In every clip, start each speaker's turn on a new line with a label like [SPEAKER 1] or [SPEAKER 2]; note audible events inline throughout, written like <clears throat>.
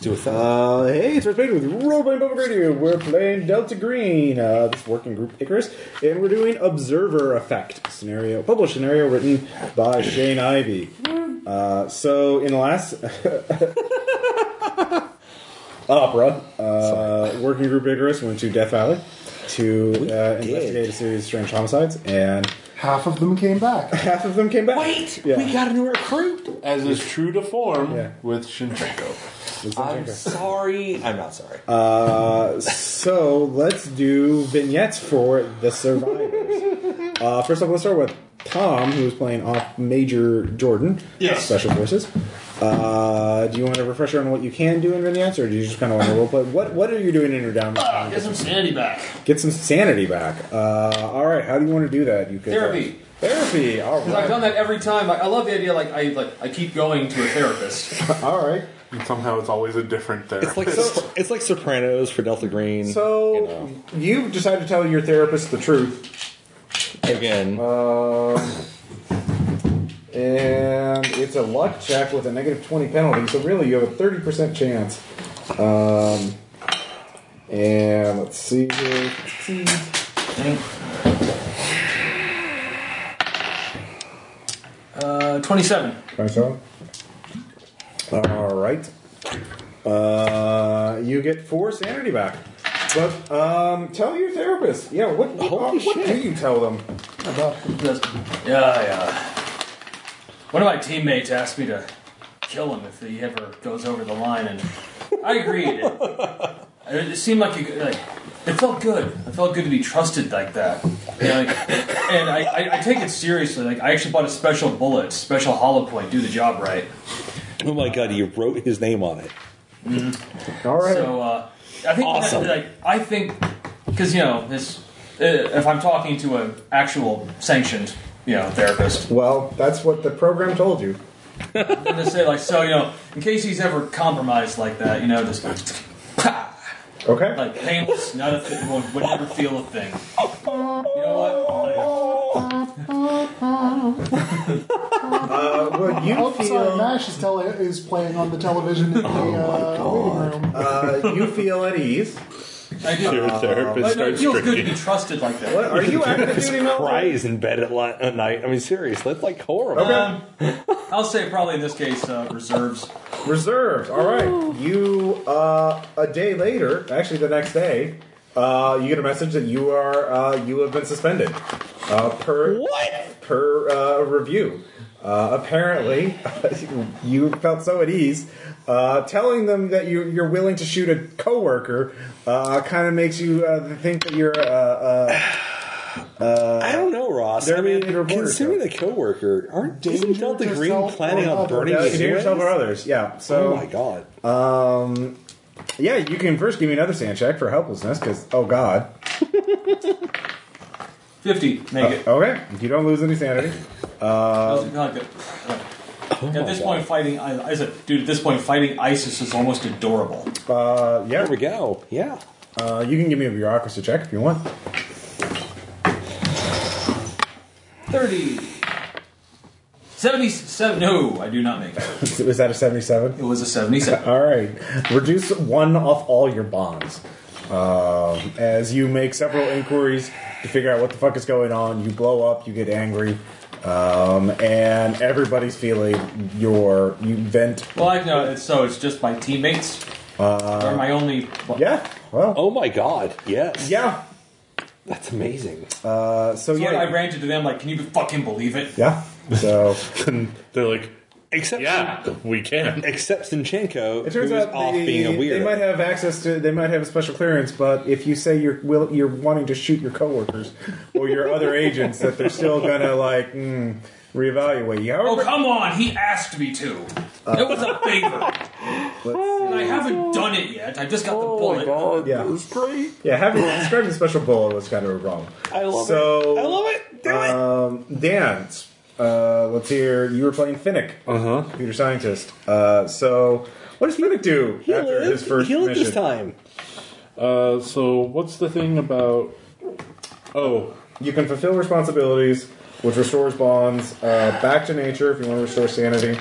[SPEAKER 1] do a thing.
[SPEAKER 2] Uh, hey, it's Red Page with Roadline Public Radio. We're playing Delta Green, uh, this working group Icarus, and we're doing Observer Effect scenario, published scenario written by Shane Ivy. Uh, so in the last <laughs> opera, uh, working group Icarus went to Death Valley to uh, investigate a series of strange homicides, and
[SPEAKER 3] Half of them came back.
[SPEAKER 2] half of them came back.
[SPEAKER 1] Wait,
[SPEAKER 2] Yeah.
[SPEAKER 1] we got a new recruit.
[SPEAKER 4] As is true to form
[SPEAKER 2] Yeah.
[SPEAKER 4] with Shinchenko.
[SPEAKER 1] I'm sorry. I'm not sorry.
[SPEAKER 2] Uh, so let's do vignettes for the survivors.
[SPEAKER 1] <laughs>
[SPEAKER 2] uh, first off, let's start with Tom, who's playing off Major Jordan.
[SPEAKER 4] Yes.
[SPEAKER 2] Special Forces. Uh, do you want a refresher on what you can do in vignettes, or do you just kind of want to roleplay? What What are you doing in your down?
[SPEAKER 4] Ah, get some sanity back.
[SPEAKER 5] Uh.
[SPEAKER 2] Get some sanity back. Uh, all right, how do you want to do that? You could uh,
[SPEAKER 5] Therapy.
[SPEAKER 2] therapy. All
[SPEAKER 5] Because I've
[SPEAKER 2] right.
[SPEAKER 5] done that every time. I, I love the idea. Like I like I keep going to a therapist.
[SPEAKER 2] All right.
[SPEAKER 4] And somehow it's always a different thing.
[SPEAKER 1] It's like it's like Sopranos for Delta Green. you
[SPEAKER 2] So
[SPEAKER 1] know.
[SPEAKER 2] you decide to tell your therapist the truth.
[SPEAKER 1] again,
[SPEAKER 2] Um, and it's a luck check with a negative 20 penalty, so really you have a 30% chance. Um, and let's see here.
[SPEAKER 5] Uh, Twenty-seven.
[SPEAKER 2] 27. All right. Uh, you get four sanity back. But um, tell your therapist. Yeah, what, uh,
[SPEAKER 1] Holy
[SPEAKER 2] what
[SPEAKER 1] shit.
[SPEAKER 2] do you tell them?
[SPEAKER 5] That's- Yeah, yeah. One of my teammates asked me to kill him if he ever goes over the line, and I <laughs> agreed. It, it seemed like, a, good- like it felt good. It felt good to be trusted like that. You know, like- and I, I, I take it seriously. Like I actually bought a special bullet, special hollow point, do the job right.
[SPEAKER 1] oh my god, you wrote his name on it.
[SPEAKER 2] All right.
[SPEAKER 5] So uh, I think
[SPEAKER 1] Awesome.
[SPEAKER 5] like I think because you know this. Uh, if I'm talking to an actual sanctioned, you know, therapist,
[SPEAKER 2] well, that's what the program told you.
[SPEAKER 5] I'm gonna say like so, you know, in case he's ever compromised like that, you know, just pa,
[SPEAKER 2] Okay?
[SPEAKER 5] <laughs> like painless, not a thing, would, would never feel a thing. You know
[SPEAKER 2] Uh, well, you
[SPEAKER 3] Oh, sorry,
[SPEAKER 2] feel-
[SPEAKER 3] Nash is, tell- is playing on the television in the
[SPEAKER 2] Oh
[SPEAKER 3] uh, waiting room.
[SPEAKER 2] uh, you feel at ease.
[SPEAKER 5] what? I do.
[SPEAKER 1] Your therapist
[SPEAKER 5] But no, it feels good to be trusted like that.
[SPEAKER 2] What are you active duty military?
[SPEAKER 1] cries in bed at, li- at night. I mean, seriously, that's like horrible.
[SPEAKER 5] Um, I'll say probably in this case uh, reserves.
[SPEAKER 2] Reserves. All right. You uh, a day later, actually the next day, uh, you get a message that you are uh, you have been suspended uh, per
[SPEAKER 1] What?
[SPEAKER 2] per uh, review. Uh, apparently, <laughs> you felt so at ease. Uh, telling them that you, you're willing to shoot a coworker uh, kind of makes you uh, think that you're. Uh, uh,
[SPEAKER 1] I don't know, Ross.
[SPEAKER 2] They're
[SPEAKER 1] I mean,
[SPEAKER 2] being reporters,
[SPEAKER 1] considering the coworker, aren't isn't
[SPEAKER 3] Danger
[SPEAKER 1] Delta
[SPEAKER 3] to
[SPEAKER 1] Green
[SPEAKER 3] self
[SPEAKER 1] planning
[SPEAKER 3] or
[SPEAKER 1] on
[SPEAKER 3] others.
[SPEAKER 1] burning
[SPEAKER 2] yeah,
[SPEAKER 1] the
[SPEAKER 2] you do yourself or
[SPEAKER 1] anyways?
[SPEAKER 2] others. Yeah. So
[SPEAKER 1] Oh my god!
[SPEAKER 2] Um, yeah, you can first give me another sand check for helplessness because oh god.
[SPEAKER 5] Fifty, make it.
[SPEAKER 2] Okay, you don't lose any sanity.
[SPEAKER 5] I was kinda like, uh, at this point, fighting I, I said, dude. At this point, fighting ISIS is almost adorable.
[SPEAKER 2] Uh, yeah,
[SPEAKER 1] There we go. Yeah.
[SPEAKER 2] uh, you can give me a bureaucracy check if you want. <laughs>
[SPEAKER 5] Thirty. 77. No, I do not make it.
[SPEAKER 2] Was that a seventy-seven?
[SPEAKER 5] It was a 77.
[SPEAKER 2] All right, reduce one off all your bonds. Um, as you make several inquiries to figure out what the fuck is going on, you blow up, you get angry, um, and everybody's feeling your you vent.
[SPEAKER 5] Well, I know. It's, so it's just my teammates. Uh, They're my only.
[SPEAKER 2] Yeah, well,
[SPEAKER 1] Oh my god. Yes.
[SPEAKER 2] yeah.
[SPEAKER 1] That's amazing.
[SPEAKER 2] Uh, so
[SPEAKER 5] So
[SPEAKER 2] yeah,
[SPEAKER 5] I ranted to them like, "Can you fucking believe it?"
[SPEAKER 2] yeah. So.
[SPEAKER 4] <laughs> They're like,
[SPEAKER 1] Except
[SPEAKER 4] yeah, we can.
[SPEAKER 1] except Sinchenko,
[SPEAKER 2] It turns
[SPEAKER 1] who is
[SPEAKER 2] out
[SPEAKER 1] off
[SPEAKER 2] they,
[SPEAKER 1] being a weirdo.
[SPEAKER 2] they might have access to. They might have a special clearance, but if you say you're will, you're wanting to shoot your coworkers or your other agents, that they're still gonna like mm, reevaluate you.
[SPEAKER 5] Oh
[SPEAKER 2] However,
[SPEAKER 5] come on! He asked me to. it was a favor, and I haven't done it yet. I just got the bullet.
[SPEAKER 1] god.
[SPEAKER 2] Yeah.
[SPEAKER 1] was great.
[SPEAKER 2] yeah, having describing the special bullet was kind of wrong.
[SPEAKER 1] I love
[SPEAKER 2] so,
[SPEAKER 1] it. I love it. Do it.
[SPEAKER 2] Um, Dan, uh, let's hear. You were playing Finnick, uh-huh. computer scientist. Uh, so, what does Finnick do
[SPEAKER 1] He
[SPEAKER 2] after
[SPEAKER 1] lived.
[SPEAKER 2] his first
[SPEAKER 1] he lived
[SPEAKER 2] mission?
[SPEAKER 1] this time.
[SPEAKER 4] Uh, so what's the thing about? Oh,
[SPEAKER 2] You can fulfill responsibilities, which restores bonds, uh, back to nature if you want to restore sanity.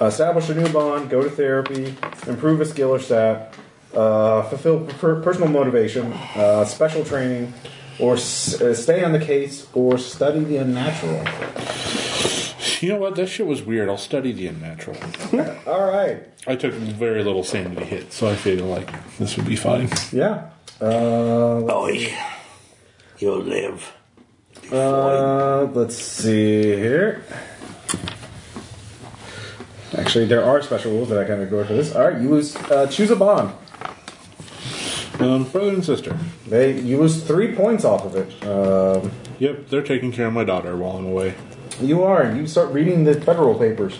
[SPEAKER 2] establish a new bond, go to therapy, improve a skill or stat, uh, fulfill per- personal motivation, uh, special training, or s- uh, stay on the case, or study the unnatural.
[SPEAKER 4] You know what? That shit was weird. I'll study the unnatural.
[SPEAKER 2] All right.
[SPEAKER 4] I took very little sanity hit, so I feel like this would be fine.
[SPEAKER 2] Yeah. Uh,
[SPEAKER 6] Boy, you'll live.
[SPEAKER 2] uh, let's see here. Actually, there are special rules that I kind of go for this. All right, you lose. Uh, choose a bond.
[SPEAKER 4] Um, brother and sister.
[SPEAKER 2] They you lose three points off of it. Um,
[SPEAKER 4] Yep, they're taking care of my daughter while I'm away.
[SPEAKER 2] you are. You start reading the federal papers,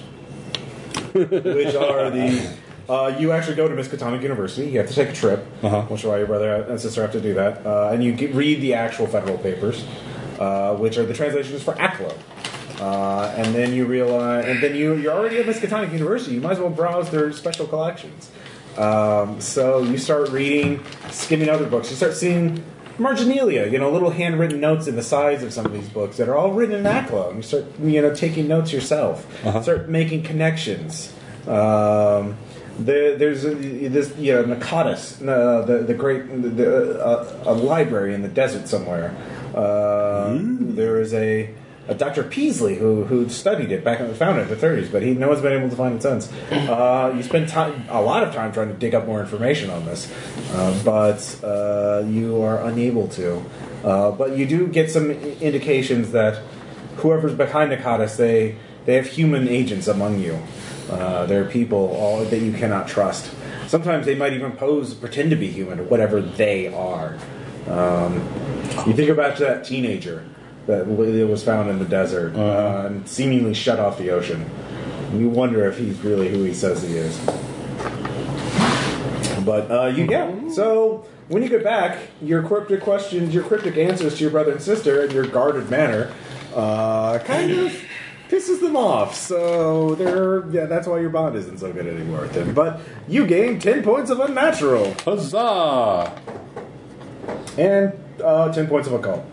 [SPEAKER 2] which are the. Uh, you actually go to Miskatonic University. You have to take a trip,
[SPEAKER 4] Uh-huh.
[SPEAKER 2] which is why your brother and sister have to do that. Uh, and you get, read the actual federal papers, uh, which are the translations for ACLO. Uh, and then you realize, and then you you're already at Miskatonic University. You might as well browse their special collections. Um, so you start reading, skimming other books. You start seeing marginalia, you know, little handwritten notes in the sides of some of these books that are all written in ACLO. And you start, you know, taking notes yourself. Start making connections. Um, there, there's a, this, you know, Nakatas, uh, the the great, the, the, uh, a library in the desert somewhere. Uh, There is a, a Dr. Peasley who who studied it back, found it in the 30s, but he no one's been able to find it since. Uh, you spend time, a lot of time trying to dig up more information on this, uh, but uh, you are unable to. Uh, but you do get some i- indications that whoever's behind Nakatas, they they have human agents among you. Uh, they're people all that you cannot trust. Sometimes they might even pose, pretend to be human, whatever they are. Um, you think about that teenager that w- that was found in the desert uh, and seemingly shut off the ocean. You wonder if he's really who he says he is. But uh, you yeah. So when you get back, your cryptic questions, your cryptic answers to your brother and sister, and your guarded manner, uh, kind of pisses them off. So they're yeah. That's why your bond isn't so good anymore with them. But you gain ten points of unnatural
[SPEAKER 4] Huzzah!
[SPEAKER 2] and uh, ten points of occult.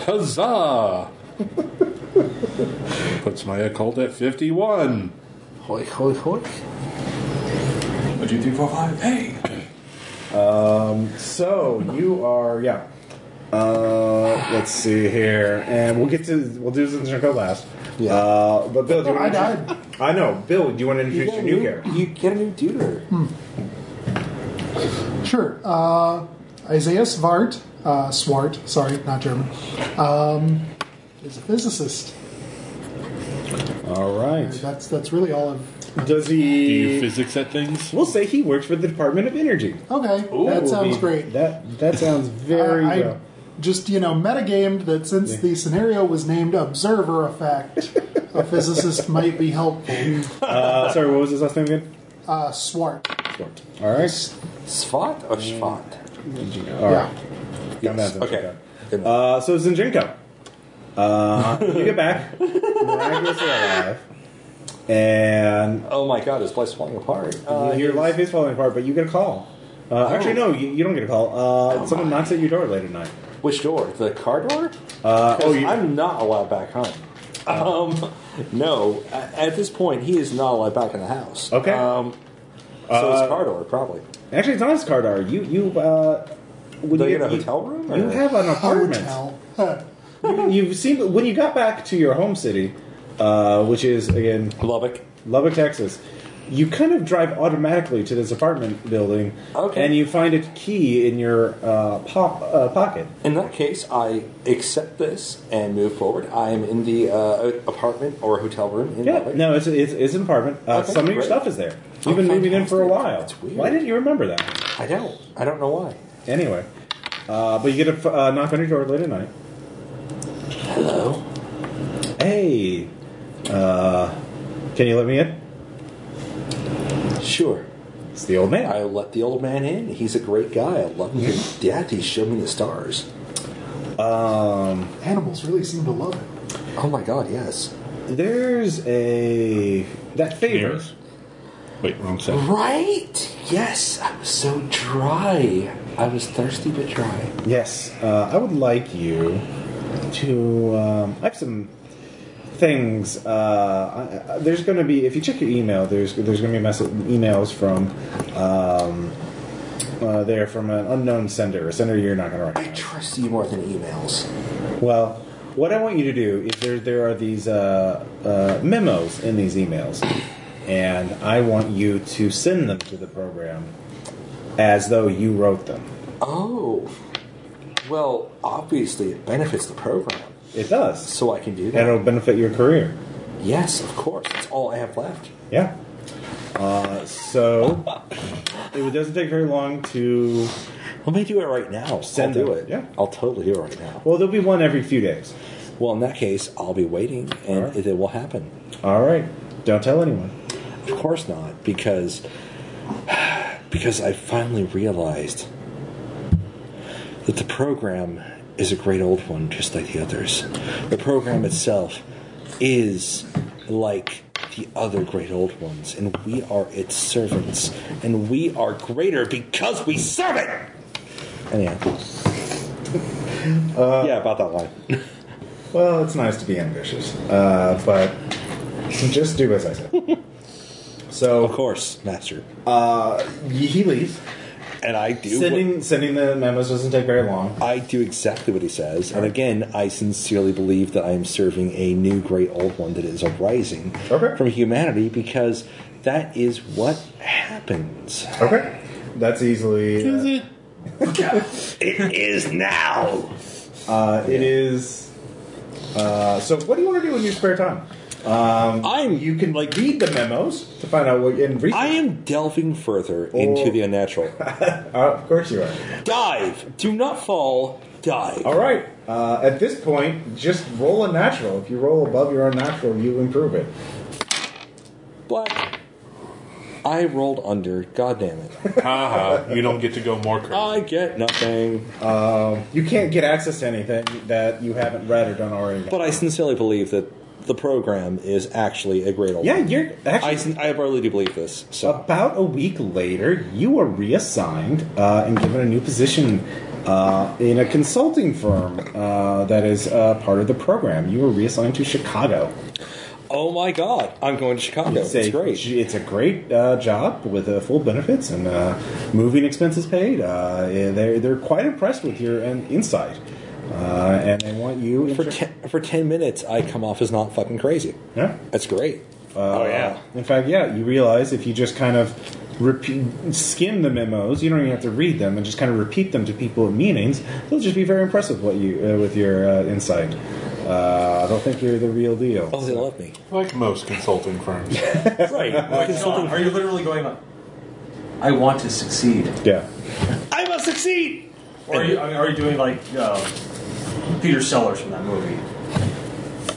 [SPEAKER 4] Huzzah! <laughs> Puts my occult at 51.
[SPEAKER 6] Hoy, hoy, hoy.
[SPEAKER 5] One, two, three, four, five. Hey.
[SPEAKER 2] So you are yeah. Uh, let's see here, and we'll get to we'll do this in go last.
[SPEAKER 6] Yeah.
[SPEAKER 2] Uh, but Bill, do you
[SPEAKER 3] I
[SPEAKER 2] want to
[SPEAKER 3] died.
[SPEAKER 2] I know, Bill. Do you want to
[SPEAKER 6] You get,
[SPEAKER 2] introduce your
[SPEAKER 6] a
[SPEAKER 2] new
[SPEAKER 6] new,
[SPEAKER 2] character?
[SPEAKER 6] you get a new tutor.
[SPEAKER 3] Sure. Uh, Isaiah Svart, uh, Swart, sorry, not German, um, is a physicist.
[SPEAKER 2] All right.
[SPEAKER 3] That's that's really all I've.
[SPEAKER 2] Does
[SPEAKER 4] Do
[SPEAKER 2] he?
[SPEAKER 4] you physics at things?
[SPEAKER 2] we'll say he works for the Department of Energy.
[SPEAKER 3] Okay, that sounds great. Uh,
[SPEAKER 2] That that sounds very.
[SPEAKER 3] I, I
[SPEAKER 2] well.
[SPEAKER 3] just you know metagamed that since the scenario was named observer effect, a physicist might be helpful.
[SPEAKER 2] uh, sorry, what was his last name again?
[SPEAKER 3] Uh, Swart.
[SPEAKER 2] All right.
[SPEAKER 6] Svat or
[SPEAKER 2] Mm.
[SPEAKER 6] Schvat?
[SPEAKER 2] All right. Come
[SPEAKER 6] Yes,
[SPEAKER 2] down to
[SPEAKER 6] okay.
[SPEAKER 2] Zinjenko. Uh, so Zinjenko, uh, you get
[SPEAKER 3] <laughs>
[SPEAKER 2] back, miraculously alive, and
[SPEAKER 6] Oh my god, this place is falling apart. Uh,
[SPEAKER 2] your life is falling apart. But you get a call. Uh, Actually, no, you, you don't get a call. Uh, someone knocks at your door late at night.
[SPEAKER 6] which door? The car door?
[SPEAKER 2] Uh, oh, you,
[SPEAKER 6] I'm not allowed back home. Um, no, a- at this point, he is not allowed back in the house.
[SPEAKER 2] Okay. Uh,
[SPEAKER 6] Um, so it's car door, probably.
[SPEAKER 2] actually, it's not his car door. You you. Uh, when
[SPEAKER 6] Do they
[SPEAKER 2] you
[SPEAKER 6] get a
[SPEAKER 2] you-
[SPEAKER 6] hotel room?
[SPEAKER 2] You
[SPEAKER 6] or-
[SPEAKER 2] have an apartment.
[SPEAKER 3] Hotel. Huh.
[SPEAKER 2] you, you've seen when you got back to your home city, uh, which is again
[SPEAKER 6] Lubbock.
[SPEAKER 2] Lubbock, Texas. You kind of drive automatically to this apartment building,
[SPEAKER 6] Okay.
[SPEAKER 2] and you find a key in your uh, po- uh, pocket.
[SPEAKER 6] In that case, I accept this and move forward. I am in the uh, apartment or hotel room in
[SPEAKER 2] Yeah,
[SPEAKER 6] Lubbock.
[SPEAKER 2] no, it's it's, it's an apartment. Uh,
[SPEAKER 6] Okay,
[SPEAKER 2] some of your
[SPEAKER 6] great.
[SPEAKER 2] stuff is there.
[SPEAKER 6] Oh,
[SPEAKER 2] You've been moving in for a
[SPEAKER 6] fantastic.
[SPEAKER 2] while.
[SPEAKER 6] That's weird.
[SPEAKER 2] Why didn't you remember that?
[SPEAKER 6] I don't. I don't know why.
[SPEAKER 2] Anyway, uh, but you get a f- uh, knock on your door late at night.
[SPEAKER 6] Hello?
[SPEAKER 2] Hey, uh, can you let me in?
[SPEAKER 6] Sure.
[SPEAKER 2] It's the old man.
[SPEAKER 6] I let the old man in. He's a great guy. I love him to death. He showed me the stars.
[SPEAKER 3] Animals really seem to love it.
[SPEAKER 6] Oh my god, yes.
[SPEAKER 2] There's a that favor.
[SPEAKER 4] Mirrors? Wait, wrong set. <laughs>
[SPEAKER 6] Right? Yes. I was so dry. I was thirsty but dry.
[SPEAKER 2] Yes, uh, I would like you to. Um, I have some things. Uh, I- I- there's going to be if you check your email, there's there's going to be message, emails from. Um, uh, they're from an unknown sender, a sender you're not going to
[SPEAKER 6] I
[SPEAKER 2] recognize.
[SPEAKER 6] trust you more than emails.
[SPEAKER 2] Well, what I want you to do is there there are these uh, uh, memos in these emails, and I want you to send them to the program as though you wrote them.
[SPEAKER 6] Oh, well, obviously it benefits the program,
[SPEAKER 2] It does,
[SPEAKER 6] so I can do
[SPEAKER 2] and
[SPEAKER 6] that.
[SPEAKER 2] it'll benefit your career.
[SPEAKER 6] Yes, of course. That's all I have left.
[SPEAKER 2] Yeah. Uh, so it doesn't take very long to.
[SPEAKER 6] Let me do it right now.
[SPEAKER 2] Send
[SPEAKER 6] I'll do
[SPEAKER 2] them.
[SPEAKER 6] it.
[SPEAKER 2] Yeah.
[SPEAKER 6] I'll totally do it right now.
[SPEAKER 2] Well, there'll be one every few days.
[SPEAKER 6] Well, in that case, I'll be waiting, and
[SPEAKER 2] Alright.
[SPEAKER 6] it will happen.
[SPEAKER 2] All right. Don't tell anyone.
[SPEAKER 6] Of course not, because because I finally realized that the program is a great old one, just like the others. The program itself is like the other great old ones, and we are its servants, and we are greater because we serve it. Anyhow, yeah, about that line.
[SPEAKER 2] Well, it's nice to be ambitious, uh, but <laughs> just do as I said. So
[SPEAKER 6] Of course, master,
[SPEAKER 2] he leaves.
[SPEAKER 6] and I do. what-
[SPEAKER 2] Sending sending the memos doesn't take very long.
[SPEAKER 6] I do exactly what he says, and again, I sincerely believe that I am serving a new great old one that is arising
[SPEAKER 2] Okay.
[SPEAKER 6] from humanity because that is what happens.
[SPEAKER 2] Okay, that's easily. uh,
[SPEAKER 6] It is now.
[SPEAKER 2] uh, it is. Uh, so, what do you want to do in your spare time?
[SPEAKER 6] I'm
[SPEAKER 2] You can like read the memos to find out what. And read.
[SPEAKER 6] I am delving further
[SPEAKER 2] Oh.
[SPEAKER 6] into the
[SPEAKER 2] <laughs>
[SPEAKER 6] unnatural.
[SPEAKER 2] Uh, of course, you are.
[SPEAKER 6] dive. Do not fall. Dive.
[SPEAKER 2] All right. Uh, at this point, just roll a natural. If you roll above your unnatural, you improve it.
[SPEAKER 6] Black. I rolled under. God damn it.
[SPEAKER 4] Haha, you don't get to go more crazy.
[SPEAKER 6] I get nothing.
[SPEAKER 2] You can't get access to anything that you haven't read or done already.
[SPEAKER 6] But I sincerely believe that the program is actually a great old
[SPEAKER 2] yeah,
[SPEAKER 6] one.
[SPEAKER 2] you're
[SPEAKER 6] I,
[SPEAKER 2] actually.
[SPEAKER 6] sin- I really do believe this. So.
[SPEAKER 2] About a week later, you were reassigned uh, and given a new position uh, in a consulting firm uh, that is uh, part of the program. You were reassigned to Chicago.
[SPEAKER 6] Oh my god, I'm going to Chicago. It's,
[SPEAKER 2] a,
[SPEAKER 6] great.
[SPEAKER 2] It's a great uh, job with uh, full benefits and uh, moving expenses paid. Uh, yeah, they're, they're quite impressed with your um, insight. Uh, and they want you in
[SPEAKER 6] for,
[SPEAKER 2] Chi-
[SPEAKER 6] ten, for 10 minutes, I come off as not fucking crazy.
[SPEAKER 2] Yeah.
[SPEAKER 6] That's great.
[SPEAKER 2] Uh, In fact, yeah, you realize if you just kind of repeat, skim the memos, you don't even have to read them, and just kind of repeat them to people at meetings, they'll just be very impressed with what you uh, with your uh, insight. Uh, they'll think you're the real deal.
[SPEAKER 6] Oh, they love me.
[SPEAKER 4] Like most consulting firms.
[SPEAKER 7] <laughs>
[SPEAKER 6] right.
[SPEAKER 5] John, are you literally going on? I want to succeed.
[SPEAKER 2] Yeah.
[SPEAKER 6] I must succeed!
[SPEAKER 5] Or are you, I mean, are you doing like uh, Peter Sellers from that movie?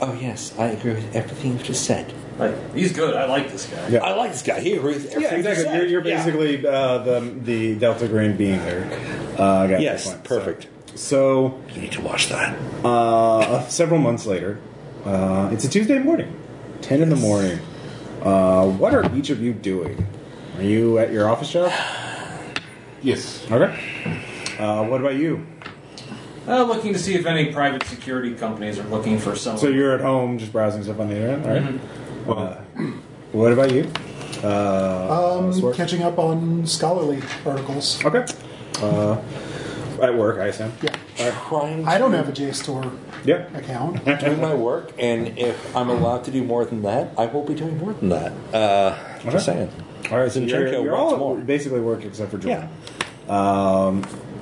[SPEAKER 6] Oh, yes, I agree with everything you've just said.
[SPEAKER 5] Like he's good. I like this guy.
[SPEAKER 2] Yeah.
[SPEAKER 6] I like this guy. He agrees with everything
[SPEAKER 2] Yeah,
[SPEAKER 6] you
[SPEAKER 2] exactly.
[SPEAKER 6] said.
[SPEAKER 2] You're, you're
[SPEAKER 6] Yeah.
[SPEAKER 2] basically uh, the the Delta Green being there. Uh, got
[SPEAKER 6] Yes,
[SPEAKER 2] that point.
[SPEAKER 6] perfect.
[SPEAKER 2] So,
[SPEAKER 6] You need to watch that.
[SPEAKER 2] so uh, several months later, uh, it's a Tuesday morning, ten in the morning. Uh, what are each of you doing? Are you at your office job?
[SPEAKER 4] Yes.
[SPEAKER 2] Okay. Uh, what about you?
[SPEAKER 5] Uh, looking to see if any private security companies are looking for someone.
[SPEAKER 2] So you're at home just browsing stuff on the internet, all right? Uh, what about you? Uh,
[SPEAKER 3] Um,
[SPEAKER 2] Swartz?
[SPEAKER 3] catching up on scholarly articles.
[SPEAKER 2] okay. Uh, at work, I assume.
[SPEAKER 3] Yeah.
[SPEAKER 6] Trying
[SPEAKER 3] I don't have a JSTOR
[SPEAKER 2] Yeah.
[SPEAKER 3] account.
[SPEAKER 6] to do my work, and if I'm allowed to do more than that, I will be doing more than that. Uh, Just
[SPEAKER 2] Okay.
[SPEAKER 6] saying.
[SPEAKER 2] All right, so you're,
[SPEAKER 6] Jericho
[SPEAKER 2] you're
[SPEAKER 6] works
[SPEAKER 2] all
[SPEAKER 6] more.
[SPEAKER 2] basically work except for Jordan.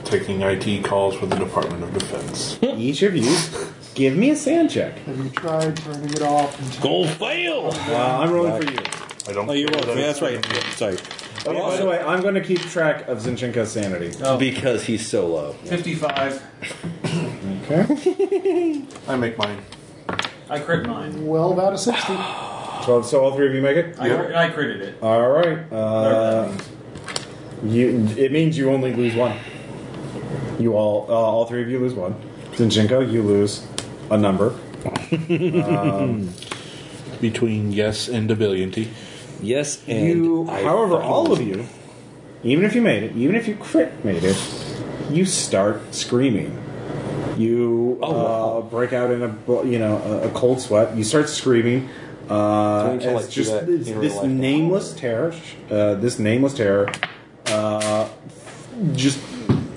[SPEAKER 4] Taking IT calls for the Department of Defense.
[SPEAKER 2] <laughs> Each of you, give me a sand check.
[SPEAKER 3] Have you tried turning it off? And
[SPEAKER 6] Go fail!
[SPEAKER 2] Uh, I'm rolling for you.
[SPEAKER 4] I don't
[SPEAKER 6] Oh, you
[SPEAKER 4] think
[SPEAKER 6] won't.
[SPEAKER 4] that-
[SPEAKER 6] That's right. Sorry.
[SPEAKER 2] Oh, by the way, I'm going to keep track of Zinchenko's sanity.
[SPEAKER 5] Oh,
[SPEAKER 6] Because he's so low.
[SPEAKER 5] 55.
[SPEAKER 2] Okay.
[SPEAKER 4] I make mine.
[SPEAKER 5] I crit mine.
[SPEAKER 3] well, about a 60.
[SPEAKER 2] 12, so all three of you make it?
[SPEAKER 5] I, crit- I critted it.
[SPEAKER 2] All right. Uh,
[SPEAKER 5] Whatever that
[SPEAKER 2] You, it means you only lose one. You all, uh, all three of you lose one. Zinchenko, you lose a number.
[SPEAKER 4] Between yes and ability.
[SPEAKER 6] Yes, and
[SPEAKER 2] you,
[SPEAKER 6] I
[SPEAKER 2] however,
[SPEAKER 6] fucking
[SPEAKER 2] all
[SPEAKER 6] love
[SPEAKER 2] of you, even if you made it, even if you crit made it, you start screaming. You
[SPEAKER 6] Oh,
[SPEAKER 2] uh, break out in a you know a, a cold sweat. You start screaming. Uh,
[SPEAKER 6] Don't you, like,
[SPEAKER 2] as just
[SPEAKER 6] do that
[SPEAKER 2] this,
[SPEAKER 6] in real
[SPEAKER 2] this
[SPEAKER 6] life?
[SPEAKER 2] nameless terror, uh, this nameless terror, uh, just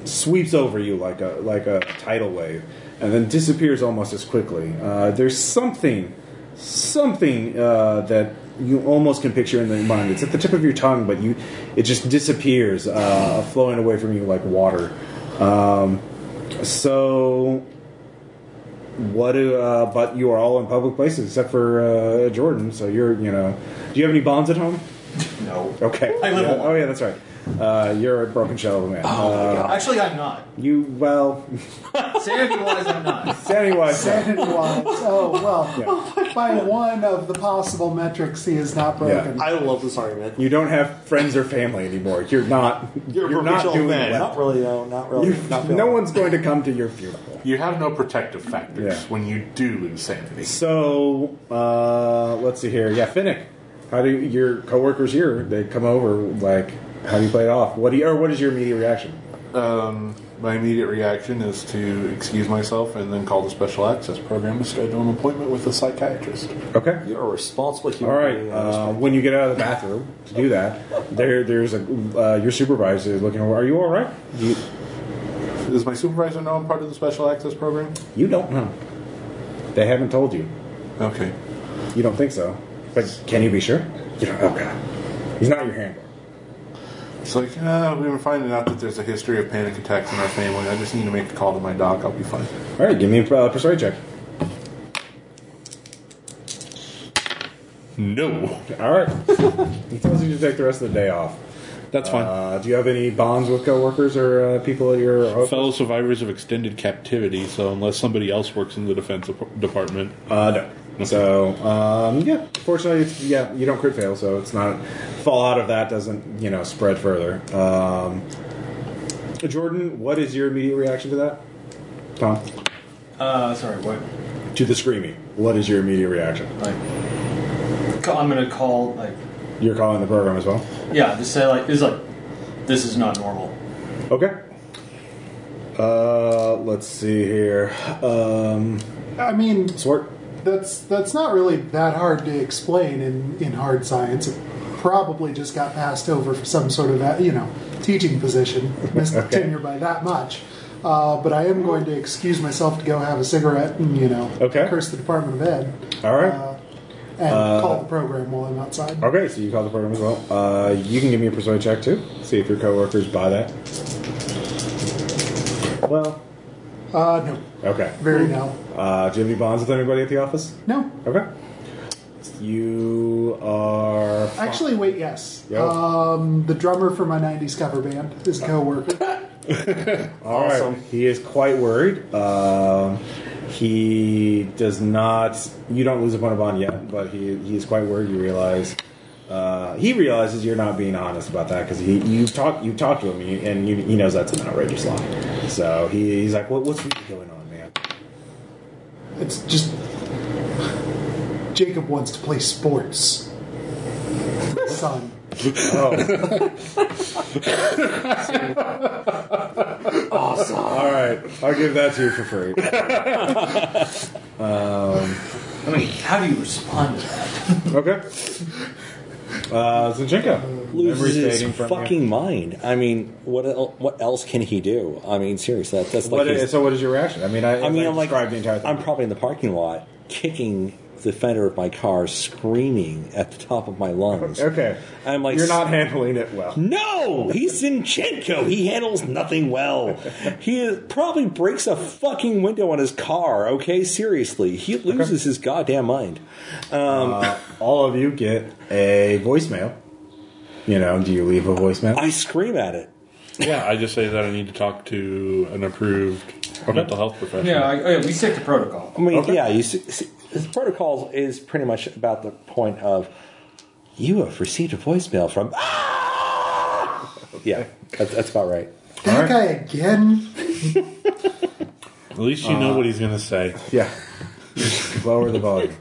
[SPEAKER 2] sweeps over you like a like a tidal wave, and then disappears almost as quickly. Uh, there's something, something uh, that you almost can picture in your mind. It's at the tip of your tongue, but you it just disappears, uh, flowing away from you like water. Um, so. What? do- Uh, but you are all in public places except for uh, Jordan. So you're, you know, do you have any bonds at home?
[SPEAKER 5] No.
[SPEAKER 2] Okay.
[SPEAKER 5] I live Oh.
[SPEAKER 2] Yeah.
[SPEAKER 5] alone.
[SPEAKER 2] Oh yeah, that's right. Uh, you're a broken shell of a man. uh,
[SPEAKER 5] Actually, I'm not.
[SPEAKER 2] you well, <laughs>
[SPEAKER 5] Sanity wise, I'm <laughs> not.
[SPEAKER 2] anyway.
[SPEAKER 3] Sanity wise. Oh, well. By one of the possible metrics, he is not broken.
[SPEAKER 8] I love this argument.
[SPEAKER 2] You don't have friends or family anymore. You're not. You're,
[SPEAKER 8] You're, a
[SPEAKER 2] not
[SPEAKER 8] professional
[SPEAKER 2] doing
[SPEAKER 8] man. Not
[SPEAKER 2] well.
[SPEAKER 8] really, though. Not really.
[SPEAKER 2] You-
[SPEAKER 8] not
[SPEAKER 2] no
[SPEAKER 8] feeling.
[SPEAKER 2] one's going to come to your funeral.
[SPEAKER 7] You have no protective factors
[SPEAKER 2] Yeah.
[SPEAKER 7] when you do lose sanity.
[SPEAKER 2] So uh, let's see here. Yeah, Finnick. How do you, your coworkers here? They come over. Like, how do you play it off? What do you, or what is your immediate reaction?
[SPEAKER 7] Um, my immediate reaction is to excuse myself and then call the special access program to schedule an appointment with a psychiatrist.
[SPEAKER 2] Okay.
[SPEAKER 8] You're a responsible human.
[SPEAKER 2] All right.
[SPEAKER 8] being.
[SPEAKER 2] Uh, when you get out of the bathroom to do that, there, there's a uh, your supervisor is looking over. Are you all right? You,
[SPEAKER 7] Does my supervisor know I'm part of the special access program?
[SPEAKER 2] you don't know. They haven't told you.
[SPEAKER 7] Okay.
[SPEAKER 2] You don't think so? But can you be sure? You don't. Oh God, he's not your handler.
[SPEAKER 7] It's like, uh, we've been finding out that there's a history of panic attacks in our family. I just need to make a call to my doc. I'll be fine.
[SPEAKER 2] All right, give me a uh, persuade check.
[SPEAKER 7] No.
[SPEAKER 2] All right. he tells you to take the rest of the day off.
[SPEAKER 4] That's fine.
[SPEAKER 2] Uh, do you have any bonds with coworkers or uh, people at your?
[SPEAKER 4] Fellow survivors of extended captivity, so unless somebody else works in the defense dep- department,
[SPEAKER 2] Uh, no. So um, yeah, fortunately, it's, yeah, you don't crit fail, so it's not fallout of that doesn't you know spread further. Um, Jordan, what is your immediate reaction to that? Tom,
[SPEAKER 5] Uh, sorry, what?
[SPEAKER 2] to the screaming. What is your immediate reaction?
[SPEAKER 5] Like, ca- I'm gonna call, like,
[SPEAKER 2] You're calling the program as well.
[SPEAKER 5] yeah, just say, like, it's like, this is not normal.
[SPEAKER 2] Okay. Uh, let's see here. Um,
[SPEAKER 3] I mean,
[SPEAKER 2] Swart.
[SPEAKER 3] that's that's not really that hard to explain in, in hard science. It probably just got passed over for some sort of you know teaching position, missed tenure by that much. Uh, but I am going to excuse myself to go have a cigarette and you know
[SPEAKER 2] Okay.
[SPEAKER 3] curse the Department of Ed.
[SPEAKER 2] All right. uh,
[SPEAKER 3] Uh, and call the program while I'm outside.
[SPEAKER 2] Okay, so you call the program as well. Uh, you can give me a persuade check too. See if your coworkers buy that. Well,
[SPEAKER 3] Uh, no,
[SPEAKER 2] okay.
[SPEAKER 3] very no,
[SPEAKER 2] Uh, do you have any bonds with anybody at the office?
[SPEAKER 3] no.
[SPEAKER 2] Okay. You are.
[SPEAKER 3] Actually, wait, yes.
[SPEAKER 2] Yo.
[SPEAKER 3] Um, the drummer for my '90s cover band is a coworker.
[SPEAKER 2] All right. He is quite worried. Um, he does not. You don't lose a point of bond yet, but he he is quite worried. You realize. Uh, he realizes you're not being honest about that because he you talk you talk to him and, you, and you, he knows that's an outrageous lie. So he, he's like, what, "What's really going on, man?"
[SPEAKER 3] It's just Jacob wants to play sports. My son.
[SPEAKER 2] All right, I'll give that to you for free.
[SPEAKER 5] I mean, how do you respond to that?
[SPEAKER 2] <laughs> okay. Uh, Zinchenko
[SPEAKER 6] loses
[SPEAKER 2] Memory
[SPEAKER 6] his
[SPEAKER 2] fading from you.
[SPEAKER 6] fucking mind. I mean, what el- what else can he do? I mean, seriously, that, that's like.
[SPEAKER 2] What
[SPEAKER 6] his-
[SPEAKER 2] is, so what is your reaction? I mean, I,
[SPEAKER 6] I mean, I'm like,
[SPEAKER 2] described the entire thing.
[SPEAKER 6] I'm probably in the parking lot kicking the fender of my car, screaming at the top of my lungs.
[SPEAKER 2] okay.
[SPEAKER 6] I'm like,
[SPEAKER 2] you're not handling it well.
[SPEAKER 6] No, he's Zinchenko. He handles nothing well. He is, probably breaks a fucking window on his car. Okay, seriously, he loses his goddamn mind.
[SPEAKER 2] Uh, all of you get a voicemail. You know, do you leave a voicemail?
[SPEAKER 6] I scream at it.
[SPEAKER 4] yeah, I just say that I need to talk to an approved mental health professional.
[SPEAKER 5] Yeah, I, oh, yeah, we stick to
[SPEAKER 6] I
[SPEAKER 5] protocol.
[SPEAKER 6] mean, yeah, you see, see, his protocol is pretty much about the point of you have received a voicemail from. "Ah!" Yeah, that's, that's about right.
[SPEAKER 3] That guy again?
[SPEAKER 4] At least you
[SPEAKER 7] Uh,
[SPEAKER 4] know what he's gonna say.
[SPEAKER 2] yeah. <laughs> Lower the volume.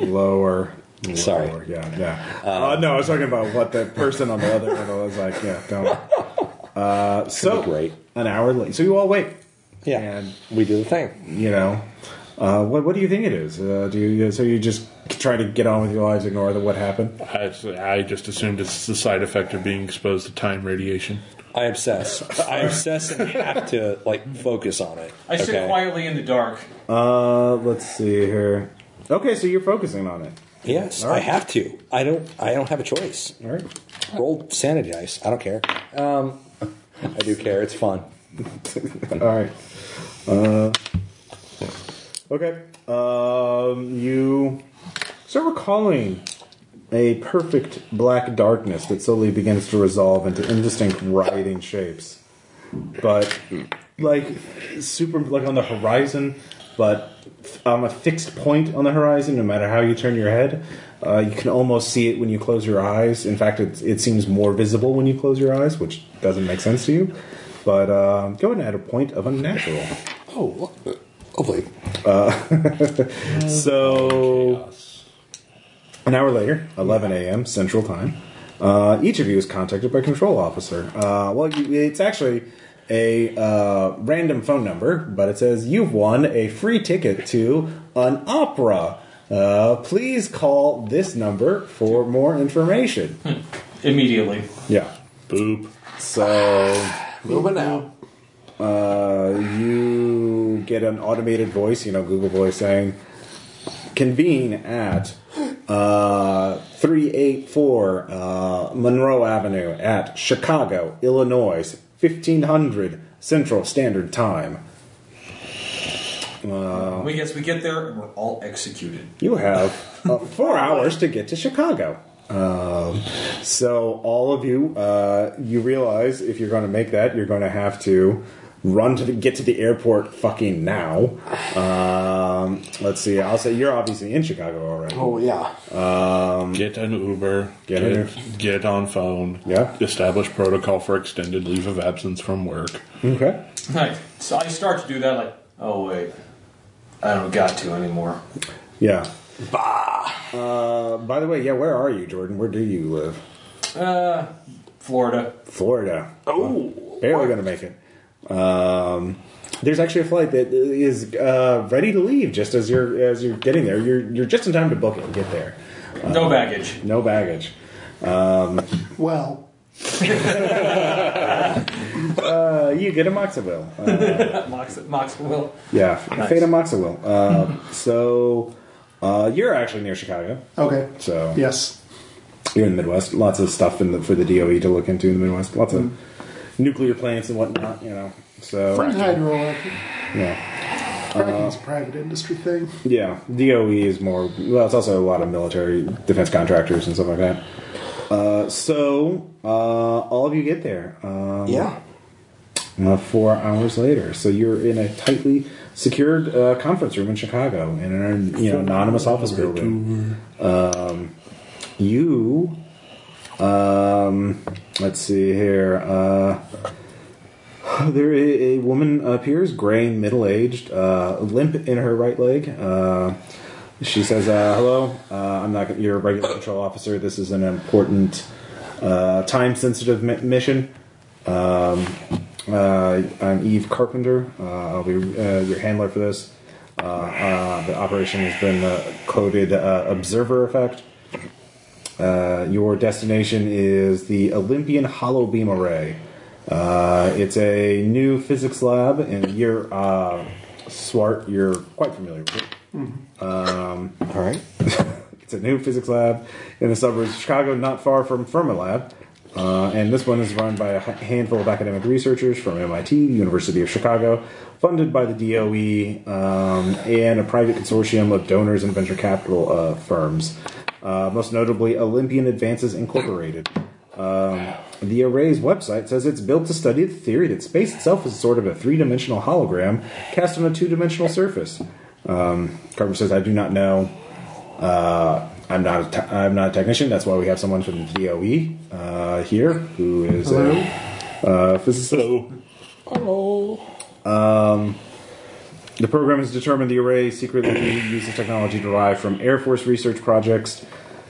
[SPEAKER 2] Lower.
[SPEAKER 6] Sorry.
[SPEAKER 2] Lower. Yeah, yeah. Uh, no, I was talking about what the person on the other end was like. Yeah, don't. Uh, so
[SPEAKER 6] Great.
[SPEAKER 2] an hour late. So you all wake.
[SPEAKER 1] Yeah.
[SPEAKER 2] And
[SPEAKER 1] we do the thing.
[SPEAKER 2] you know, uh, what what do you think it is? Uh, do you so you just try to get on with your lives, ignore the what happened?
[SPEAKER 4] I, I just assumed it's the side effect of being exposed to time radiation.
[SPEAKER 6] I obsess. <laughs> I obsess and have to like focus on it.
[SPEAKER 5] I sit quietly in the dark.
[SPEAKER 2] Uh, let's see here. Okay, so you're focusing on it.
[SPEAKER 6] Yes, I have to. I don't. I don't have a choice.
[SPEAKER 2] All right.
[SPEAKER 6] Roll sanity dice. I don't care. Um, I do care. It's fun.
[SPEAKER 2] All right. Uh, okay. Um, you start recalling a perfect black darkness that slowly begins to resolve into indistinct writhing shapes, but like super like on the horizon, but on a fixed point on the horizon. No matter how you turn your head, uh, you can almost see it when you close your eyes. In fact, it, it seems more visible when you close your eyes, which doesn't make sense to you. But uh, go ahead and add a point of unnatural.
[SPEAKER 6] Oh, lo- lovely.
[SPEAKER 2] So An hour later, 11 a.m. Central Time, uh, each of you is contacted by control officer. Uh, well, you, it's actually a uh, random phone number, but it says you've won a free ticket to an opera. Uh, please call this number for more information.
[SPEAKER 5] Immediately.
[SPEAKER 2] yeah.
[SPEAKER 4] Boop.
[SPEAKER 2] So
[SPEAKER 8] Moving out.
[SPEAKER 2] uh, you get an automated voice, you know, Google Voice saying, convene at uh, 384 uh, Monroe Avenue at Chicago, Illinois, 1500 Central Standard Time.
[SPEAKER 5] we guess we get there and we're all executed.
[SPEAKER 2] You have uh, four hours to get to Chicago. Um, so all of you, uh, you realize if you're going to make that, you're going to have to run to the, get to the airport fucking now. Um, let's see. I'll say you're obviously in Chicago already.
[SPEAKER 8] Oh yeah.
[SPEAKER 7] Um,
[SPEAKER 4] Get an Uber.
[SPEAKER 2] Get an
[SPEAKER 4] get on phone.
[SPEAKER 2] Yeah.
[SPEAKER 4] Establish protocol for extended leave of absence from work.
[SPEAKER 2] Okay.
[SPEAKER 5] Right. So I start to do that like, oh wait, I don't got to anymore.
[SPEAKER 2] Yeah. Bah. Uh, by the way, yeah. Where are you, Jordan? Where do you live?
[SPEAKER 5] Uh, Florida.
[SPEAKER 2] Florida. Oh, barely gonna make it. Um, there's actually a flight that is uh, ready to leave just as you're as you're getting there. You're you're just in time to book it and get there.
[SPEAKER 5] No baggage. <laughs>
[SPEAKER 2] No baggage.
[SPEAKER 3] Well,
[SPEAKER 2] Uh, you get a Moxaville. Uh,
[SPEAKER 5] Mox, Mox will.
[SPEAKER 2] yeah,
[SPEAKER 5] Nice.
[SPEAKER 2] fate of Moxaville. Uh, so uh, you're actually near Chicago.
[SPEAKER 3] okay.
[SPEAKER 2] So
[SPEAKER 3] Yes.
[SPEAKER 2] you're in the Midwest. Lots of stuff in the, for the DOE to look into in the Midwest. Lots of nuclear plants and whatnot. You know. So
[SPEAKER 3] Hydroelectric.
[SPEAKER 2] yeah.
[SPEAKER 3] Fracking's uh, a private industry thing.
[SPEAKER 2] Yeah, DOE is more. Well, it's also a lot of military defense contractors and stuff like that. Uh, so uh, all of you get there. Um,
[SPEAKER 8] Yeah.
[SPEAKER 2] uh, four hours later, so you're in a tightly secured uh, conference room in Chicago in an you know, anonymous office building. Um, you, um, let's see here. Uh, there a, a woman appears, gray, middle aged, uh, limp in her right leg. Uh, she says, uh, "Hello, uh, I'm not gonna, you're a regular control officer. This is an important, uh, time sensitive mi- mission. Um, uh, I'm Eve Carpenter. Uh, I'll be uh, your handler for this. Uh, uh, the operation has been uh, coded uh, Observer Effect. Uh, your destination is the Olympian Hollow Beam Array. Uh, it's a new physics lab, and you're uh, Swart. You're quite familiar with it.
[SPEAKER 6] All right.
[SPEAKER 2] It's a new physics lab in the suburbs of Chicago, not far from Fermilab. Uh, and this one is run by a h- handful of academic researchers from MIT, University of Chicago, funded by the DOE um, and a private consortium of donors and venture capital uh, firms, uh, most notably Olympian Advances Incorporated. Um, the array's website says it's built to study the theory that space itself is sort of a three dimensional hologram cast on a two dimensional surface. Um, Carver says, I do not know. Uh, I'm not. A te- I'm not a technician. That's why we have someone from the DOE uh, here who is a uh, physicist.
[SPEAKER 4] So
[SPEAKER 2] um, The program has determined the array secretly uses technology derived from Air Force research projects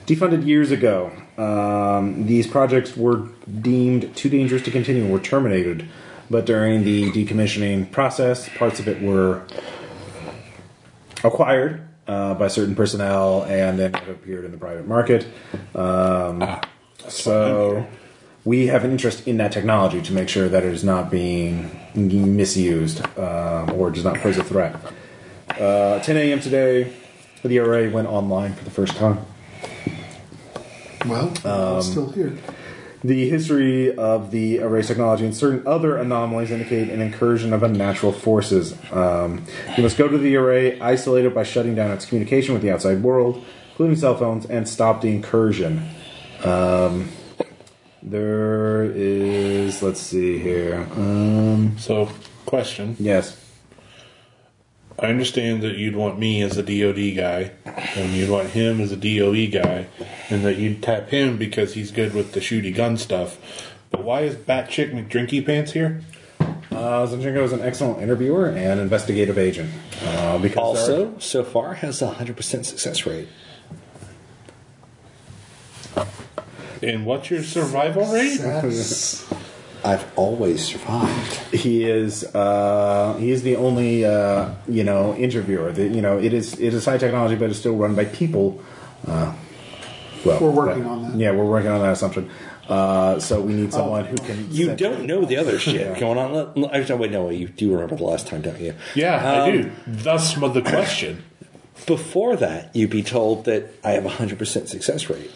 [SPEAKER 2] defunded years ago. Um, these projects were deemed too dangerous to continue and were terminated. but during the decommissioning process, parts of it were acquired uh, by certain personnel and then have appeared in the private market. Um, so we have an interest in that technology to make sure that it is not being misused um, or does not pose a threat. Uh, 10 a.m. today, the array went online for the first time.
[SPEAKER 3] Well, I'm still here.
[SPEAKER 2] The history of the array's technology and certain other anomalies indicate an incursion of unnatural forces. Um, you must go to the array isolated by shutting down its communication with the outside world, including cell phones, and stop the incursion. Um, there is, let's see here. Um,
[SPEAKER 7] So, question.
[SPEAKER 2] yes.
[SPEAKER 7] I understand that you'd want me as a DOD guy, and you'd want him as a DOE guy, and that you'd tap him because he's good with the shooty gun stuff. But why is Batchick McDrinky Pants here?
[SPEAKER 2] Uh, Zinchenko is an excellent interviewer and investigative agent. Uh, because there are-
[SPEAKER 6] Also, so far has a 100% success rate.
[SPEAKER 7] And what's your survival rate?
[SPEAKER 3] That's
[SPEAKER 6] I've always survived.
[SPEAKER 2] he is uh, he is the only uh, you know interviewer. The, you know it is it is high technology, but it's still run by people. Uh, well,
[SPEAKER 3] We're working on that. Oh.
[SPEAKER 2] Yeah, we're working on that assumption. Uh, so we need someone who can.
[SPEAKER 6] You
[SPEAKER 2] set-
[SPEAKER 6] don't know the other shit going on. Let- let- Actually, wait, no, wait, you do remember the last time, don't you?
[SPEAKER 7] Yeah, I
[SPEAKER 6] Um,
[SPEAKER 7] do. Thus, mo- the question.
[SPEAKER 6] Before that, you'd be told that I have a 100% success rate.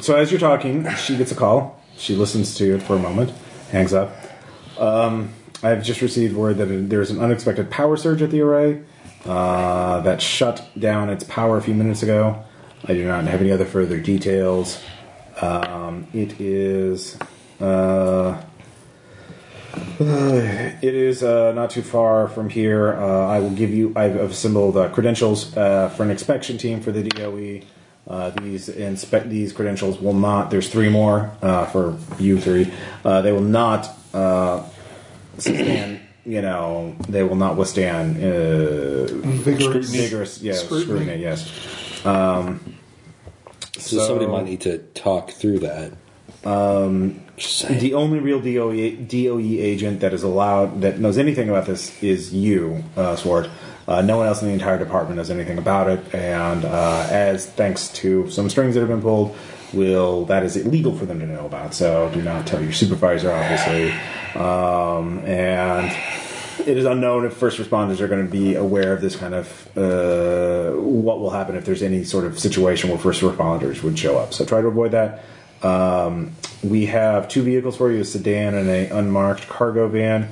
[SPEAKER 2] So as you're talking, she gets a call. She listens to it for a moment, hangs up. Um, I've just received word that there's an unexpected power surge at the array uh, that shut down its power a few minutes ago. I do not have any other further details. Um, it is. Uh, it is uh, not too far from here. Uh, I will give you. I've assembled uh, credentials uh, for an inspection team for the DOE. Uh, these inspe- these credentials will not. There's three more uh, for you three. Uh, they will not uh, sustain. You know, they will not withstand uh,
[SPEAKER 3] vigorous.
[SPEAKER 2] vigorous. Yeah,
[SPEAKER 3] Scrutiny.
[SPEAKER 2] scrutiny. yes. Um,
[SPEAKER 6] So,
[SPEAKER 2] So-
[SPEAKER 6] somebody might need to talk through that. Um, Just saying.
[SPEAKER 2] The only real E, DOE, DOE agent that is allowed that knows anything about this is you, uh, Swart. Uh, no one else in the entire department knows anything about it, and uh, as thanks to some strings that have been pulled, will that is illegal for them to know about. So do not tell your supervisor, obviously, um, and it is unknown if first responders are going to be aware of this kind of uh, what will happen if there's any sort of situation where first responders would show up. So try to avoid that. Um, we have two vehicles for you: a sedan and a unmarked cargo van.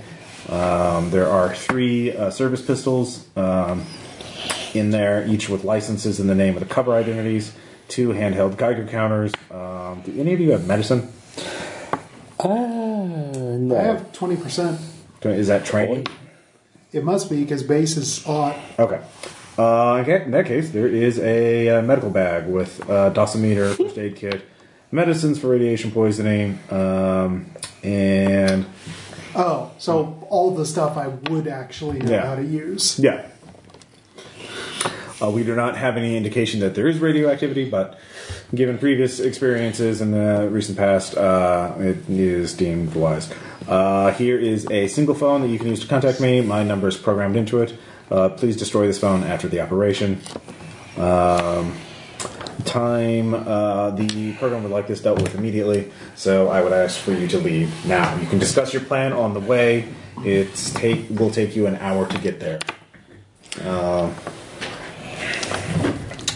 [SPEAKER 2] Um, there are three uh, service pistols um, in there, each with licenses in the name of the cover identities. Two handheld Geiger counters. Um, do any of you have medicine?
[SPEAKER 6] Ah,
[SPEAKER 3] I have 20%.
[SPEAKER 2] Is that training?
[SPEAKER 3] It must be because base is odd.
[SPEAKER 2] Okay. Uh, okay. In that case, there is a uh, medical bag with uh, dosimeter, first aid kit, medicines for radiation poisoning, um, and
[SPEAKER 3] Oh, so all the stuff I would actually know
[SPEAKER 2] Yeah.
[SPEAKER 3] how to use.
[SPEAKER 2] yeah. Uh, we do not have any indication that there is radioactivity, but given previous experiences in the recent past, uh, it is deemed wise. Uh, here is a single phone that you can use to contact me. My number is programmed into it. Uh, please destroy this phone after the operation. Um, time uh, the program would like this dealt with immediately so i would ask for you to leave now you can discuss your plan on the way it's take will take you an hour to get there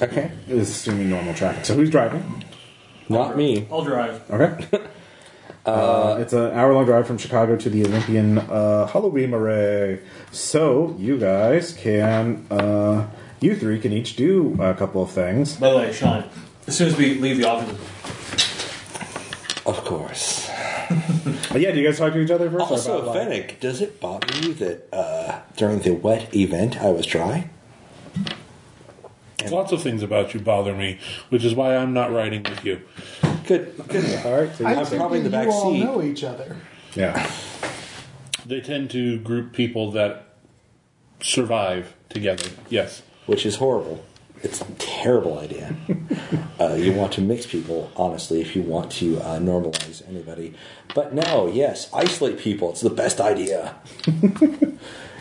[SPEAKER 6] okay.
[SPEAKER 2] It's assuming normal traffic so who's driving
[SPEAKER 6] Not me.
[SPEAKER 5] I'll drive.
[SPEAKER 2] okay Uh, it's an hour-long drive from Chicago to the Olympian uh, Halloween Array, so you guys can, uh, you three can each do a couple of things.
[SPEAKER 5] By the way, Sean, as soon as we leave the office,
[SPEAKER 6] Of course.
[SPEAKER 2] But yeah, do you guys talk to each other first? or
[SPEAKER 6] Also,
[SPEAKER 2] about, like-
[SPEAKER 6] Fennec, does it bother you that uh, during the wet event I was dry?
[SPEAKER 7] Lots of things about you bother me, which is why I'm not riding with you.
[SPEAKER 6] Good. Good.
[SPEAKER 2] All right, so you
[SPEAKER 3] I
[SPEAKER 6] I'm
[SPEAKER 3] think
[SPEAKER 6] probably in the
[SPEAKER 3] you
[SPEAKER 6] back
[SPEAKER 3] all
[SPEAKER 6] seat.
[SPEAKER 3] know each other.
[SPEAKER 2] yeah.
[SPEAKER 7] They tend to group people that survive together. Yes.
[SPEAKER 6] Which is horrible. It's a terrible idea. Uh, you want to mix people, honestly, if you want to uh, normalize anybody. But no, yes, isolate people. It's the best idea.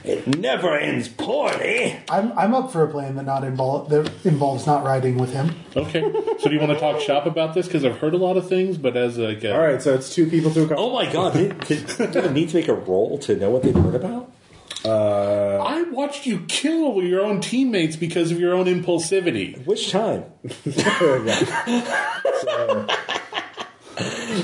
[SPEAKER 6] it never ends poorly.
[SPEAKER 3] I'm, I'm up for a plan that not involve that involves not riding with him.
[SPEAKER 7] Okay. So do you want to talk shop about this? Because I've heard a lot of things, but as like a,
[SPEAKER 2] All right, so it's two people to a couple.
[SPEAKER 6] Oh my god, did, did people need to make a roll to know what they've heard about?
[SPEAKER 7] I watched you kill your own teammates because of your own impulsivity.
[SPEAKER 6] Which time? <laughs>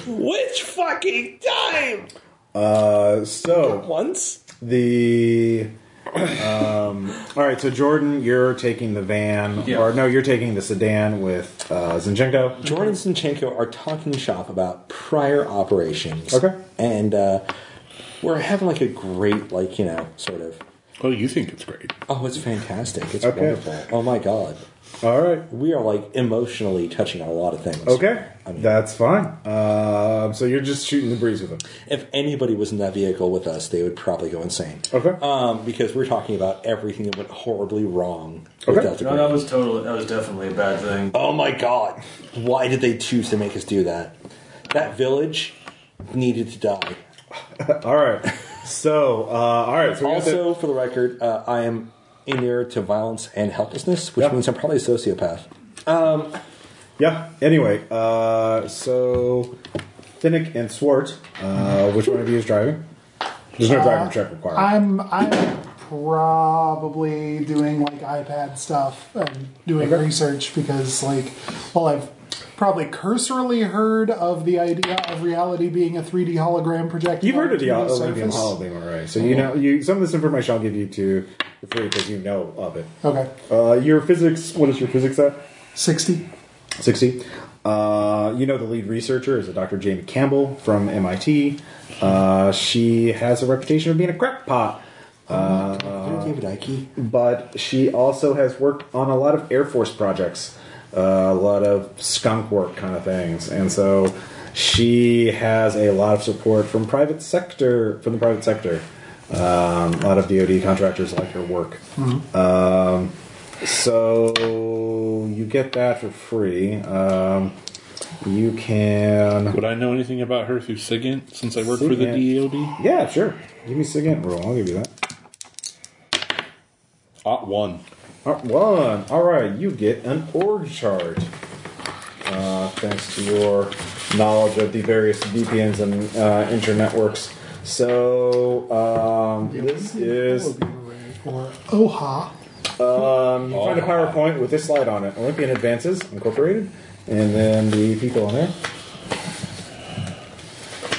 [SPEAKER 6] Which fucking time?
[SPEAKER 2] Uh, so
[SPEAKER 6] Once?
[SPEAKER 2] the um, all right, so Jordan, you're taking the van,
[SPEAKER 5] Yeah.
[SPEAKER 2] or no, you're taking the sedan with uh, Zinchenko.
[SPEAKER 6] Jordan Sinchenko are talking shop about prior operations.
[SPEAKER 2] Okay.
[SPEAKER 6] And uh, we're having like a great, like, you know, sort of.
[SPEAKER 7] Oh, you think it's great.
[SPEAKER 6] Oh, it's fantastic. It's
[SPEAKER 2] Okay.
[SPEAKER 6] wonderful. Oh my god.
[SPEAKER 2] All right,
[SPEAKER 6] We are like emotionally touching on a lot of things.
[SPEAKER 2] okay,
[SPEAKER 6] I mean,
[SPEAKER 2] that's fine. Um, so you're just shooting the breeze with him.
[SPEAKER 6] if anybody was in that vehicle with us, they would probably go insane.
[SPEAKER 2] Okay.
[SPEAKER 6] Um, because we're talking about everything that went horribly wrong with
[SPEAKER 2] Okay.
[SPEAKER 6] Delta
[SPEAKER 5] No,
[SPEAKER 6] Green.
[SPEAKER 5] that was totally. That was definitely a bad thing.
[SPEAKER 6] Oh my god. Why did they choose to make us do that? That village needed to die.
[SPEAKER 2] <laughs> All right, so uh, all right, so we got
[SPEAKER 6] Also, for the record, uh, I am inured to violence and helplessness, which
[SPEAKER 2] Yeah.
[SPEAKER 6] means I'm probably a sociopath.
[SPEAKER 2] the- yeah. Anyway, uh, so Finnick and Swart, uh, which one of you is driving? There's
[SPEAKER 3] Uh,
[SPEAKER 2] no driving check required.
[SPEAKER 3] I'm I'm probably doing like iPad stuff and doing
[SPEAKER 2] Okay.
[SPEAKER 3] research because like well I've probably cursorily heard of the idea of reality being a 3D hologram projected.
[SPEAKER 2] You've
[SPEAKER 3] on
[SPEAKER 2] heard of the
[SPEAKER 3] 3D
[SPEAKER 2] Olympian
[SPEAKER 3] surface.
[SPEAKER 2] Holiday, right? So you know you some of this information I'll give you to for free because you know of it.
[SPEAKER 3] Okay,
[SPEAKER 2] Uh, your physics. What is your physics at?
[SPEAKER 3] sixty.
[SPEAKER 2] Sixty. Uh, you know the lead researcher is a Dr. Jamie Campbell from MIT. Uh, she has a reputation of being a crackpot,
[SPEAKER 6] David Icke.
[SPEAKER 2] but she also has worked on a lot of Air Force projects, uh, a lot of skunk work kind of things, and so she has a lot of support from private sector from the private sector. Um, a lot of DoD contractors like her work. Um, so you get that for free. Um, you can,
[SPEAKER 7] Would I know anything about her through SIGINT since I work for the E
[SPEAKER 2] SIGINT.
[SPEAKER 7] DOD?
[SPEAKER 2] yeah, sure. Give me a second roll. I'll give you that.
[SPEAKER 7] Ot one.
[SPEAKER 2] Uh, One. All right, you get an org chart. Uh, thanks to your knowledge of the various VPNs and uh, internetworks. So um, this is
[SPEAKER 3] Or Oha.
[SPEAKER 2] um, you find a PowerPoint with this slide on it: Olympian Advances Incorporated, and then the people on there.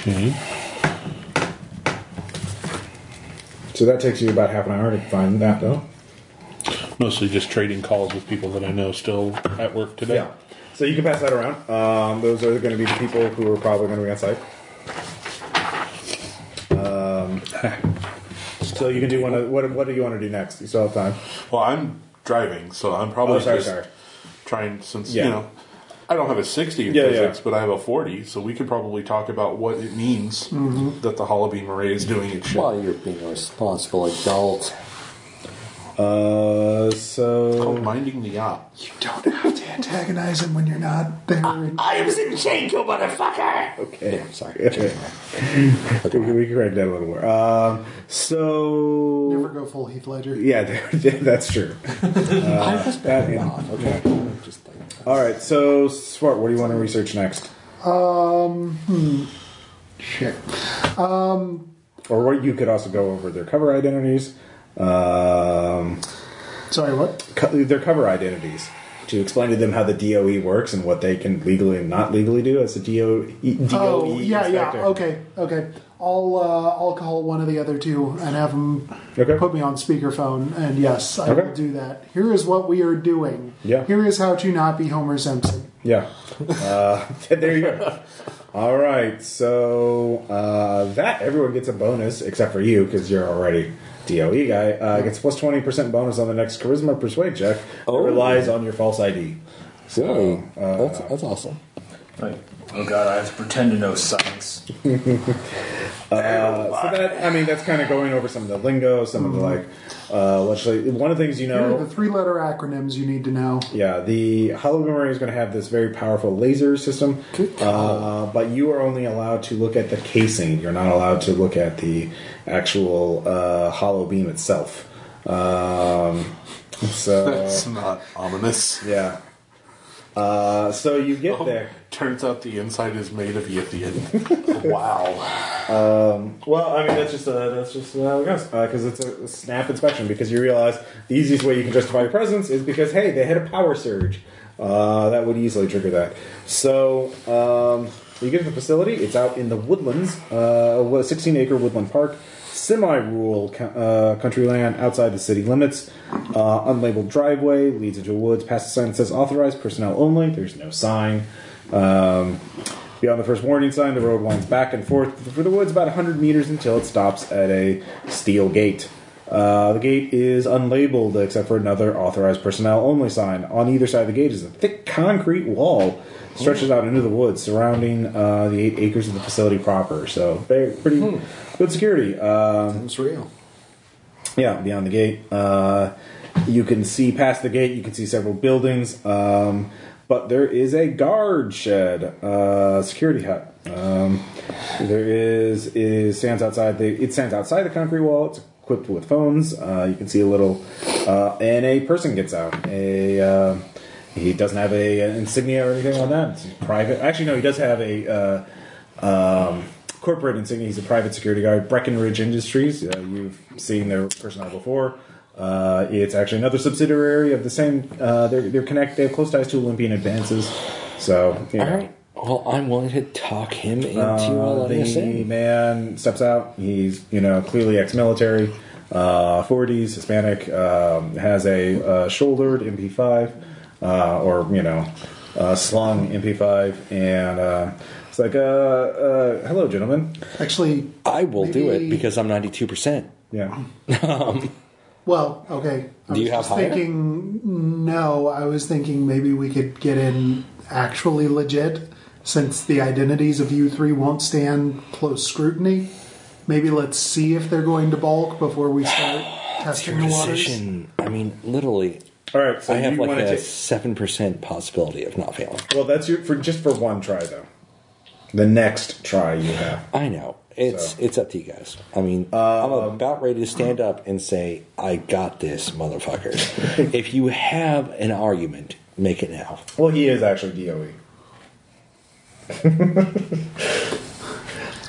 [SPEAKER 7] Mm-hmm.
[SPEAKER 2] So that takes you about half an hour to find that, though.
[SPEAKER 7] Mostly just trading calls with people that I know still at work today.
[SPEAKER 2] Yeah. So you can pass that around. Um, those are going to be the people who are probably going to be on site. Um, so you can do one. Of, what What do you want to do next? You still have time.
[SPEAKER 7] <laughs> Well, I'm driving, so I'm probably
[SPEAKER 2] Oh, sorry,
[SPEAKER 7] just
[SPEAKER 2] sorry.
[SPEAKER 7] trying since
[SPEAKER 2] Yeah.
[SPEAKER 7] you know I don't have a 60 in
[SPEAKER 2] Yeah,
[SPEAKER 7] physics,
[SPEAKER 2] yeah.
[SPEAKER 7] but I have a 40, so we could probably talk about what it means
[SPEAKER 2] Mm-hmm.
[SPEAKER 7] that the Holobeam array is doing its shit.
[SPEAKER 6] While you're being a responsible adult.
[SPEAKER 2] Uh,
[SPEAKER 7] Called
[SPEAKER 2] so
[SPEAKER 7] minding the yacht.
[SPEAKER 3] You don't have to antagonize him when you're not there. And
[SPEAKER 6] I am Sinchenko, motherfucker! Okay. Yeah, sorry.
[SPEAKER 2] we can, we can write that a little more. Um, so
[SPEAKER 3] never go full Heath Ledger.
[SPEAKER 2] yeah, <laughs> that's true. Uh,
[SPEAKER 6] I was better off. Okay. Just like,
[SPEAKER 2] All right. So Swart, what do you want to research next,
[SPEAKER 3] Um. Hmm. Shit.
[SPEAKER 2] or what you could also go over their cover identities. Um,
[SPEAKER 3] Sorry. What?
[SPEAKER 2] co- their cover identities to explain to them how the DOE works and what they can legally and not legally do as a E, DOE.
[SPEAKER 3] Oh, yeah,
[SPEAKER 2] inspector.
[SPEAKER 3] yeah. Okay, okay. I'll uh, I'll call one of the other two and have them
[SPEAKER 2] Okay.
[SPEAKER 3] put me on speakerphone. And yes, I
[SPEAKER 2] Okay.
[SPEAKER 3] will do that. Here is what we are doing.
[SPEAKER 2] Yeah.
[SPEAKER 3] Here is how to not be Homer Simpson.
[SPEAKER 2] Yeah. Uh, <laughs> there you go. All right. So uh, that everyone gets a bonus except for you because you're already DOE guy. Uh, gets plus twenty percent bonus on the next charisma persuade check.
[SPEAKER 6] Oh.
[SPEAKER 2] That relies on your false ID.
[SPEAKER 6] really?
[SPEAKER 2] So uh,
[SPEAKER 6] that's, that's awesome.
[SPEAKER 5] Like, oh god, I have to pretend to know science.
[SPEAKER 2] uh, so that I mean that's kind of going over some of the lingo, some of the like uh, legislation. One of the things you
[SPEAKER 3] Here
[SPEAKER 2] know,
[SPEAKER 3] are the three letter acronyms you need to know.
[SPEAKER 2] yeah, the Hollow Marine is going to have this very powerful laser system, uh, but you are only allowed to look at the casing. You're not allowed to look at the actual uh, hollow beam itself. Um,
[SPEAKER 7] <laughs>
[SPEAKER 2] so
[SPEAKER 7] That's not ominous.
[SPEAKER 2] yeah, uh, so you get
[SPEAKER 7] Oh.
[SPEAKER 2] there.
[SPEAKER 7] Um, Turns out the inside is made of Yithian. <laughs>
[SPEAKER 2] Wow. Um, well, I mean that's just uh, that's just how it goes because Uh, it's a snap inspection because you realize the easiest way you can justify your presence is because hey they had a power surge uh, that would easily trigger that. So um, you get to the facility. It's out in the woodlands, uh, what, a 16 acre woodland park. Semi-rural co- uh, country land outside the city limits. Uh, unlabeled driveway leads into woods. Past the sign that says "authorized personnel only." There's no sign. Um, Beyond the first warning sign, the road winds back and forth through the woods about 100 meters until it stops at a steel gate. Uh, the gate is unlabeled except for another authorized personnel only sign. On either side of the gate is a thick concrete wall stretches out into the woods surrounding uh, the eight acres of the facility proper. So very, pretty good security. Um,
[SPEAKER 8] It's real.
[SPEAKER 2] yeah, beyond the gate. Uh, you can see past the gate. You can see several buildings, um, but there is a guard shed, uh, security hut. Um, there is it stands outside the it stands outside the concrete wall. It's equipped with phones. Uh, you can see a little, uh, and a person gets out. A uh, he doesn't have a an insignia or anything on that. It's private. Actually, no, he does have a. Uh, um, corporate insignia. He's a private security guard, Breckenridge Industries. Uh, you've seen their personnel before. Uh, it's actually another subsidiary of the same. Uh, they're, they're connect. They have close ties to Olympian Advances. So you know.
[SPEAKER 6] All right. Well, I'm willing to talk him into
[SPEAKER 2] Uh,
[SPEAKER 6] allowing us
[SPEAKER 2] the
[SPEAKER 6] in.
[SPEAKER 2] man steps out. He's you know clearly ex-military, uh, forties, Hispanic, um, has a uh, shouldered MP5 uh, or you know uh, slung MP5, and uh, it's like, uh, uh, "Hello, gentlemen."
[SPEAKER 3] Actually,
[SPEAKER 6] I will do it
[SPEAKER 3] Maybe-
[SPEAKER 6] because I'm 92. percent
[SPEAKER 2] Yeah.
[SPEAKER 3] well, okay. I
[SPEAKER 6] Do you
[SPEAKER 3] was
[SPEAKER 6] have
[SPEAKER 3] just
[SPEAKER 6] hire?
[SPEAKER 3] thinking, no, I was thinking maybe we could get in actually legit since the identities of you three won't stand close scrutiny. Maybe let's see if they're going to balk before we
[SPEAKER 6] <sighs>
[SPEAKER 3] start testing
[SPEAKER 6] Your
[SPEAKER 3] the waters.
[SPEAKER 6] decision. I mean, literally,
[SPEAKER 2] All right, so
[SPEAKER 6] I have
[SPEAKER 2] you
[SPEAKER 6] like
[SPEAKER 2] want to
[SPEAKER 6] a
[SPEAKER 2] take.
[SPEAKER 6] seven percent possibility of not failing.
[SPEAKER 2] Well, that's your for just for one try though. The next try you have.
[SPEAKER 6] I know it's
[SPEAKER 2] So- Um,
[SPEAKER 6] it's up to you guys. I mean, I'm about ready to stand up and say, "I got this,
[SPEAKER 2] <laughs>
[SPEAKER 6] motherfuckers." if you have an argument, make it now.
[SPEAKER 2] Well, he is actually E. DOE.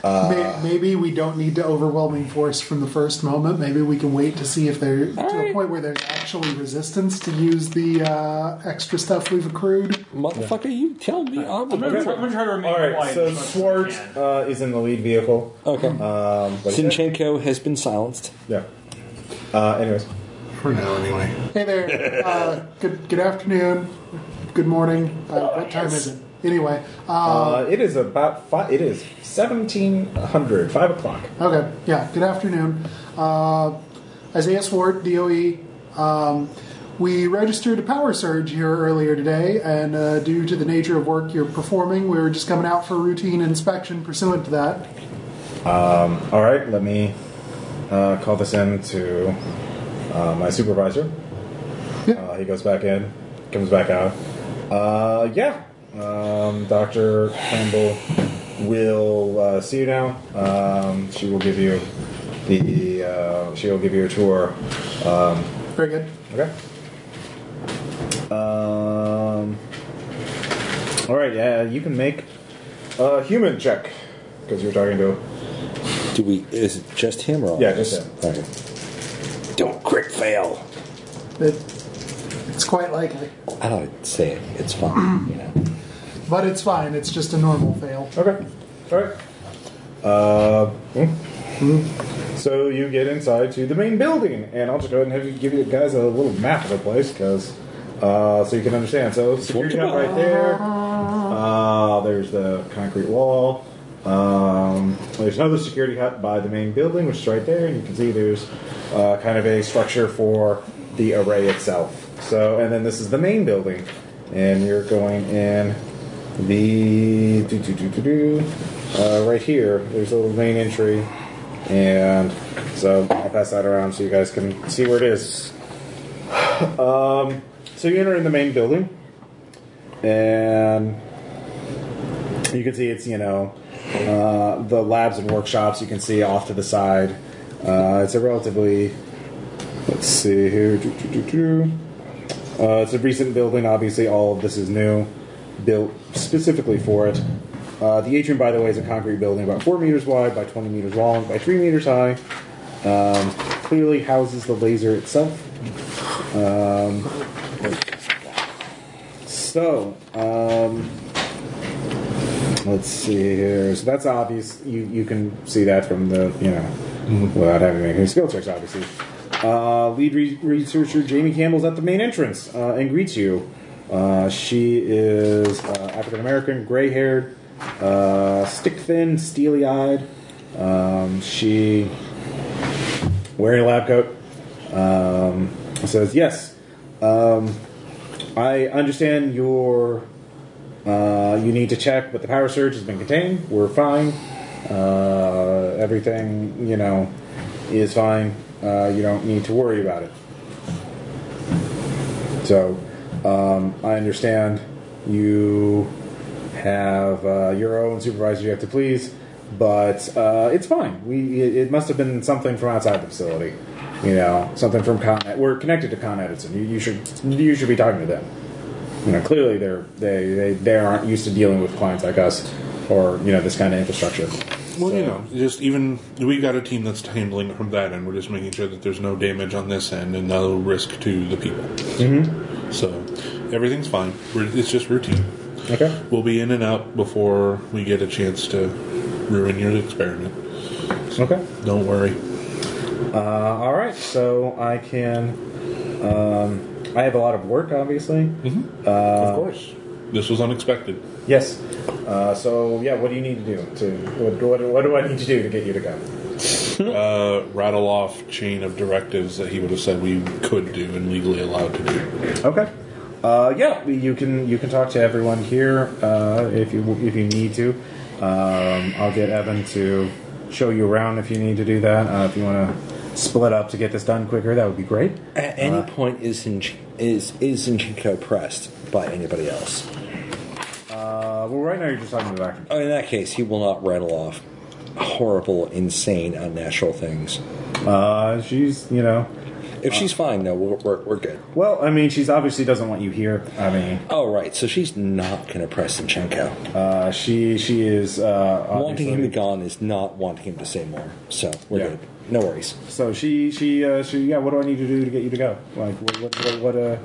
[SPEAKER 6] Uh.
[SPEAKER 3] May- maybe we don't need to overwhelming force from the first moment. Maybe we can wait to see if they're to a
[SPEAKER 6] right.
[SPEAKER 3] point where there's actually resistance to use the uh, extra stuff we've accrued.
[SPEAKER 6] Motherfucker, you tell me. I'm
[SPEAKER 5] I'm gonna,
[SPEAKER 6] okay.
[SPEAKER 5] try, I'm gonna try to remain
[SPEAKER 2] All right,
[SPEAKER 5] quiet.
[SPEAKER 2] so
[SPEAKER 5] as much as I
[SPEAKER 2] Schwartz
[SPEAKER 5] can.
[SPEAKER 2] uh, is in the lead vehicle.
[SPEAKER 6] okay.
[SPEAKER 2] Um, but-
[SPEAKER 6] Sinchenko has been silenced.
[SPEAKER 2] Yeah. Uh, anyways,
[SPEAKER 8] For now, anyway.
[SPEAKER 2] <laughs>
[SPEAKER 3] Hey there. Uh, good good afternoon. Good morning. Uh,
[SPEAKER 2] Oh,
[SPEAKER 3] what time is it? Anyway. Uh,
[SPEAKER 2] uh, it is about five. It is seventeen hundred, five o'clock.
[SPEAKER 3] okay. Yeah. Good afternoon. Uh, Isaiah Swart, DOE. Um, we registered a power surge here earlier today, and uh, due to the nature of work you're performing, we were just coming out for a routine inspection pursuant to that.
[SPEAKER 2] All right, let me uh, call this in to uh, my supervisor.
[SPEAKER 3] Yeah.
[SPEAKER 2] Uh, he goes back in, comes back out. Uh, yeah, um, Dr. Campbell will uh, see you now. Um, she will give you the uh, she will give you a tour. Um,
[SPEAKER 3] Very good.
[SPEAKER 2] Okay. Um. All right. Yeah, you can make a human check because you're talking to.
[SPEAKER 6] Do we? Is it just him or all
[SPEAKER 2] Yeah,
[SPEAKER 6] of us?
[SPEAKER 2] just him.
[SPEAKER 6] All right. Don't quick fail.
[SPEAKER 3] It, it's quite likely,
[SPEAKER 6] I don't say it. It's fine. you know.
[SPEAKER 3] but it's fine. It's just a normal fail.
[SPEAKER 2] Okay. All right. Uh. mm, mm. So you get inside to the main building, and I'll just go ahead and have you give you guys a little map of the place because. Uh, so you can understand. So security hut right there. Uh, there's the concrete wall. Um, there's another security hut by the main building, which is right there, and you can see there's uh, kind of a structure for the array itself. So, and then this is the main building, and you're going in the do, do, do, do, do, uh, right here. There's a little main entry And so I'll pass that around so you guys can see where it is. <sighs> Um, so you enter in the main building, and you can see it's you know uh, the labs and workshops. You can see off to the side. Uh, it's a relatively let's see here. doo, doo, doo, doo. Uh, it's a recent building. Obviously, all of this is new, built specifically for it. Uh, the atrium, by the way, is a concrete building about four meters wide by 20 meters long by three meters high. Um, clearly houses the laser itself. Um, so, um, let's see here. So that's obvious. You you can see that from the you know without having to make any skill checks, obviously. Uh, lead re- researcher Jamie Campbell's at the main entrance uh, and greets you. Uh, she is uh, African American, gray haired, uh, stick thin, steely eyed. Um, she wearing a lab coat. Um, says yes. Um, I understand your uh, you need to check, but the power surge has been contained. We're fine. Uh, everything, you know, is fine. Uh, you don't need to worry about it. So, um, I understand you have uh, your own supervisor you have to please, but uh, it's fine. We it, it must have been something from outside the facility, you know, something from ConEd. We're connected to Con Edison. You, you should you should be talking to them. You know, clearly they're they, they they aren't used to dealing with clients like us or you know this kind of infrastructure.
[SPEAKER 7] Well, you know, just even we've got a team that's handling it from that end. We're just making sure that there's no damage on this end and no risk to the people. Mm-hmm. So everything's fine. We're- It's just routine.
[SPEAKER 2] Okay.
[SPEAKER 7] We'll be in and out before we get a chance to ruin your experiment.
[SPEAKER 2] Okay.
[SPEAKER 7] Don't worry.
[SPEAKER 2] Uh, all right, so I can. Um, I have a lot of work, obviously.
[SPEAKER 6] Uh,
[SPEAKER 7] of course. This was unexpected.
[SPEAKER 2] Yes. Uh, so yeah, what do you need to do? To what, what, what do I need to do to get you to go?
[SPEAKER 7] Uh, rattle off chain of directives that he would have said we could do and legally allowed to do.
[SPEAKER 2] Okay. Uh, yeah, you can you can talk to everyone here uh, if you if you need to. Um, I'll get Evan to show you around if you need to do that. Uh, if you want to split up to get this done quicker, that would be great.
[SPEAKER 6] At any
[SPEAKER 2] Uh-huh.
[SPEAKER 6] point, is in, is is Inchinko oppressed by anybody else?
[SPEAKER 2] Uh, well, right now you're just talking to the doctor.
[SPEAKER 6] Oh, in that case, he will not rattle off horrible, insane, unnatural things.
[SPEAKER 2] Uh, she's you know.
[SPEAKER 6] If she's fine, though, we're, we're, we're good.
[SPEAKER 2] Well, I mean, she's obviously doesn't want you here. I mean,
[SPEAKER 6] Oh, right, so she's not going to press Inchinko.
[SPEAKER 2] Uh, she she is uh,
[SPEAKER 6] wanting him to
[SPEAKER 2] obviously-
[SPEAKER 6] gone is not wanting him to say more. So we're
[SPEAKER 2] Yeah.
[SPEAKER 6] good. No worries.
[SPEAKER 2] So she she uh, she yeah. What do I need to do to get you to go? Like what what what, what uh,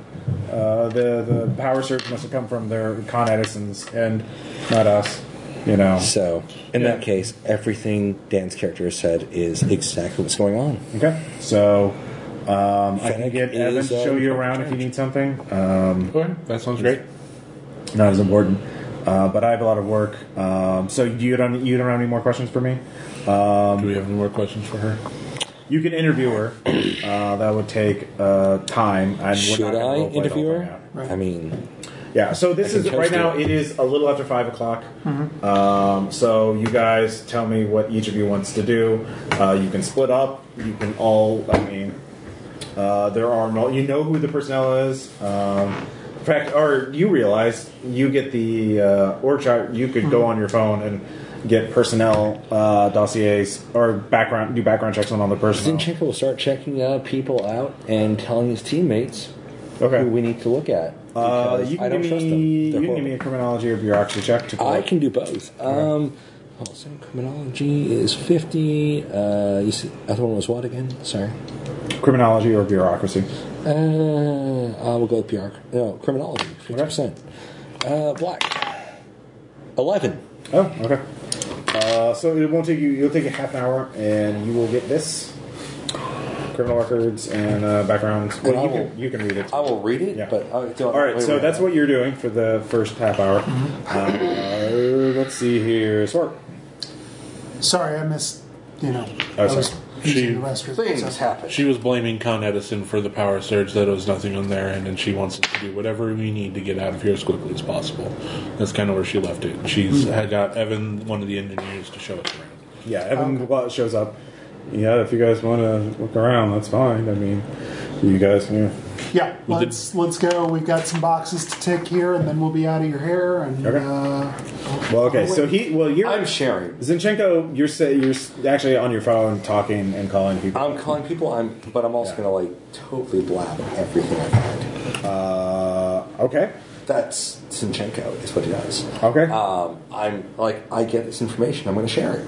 [SPEAKER 2] uh, the the power surge must have come from their Con Edison's and not us. You know.
[SPEAKER 6] So in that case, everything Dan's character has said is exactly what's going on.
[SPEAKER 2] Okay. So um, I can
[SPEAKER 6] Fennec
[SPEAKER 2] get Evan
[SPEAKER 6] is,
[SPEAKER 2] to show
[SPEAKER 6] uh,
[SPEAKER 2] you around if you need something. Um,
[SPEAKER 7] Okay, that sounds great.
[SPEAKER 2] not as important. Uh, but I have a lot of work. Um, so you don't you don't have any more questions for me?
[SPEAKER 7] Do we have any more questions for her?
[SPEAKER 2] You can interview her. Uh, that would take uh, time. And we're not
[SPEAKER 6] Should
[SPEAKER 2] gonna
[SPEAKER 6] I
[SPEAKER 2] roleplay the whole
[SPEAKER 6] interview
[SPEAKER 2] thing out.
[SPEAKER 6] her? I mean,
[SPEAKER 2] Yeah, so this
[SPEAKER 6] I
[SPEAKER 2] is
[SPEAKER 6] can
[SPEAKER 2] right
[SPEAKER 6] toast
[SPEAKER 2] now.
[SPEAKER 6] it.
[SPEAKER 2] It is a little after five o'clock. Um, so you guys tell me what each of you wants to do. Uh, you can split up. You can all. I mean, uh, there are no. You know who the personnel is. Um, in fact, or you realize you get the uh, org chart. You could go on your phone and get personnel uh, dossiers or background do background checks on all the personnel.
[SPEAKER 6] Zinchenko will start checking uh, people out and telling his teammates
[SPEAKER 2] Okay.
[SPEAKER 6] who we need to look at.
[SPEAKER 2] Uh,
[SPEAKER 6] because
[SPEAKER 2] you
[SPEAKER 6] I
[SPEAKER 2] can
[SPEAKER 6] don't
[SPEAKER 2] give
[SPEAKER 6] trust
[SPEAKER 2] me
[SPEAKER 6] them.
[SPEAKER 2] you
[SPEAKER 6] They're
[SPEAKER 2] can give me a criminology or bureaucracy check to.
[SPEAKER 6] horrible.
[SPEAKER 2] pull
[SPEAKER 6] I
[SPEAKER 2] up.
[SPEAKER 6] can do both. Um, well, so criminology is 50. Uh, you see, other one was what again? Sorry.
[SPEAKER 2] criminology or bureaucracy.
[SPEAKER 6] Uh, I will go with PR. No, criminology, 50%. Uh, black, 11.
[SPEAKER 2] Oh, okay. Uh, so it won't take you. It'll take you half an hour, and you will get this criminal records and uh, backgrounds. Well,
[SPEAKER 6] And I
[SPEAKER 2] you
[SPEAKER 6] will-
[SPEAKER 2] can you can read it.
[SPEAKER 6] I will read it,
[SPEAKER 2] Yeah.
[SPEAKER 6] but I do
[SPEAKER 2] All right, so that's what you're doing for the first half hour.
[SPEAKER 6] Mm-hmm.
[SPEAKER 2] Uh, let's see here, Swart.
[SPEAKER 3] Sorry, I missed. You know,
[SPEAKER 2] Oh,
[SPEAKER 3] I was
[SPEAKER 2] sorry.
[SPEAKER 3] using
[SPEAKER 7] She-
[SPEAKER 3] the restroom.
[SPEAKER 8] Things
[SPEAKER 3] so-
[SPEAKER 8] happen.
[SPEAKER 7] She was blaming Con Edison for the power surge that it was nothing on their end, and she wants us to do whatever we need to get out of here as quickly as possible. That's kind of where she left it. She's had got Evan, one of the engineers, to show us around.
[SPEAKER 2] Yeah, Evan Watt shows up, yeah, if you guys want to look around, that's fine. I mean, you guys, yeah.
[SPEAKER 3] Yeah, let's let's go. We've got some boxes to tick here, and then we'll be out of your hair. And
[SPEAKER 2] Okay.
[SPEAKER 3] uh,
[SPEAKER 2] Well, okay.
[SPEAKER 6] Oh,
[SPEAKER 2] So he, well, you're
[SPEAKER 8] I'm sharing.
[SPEAKER 2] Zinchenko. You're say you're s- actually on your phone talking and calling people.
[SPEAKER 8] I'm calling people. I'm, but I'm also
[SPEAKER 2] Yeah.
[SPEAKER 8] gonna like totally blab everything I find.
[SPEAKER 2] Uh, okay,
[SPEAKER 8] That's Sinchenko is what he does.
[SPEAKER 2] okay.
[SPEAKER 8] Um, I'm like, I get this information. I'm gonna share it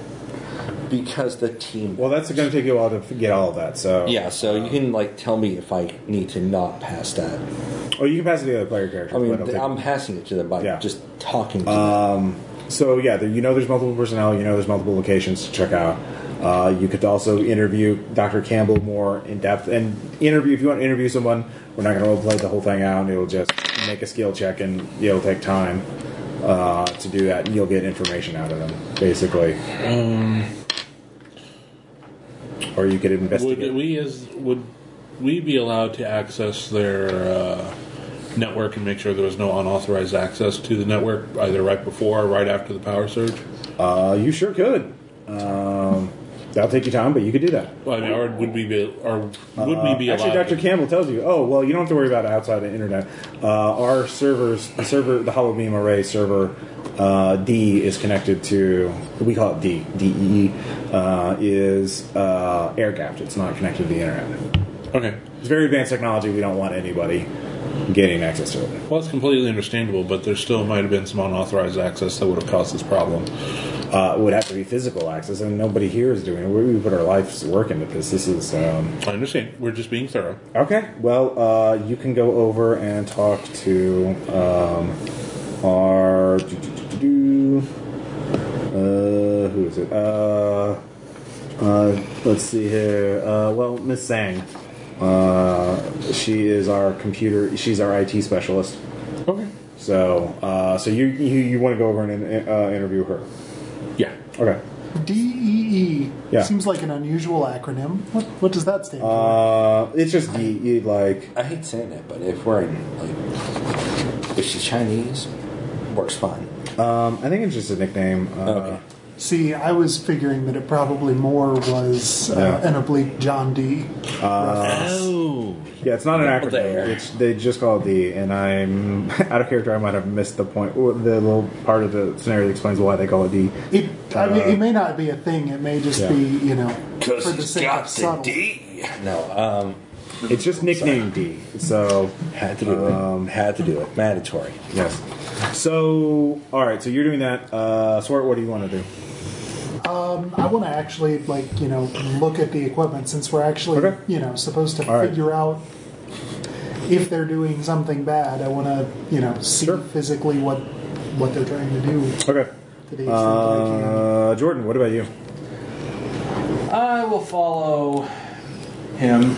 [SPEAKER 8] because the team.
[SPEAKER 2] well, that's going to take you a while to f- get all of that. So
[SPEAKER 8] yeah. So you can like tell me if I need to not pass that.
[SPEAKER 2] Oh, you can pass it to the other player character.
[SPEAKER 8] I mean,
[SPEAKER 2] but it'll take-
[SPEAKER 8] I'm passing it to them by
[SPEAKER 2] Yeah.
[SPEAKER 8] just talking to
[SPEAKER 2] So yeah, there, you know there's multiple personnel. You know there's multiple locations to check out. Uh, you could also interview Dr. Campbell more in depth and interview if you want to interview someone. We're not going to role play the whole thing out. It'll just make a skill check and it'll take time uh, to do that. And you'll get information out of them basically.
[SPEAKER 8] Um,
[SPEAKER 2] or you could
[SPEAKER 7] Would
[SPEAKER 2] investigate.
[SPEAKER 7] we as would we be allowed to access their uh, network and make sure there was no unauthorized access to the network either right before or right after the power surge?
[SPEAKER 2] Uh, you sure could. Um, that'll take you time, but you could do that.
[SPEAKER 7] Well, I mean, or would we be or would we be
[SPEAKER 2] Uh, Actually,
[SPEAKER 7] allowed?
[SPEAKER 2] Dr. Campbell tells you, oh, well, you don't have to worry about outside the internet. Uh, our servers, the server, the Hollow Beam Array server uh, D is connected to, we call it D, DEE, uh, is uh, air gapped. It's not connected to the internet.
[SPEAKER 7] okay,
[SPEAKER 2] It's very advanced technology. We don't want anybody getting access to it.
[SPEAKER 7] well, it's completely understandable, but there still might have been some unauthorized access that would have caused this problem.
[SPEAKER 2] Uh, it would have to be physical access, and nobody here is doing it. We we put our life's work into this. This is. Um,
[SPEAKER 7] I understand. We're just being thorough.
[SPEAKER 2] Okay. Well, uh, you can go over and talk to um, our. Uh, who is it? Uh, uh, let's see here. Uh, well, Miss Sang. Uh, she is our computer. She's our IT specialist.
[SPEAKER 7] Okay.
[SPEAKER 2] So, uh, so you you, you want to go over and uh, interview her?
[SPEAKER 7] Yeah.
[SPEAKER 2] Okay.
[SPEAKER 3] DEE
[SPEAKER 2] Yeah.
[SPEAKER 3] E seems like an unusual acronym. What what does that stand for?
[SPEAKER 2] Uh, it's just you, you like
[SPEAKER 8] I hate saying that, but if we're in, like, if she's Chinese, works fine.
[SPEAKER 2] um, I think it's just a nickname. Uh,
[SPEAKER 8] Okay.
[SPEAKER 3] See, I was figuring that it probably more was uh,
[SPEAKER 2] Yeah.
[SPEAKER 3] an oblique John D.
[SPEAKER 6] Oh.
[SPEAKER 2] Yeah, it's not an acronym.
[SPEAKER 6] there.
[SPEAKER 2] It's they just call it the, and I'm <laughs> out of character. I might have missed the point, or the little part of the scenario that explains why they call it D.
[SPEAKER 3] It, I mean, it may not be a thing. It may just
[SPEAKER 2] Uh, yeah.
[SPEAKER 3] be you know
[SPEAKER 8] Because
[SPEAKER 3] for the
[SPEAKER 8] he's
[SPEAKER 3] sake
[SPEAKER 8] got
[SPEAKER 3] of
[SPEAKER 8] the
[SPEAKER 3] subtle.
[SPEAKER 8] D. No, um,
[SPEAKER 2] It's just nicknamed D. So
[SPEAKER 6] Had to do
[SPEAKER 2] Um,
[SPEAKER 6] it. Had to do it. Mandatory.
[SPEAKER 2] yes. So all right. So you're doing that. Uh, Swart, what do you want to do?
[SPEAKER 3] I want to actually like you know look at the equipment since we're actually
[SPEAKER 2] Okay.
[SPEAKER 3] you know supposed to
[SPEAKER 2] All right.
[SPEAKER 3] figure out if they're doing something bad. I want to you know see
[SPEAKER 2] Sure.
[SPEAKER 3] physically what what they're trying to do.
[SPEAKER 2] Okay.
[SPEAKER 3] To the extent that I
[SPEAKER 2] Uh, Jordan, what about you?
[SPEAKER 5] I will follow him,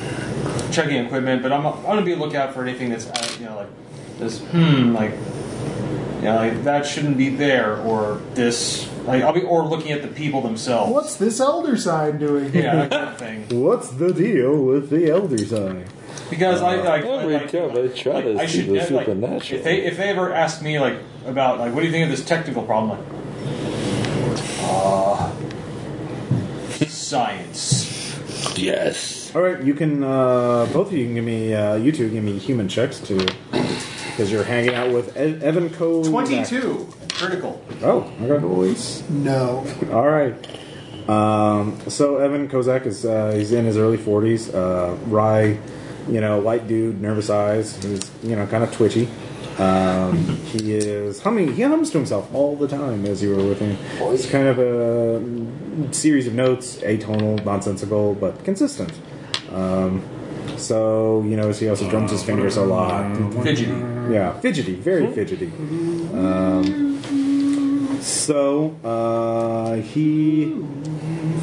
[SPEAKER 5] checking equipment, but I'm, I'm going to be on the lookout for anything that's, uh, you know, like this, hmm, like, you know, like that shouldn't be there, or this, like, I'll be, or looking at the people
[SPEAKER 3] can.
[SPEAKER 5] themselves.
[SPEAKER 3] What's this elder sign doing? here?
[SPEAKER 5] Yeah, that kind of thing.
[SPEAKER 2] What's the deal with the elder sign?
[SPEAKER 5] Because I, I, I
[SPEAKER 6] Every
[SPEAKER 5] like,
[SPEAKER 6] time I try to see the
[SPEAKER 5] yeah,
[SPEAKER 6] supernatural.
[SPEAKER 5] If they, if they ever ask me like about like what do you think of this technical problem, like, uh, science.
[SPEAKER 6] Yes.
[SPEAKER 2] All right, you can uh, both of you can give me uh, you two give me human checks to because you're hanging out with e- Evan Co.
[SPEAKER 5] Twenty-two critical.
[SPEAKER 2] Oh, okay. Boys.
[SPEAKER 3] No.
[SPEAKER 2] All right. Um, so Evan Kozak is uh, he's in his early 40s. Uh, Rye, you know, white dude, nervous eyes. He's you know kind of twitchy. Um, he is humming. He hums to himself all the time as you were with him. It's kind of a series of notes, atonal, nonsensical, but consistent. Um, so you notice he also drums his fingers a lot.
[SPEAKER 5] Fidgety.
[SPEAKER 2] Yeah, fidgety, very fidgety. Um, so uh, he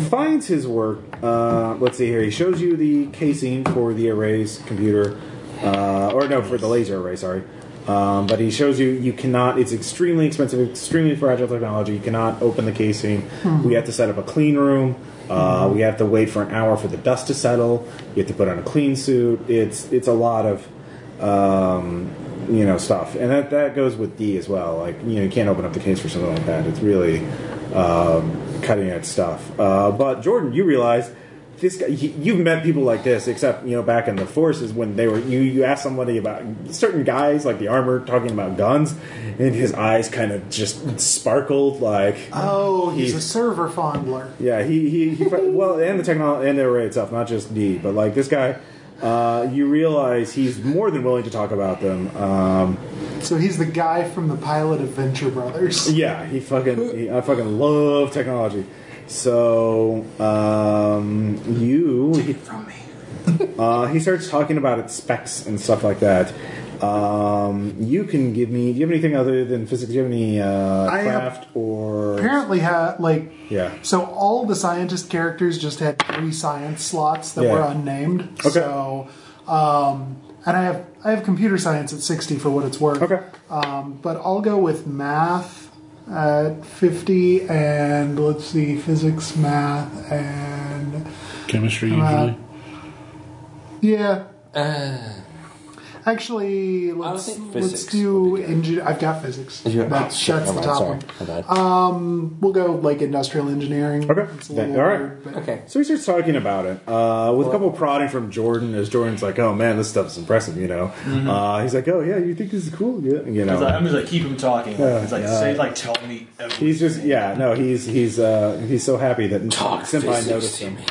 [SPEAKER 2] finds his work. Uh, let's see here. He shows you the casing for the array's computer, uh, or no, for the laser array. Sorry. Um, but he shows you you cannot. It's extremely expensive, extremely fragile technology. You cannot open the casing. We have to set up a clean room. Uh, we have to wait for an hour for the dust to settle. You have to put on a clean suit. It's it's a lot of um, you know stuff, and that that goes with D as well. Like you know, you can't open up the case for something like that. It's really um, cutting edge stuff. Uh, but Jordan, you realize this guy, you- you've met people like this, except you know back in the forces when they were you. You ask somebody about certain guys like the armor talking about guns, and his eyes kind of just sparkled like
[SPEAKER 3] Oh, he's
[SPEAKER 2] He-
[SPEAKER 3] a server fondler.
[SPEAKER 2] yeah, he he, he well, and the technology and the array itself, not just D, but like this guy. Uh, you realize he's more than willing to talk about them. Um,
[SPEAKER 3] So he's the guy from the pilot of Venture Brothers.
[SPEAKER 2] yeah, he fucking he, I fucking love technology. So um, you
[SPEAKER 5] From me.
[SPEAKER 2] <laughs> Uh, he starts talking about its specs and stuff like that. Um, you can give me. Do you have anything other than physics? Do you have any uh,
[SPEAKER 3] I have-
[SPEAKER 2] craft or?
[SPEAKER 3] Apparently, had like
[SPEAKER 2] Yeah.
[SPEAKER 3] So all the scientist characters just had three science slots that
[SPEAKER 2] Yeah.
[SPEAKER 3] were unnamed.
[SPEAKER 2] Okay.
[SPEAKER 3] So, um, and I have I have computer science at sixty for what it's worth.
[SPEAKER 2] Okay.
[SPEAKER 3] Um, but I'll go with math at fifty, and let's see, physics, math, and
[SPEAKER 7] Chemistry
[SPEAKER 2] Uh,
[SPEAKER 7] usually.
[SPEAKER 3] yeah. Actually,
[SPEAKER 8] don't
[SPEAKER 3] let's
[SPEAKER 8] think
[SPEAKER 3] let's
[SPEAKER 8] physics would
[SPEAKER 3] do
[SPEAKER 8] be good.
[SPEAKER 3] engine. I've got physics.
[SPEAKER 8] You-
[SPEAKER 3] That's,
[SPEAKER 8] oh, shit,
[SPEAKER 3] that's the
[SPEAKER 8] never
[SPEAKER 3] top
[SPEAKER 8] mind,
[SPEAKER 3] one.
[SPEAKER 8] sorry. My bad.
[SPEAKER 3] We'll go like industrial engineering.
[SPEAKER 2] Okay.
[SPEAKER 3] It's a little
[SPEAKER 2] All right.
[SPEAKER 3] weird, but-
[SPEAKER 8] okay.
[SPEAKER 2] So he starts talking about it uh, with a couple of prodding from Jordan. As Jordan's like, "Oh man, this stuff's impressive," you know.
[SPEAKER 8] Mm-hmm.
[SPEAKER 2] Uh, he's like, "Oh yeah, you think this is cool?" Yeah, you
[SPEAKER 5] I was like,
[SPEAKER 2] know.
[SPEAKER 5] I'm just like keep him talking. Like, it's like say like tell me. Everything.
[SPEAKER 2] He's just yeah, no, he's he's uh, he's so happy that
[SPEAKER 8] Talk
[SPEAKER 2] Senpai
[SPEAKER 8] physics
[SPEAKER 2] noticed
[SPEAKER 8] to
[SPEAKER 2] him.
[SPEAKER 8] me.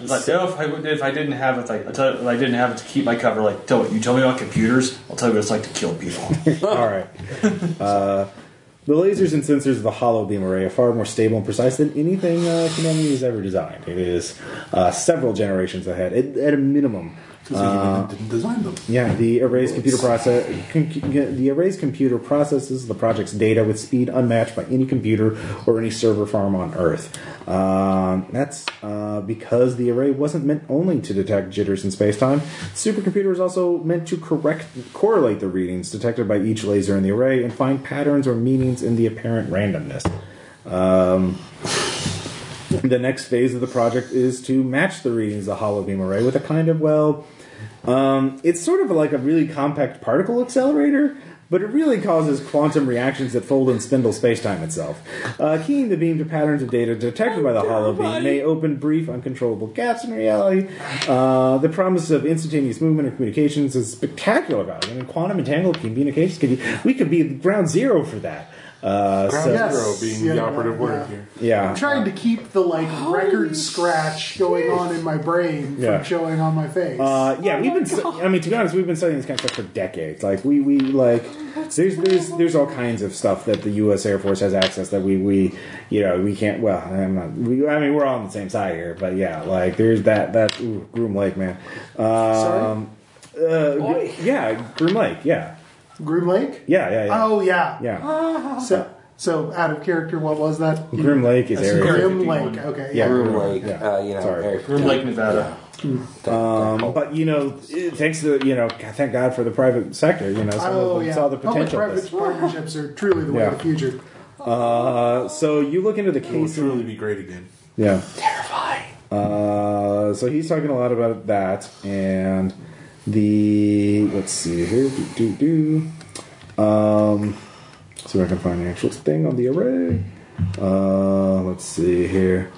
[SPEAKER 5] It's like oh, if I would- if I didn't have it like I tell, if I didn't have it to keep my cover like tell what you tell me about computers I'll tell you what it's like to kill people.
[SPEAKER 2] <laughs> All right. Uh, the lasers and sensors of the hollow beam array are far more stable and precise than anything uh, humanity has ever designed. It is uh, several generations ahead, at, at a minimum.
[SPEAKER 7] Uh, didn't design them.
[SPEAKER 2] Yeah, the array's computer process con- con- the array's computer processes the project's data with speed unmatched by any computer or any server farm on Earth. Um, that's uh, because the array wasn't meant only to detect jitters in spacetime. Supercomputer was also meant to correct correlate the readings detected by each laser in the array and find patterns or meanings in the apparent randomness. <laughs> The next phase of the project is to match the readings of the hollow beam array with a kind of well, um, it's sort of like a really compact particle accelerator, but it really causes quantum reactions that fold and spindle spacetime itself. Uh, keying the beam to patterns of data detected by the hollow beam may open brief, uncontrollable gaps in reality. Uh, the promise of instantaneous movement or communications is spectacular value, and in quantum entangled communications could be, we could be ground zero for that. Uh, so,
[SPEAKER 3] Yes.
[SPEAKER 7] Zero being the
[SPEAKER 3] Yeah,
[SPEAKER 7] operative
[SPEAKER 3] yeah.
[SPEAKER 7] word here.
[SPEAKER 2] yeah.
[SPEAKER 3] I'm trying to keep the like record scratch going on in my brain from
[SPEAKER 2] Yeah.
[SPEAKER 3] showing on Oh my face.
[SPEAKER 2] Uh, yeah, we've been. stu- I mean, to be honest, we've been studying this kind of stuff for decades. Like we, we like there's there's there's all kinds of stuff that the U.S. Air Force has access that we we you know we can't. Well, I'm not. We, I mean, we're all on the same side here, but yeah, like there's that that ooh, Groom Lake man. Um, Uh,
[SPEAKER 3] Oh,
[SPEAKER 2] gr- yeah, Groom Lake. Yeah,
[SPEAKER 3] Groom Lake?
[SPEAKER 2] yeah, yeah, yeah.
[SPEAKER 3] Oh yeah.
[SPEAKER 2] yeah.
[SPEAKER 3] So so out of character, what was that?
[SPEAKER 2] Groom Lake is area.
[SPEAKER 5] Area
[SPEAKER 3] Grim
[SPEAKER 5] 51.
[SPEAKER 3] Lake. Okay.
[SPEAKER 2] Yeah.
[SPEAKER 8] Room Lake,
[SPEAKER 2] Yeah.
[SPEAKER 8] uh, you know,
[SPEAKER 2] Sorry.
[SPEAKER 8] Area
[SPEAKER 5] Room
[SPEAKER 8] 51.
[SPEAKER 5] Lake, Nevada.
[SPEAKER 8] That- that whole-
[SPEAKER 2] But you know, eh, thanks to you know, thank God for the private sector. You know, some of
[SPEAKER 3] Oh
[SPEAKER 2] them
[SPEAKER 3] yeah.
[SPEAKER 2] saw the
[SPEAKER 3] Public
[SPEAKER 2] potential. of
[SPEAKER 3] private
[SPEAKER 2] this.
[SPEAKER 3] partnerships are truly the way
[SPEAKER 2] Yeah.
[SPEAKER 3] of the future.
[SPEAKER 2] Uh, so you look into the
[SPEAKER 7] It will
[SPEAKER 2] case.
[SPEAKER 7] truly be great again.
[SPEAKER 2] Yeah. Uh, so he's talking a lot about that and the let's see here do do do. Um, see if I can find the actual thing on the array. Uh, let's see here.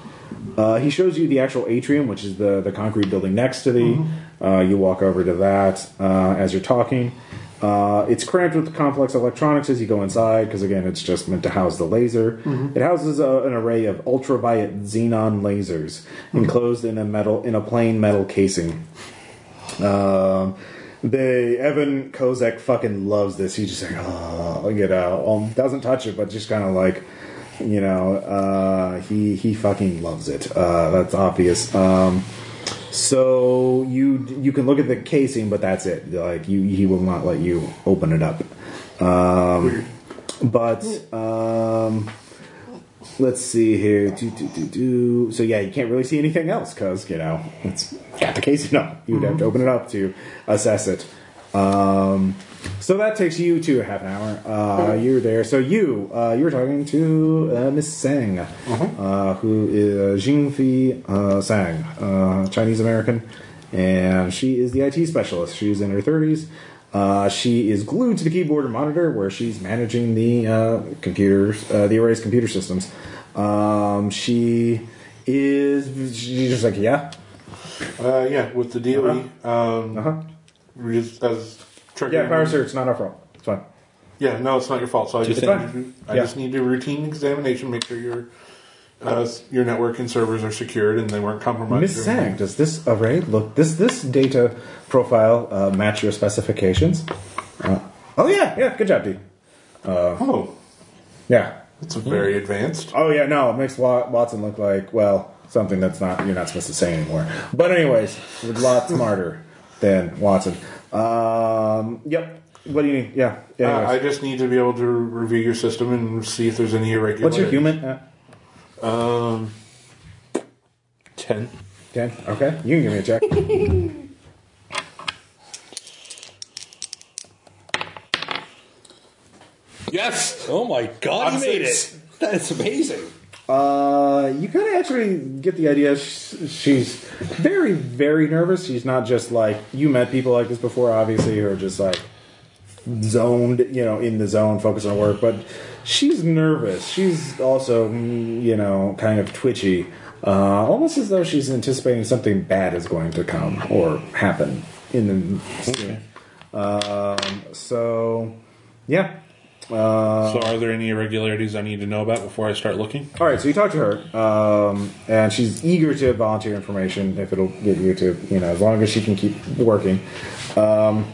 [SPEAKER 2] Uh, he shows you the actual atrium, which is the, the concrete building next to the. Uh, you walk over to that uh, as you're talking. Uh, it's crammed with complex electronics as you go inside, because again, it's just meant to house the laser. It houses a, an array of ultraviolet xenon lasers enclosed in a metal in a plain metal casing. Um, they Evan Kozak fucking loves this. He's just like, oh, you know, um, doesn't touch it, but just kind of like, you know, uh, he he fucking loves it. Uh, that's obvious. Um, so you you can look at the casing, but that's it. Like you, he will not let you open it up. Um, but um, let's see here. Do, do, do, do. So yeah, you can't really see anything else because you know it's got the <laughs> casing up. You'd have to open it up to assess it. Um, so that takes you to half an hour. Uh, you're there. So you uh, you were talking to uh, Miss Sang, uh, who is Jingfei uh, Sang, uh, Chinese American, and she is the IT specialist. She's in her thirties. Uh, she is glued to the keyboard and monitor where she's managing the uh, computers, uh, the array's computer systems. Um, she is she's just like, yeah.
[SPEAKER 7] Uh, yeah, with the DOE. Um,
[SPEAKER 2] Uh-huh.
[SPEAKER 7] we just- as trigger-
[SPEAKER 2] Yeah, power surge, not our fault. It's fine.
[SPEAKER 7] Yeah, no, it's not your fault. So I, just,
[SPEAKER 2] think-
[SPEAKER 7] need, I
[SPEAKER 2] Yeah.
[SPEAKER 7] just need to do a routine examination, make sure your uh, s- your network and servers are secured and they weren't compromised.
[SPEAKER 2] Miss Sang, does this array look does this data profile uh, match your specifications? Uh, oh yeah, yeah, good job, D.
[SPEAKER 7] Oh,
[SPEAKER 2] Yeah.
[SPEAKER 7] that's very advanced.
[SPEAKER 2] Oh yeah, no, it makes Wa- Watson look like well something that's not you're not supposed to say anymore. But anyways, a lot smarter than Watson. Um, yep. What do you need? Yeah.
[SPEAKER 7] Uh,
[SPEAKER 2] yeah
[SPEAKER 7] I
[SPEAKER 2] anyways.
[SPEAKER 7] just need to be able to review your system and see if there's any irregularities.
[SPEAKER 2] What's your human? Uh,
[SPEAKER 7] Um, ten.
[SPEAKER 2] Ten. Okay, you can give me a check.
[SPEAKER 7] Yes.
[SPEAKER 1] Oh my god,
[SPEAKER 7] I'm
[SPEAKER 1] he made
[SPEAKER 7] six.
[SPEAKER 1] it! That's amazing.
[SPEAKER 2] Uh, you kind of actually get the idea. sh- She's very, very nervous. She's not just like you met people like this before, obviously, who are just like zoned, you know, in the zone, focused on work. But she's nervous. She's also, mm, you know, kind of twitchy, uh, almost as though she's anticipating something bad is going to come or happen in the. Um, so, yeah. Uh,
[SPEAKER 7] So, are there any irregularities I need to know about before I start looking?
[SPEAKER 2] All right, so you talk to her, um, and she's eager to volunteer information if it'll get you to, you know, as long as she can keep working. Um,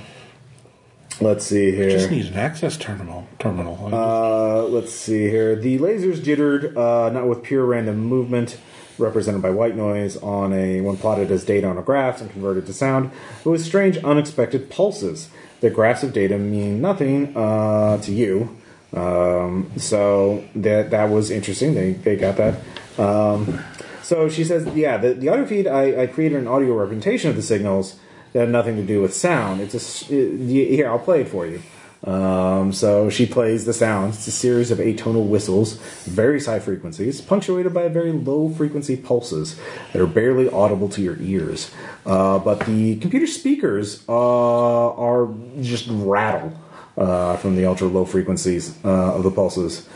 [SPEAKER 2] let's see here.
[SPEAKER 7] Just need an access terminal. Terminal.
[SPEAKER 2] Uh, let's see here. The lasers jittered, uh, not with pure random movement, represented by white noise on a when plotted as data on a graph and converted to sound, but with strange, unexpected pulses. The graphs of data mean nothing uh, to you, um, so that that was interesting. They they got that. Um, so she says, yeah, the, the audio feed. I, I created an audio representation of the signals that had nothing to do with sound. It's a s- uh, y- here. I'll play it for you. Um, so she plays the sounds. It's a series of atonal whistles, various high frequencies, punctuated by very low frequency pulses that are barely audible to your ears. Uh, but the computer speakers uh, are just rattle uh, from the ultra low frequencies uh, of the pulses.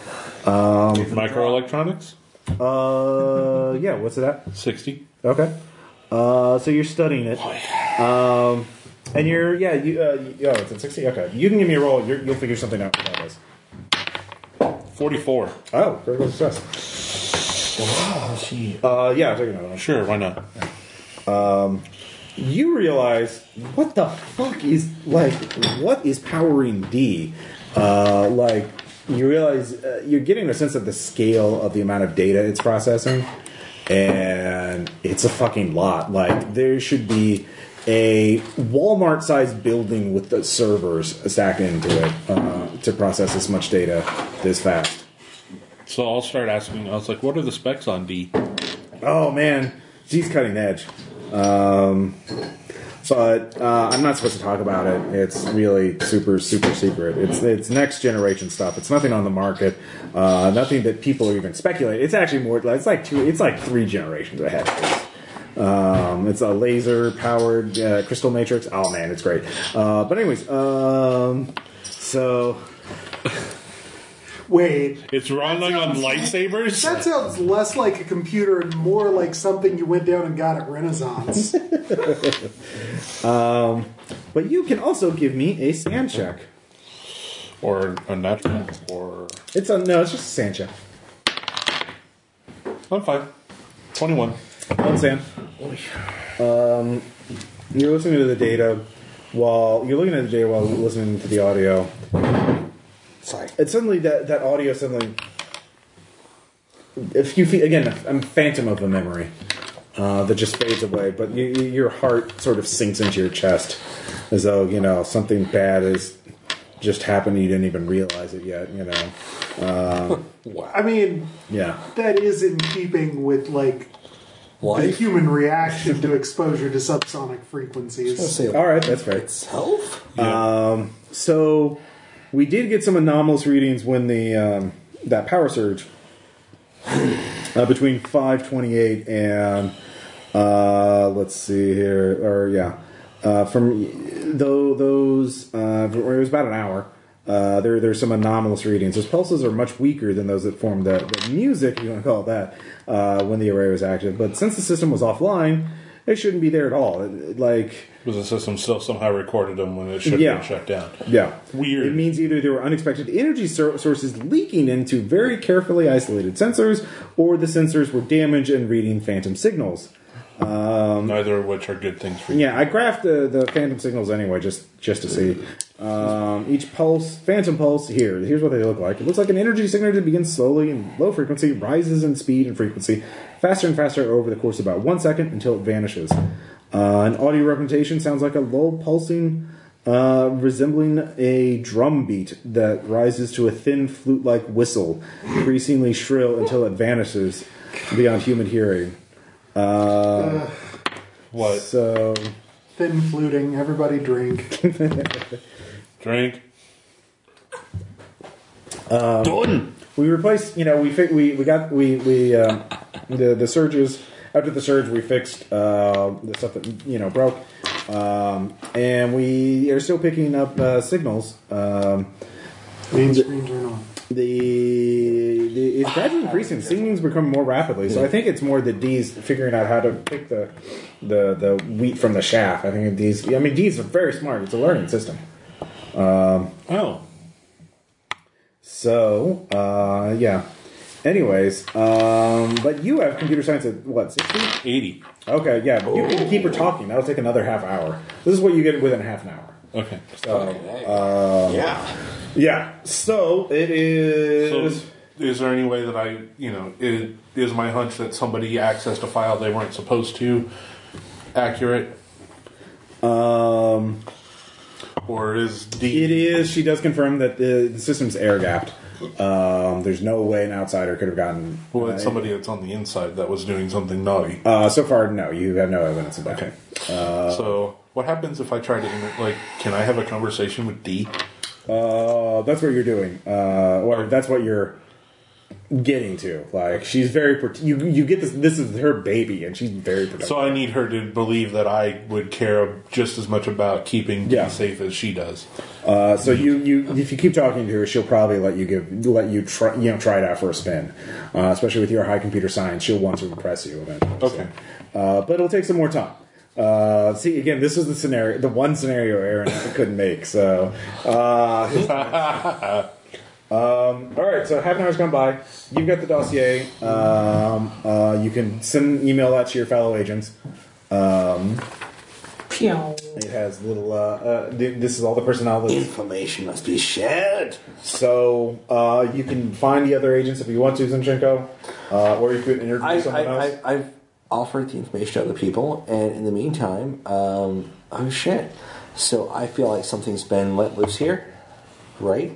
[SPEAKER 7] Microelectronics.
[SPEAKER 2] Uh, yeah, what's that?
[SPEAKER 7] Sixty.
[SPEAKER 2] Okay. Uh, so you're studying it. Um, and you're yeah you uh, you, oh it's at sixty okay you can give me a roll you're, you'll figure something out about this.
[SPEAKER 7] Forty-four.
[SPEAKER 2] Oh, critical success. Uh, yeah, I'll take another one.
[SPEAKER 7] Sure. Why not?
[SPEAKER 2] You realize what the fuck is like? What is powering D? Uh, like you realize uh, you're getting a sense of the scale of the amount of data it's processing, and it's a fucking lot. Like there should be a Walmart-sized building with the servers stacked into it uh, to process this much data this fast.
[SPEAKER 7] So I'll start asking. I was like, "What are the specs on D?"
[SPEAKER 2] Oh man, she's cutting edge. Um, but uh, I'm not supposed to talk about it. It's really super super secret. It's it's next generation stuff. It's nothing on the market. Uh, nothing that people are even speculating. It's actually more. It's like two. It's like three generations ahead. of us. Um, it's a laser powered uh, crystal matrix. Oh man, it's great. Uh, but anyways, um, so
[SPEAKER 3] Wait,
[SPEAKER 7] It's running on lightsabers.
[SPEAKER 3] that sounds less like a computer and more like something you went down and got
[SPEAKER 2] <laughs>
[SPEAKER 3] at Renaissance.
[SPEAKER 2] but you can also give me a sand check.
[SPEAKER 7] or a natural, or
[SPEAKER 2] It's a no. It's just a sand check.
[SPEAKER 7] I'm fine. Twenty-one.
[SPEAKER 2] One sand. you're listening to the data while you're looking at the data while listening to the audio. Sorry. And suddenly that that audio suddenly a few feet again. I'm phantom of a memory uh, that just fades away, but you, you, your heart sort of sinks into your chest as though you know something bad has just happened. You didn't even realize it yet. You know.
[SPEAKER 3] I mean,
[SPEAKER 2] Yeah.
[SPEAKER 3] that is in keeping with like the
[SPEAKER 8] Life
[SPEAKER 3] human reaction to exposure to subsonic frequencies.
[SPEAKER 2] All right. That's fair.
[SPEAKER 8] itself.
[SPEAKER 2] Uh, So we did get some anomalous readings when the um, that power surge uh, between 528 and uh, let's see here or yeah uh, from though those uh, it was about an hour Uh, there, there's some anomalous readings. Those pulses are much weaker than those that form the, the music, if you want to call it that, uh, when the array was active. But since the system was offline, they shouldn't be there at all. It- it- like,
[SPEAKER 7] Because the system still somehow recorded them when it should have
[SPEAKER 2] Yeah.
[SPEAKER 7] been shut down.
[SPEAKER 2] yeah.
[SPEAKER 7] Weird.
[SPEAKER 2] It means either there were unexpected energy sor- sources leaking into very carefully isolated sensors, or the sensors were damaged and reading phantom signals.
[SPEAKER 7] Neither of which are good things for
[SPEAKER 2] Um,
[SPEAKER 7] you.
[SPEAKER 2] Yeah, I graphed the, the phantom signals anyway, just just to see. Um, each pulse, phantom pulse, here. Here's what they look like. It looks like an energy signature that begins slowly in low frequency, rises in speed and frequency, faster and faster over the course of about one second until it vanishes. Uh, an audio representation sounds like a low pulsing, uh, resembling a drum beat that rises to a thin flute like whistle, increasingly shrill until it vanishes beyond human hearing. Uh,
[SPEAKER 7] What?
[SPEAKER 2] so.
[SPEAKER 3] Thin fluting, everybody drink.
[SPEAKER 7] Drink.
[SPEAKER 2] we replaced you know we fi- we we got we we um, the the surges after the surge we fixed uh, the stuff that you know broke um, and we are still picking up uh, signals um,
[SPEAKER 3] Main screen turn on.
[SPEAKER 2] the, the it's gradually increasing signals become more rapidly so I think it's more the D's figuring out how to pick the the the wheat from the chaff I think D's I mean D's are very smart it's a learning system Um,
[SPEAKER 7] Oh.
[SPEAKER 2] so uh, yeah anyways um, but you have computer science at what 60?
[SPEAKER 7] 80.
[SPEAKER 2] Okay, yeah, but you can keep her talking. That'll take another half hour. This is what you get within half an hour.
[SPEAKER 7] Okay.
[SPEAKER 2] So,
[SPEAKER 8] Uh, yeah.
[SPEAKER 2] yeah. So it
[SPEAKER 7] So,
[SPEAKER 2] is.
[SPEAKER 7] is there any way that I, you know, it is my hunch that somebody accessed a file they weren't supposed to accurate?
[SPEAKER 2] um,
[SPEAKER 7] Or is D.
[SPEAKER 2] it is. She does confirm that the, the system's air gapped. Um, there's no way an outsider could have gotten.
[SPEAKER 7] Well, it's somebody that's on the inside that was doing something naughty.
[SPEAKER 2] Uh, so far, no. You have no evidence of that.
[SPEAKER 7] Okay.
[SPEAKER 6] Uh,
[SPEAKER 7] so, what happens if I try to, inter- like, can I have a conversation with D?
[SPEAKER 2] Uh, that's what you're doing. Uh, or that's what you're getting to. Like she's very. prote- You you get this. This is her baby, and she's very protective.
[SPEAKER 7] So, I need her to believe that I would care just as much about keeping
[SPEAKER 2] Yeah.
[SPEAKER 7] D safe as she does.
[SPEAKER 2] Uh, so you, you if you keep talking to her, she'll probably let you give let you try you know try it out for a spin, uh, especially with your high computer science. She'll want to impress you eventually. so.
[SPEAKER 7] Okay.
[SPEAKER 2] uh, but it'll take some more time. Uh, see again, this is the scenario, the one scenario Aaron <laughs> couldn't make. So, uh, <laughs> um, all right. So half an hour's gone by. You've got the dossier. Um, uh, you can send an email out to your fellow agents. It has little. Uh, uh, th- this is all the personnel that's
[SPEAKER 8] Information must be shared.
[SPEAKER 2] So uh, you can find the other agents if you want to, Zinchenko, uh, or you could interview
[SPEAKER 8] I,
[SPEAKER 2] someone
[SPEAKER 8] I,
[SPEAKER 2] else.
[SPEAKER 8] I, I've offered the information to other people, and in the meantime, um, oh shit. So I feel like something's been let loose here, right?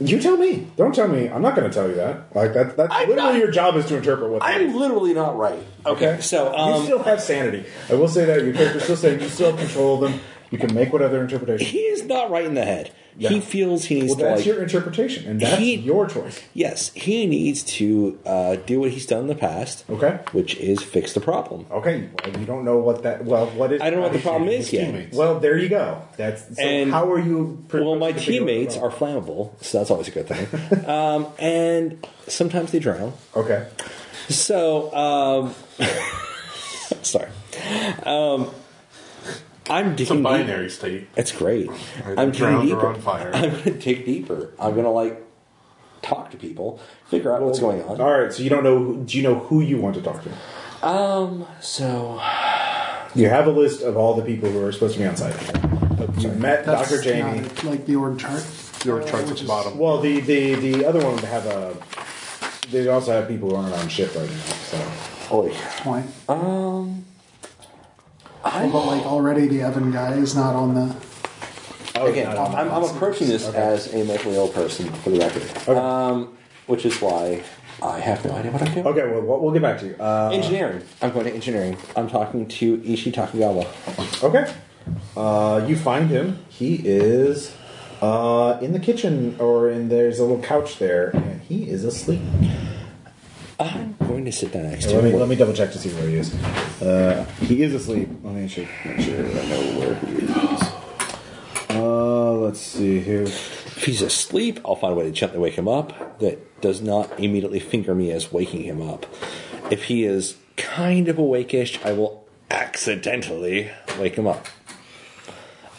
[SPEAKER 2] you tell me. Don't tell me. I'm not going to tell you that. Like that. That's
[SPEAKER 8] I'm
[SPEAKER 2] literally
[SPEAKER 8] not-
[SPEAKER 2] your job is to interpret what.
[SPEAKER 8] I'm literally not right.
[SPEAKER 2] okay.
[SPEAKER 6] So,
[SPEAKER 2] you
[SPEAKER 6] um,
[SPEAKER 2] still have sanity. I will say that your character's still saying you still have control of them. You can make whatever interpretation.
[SPEAKER 6] He is not right in the head. He feels he needs
[SPEAKER 2] Well, that's
[SPEAKER 6] to like
[SPEAKER 2] your interpretation, and that's
[SPEAKER 6] He-
[SPEAKER 2] your choice.
[SPEAKER 6] yes, he needs to uh, do what he's done in the past,
[SPEAKER 2] Okay.
[SPEAKER 6] which is fix the problem.
[SPEAKER 2] Okay. Well, you don't know what that. Well, what is?
[SPEAKER 6] I don't know what the problem is yet.
[SPEAKER 7] teammates.
[SPEAKER 2] Well, there you go. That's so
[SPEAKER 6] And-
[SPEAKER 2] how are you? per-
[SPEAKER 6] Well, my
[SPEAKER 2] supposed to figure out the
[SPEAKER 6] teammates are
[SPEAKER 2] problem?
[SPEAKER 6] flammable, so that's always a good thing.
[SPEAKER 2] <laughs>
[SPEAKER 6] um, and sometimes they drown.
[SPEAKER 2] okay.
[SPEAKER 6] So, um, <laughs> sorry. Um, I'm
[SPEAKER 7] It's a
[SPEAKER 6] digging. deep-
[SPEAKER 7] binary state.
[SPEAKER 6] That's great.
[SPEAKER 7] Either
[SPEAKER 6] I'm digging
[SPEAKER 7] drowned or
[SPEAKER 6] deeper.
[SPEAKER 7] on fire.
[SPEAKER 6] <laughs> I'm going to dig deeper. I'm going to like talk to people, figure out what's going on.
[SPEAKER 2] All right. So you don't know? who- Do you know who you want to talk to?
[SPEAKER 6] Um. So
[SPEAKER 2] You have a list of all the people who are supposed to be on site. You met
[SPEAKER 3] That's
[SPEAKER 2] Dr. Jamie.
[SPEAKER 3] not like the org chart.
[SPEAKER 7] Your
[SPEAKER 3] Uh,
[SPEAKER 7] chart's at
[SPEAKER 3] which
[SPEAKER 7] the
[SPEAKER 3] is-
[SPEAKER 7] bottom.
[SPEAKER 2] Well, the, the, the other one would have a. They also have people who aren't on shift right now. So
[SPEAKER 6] Oi.
[SPEAKER 3] Point.
[SPEAKER 7] Uh,
[SPEAKER 6] Um.
[SPEAKER 3] Well, but like already the oven guy is not on the.
[SPEAKER 6] Again,
[SPEAKER 2] not on
[SPEAKER 6] I'm, I'm approaching this as a mentally ill person, for the record. Um, which is why I have no idea what I'm doing.
[SPEAKER 2] okay, well we'll- we'll get back to you. Uh,
[SPEAKER 6] Engineering. I'm going to engineering. I'm talking to Ishi Takagawa.
[SPEAKER 2] okay, uh, you find him. He is uh, in the kitchen, or in there's a little couch there, and he is asleep.
[SPEAKER 6] Ah, I'm going to sit down next to
[SPEAKER 2] Let me
[SPEAKER 6] him.
[SPEAKER 2] let me double check to see where he is. Uh, he is asleep. Let me check- make sure I know where he is. Uh, let's see here.
[SPEAKER 6] If he's asleep, I'll find a way to gently wake him up that does not immediately finger me as waking him up. If he is kind of awakeish, I will accidentally wake him up.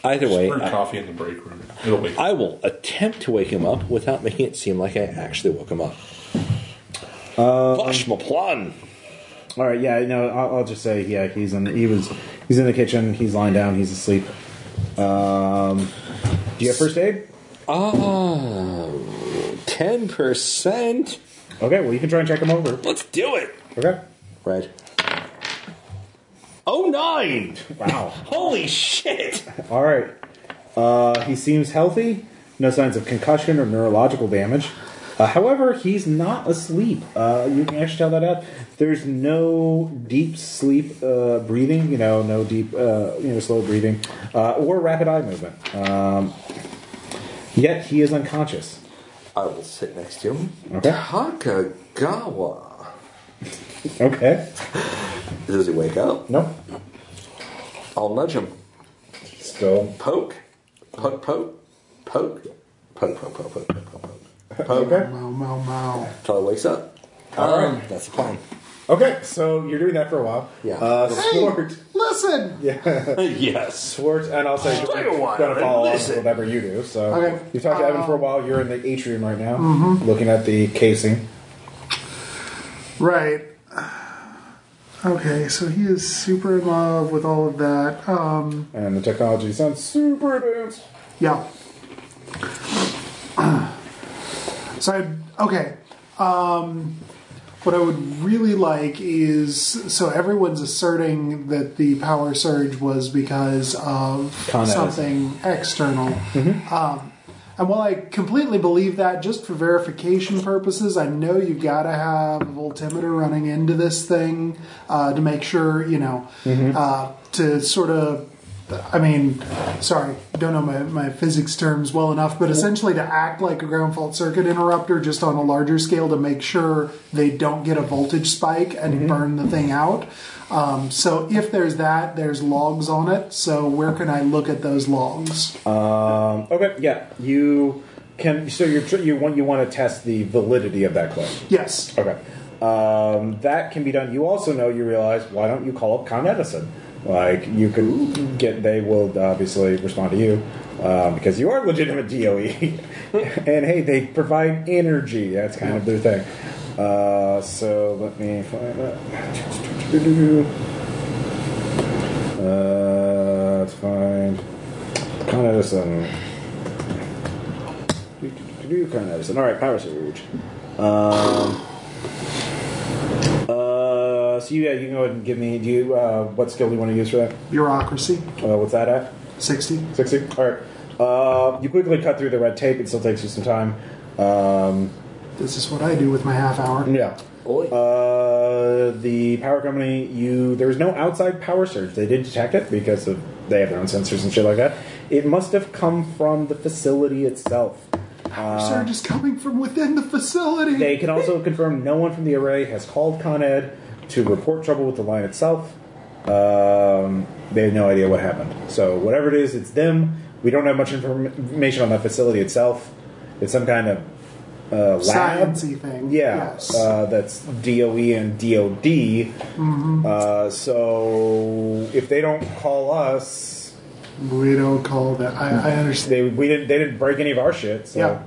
[SPEAKER 6] Either way,
[SPEAKER 7] Brew
[SPEAKER 6] I-
[SPEAKER 7] coffee in the break room. It'll wake
[SPEAKER 6] I will attempt to wake him up without making it seem like I actually woke him up.
[SPEAKER 2] Um,
[SPEAKER 6] Gosh, my plan.
[SPEAKER 2] All right, yeah, no, I'll, I'll just say, yeah, he's in. He was. He's in the kitchen. He's lying down. He's asleep. Um, do you have first aid?
[SPEAKER 6] Ah, ten percent.
[SPEAKER 2] Okay, well, you can try and check him over.
[SPEAKER 6] Let's do it.
[SPEAKER 2] Okay.
[SPEAKER 6] Red. Oh nine!
[SPEAKER 2] Wow.
[SPEAKER 6] Holy shit!
[SPEAKER 2] All right. Uh, he seems healthy. No signs of concussion or neurological damage. Uh, however, he's not asleep. Uh, you can actually tell that out. There's no deep sleep uh, breathing. You know, no deep, uh, you know, slow breathing uh, or rapid eye movement. Um, yet he is unconscious.
[SPEAKER 8] I will sit next to him.
[SPEAKER 2] Okay.
[SPEAKER 6] <sighs>
[SPEAKER 8] Takagawa.
[SPEAKER 2] Okay.
[SPEAKER 8] Does he wake up?
[SPEAKER 2] No.
[SPEAKER 8] I'll nudge him.
[SPEAKER 2] Still.
[SPEAKER 8] Poke. Poke, poke. Poke. Poke, poke, poke, poke, poke, poke, poke. Poke.
[SPEAKER 2] Okay.
[SPEAKER 3] Mow, mow, mow.
[SPEAKER 8] Until he wakes up.
[SPEAKER 2] All right.
[SPEAKER 8] Um, That's the plan.
[SPEAKER 2] Okay. So you're doing that for a while.
[SPEAKER 8] Yeah.
[SPEAKER 2] Uh,
[SPEAKER 3] Hey,
[SPEAKER 2] Swart.
[SPEAKER 3] listen.
[SPEAKER 8] yes.
[SPEAKER 2] Swart, and I'll say
[SPEAKER 8] Stay a while
[SPEAKER 2] gonna follow
[SPEAKER 8] and
[SPEAKER 2] on
[SPEAKER 8] listen.
[SPEAKER 2] with whatever you do. So
[SPEAKER 3] Okay.
[SPEAKER 2] you've talked to Evan for a while. You're in the atrium right now, looking at the casing.
[SPEAKER 3] Right. <sighs> Okay, so he is super in love with all of that. Um,
[SPEAKER 2] And the technology sounds super advanced.
[SPEAKER 3] yeah. <clears throat> So I okay. Um, what I would really like is so everyone's asserting that the power surge was because of
[SPEAKER 2] Con Edison.
[SPEAKER 3] something external. Um, and while I completely believe that, just for verification purposes, I know you've got to have a voltimeter running into this thing uh, to make sure, you know, uh, to sort of. I mean, sorry, don't know my, my physics terms well enough, but essentially to act like a ground fault circuit interrupter just on a larger scale to make sure they don't get a voltage spike and burn the thing out. Um, so if there's that, there's logs on it. So where can I look at those logs?
[SPEAKER 2] Um, okay, yeah, you can. So you're tr- you want you want to test the validity of that claim.
[SPEAKER 3] yes.
[SPEAKER 2] Okay. Um, that can be done. You also know, you realize, why don't you call up Con Edison? Like, you could get, they will obviously respond to you um, because you are legitimate DOE. <laughs> and hey, they provide energy. That's kind of their thing. Uh, so let me find that. Uh, let's find Con Edison. Con Edison. All right, power surge. Um, uh, so you, yeah, you can go ahead and give me. Do you uh, what skill do you want to use for that?
[SPEAKER 3] Bureaucracy,
[SPEAKER 2] Uh, what's that at?
[SPEAKER 3] 60.
[SPEAKER 2] Sixty. All right. Uh, you quickly cut through the red tape. It still takes you some time. Um,
[SPEAKER 3] This is what I do with my half hour.
[SPEAKER 2] yeah.
[SPEAKER 8] Oi.
[SPEAKER 2] Uh, the power company, you there was no outside power surge. They did detect it because of they have their own sensors and shit like that. It must have come from the facility itself.
[SPEAKER 3] Power surge is coming from within the facility.
[SPEAKER 2] They can also confirm no one from the array has called Con Ed to report trouble with the line itself. Um, they have no idea what happened. So whatever it is, it's them. We don't have much inform- information on that facility itself. It's some kind of uh, lab.
[SPEAKER 3] Sciencey thing.
[SPEAKER 2] Yeah,
[SPEAKER 3] Yes.
[SPEAKER 2] uh, that's DOE and DOD.
[SPEAKER 3] Mm-hmm.
[SPEAKER 2] Uh, so if they don't call us,
[SPEAKER 3] we don't call that. I, I understand.
[SPEAKER 2] they we didn't they didn't break any of our shit. So.
[SPEAKER 3] Yeah.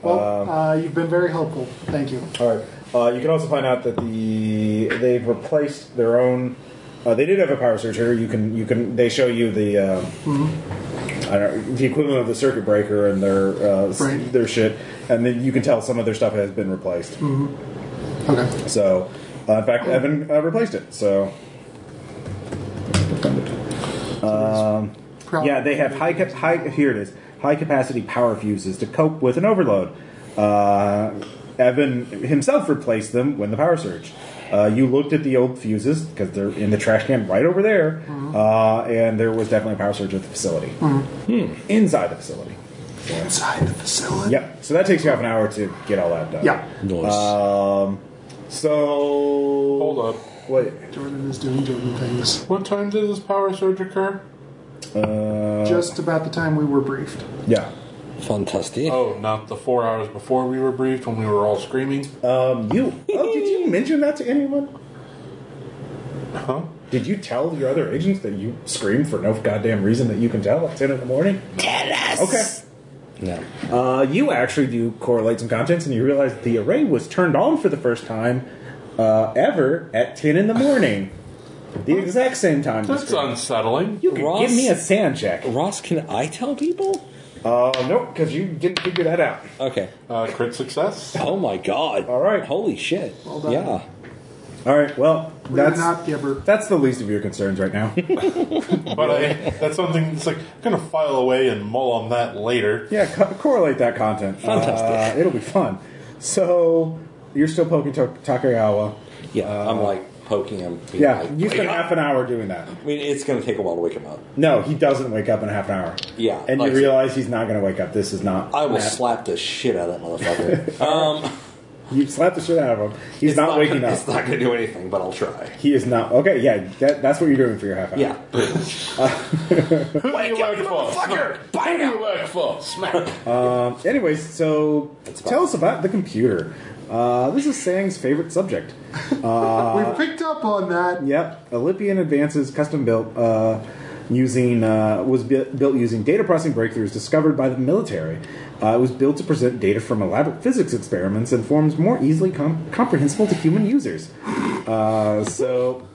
[SPEAKER 3] Well, uh, you've been very helpful. Thank you.
[SPEAKER 2] All right. Uh, you can also find out that the they've replaced their own. Uh, they did have a power surge here. You can you can they show you the uh, I don't know, the equivalent of the circuit breaker and their uh, s-
[SPEAKER 3] Right.
[SPEAKER 2] their shit, and then you can tell some of their stuff has been replaced.
[SPEAKER 3] Okay.
[SPEAKER 2] So, uh, in fact, Evan uh, replaced it. So.
[SPEAKER 3] Probably.
[SPEAKER 2] Yeah, they have high cap- high. Here it is. High capacity power fuses to cope with an overload. Uh, Evan himself replaced them when the power surge. Uh, you looked at the old fuses because they're in the trash can right over there, uh, and there was definitely a power surge at the facility inside the facility.
[SPEAKER 3] inside the facility.
[SPEAKER 2] Yep. So that takes you half an hour to get all that done.
[SPEAKER 3] Yeah.
[SPEAKER 6] Nice.
[SPEAKER 2] Um. So hold
[SPEAKER 7] Hold up.
[SPEAKER 2] Wait.
[SPEAKER 3] Jordan is doing Jordan things.
[SPEAKER 7] What time did this power surge occur?
[SPEAKER 2] Uh,
[SPEAKER 3] just about the time we were briefed.
[SPEAKER 2] Yeah.
[SPEAKER 6] Fantastic.
[SPEAKER 7] Oh, not the four hours before we were briefed when we were all screaming.
[SPEAKER 2] Um, you. Oh, did <laughs> you mention that to anyone?
[SPEAKER 7] Huh?
[SPEAKER 2] Did you tell your other agents that you screamed for no goddamn reason that you can tell at 10 in the morning? Tell us!
[SPEAKER 6] No.
[SPEAKER 2] Okay. Uh, you actually do correlate some contents and you realize the array was turned on for the first time uh, ever at 10 in the <laughs> morning. The exact same time. you
[SPEAKER 7] That's
[SPEAKER 2] screamed.
[SPEAKER 7] unsettling.
[SPEAKER 2] You could
[SPEAKER 6] Ross-
[SPEAKER 2] give me a sand check.
[SPEAKER 6] Ross, can I tell people?
[SPEAKER 2] Uh, nope, because you didn't figure that out.
[SPEAKER 6] Okay.
[SPEAKER 7] Uh, crit success.
[SPEAKER 6] Oh my god.
[SPEAKER 2] All right.
[SPEAKER 6] Holy shit.
[SPEAKER 3] Well done.
[SPEAKER 6] Yeah.
[SPEAKER 2] All right, well,
[SPEAKER 3] We
[SPEAKER 2] that's
[SPEAKER 3] did not give her.
[SPEAKER 2] that's the least of your concerns right now. <laughs>
[SPEAKER 7] But I, that's something that's like, I'm going to file away and mull on that later.
[SPEAKER 2] Yeah, co- correlate that content.
[SPEAKER 6] Fantastic.
[SPEAKER 2] Uh, it'll be fun. So you're still poking to- Takagawa.
[SPEAKER 6] Yeah. I'm like poking him. being
[SPEAKER 2] Uh, Yeah,
[SPEAKER 6] like,
[SPEAKER 8] "Oh
[SPEAKER 2] you
[SPEAKER 6] "Wake
[SPEAKER 2] spent
[SPEAKER 6] up."
[SPEAKER 2] half an hour doing that.
[SPEAKER 6] I mean, it's going to take a while to wake him up.
[SPEAKER 2] No, he doesn't wake up in half an hour.
[SPEAKER 6] Yeah,
[SPEAKER 2] and
[SPEAKER 6] like-
[SPEAKER 2] you realize he's not going to wake up. This is not.
[SPEAKER 6] I will
[SPEAKER 2] Matt.
[SPEAKER 6] slap the shit out of that
[SPEAKER 2] <laughs>
[SPEAKER 6] motherfucker. um,
[SPEAKER 2] you slap the shit out of him. He's
[SPEAKER 6] it's
[SPEAKER 2] not, waking
[SPEAKER 6] gonna,
[SPEAKER 2] up.
[SPEAKER 6] It's not going to do anything, but I'll try.
[SPEAKER 2] He is not. Okay, yeah, that, that's what you're doing for your half hour. <laughs>
[SPEAKER 6] Yeah.
[SPEAKER 7] Who do you work for? Smack. Who do you work for? Smack.
[SPEAKER 2] Um, anyways, so tell us about the computer. Uh, this is Sang's favorite subject. uh,
[SPEAKER 3] we picked up on that.
[SPEAKER 2] Yep, Olympian Advances, custom built uh, using uh, was bu- built using data processing breakthroughs discovered by the military. Uh, it was built to present data from elaborate physics experiments and forms more easily com- comprehensible to human users. Uh, so.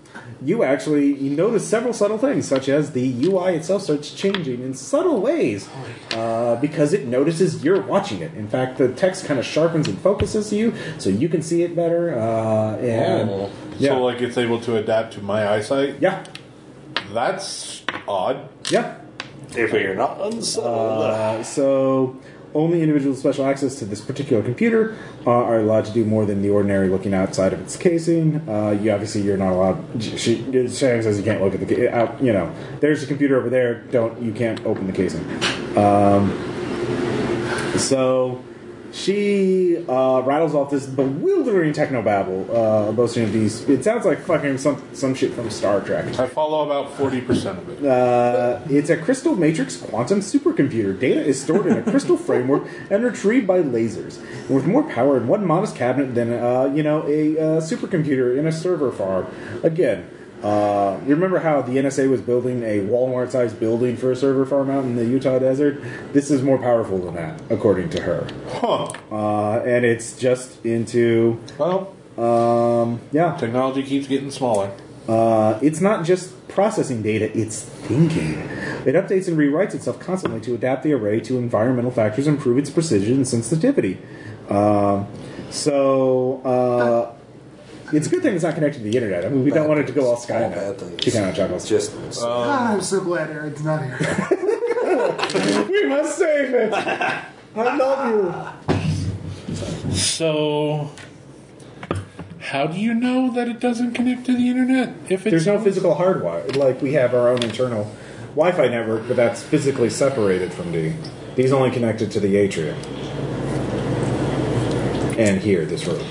[SPEAKER 2] You actually you notice several subtle things, such as the UI itself starts changing in subtle ways uh, because it notices you're watching it. In fact, the text kind of sharpens and focuses you, so you can see it better. Uh, and
[SPEAKER 6] Oh.
[SPEAKER 2] yeah,
[SPEAKER 7] So, like, it's able to adapt to my eyesight?
[SPEAKER 2] yeah,
[SPEAKER 7] That's odd.
[SPEAKER 2] yeah.
[SPEAKER 6] If you're not unsettled.
[SPEAKER 2] Uh, so only individuals with special access to this particular computer uh, are allowed to do more than the ordinary looking outside of its casing. Uh, you obviously you're not allowed. She, she Shang says you can't look at the ca- out. You know, there's a computer over there. Don't you can't open the casing. Um, So she uh, rattles off this bewildering technobabble, uh, boasting of these. It sounds like fucking some some shit from Star Trek.
[SPEAKER 7] I follow about 40% of it.
[SPEAKER 2] Uh, it's a crystal matrix quantum supercomputer. Data is stored in a crystal framework and retrieved by lasers. And with more power in one modest cabinet than, uh, you know, a uh, supercomputer in a server farm. Again, uh, you remember how the NSA was building a Walmart-sized building for a server farm out in the Utah desert? This is more powerful than that, according to her.
[SPEAKER 7] Huh.
[SPEAKER 2] Uh, and it's just into,
[SPEAKER 7] Well,
[SPEAKER 2] um, yeah.
[SPEAKER 7] technology keeps getting smaller.
[SPEAKER 2] Uh, it's not just processing data, it's thinking. It updates and rewrites itself constantly to adapt the array to environmental factors and improve its precision and sensitivity. Um, so, uh, it's a good thing it's not connected to the internet. I mean, we don't want it to go all
[SPEAKER 8] bad
[SPEAKER 2] Skynet.
[SPEAKER 8] things.
[SPEAKER 2] Chicken out chuckles.
[SPEAKER 8] Just
[SPEAKER 2] Uh,
[SPEAKER 3] God, I'm so glad Aaron's
[SPEAKER 2] <laughs>
[SPEAKER 3] not here.
[SPEAKER 2] we must save
[SPEAKER 8] <laughs>
[SPEAKER 2] it! I love you!
[SPEAKER 7] So, how do you know that it doesn't connect to the internet? If it's
[SPEAKER 2] There's no physical hardwire. Like, we have our own internal Wi Fi network, but that's physically separated from D. D's only connected to the atrium. And here, this room.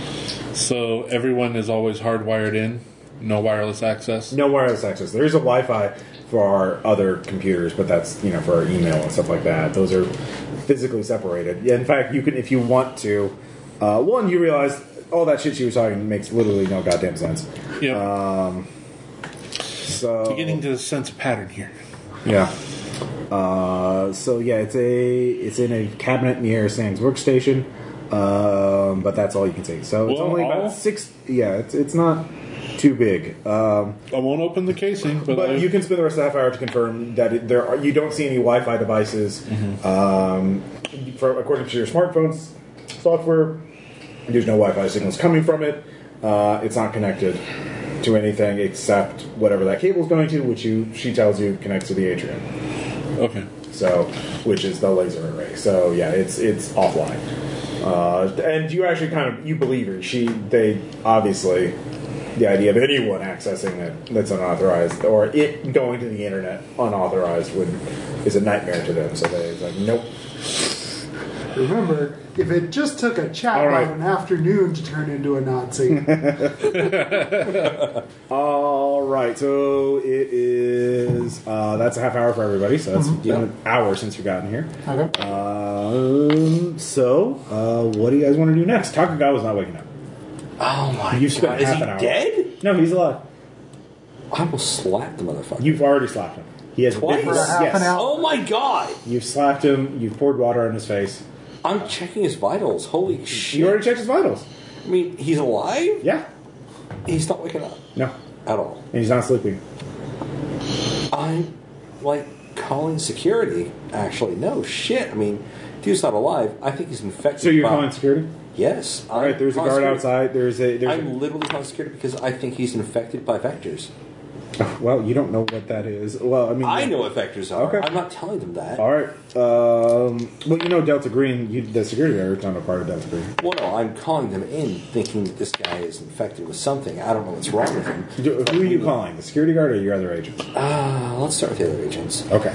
[SPEAKER 7] so everyone is always hardwired in, no wireless access.
[SPEAKER 2] No wireless access. There is a Wi-Fi for our other computers, but that's you know for our email and stuff like that. Those are physically separated. Yeah, In fact, you can if you want to. Uh, one, you realize all that shit she was talking makes literally no goddamn sense.
[SPEAKER 7] Yep.
[SPEAKER 2] So
[SPEAKER 7] Beginning to sense a pattern here.
[SPEAKER 2] yeah. Uh, so yeah, it's a it's in a cabinet near Sam's workstation, um, but that's all you can see. So it's
[SPEAKER 7] Well,
[SPEAKER 2] only
[SPEAKER 7] all-
[SPEAKER 2] about six. Yeah, it's it's not too big. Um,
[SPEAKER 7] I won't open the casing, but, I,
[SPEAKER 2] But you can spend the rest of the half hour to confirm that it, there are, you don't see any Wi-Fi devices. Um, for, according to your smartphone's software, there's no Wi-Fi signals coming from it. Uh, it's not connected to anything except whatever that cable's going to, which you she tells you connects to the atrium.
[SPEAKER 7] okay.
[SPEAKER 2] So, which is the laser array. So yeah, it's it's offline. Uh, and you actually kind of you believe her. She they obviously the idea of anyone accessing it that's unauthorized or it going to the internet unauthorized would is a nightmare to them. So they like nope.
[SPEAKER 3] back. Remember, if it just took a chat
[SPEAKER 7] All right.
[SPEAKER 3] about an afternoon to turn into
[SPEAKER 2] <laughs>
[SPEAKER 3] a Nazi,
[SPEAKER 2] All right, so it is. Uh, that's a half hour for everybody, so that's been an hour since you've gotten here.
[SPEAKER 3] okay.
[SPEAKER 2] Um, so, uh, what do you guys want to do next? Takagawa's not waking up.
[SPEAKER 6] Oh my
[SPEAKER 2] You've
[SPEAKER 6] god,
[SPEAKER 2] spent half
[SPEAKER 6] is he
[SPEAKER 2] an hour.
[SPEAKER 6] dead?
[SPEAKER 2] No, he's alive.
[SPEAKER 6] I will slap the motherfucker.
[SPEAKER 2] You've already slapped him. He has
[SPEAKER 6] Twice?
[SPEAKER 2] different-
[SPEAKER 6] For a half
[SPEAKER 2] yes.
[SPEAKER 3] an hour.
[SPEAKER 6] oh my god!
[SPEAKER 2] You've slapped him. You've poured water on his face.
[SPEAKER 6] I'm checking his vitals. Holy shit.
[SPEAKER 2] You already checked his vitals.
[SPEAKER 6] I mean, he's alive?
[SPEAKER 2] Yeah.
[SPEAKER 6] He's not waking up
[SPEAKER 2] No.
[SPEAKER 6] at all.
[SPEAKER 2] And he's not sleeping.
[SPEAKER 6] I'm like calling security, actually. No shit. I mean, dude's not alive. I think he's infected.
[SPEAKER 2] So you're
[SPEAKER 6] by-
[SPEAKER 2] calling security?
[SPEAKER 6] Yes.
[SPEAKER 2] All right. There's a guard outside. There's a. There's
[SPEAKER 6] I'm literally calling security because I think he's infected by vectors.
[SPEAKER 2] a, <laughs> well, you don't know what that is. Well, I mean,
[SPEAKER 6] I know what vectors are.
[SPEAKER 2] Okay.
[SPEAKER 6] I'm not telling them that.
[SPEAKER 2] All right. Um, well, you know Delta Green. You, the security guard is not a part of Delta Green.
[SPEAKER 6] Well, no, I'm calling them in thinking that this guy is infected with something. I don't know what's wrong with
[SPEAKER 2] <laughs>
[SPEAKER 6] him.
[SPEAKER 2] Do- Who are you calling? The security guard or your other agents?
[SPEAKER 6] Uh, let's start with the other agents.
[SPEAKER 2] Okay.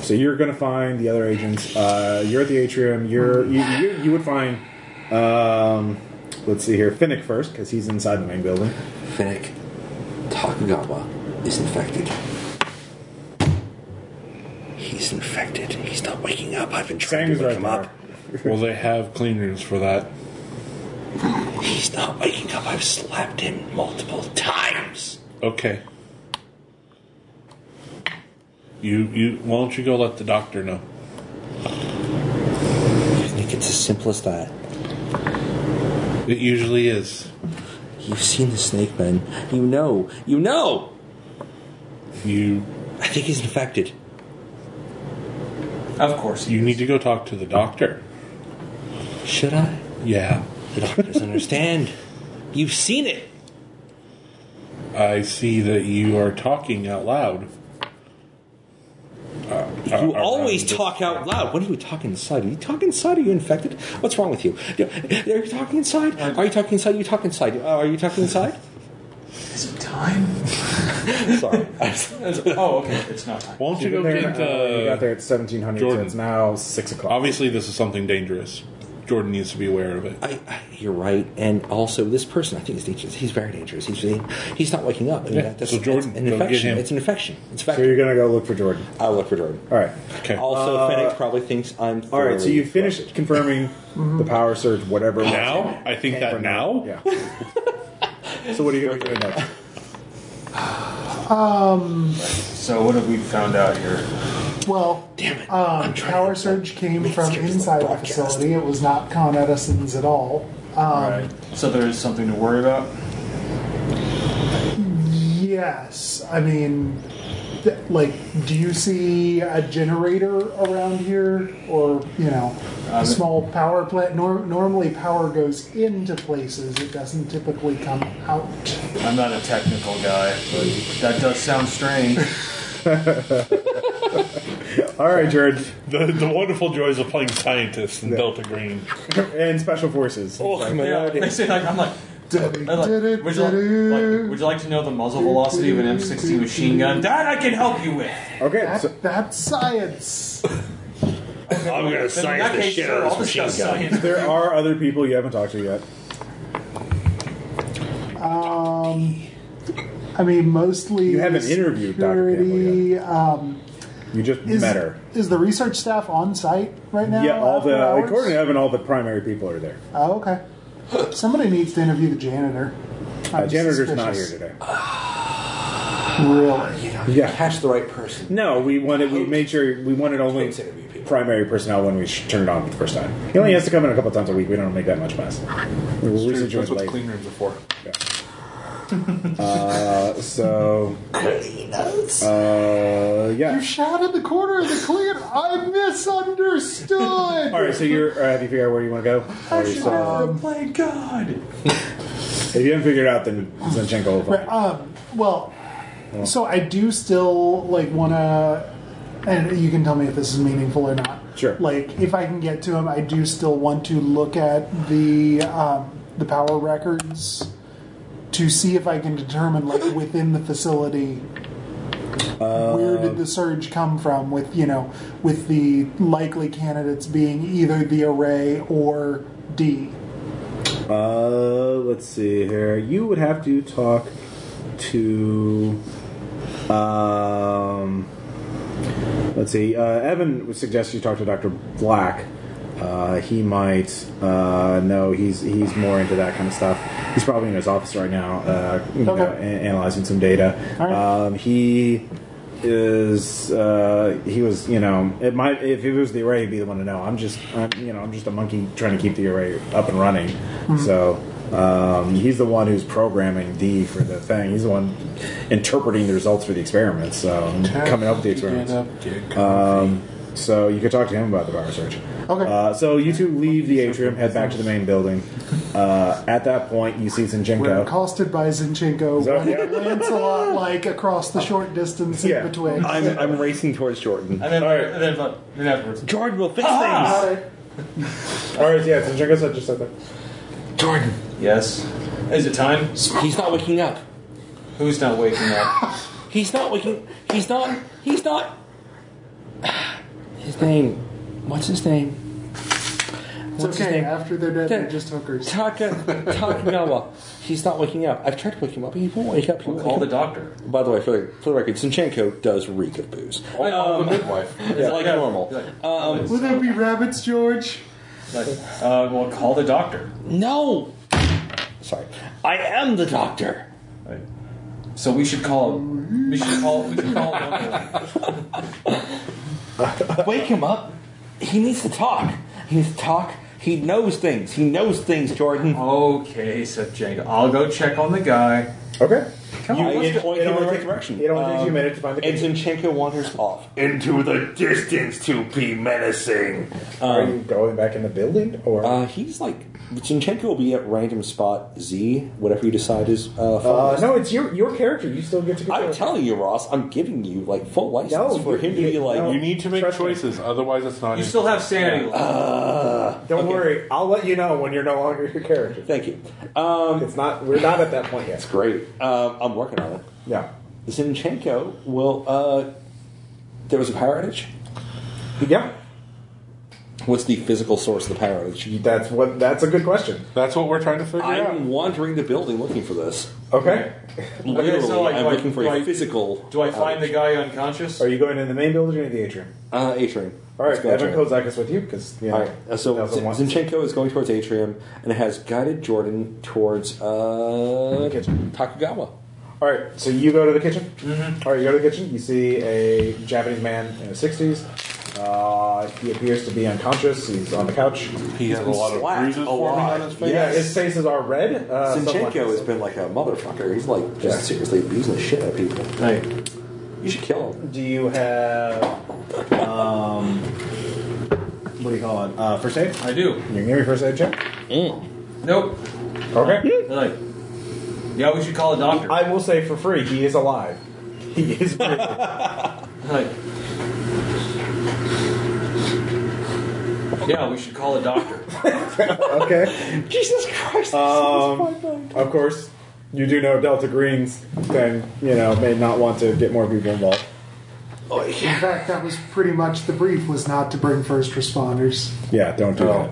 [SPEAKER 2] So you're gonna find the other agents. Uh, you're at the atrium. You're you you, you would find. Um, let's see here, Finnick first because he's inside the main building.
[SPEAKER 6] Finnick, Takagawa is infected. He's infected. He's not waking up. I've been trying
[SPEAKER 2] Sang's
[SPEAKER 6] to wake
[SPEAKER 2] right
[SPEAKER 6] him
[SPEAKER 2] there.
[SPEAKER 6] up.
[SPEAKER 7] Well, they have clean rooms for that.
[SPEAKER 6] He's not waking up. I've slapped him multiple times.
[SPEAKER 7] Okay. You you why don't you go let the doctor know?
[SPEAKER 6] I think it's as simple as that.
[SPEAKER 7] It usually is.
[SPEAKER 6] You've seen the snake man. You know. You know!
[SPEAKER 7] You
[SPEAKER 6] I think he's infected.
[SPEAKER 5] Of course.
[SPEAKER 7] you need to go talk to the doctor.
[SPEAKER 6] Should I?
[SPEAKER 7] Yeah.
[SPEAKER 6] The doctors understand. You've seen it.
[SPEAKER 7] I see that you are talking out loud.
[SPEAKER 6] You
[SPEAKER 7] Uh,
[SPEAKER 6] always
[SPEAKER 7] around the-
[SPEAKER 6] talk out loud. When are you talking inside? Are you talking inside? Are you infected? What's wrong with you? Are you talking inside?
[SPEAKER 7] Uh,
[SPEAKER 6] Are you talking inside? You talk inside. Uh, are you talking inside?
[SPEAKER 5] Is it time? <laughs>
[SPEAKER 6] Sorry.
[SPEAKER 5] oh, okay. It's not time.
[SPEAKER 7] Why don't you
[SPEAKER 2] You've been
[SPEAKER 7] go
[SPEAKER 2] there,
[SPEAKER 7] get
[SPEAKER 2] uh, you
[SPEAKER 7] uh,
[SPEAKER 2] got there at seventeen hundred. So
[SPEAKER 7] Jordan.
[SPEAKER 2] it's now six o'clock.
[SPEAKER 7] Obviously, this is something dangerous. Jordan needs to be aware of it.
[SPEAKER 6] I, I, you're right. And also, this person, I think, is dangerous. He's very dangerous. He's really- he's not waking up. I mean,
[SPEAKER 7] Yeah,
[SPEAKER 6] that- that's,
[SPEAKER 7] so Jordan,
[SPEAKER 6] that's an
[SPEAKER 7] go get
[SPEAKER 6] infection.
[SPEAKER 7] him.
[SPEAKER 6] It's an infection. It's a
[SPEAKER 2] so
[SPEAKER 6] fact.
[SPEAKER 2] you're gonna go look for Jordan.
[SPEAKER 6] I'll look for Jordan.
[SPEAKER 2] All right.
[SPEAKER 7] Okay.
[SPEAKER 6] Also, Fennec probably thinks I'm.
[SPEAKER 2] All right. So
[SPEAKER 6] thoroughly
[SPEAKER 2] you finished
[SPEAKER 6] corrupted.
[SPEAKER 2] confirming the power surge, whatever. it was.
[SPEAKER 7] now I think that now.
[SPEAKER 2] Yeah. so what are you gonna do next?
[SPEAKER 5] So what have we found out here?
[SPEAKER 3] Well,
[SPEAKER 6] Damn it.
[SPEAKER 3] um,
[SPEAKER 6] I'm trying
[SPEAKER 3] power
[SPEAKER 6] to-
[SPEAKER 3] surge came
[SPEAKER 6] Man,
[SPEAKER 3] from
[SPEAKER 6] this is
[SPEAKER 3] inside
[SPEAKER 6] like
[SPEAKER 3] the
[SPEAKER 6] broadcast.
[SPEAKER 3] facility. It was not Con Edison's at all. Um,
[SPEAKER 5] Right. So there is something to worry about.
[SPEAKER 3] Yes, I mean, th- like, do you see a generator around here, or you know,
[SPEAKER 5] Uh,
[SPEAKER 3] a small power plant? Nor- normally, power goes into places; it doesn't typically come out.
[SPEAKER 5] I'm not a technical guy, but that does sound strange.
[SPEAKER 2] All right, Jordan,
[SPEAKER 7] The, the wonderful joys of playing scientists in Delta Green.
[SPEAKER 2] and special forces.
[SPEAKER 7] Oh.
[SPEAKER 5] <laughs> yeah, makes it like I'm like. I'm Uh, like, would, you like, like, would you like to know the muzzle velocity of an M60 machine gun? That I can help you with.
[SPEAKER 2] Okay. So,
[SPEAKER 3] That, that's science.
[SPEAKER 7] I'm gonna
[SPEAKER 5] Then in that
[SPEAKER 7] science the
[SPEAKER 5] case,
[SPEAKER 7] shit
[SPEAKER 5] sure,
[SPEAKER 7] out
[SPEAKER 5] I'll
[SPEAKER 7] of this machine
[SPEAKER 5] discuss
[SPEAKER 2] <laughs>
[SPEAKER 7] gun.
[SPEAKER 5] science.
[SPEAKER 2] there are other people you haven't talked to yet.
[SPEAKER 3] I mean, mostly
[SPEAKER 2] You haven't interviewed Dr. Campbell
[SPEAKER 3] security, Um,
[SPEAKER 2] You just
[SPEAKER 3] is,
[SPEAKER 2] met her.
[SPEAKER 3] is the research staff on site right now?
[SPEAKER 2] Yeah, all the
[SPEAKER 3] after hours?
[SPEAKER 2] according to Evan, all the primary people are there.
[SPEAKER 3] Oh, okay. Somebody needs to interview the janitor.
[SPEAKER 2] Uh,
[SPEAKER 3] I'm
[SPEAKER 2] janitor's not here
[SPEAKER 3] suspicious.
[SPEAKER 2] today.
[SPEAKER 3] Really?
[SPEAKER 2] Yeah.
[SPEAKER 6] Catch the right person.
[SPEAKER 2] No, we wanted. We made sure we wanted only
[SPEAKER 6] Don't interview people.
[SPEAKER 2] primary personnel when we sh- turned it on the first time. He only has to come in a couple times a week. We don't make that much mess. We were recently
[SPEAKER 9] That's
[SPEAKER 2] joined
[SPEAKER 9] what the
[SPEAKER 2] late,
[SPEAKER 9] clean rooms are for.
[SPEAKER 2] uh, so. Uh,
[SPEAKER 3] You
[SPEAKER 2] yeah.
[SPEAKER 3] shot in the corner of the clear. I
[SPEAKER 2] <laughs>
[SPEAKER 3] misunderstood.
[SPEAKER 2] All right. So you're. Uh, have you figured out where you want to go? Or you still-
[SPEAKER 5] Oh my god!
[SPEAKER 2] if you haven't figured it out, then Zinchenko will find.
[SPEAKER 3] Right, um, well, so I do still like want to, and you can tell me if this is meaningful or not.
[SPEAKER 2] Sure.
[SPEAKER 3] Like if I can get to him, I do still want to look at the um, the power records to see if I can determine like within the facility Where did the surge come from? With you know, with the likely candidates being either the array or D.
[SPEAKER 2] Uh, let's see here. You would have to talk to. Um, let's see. Uh, Evan would suggest you talk to Doctor Black. Uh, he might. Uh, no, he's he's more into that kind of stuff. He's probably in his office right now, uh, you know,
[SPEAKER 3] Okay.
[SPEAKER 2] a- analyzing some data.
[SPEAKER 3] All right.
[SPEAKER 2] Um, he is uh, he was you know it might if it was the array he'd be the one to know i'm just I'm, you know i'm just a monkey trying to keep the array up and running
[SPEAKER 3] Mm-hmm.
[SPEAKER 2] so um, he's the one who's programming d for the thing he's the one interpreting the results for the experiments so coming up with the experiments Um, so you could talk to him about the power surge.
[SPEAKER 3] Okay.
[SPEAKER 2] Uh, so you two leave the atrium, head back to the main building. Uh, at that point, you see
[SPEAKER 3] We're
[SPEAKER 2] Zinchenko.
[SPEAKER 3] accosted by Zinchenko,
[SPEAKER 2] that-
[SPEAKER 3] running Lancelot like across the short distance
[SPEAKER 2] Yeah.
[SPEAKER 3] in between.
[SPEAKER 10] I'm, I'm racing towards Jordan.
[SPEAKER 5] And then,
[SPEAKER 2] All right.
[SPEAKER 5] and then, but, then afterwards.
[SPEAKER 10] Jordan will fix
[SPEAKER 5] Ah!
[SPEAKER 2] All right, yeah, Zinchenko said just said that.
[SPEAKER 6] Jordan,
[SPEAKER 5] Yes. Is it time?
[SPEAKER 6] he's not waking up.
[SPEAKER 5] Who's not waking up?
[SPEAKER 6] He's not waking. He's not. He's not. His name. What's his name?
[SPEAKER 3] It's
[SPEAKER 6] What's
[SPEAKER 3] okay.
[SPEAKER 6] his name?
[SPEAKER 3] After they're dead, they're just hookers.
[SPEAKER 6] Taka Takagawa. He's not waking up. I've tried to wake him up. He won't wake up. He won't
[SPEAKER 5] Call the
[SPEAKER 6] wake up.
[SPEAKER 5] doctor.
[SPEAKER 6] By the way, for the, for the record, Sinchenko does reek of booze.
[SPEAKER 5] I know, the
[SPEAKER 6] midwife. like normal. Um,
[SPEAKER 3] Would there be rabbits, George?
[SPEAKER 5] But, uh, well, call the doctor.
[SPEAKER 6] no! Sorry. I am the doctor.
[SPEAKER 5] So we should call. We should call. We should call. the-
[SPEAKER 6] Wake him up. He needs to talk. He needs to talk. He knows things. He knows things, Jordan.
[SPEAKER 5] okay, said Django. I'll go check on the guy.
[SPEAKER 2] Okay.
[SPEAKER 6] Come on, let's go.
[SPEAKER 2] It
[SPEAKER 6] Point him in
[SPEAKER 2] only
[SPEAKER 6] the right
[SPEAKER 2] takes-
[SPEAKER 6] direction.
[SPEAKER 2] It only takes you a minute to find the
[SPEAKER 6] Um, And
[SPEAKER 2] key.
[SPEAKER 6] Zinchenko wanders off.
[SPEAKER 11] Into the distance to be menacing.
[SPEAKER 2] Are you going back in the building or?
[SPEAKER 6] um, Uh, he's like Zinchenko will be at random spot Z, whatever you decide is. Uh,
[SPEAKER 2] Uh,
[SPEAKER 6] full
[SPEAKER 2] no, it's your your character. You still get to control.
[SPEAKER 6] I'm
[SPEAKER 2] it.
[SPEAKER 6] telling you, Ross. I'm giving you like full license
[SPEAKER 2] No,
[SPEAKER 6] for him to
[SPEAKER 2] you-
[SPEAKER 6] be like.
[SPEAKER 2] no.
[SPEAKER 7] You need to make
[SPEAKER 2] Trust me.
[SPEAKER 7] choices, otherwise it's not.
[SPEAKER 5] You still have sanity. left.
[SPEAKER 2] Don't worry, I'll let you know when you're no longer your character.
[SPEAKER 6] Thank you. Um,
[SPEAKER 2] It's not. We're not at that point yet.
[SPEAKER 6] great. Um, I'm working on it.
[SPEAKER 2] Yeah.
[SPEAKER 6] Zinchenko will. Uh, there was a power outage.
[SPEAKER 2] Yeah.
[SPEAKER 6] What's the physical source of the power outage?
[SPEAKER 2] That's what. That's a good question.
[SPEAKER 7] That's what we're trying to figure out.
[SPEAKER 6] I'm wandering the building looking for this.
[SPEAKER 2] Okay.
[SPEAKER 6] Literally,
[SPEAKER 5] like,
[SPEAKER 6] I'm
[SPEAKER 5] do I-
[SPEAKER 6] looking for
[SPEAKER 5] do
[SPEAKER 6] a
[SPEAKER 5] I-
[SPEAKER 6] physical.
[SPEAKER 5] Do I find the guy unconscious?
[SPEAKER 2] Are you going in the main building or the atrium?
[SPEAKER 6] uh, atrium?
[SPEAKER 2] All right,
[SPEAKER 6] Let's go
[SPEAKER 2] Evan
[SPEAKER 6] atrium.
[SPEAKER 2] Kozakis with you because you know,
[SPEAKER 6] All right. uh, So
[SPEAKER 2] that was a one-
[SPEAKER 6] Zinchenko is going towards atrium and has guided Jordan towards uh,
[SPEAKER 2] Kitchen.
[SPEAKER 6] Takagawa.
[SPEAKER 2] All right, so you go to the kitchen. Mm-hmm. right, you go to the kitchen. You see a Japanese man in his sixties. Uh, he appears to be unconscious. He's on the couch.
[SPEAKER 7] He has a lot of
[SPEAKER 6] slapped
[SPEAKER 7] bruises
[SPEAKER 6] a
[SPEAKER 7] forming
[SPEAKER 6] lot.
[SPEAKER 7] on his face.
[SPEAKER 2] Yeah, his faces are red. Uh, somewhat-
[SPEAKER 6] Zinchenko has been like a motherfucker. He's like just
[SPEAKER 2] Yeah.
[SPEAKER 6] seriously abusing the shit out of people.
[SPEAKER 5] Hey,
[SPEAKER 6] You should kill him.
[SPEAKER 2] Do you have um, what do you call it? Uh, first aid.
[SPEAKER 5] I do.
[SPEAKER 2] You can give me first aid check.
[SPEAKER 5] Nope.
[SPEAKER 2] Okay.
[SPEAKER 5] They're like, yeah, we should call a doctor.
[SPEAKER 2] I will say for free, he is alive. <laughs> He is. breathing.
[SPEAKER 5] They're like, yeah, we should call a doctor.
[SPEAKER 2] <laughs> okay.
[SPEAKER 6] Jesus <laughs> Christ! Oh,
[SPEAKER 2] Um, of course, you do know Delta Green's thing, you know, may not want to get more people involved.
[SPEAKER 3] In fact, that was pretty much the brief. Was not to bring first responders.
[SPEAKER 2] Yeah, don't do
[SPEAKER 12] Oh.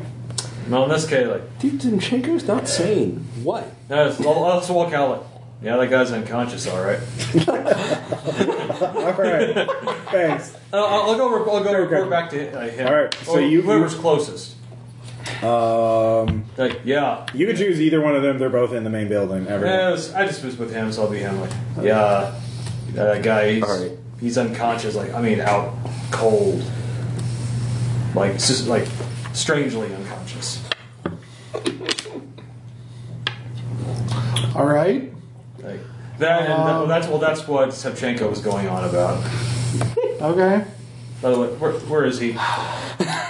[SPEAKER 5] Well, in this case, like,
[SPEAKER 6] Dude, Zinchenko's not sane. What?
[SPEAKER 5] no, let's, let's walk out. Like, yeah, that guy's unconscious. All right.
[SPEAKER 2] that. All right. Thanks.
[SPEAKER 5] I'll, Uh, I'll I'll go. re- I'll go report
[SPEAKER 2] good.
[SPEAKER 5] back to hi- uh, him.
[SPEAKER 2] All right, so
[SPEAKER 5] Or
[SPEAKER 2] you-
[SPEAKER 5] whoever's closest.
[SPEAKER 2] Um,
[SPEAKER 5] Like, yeah,
[SPEAKER 2] you could choose either one of them. They're both in the main building.
[SPEAKER 5] Yeah,
[SPEAKER 2] Everyone.
[SPEAKER 5] it was- I just was with him, so I'll be him. Like, yeah, that guy, he's,
[SPEAKER 6] Alright.
[SPEAKER 5] he's unconscious. Like, I mean, out cold. Like, it's just like strangely unconscious.
[SPEAKER 3] All right.
[SPEAKER 5] Like that, and that- that's well, that's what Sevchenko was going on about.
[SPEAKER 3] Okay.
[SPEAKER 5] By the way, where, where is he?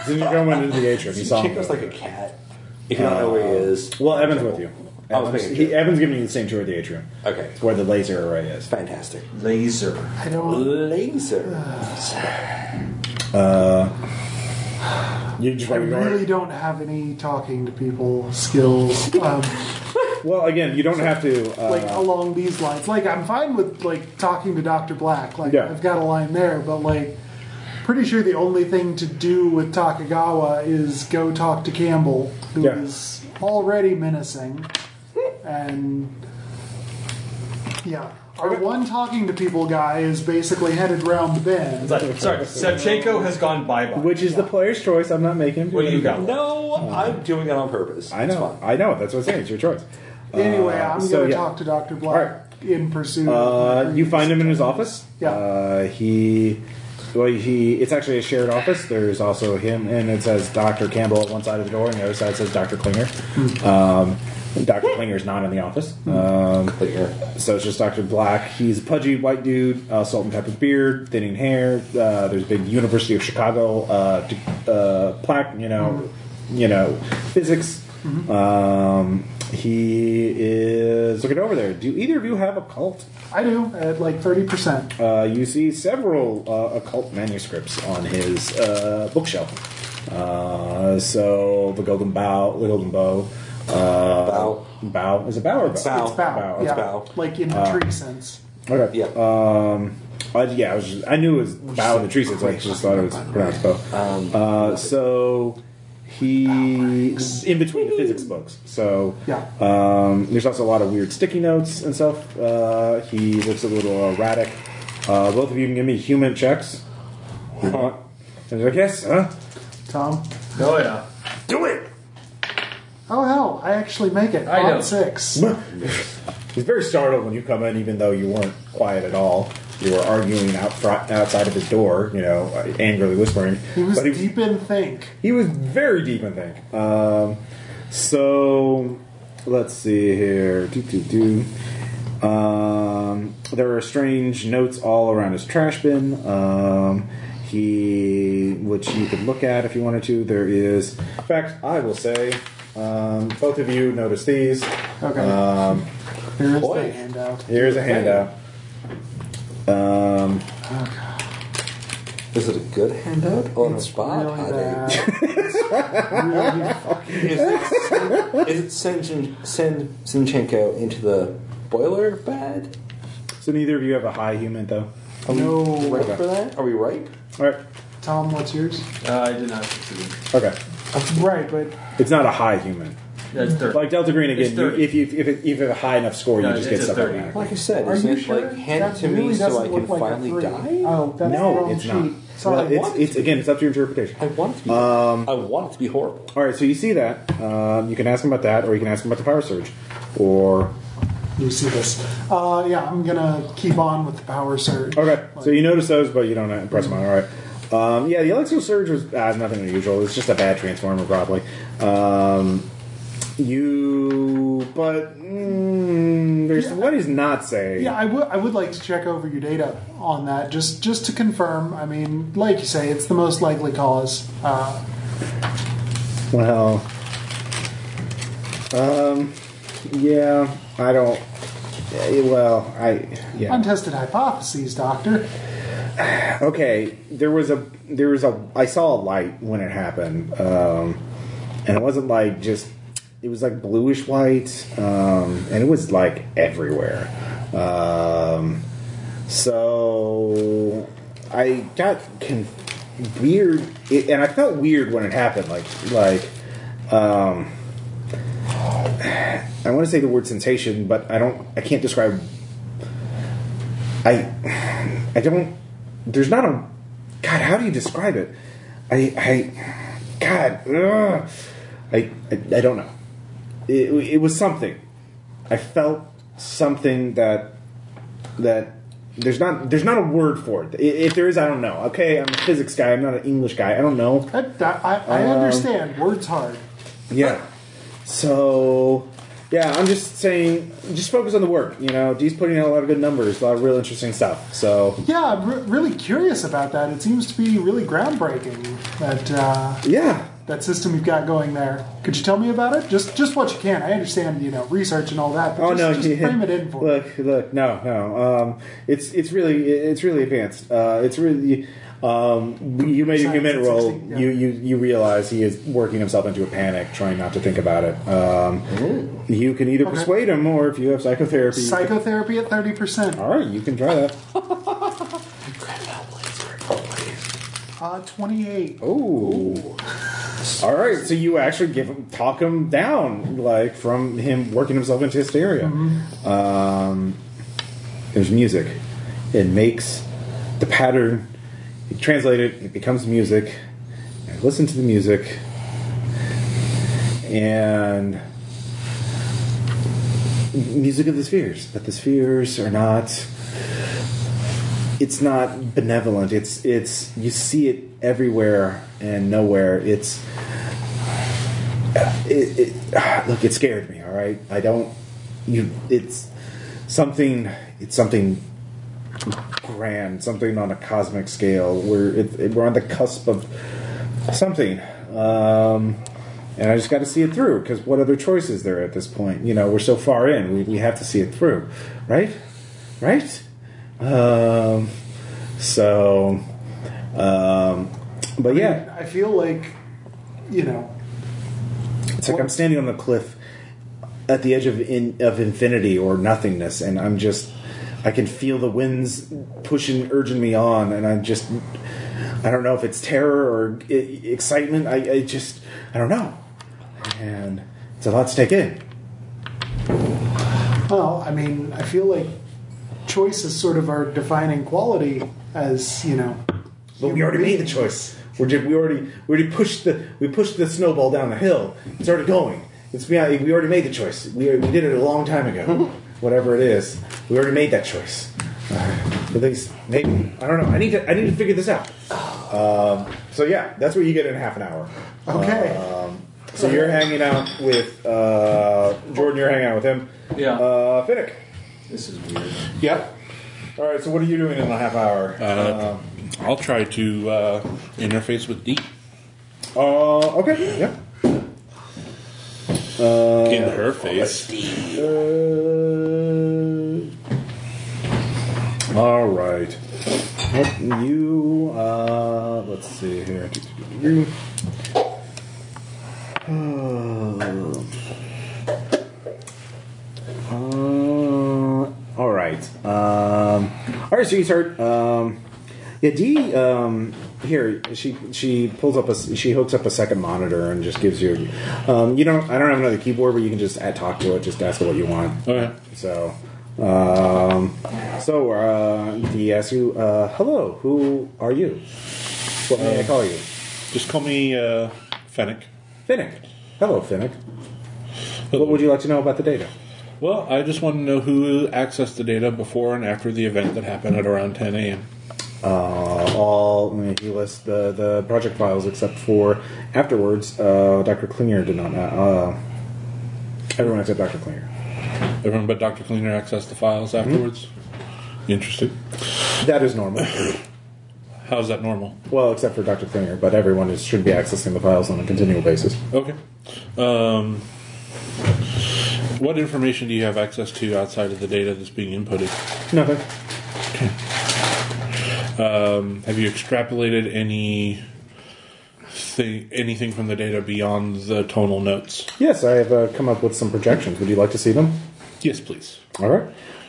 [SPEAKER 2] So you're going into the atrium. You saw him.
[SPEAKER 6] Zinchenko's like a cat. If you don't know where he is,
[SPEAKER 2] Well, Evan's with you.
[SPEAKER 6] I
[SPEAKER 12] Oh,
[SPEAKER 6] was
[SPEAKER 2] Evan's,
[SPEAKER 6] thinking
[SPEAKER 2] he,
[SPEAKER 6] Joe.
[SPEAKER 2] Evan's giving you the same tour of the atrium.
[SPEAKER 6] Okay.
[SPEAKER 2] It's where the laser array is.
[SPEAKER 6] fantastic.
[SPEAKER 5] Laser.
[SPEAKER 3] I don't.
[SPEAKER 6] Laser.
[SPEAKER 2] You just
[SPEAKER 3] I
[SPEAKER 2] want to go
[SPEAKER 3] really
[SPEAKER 2] in.
[SPEAKER 3] don't have any talking to people skills. Um,
[SPEAKER 2] Well, again, you don't have to. Uh,
[SPEAKER 3] like along these lines. Like I'm fine with like talking to Doctor Black. Like
[SPEAKER 2] Yeah.
[SPEAKER 3] I've got a line there, but like pretty sure the only thing to do with Takagawa is go talk to Campbell, who is
[SPEAKER 2] Yeah.
[SPEAKER 3] already menacing, and yeah. Our one talking to people guy is basically headed round the bend.
[SPEAKER 12] Sorry, sorry. Savchenko has gone bye bye.
[SPEAKER 2] which is the player's choice. I'm not making him do
[SPEAKER 12] What do you
[SPEAKER 2] anything.
[SPEAKER 12] got?
[SPEAKER 8] No, I'm doing it on purpose.
[SPEAKER 2] I know. I know. That's what I'm saying. It's your choice.
[SPEAKER 3] Anyway,
[SPEAKER 2] Uh,
[SPEAKER 3] I'm
[SPEAKER 2] so,
[SPEAKER 3] going to
[SPEAKER 2] yeah.
[SPEAKER 3] talk to Doctor
[SPEAKER 2] All
[SPEAKER 3] Black
[SPEAKER 2] right.
[SPEAKER 3] in pursuit. of
[SPEAKER 2] Uh,
[SPEAKER 3] my
[SPEAKER 2] you find him in his office.
[SPEAKER 3] Yeah.
[SPEAKER 2] Uh, he, well, he. It's actually a shared office. There's also him, and it says Doctor Campbell at one side of the door, and the other side says Doctor Klinger. Um, Doctor Klinger's not in the office. Um, So it's just Doctor Black. He's a pudgy white dude, uh, salt and pepper beard, thinning hair. Uh, there's a big University of Chicago uh, d- uh, plaque. You know, you know, physics. Um, he is looking over there. Do either of you have a cult?
[SPEAKER 3] I do at like thirty percent.
[SPEAKER 2] Uh, you see several uh, occult manuscripts on his uh, bookshelf. Uh, so the Golden Bow, the Golden Bow, uh,
[SPEAKER 8] Bow.
[SPEAKER 2] Bow is it Bow or Bow?
[SPEAKER 8] Bow.
[SPEAKER 3] It's bow.
[SPEAKER 2] Bow, Uh, it's
[SPEAKER 3] yeah.
[SPEAKER 8] bow.
[SPEAKER 3] Like in the tree sense.
[SPEAKER 2] Okay.
[SPEAKER 8] Yeah.
[SPEAKER 2] Um, I, yeah, I, was just, I knew it was Bow of the Tree Sits. I just thought it was pronounced Bow.
[SPEAKER 3] Um,
[SPEAKER 2] uh, so he's in between the physics books. So
[SPEAKER 3] Yeah.
[SPEAKER 2] um, there's also a lot of weird sticky notes and stuff. Uh, he looks a little erratic. Uh, both of you can give me human checks. Uh, and he's like, yes, huh?
[SPEAKER 3] Tom.
[SPEAKER 5] Oh yeah.
[SPEAKER 13] Do it!
[SPEAKER 3] Oh hell, I actually make it.
[SPEAKER 5] I
[SPEAKER 3] Odd
[SPEAKER 5] know.
[SPEAKER 3] six.
[SPEAKER 2] He's very startled when you come in, even though you weren't quiet at all. You were arguing out front, outside of his door, you know, angrily whispering.
[SPEAKER 3] He was
[SPEAKER 2] But he-
[SPEAKER 3] deep in think.
[SPEAKER 2] He was very deep in think. Um, so let's see here. Do, do, do. Um, there are strange notes all around his trash bin. Um, he, which you could look at if you wanted to. There is, in fact, I will say, um, both of you notice these.
[SPEAKER 3] Okay.
[SPEAKER 2] Um,
[SPEAKER 3] Here is
[SPEAKER 8] boy.
[SPEAKER 3] the handout.
[SPEAKER 2] here's a handout. Um,
[SPEAKER 8] Is it a good handout or a spot?
[SPEAKER 3] Really
[SPEAKER 8] Are
[SPEAKER 3] bad.
[SPEAKER 6] <laughs>
[SPEAKER 8] they-
[SPEAKER 3] Really-
[SPEAKER 8] <laughs> Is it, is it send, send Sinchenko into the boiler bed?
[SPEAKER 2] so neither of you have a high human though.
[SPEAKER 8] Are we
[SPEAKER 3] No.
[SPEAKER 8] ripe for that? Are we ripe?
[SPEAKER 2] All right.
[SPEAKER 3] Tom, what's yours?
[SPEAKER 5] Uh, I did not succeed.
[SPEAKER 2] Okay.
[SPEAKER 3] Right, but
[SPEAKER 2] It's not a high human.
[SPEAKER 5] That's third.
[SPEAKER 2] Like Delta Green
[SPEAKER 5] It's
[SPEAKER 2] again, you,
[SPEAKER 5] 30.
[SPEAKER 2] if you if, it, if you have a high enough score,
[SPEAKER 5] No,
[SPEAKER 2] you just get
[SPEAKER 5] it's a
[SPEAKER 2] stuff
[SPEAKER 5] 30.
[SPEAKER 2] automatically.
[SPEAKER 8] Like I said,
[SPEAKER 3] are
[SPEAKER 8] isn't
[SPEAKER 3] you
[SPEAKER 8] it
[SPEAKER 3] sure?
[SPEAKER 8] like hand
[SPEAKER 3] That
[SPEAKER 8] it to
[SPEAKER 3] really
[SPEAKER 8] me so
[SPEAKER 3] doesn't
[SPEAKER 8] I
[SPEAKER 3] look
[SPEAKER 8] can
[SPEAKER 3] like a
[SPEAKER 8] finally
[SPEAKER 3] three.
[SPEAKER 8] die?
[SPEAKER 3] Oh, that's the
[SPEAKER 2] no,
[SPEAKER 3] wrong
[SPEAKER 2] it's
[SPEAKER 3] sheet.
[SPEAKER 2] not.
[SPEAKER 3] Sorry.
[SPEAKER 2] Well, it's, it's again, it's up to your interpretation.
[SPEAKER 8] I want it to be. I want it to be horrible.
[SPEAKER 2] All right, so you see that. Um, you can ask him about that, or you can ask him about the power surge, or
[SPEAKER 3] you see this? Uh, yeah, I'm gonna keep on with the power surge.
[SPEAKER 2] okay. So you notice those, but you don't impress him. All right. Um, yeah, the electro surge was uh, nothing unusual. It's just a bad transformer, probably. Um, you, but mm, there's
[SPEAKER 3] Yeah.
[SPEAKER 2] what he's not saying.
[SPEAKER 3] Yeah, I would. I would like to check over your data on that, just just to confirm. I mean, like you say, it's the most likely cause. Uh,
[SPEAKER 2] Well, um, yeah, I don't. eh, Well, I yeah.
[SPEAKER 3] untested hypotheses, doctor.
[SPEAKER 2] Okay, there was a there was a I saw a light when it happened, um, and it wasn't like just it was like bluish white, um, and it was like everywhere. Um, so I got con- weird, it, and I felt weird when it happened. Like like. Um, I want to say the word sensation, but I don't. I can't describe. I, I don't. There's not a. God, how do you describe it? I, I, God, ugh. I, I, I don't know. It, it was something. I felt something that, that there's not there's not a word for it. I- If there is, I don't know. Okay, I'm a physics guy. I'm not an English guy. I don't know.
[SPEAKER 3] That, that, I, I
[SPEAKER 2] Um,
[SPEAKER 3] understand. Words hard.
[SPEAKER 2] Yeah. So, yeah, I'm just saying, just focus on the work. You know, Dee's putting out a lot of good numbers, a lot of real interesting stuff. So,
[SPEAKER 3] Yeah, I'm re- really curious about that. It seems to be really groundbreaking that uh,
[SPEAKER 2] yeah,
[SPEAKER 3] that system you've got going there. Could you tell me about it? Just just what you can. I understand, you know, research and all that. But
[SPEAKER 2] Oh
[SPEAKER 3] just,
[SPEAKER 2] no!
[SPEAKER 3] just
[SPEAKER 2] yeah.
[SPEAKER 3] frame it in for me.
[SPEAKER 2] look, look, no, no. Um, it's it's really it's really advanced. Uh, it's really Um, you made you made a
[SPEAKER 3] Science at
[SPEAKER 2] roll.
[SPEAKER 3] 16, yeah.
[SPEAKER 2] You you you realize he is working himself into a panic, trying not to think about it. Um, you can either
[SPEAKER 3] Okay.
[SPEAKER 2] persuade him, or if you have psychotherapy, you can-
[SPEAKER 3] Psychotherapy at 30%.
[SPEAKER 2] all right, you can try that.
[SPEAKER 3] Uh, 28.
[SPEAKER 2] Oh. All right, so you actually give him, talk him down, like from him working himself into hysteria. Um, there's music. It makes the pattern. You translate it. It becomes music. I listen to the music, and music of the spheres. But the spheres are not it's not benevolent. It's it's you see it everywhere and nowhere. It's it, it ah, look. It <sighs> scared me. All right. I don't. You. It's something. It's something grand. Something on a cosmic scale. We're it, it- we're on the cusp of something. Um, and I just got to see it through because what other choice is there at this point? You know, we're so far in. We, we have to see it through, right? Right. Um, so, um, but yeah,
[SPEAKER 3] I feel like, you know,
[SPEAKER 2] it's like I'm standing on a cliff at the edge of in, of infinity or nothingness, and I'm just I can feel the winds pushing, urging me on, and I'm just I don't know if it's terror or e- excitement. I, I just I don't know, and it's a lot to take in.
[SPEAKER 3] well, I mean, I feel like choice is sort of our defining quality as, you know,
[SPEAKER 2] But we already made the choice. We're just, we already we already pushed the we pushed the snowball down the hill. It's already going. It's beyond, we already made the choice. We, we did it a long time ago. Whatever it is, we already made that choice. At least maybe I don't know. I need to I need to figure this out. Um, so yeah, that's what you get in half an hour.
[SPEAKER 3] Okay.
[SPEAKER 2] Um, so you're hanging out with uh, Jordan. You're hanging out with him.
[SPEAKER 5] Yeah.
[SPEAKER 2] Uh, Finnick.
[SPEAKER 5] This is weird.
[SPEAKER 7] Yep.
[SPEAKER 2] All right. So what are you doing in the half hour?
[SPEAKER 7] Uh, I'll try to uh, interface with Deep.
[SPEAKER 2] Uh, okay. Yeah.
[SPEAKER 7] in her face.
[SPEAKER 2] Uh, all right. What you? Uh, let's see here. You. Uh, Uh, all right. Um, all right, sweetheart. Um, yeah, Dee. Um, here she she pulls up a she hooks up a second monitor and just gives you. Um, you don't. I don't have another keyboard, but you can just add, talk to it. Just ask it what you want.
[SPEAKER 7] Okay.
[SPEAKER 2] So. Um, so uh, Dee asks you, uh, "Hello, who are you? What may I call you?"
[SPEAKER 7] Just call me uh, Fennec.
[SPEAKER 2] Finnick. Hello, Finnick. What would you like to know about the data?
[SPEAKER 7] Well, I just want to know who accessed the data before and after the event that happened at around 10 a.m.
[SPEAKER 2] uh, all I mean, he lists the, the project files except for afterwards uh, dr klinger did not uh, everyone except dr klinger
[SPEAKER 7] Everyone but Dr. Cleaner accessed the files afterwards. Interesting.
[SPEAKER 2] that is normal
[SPEAKER 7] How's that normal?
[SPEAKER 2] well except for dr klinger but everyone is, should be accessing the files on a continual basis
[SPEAKER 7] Okay. Um, what information do you have access to outside of the data that's being inputted?
[SPEAKER 2] nothing
[SPEAKER 7] Um, have you extrapolated any thing, anything from the data beyond the tonal notes?
[SPEAKER 2] yes i have uh, come up with some projections would you like to see them
[SPEAKER 7] Yes, please.
[SPEAKER 2] all right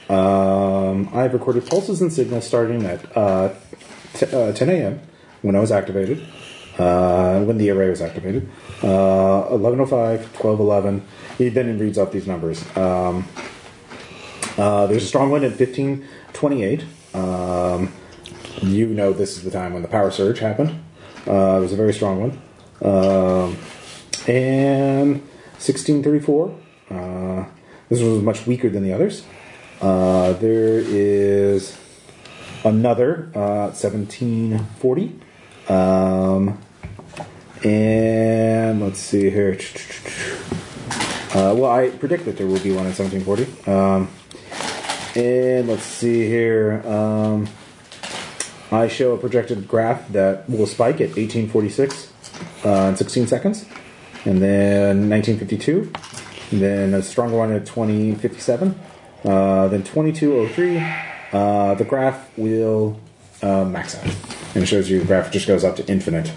[SPEAKER 2] um, i've recorded pulses and signals starting at uh, t- uh, 10 a.m when i was activated uh, when the array was activated. Uh, 1105, 1211. He then reads off these numbers. Um, uh, there's a strong wind at 1528. Um, you know this is the time when the power surge happened. Uh, it was a very strong one. Um, and 1634. Uh, this one was much weaker than the others. Uh, there is another uh, 1740 um, and let's see here uh, well i predict that there will be one in 1740 um, and let's see here um, i show a projected graph that will spike at 1846 uh, in 16 seconds and then 1952 and then a stronger one at 2057 uh, then 2203 uh, the graph will uh, max out and it shows you the graph just goes up to infinite.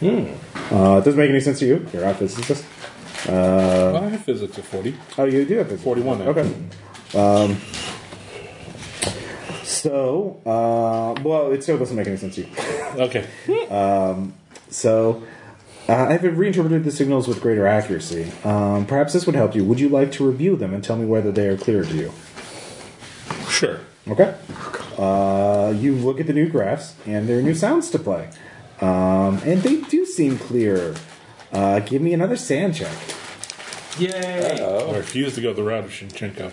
[SPEAKER 2] Hmm. Uh, it doesn't make any sense to you. You're not a physicist. Uh,
[SPEAKER 14] I have physics at 40.
[SPEAKER 2] Oh, you do have this.
[SPEAKER 14] 41 now.
[SPEAKER 2] Okay. Um, so, uh, well, it still doesn't make any sense to you.
[SPEAKER 14] Okay.
[SPEAKER 2] So, uh, I've reinterpreted the signals with greater accuracy. Um, perhaps this would help you. Would you like to review them and tell me whether they are clear to you?
[SPEAKER 14] Sure.
[SPEAKER 2] Okay. Uh, you look at the new graphs, and there are new sounds to play. Um, and they do seem clear. Uh, give me another sand check.
[SPEAKER 15] Yay!
[SPEAKER 7] Oh, I refuse to go the route of Shinchenko.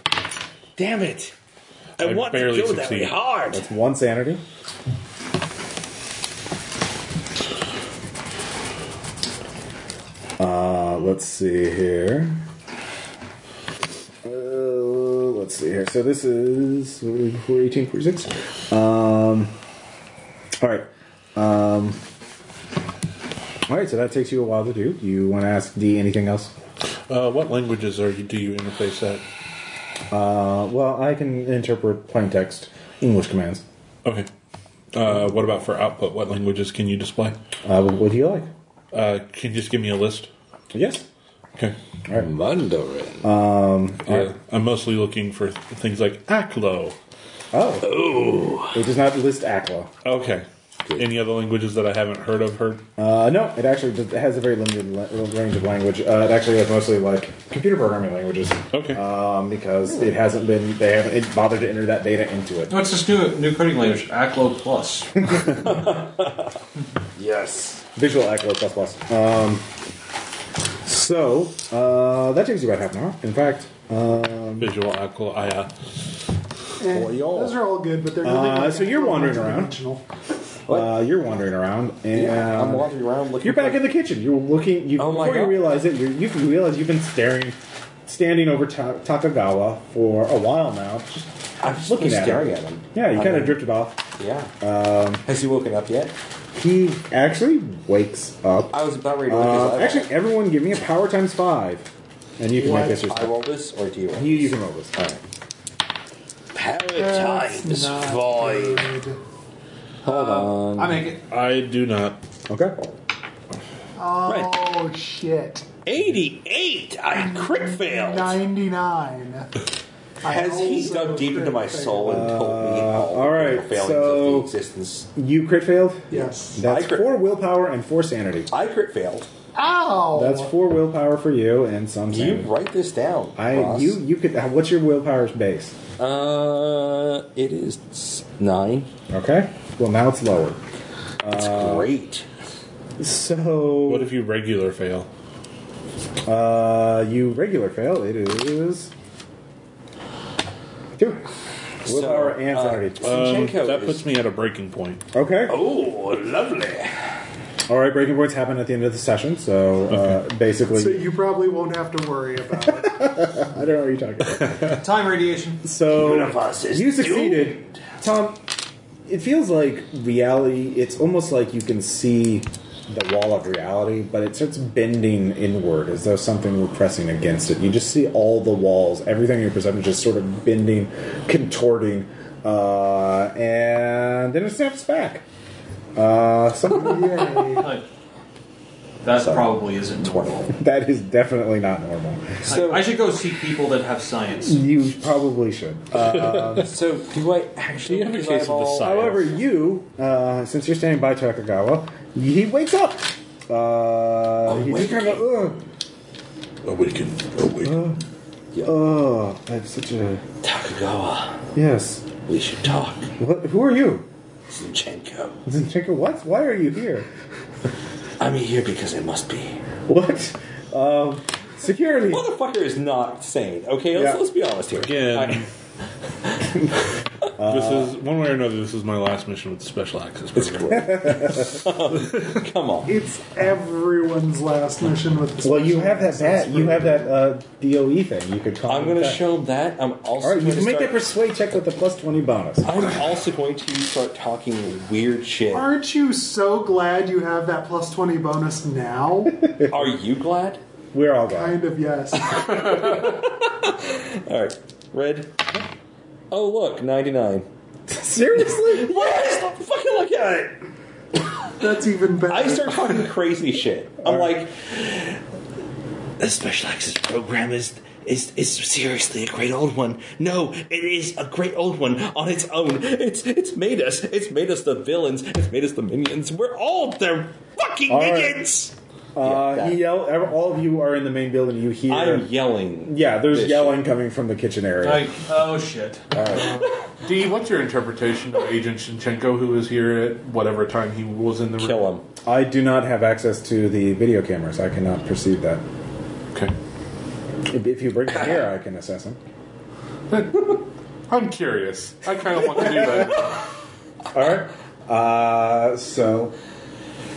[SPEAKER 16] Damn it! I,
[SPEAKER 7] I
[SPEAKER 16] want to
[SPEAKER 7] barely
[SPEAKER 16] go that way
[SPEAKER 7] succeed.
[SPEAKER 16] hard.
[SPEAKER 2] That's one sanity. Uh, let's see here. Uh, let's see here. So this is what did we- 418, 46. Um, all right. Um, all right. So that takes you a while to do. You want to ask D anything else?
[SPEAKER 7] Uh, what languages are you, do you interface that?
[SPEAKER 2] Uh, well, I can interpret plain text English commands.
[SPEAKER 7] Okay. Uh, what about for output? What languages can you display?
[SPEAKER 2] Uh, what do you like?
[SPEAKER 7] Uh, can you just give me a list?
[SPEAKER 2] Yes.
[SPEAKER 7] Okay. Um,
[SPEAKER 16] Mandarin.
[SPEAKER 7] Yeah, I'm mostly looking for th- things like Aklo.
[SPEAKER 2] Oh. It does not list ACLA.
[SPEAKER 7] Okay. Any other languages that I haven't heard of? Heard?
[SPEAKER 2] Uh, no, it actually does, it has a very limited la- range of language. Uh, it actually has mostly like computer programming languages.
[SPEAKER 7] Okay.
[SPEAKER 2] Um, because it hasn't been, they haven't it bothered to enter that data into it.
[SPEAKER 5] What's this new new coding language? Aclo Plus.
[SPEAKER 17] Yes.
[SPEAKER 2] Visual ACLA plus plus. Um, so uh, that takes you about half an hour. In fact, um,
[SPEAKER 7] Visual Aklo. I, uh,
[SPEAKER 3] Eh,
[SPEAKER 6] y'all.
[SPEAKER 3] those are all good, but they're really
[SPEAKER 2] Uh,
[SPEAKER 3] not
[SPEAKER 2] so you're wandering around.
[SPEAKER 3] multidimensional.
[SPEAKER 2] uh, you're wandering around, and
[SPEAKER 6] I'm wandering around looking.
[SPEAKER 2] You're back
[SPEAKER 6] for-
[SPEAKER 2] in the kitchen. You're looking. You,
[SPEAKER 6] Oh my
[SPEAKER 2] before you
[SPEAKER 6] God.
[SPEAKER 2] realize it, you're, you realize you've been staring, standing over ta- Takagawa for a while now. Just
[SPEAKER 6] I'm just
[SPEAKER 2] looking
[SPEAKER 6] looking
[SPEAKER 2] at
[SPEAKER 6] staring
[SPEAKER 2] him.
[SPEAKER 6] at him.
[SPEAKER 2] yeah, you
[SPEAKER 6] I
[SPEAKER 2] kind of
[SPEAKER 6] mean,
[SPEAKER 2] drifted off.
[SPEAKER 6] Yeah. Um, Has he woken up yet?
[SPEAKER 2] He actually wakes up.
[SPEAKER 6] I was about ready to look his
[SPEAKER 2] Uh,
[SPEAKER 6] eyeball.
[SPEAKER 2] actually, everyone, give me a power times five, and you
[SPEAKER 6] do
[SPEAKER 2] can
[SPEAKER 6] you
[SPEAKER 2] make
[SPEAKER 6] want
[SPEAKER 2] this
[SPEAKER 6] I
[SPEAKER 2] yourself.
[SPEAKER 6] roll this or do you? roll
[SPEAKER 2] You, you
[SPEAKER 6] this?
[SPEAKER 2] can roll this. All right.
[SPEAKER 3] That's not good.
[SPEAKER 6] Hold on.
[SPEAKER 5] I make it.
[SPEAKER 7] I do not.
[SPEAKER 2] Okay.
[SPEAKER 3] Oh shit!
[SPEAKER 16] 88! I crit failed!
[SPEAKER 3] Ninety nine.
[SPEAKER 6] Has he dug deep into my soul and told me all,
[SPEAKER 2] Uh, all
[SPEAKER 6] the
[SPEAKER 2] right,
[SPEAKER 6] real failings
[SPEAKER 2] so-
[SPEAKER 6] of the existence?
[SPEAKER 2] You crit failed.
[SPEAKER 3] Yes.
[SPEAKER 2] That's
[SPEAKER 6] I crit.
[SPEAKER 2] four willpower and four sanity.
[SPEAKER 6] I crit failed.
[SPEAKER 3] Ow!
[SPEAKER 2] That's four willpower for you and some
[SPEAKER 6] Do Oh. you
[SPEAKER 2] sanity.
[SPEAKER 6] write this down?
[SPEAKER 2] I
[SPEAKER 6] Ross?
[SPEAKER 2] you you could. uh, What's your willpower's base?
[SPEAKER 6] Uh, it is s- nine.
[SPEAKER 2] Okay. Well, now it's lower.
[SPEAKER 6] It's
[SPEAKER 2] Uh,
[SPEAKER 6] great.
[SPEAKER 7] What
[SPEAKER 2] So
[SPEAKER 7] if you regular fail?
[SPEAKER 2] uh, you regular fail. It is two willpower
[SPEAKER 6] So,
[SPEAKER 2] and
[SPEAKER 6] uh,
[SPEAKER 2] sanity.
[SPEAKER 7] Um,
[SPEAKER 6] Zinchenko
[SPEAKER 7] that
[SPEAKER 6] is-
[SPEAKER 7] puts me at a breaking point.
[SPEAKER 2] okay.
[SPEAKER 17] Oh, lovely.
[SPEAKER 2] All right. Breaking points happen at the end of the session. So uh, basically,
[SPEAKER 3] So you probably won't have to worry about
[SPEAKER 2] <laughs>
[SPEAKER 3] it.
[SPEAKER 2] I don't know what you're talking about.
[SPEAKER 5] Time radiation.
[SPEAKER 2] So
[SPEAKER 17] Universe is
[SPEAKER 2] you succeeded, Tom. It feels like reality. It's almost like you can see the wall of reality, but it starts bending inward as though something were pressing against it. You just see all the walls, everything in your perception, just sort of bending, contorting, uh, and then it snaps back. Uh, so <laughs>
[SPEAKER 3] Yay.
[SPEAKER 5] Like, that probably isn't normal.
[SPEAKER 2] that is definitely not normal.
[SPEAKER 6] So,
[SPEAKER 5] I should go seek people that have science.
[SPEAKER 2] You probably should. Uh,
[SPEAKER 6] so do I actually?
[SPEAKER 7] You have a
[SPEAKER 6] his
[SPEAKER 7] case of the
[SPEAKER 6] eyeball?
[SPEAKER 7] side.
[SPEAKER 2] However, you, uh, since you're standing by Takagawa, he wakes up. Uh, he just kind of,
[SPEAKER 7] Awaken. Awaken.
[SPEAKER 2] ugh, ugh, uh, I have such a.
[SPEAKER 6] Takagawa,
[SPEAKER 2] Yes.
[SPEAKER 6] we should talk.
[SPEAKER 2] What, who are you? <laughs>
[SPEAKER 6] Zinchenko,
[SPEAKER 2] Zinchenko, what? Why are you here? <laughs>
[SPEAKER 6] I'm here because I must be.
[SPEAKER 2] What? Um, security.
[SPEAKER 6] Motherfucker is not sane. Okay, let's,
[SPEAKER 2] Yeah.
[SPEAKER 6] let's be honest here.
[SPEAKER 7] Again. this is one way or another. This is my last mission with the special access program.
[SPEAKER 6] I- come on.
[SPEAKER 3] it's everyone's last mission with this.
[SPEAKER 2] Well, you have that bat. You have that uh, DOE thing. You could call
[SPEAKER 6] I'm
[SPEAKER 2] it
[SPEAKER 6] going to
[SPEAKER 2] that.
[SPEAKER 6] show him that. I'm also
[SPEAKER 2] All right, you
[SPEAKER 6] going
[SPEAKER 2] can
[SPEAKER 6] to
[SPEAKER 2] make
[SPEAKER 6] start.
[SPEAKER 2] that persuade check with the plus twenty bonus.
[SPEAKER 6] I'm also going to start talking weird shit. Are,
[SPEAKER 3] Aren't you so glad you have that plus twenty
[SPEAKER 2] <laughs>
[SPEAKER 3] bonus now?
[SPEAKER 6] you glad?
[SPEAKER 2] We're all gone.
[SPEAKER 3] kind of yes.
[SPEAKER 6] All right, red. Oh look, 99. <laughs> Why
[SPEAKER 2] Seriously?
[SPEAKER 6] did I just fucking look at it?
[SPEAKER 3] That's even better.
[SPEAKER 6] I start talking crazy shit. I'm like, the special access program is. Is, is seriously a great old one? No, it is a great old one on its own. It's it's made us. It's made us the villains. It's made us the minions. We're all the fucking
[SPEAKER 2] right.
[SPEAKER 6] minions.
[SPEAKER 2] Uh,
[SPEAKER 8] Yeah, that-
[SPEAKER 2] he yell. ev- All of you are in the main building. You hear?
[SPEAKER 6] I'm yelling.
[SPEAKER 2] yeah, there's
[SPEAKER 6] This
[SPEAKER 2] yelling coming from the kitchen area.
[SPEAKER 12] Like, oh shit.
[SPEAKER 7] D, what's your interpretation of Agent Shinchenko, who was here at whatever time he was in the room?
[SPEAKER 6] Kill him.
[SPEAKER 2] I do not have access to the video cameras. I cannot perceive that.
[SPEAKER 7] Okay.
[SPEAKER 2] If if you bring it here, I can assess him.
[SPEAKER 7] I'm curious. I kind of want to do that.
[SPEAKER 6] <laughs>
[SPEAKER 2] All right. Uh, so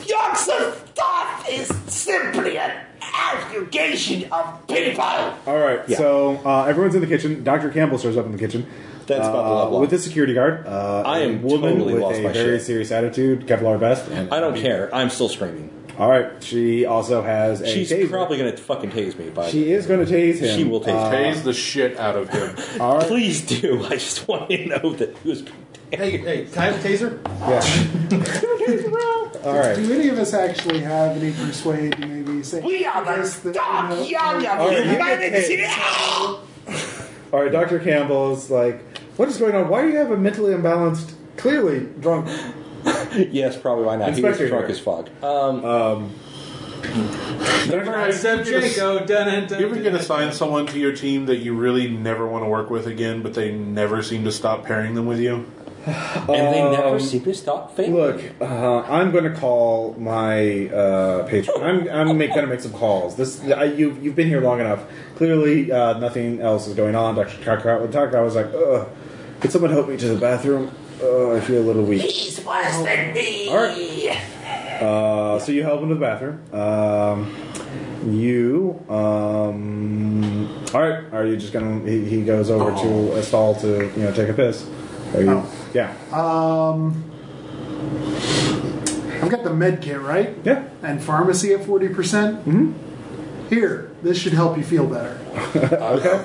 [SPEAKER 13] Yorkshire stuff is simply an allegation of pedophile.
[SPEAKER 2] all right. So uh, everyone's in the kitchen. Doctor Campbell shows up in the kitchen.
[SPEAKER 6] That's about the
[SPEAKER 2] Uh,
[SPEAKER 6] level up.
[SPEAKER 2] With the security guard, uh,
[SPEAKER 6] I
[SPEAKER 2] a
[SPEAKER 6] am
[SPEAKER 2] woman
[SPEAKER 6] totally
[SPEAKER 2] with
[SPEAKER 6] lost
[SPEAKER 2] a
[SPEAKER 6] my
[SPEAKER 2] very
[SPEAKER 6] shit.
[SPEAKER 2] serious attitude, Kevlar vest. And
[SPEAKER 6] I don't care. I'm still screaming.
[SPEAKER 2] All right. She also has a.
[SPEAKER 6] She's
[SPEAKER 2] taser.
[SPEAKER 6] probably gonna fucking tase me. By
[SPEAKER 2] She is going to tase him.
[SPEAKER 6] She will tase
[SPEAKER 2] Uh,
[SPEAKER 7] Pays the shit out of him.
[SPEAKER 2] all right.
[SPEAKER 6] please do. <laughs> I just want to know that he was.
[SPEAKER 12] Hey, hey, can I have a taser?
[SPEAKER 2] Yeah. all right.
[SPEAKER 3] Do any of us actually have any persuade? Maybe say
[SPEAKER 13] We are the
[SPEAKER 3] that,
[SPEAKER 13] dark
[SPEAKER 3] you know,
[SPEAKER 13] young
[SPEAKER 2] All
[SPEAKER 13] of
[SPEAKER 2] right, you
[SPEAKER 13] humanity.
[SPEAKER 2] get All right, Dr. Campbell's like, what is going on? Why do you have a mentally imbalanced, clearly drunk?
[SPEAKER 6] yes, probably why not. He was
[SPEAKER 2] Inspector.
[SPEAKER 6] drunk as fuck.
[SPEAKER 12] Except Jacob. Dun, dun,
[SPEAKER 7] You ever
[SPEAKER 12] dun,
[SPEAKER 7] get
[SPEAKER 12] dun.
[SPEAKER 7] assigned someone to your team that you really never want to work with again, but they never seem to stop pairing them with you?
[SPEAKER 6] and they never seem to stop failing.
[SPEAKER 2] Look, uh, I'm going to call my uh, patron. I'm, I'm make, going to make some calls. This I, you, You've been here long enough. Clearly, uh, nothing else is going on. Dr. Takara Takara was like, ugh, could someone help me to the bathroom? Uh, I feel a little weak.
[SPEAKER 13] He's worse than me.
[SPEAKER 2] Uh, so you help him to the bathroom. Um, you, um, all right. Are you just gonna? He, he goes over
[SPEAKER 13] Oh.
[SPEAKER 2] to a stall to you know take a piss. Are you,
[SPEAKER 3] Oh.
[SPEAKER 2] Yeah.
[SPEAKER 3] I've got the med kit, right?
[SPEAKER 2] yeah.
[SPEAKER 3] And pharmacy at 40%? Mm-hmm. Here, this should help you feel better.
[SPEAKER 2] Okay.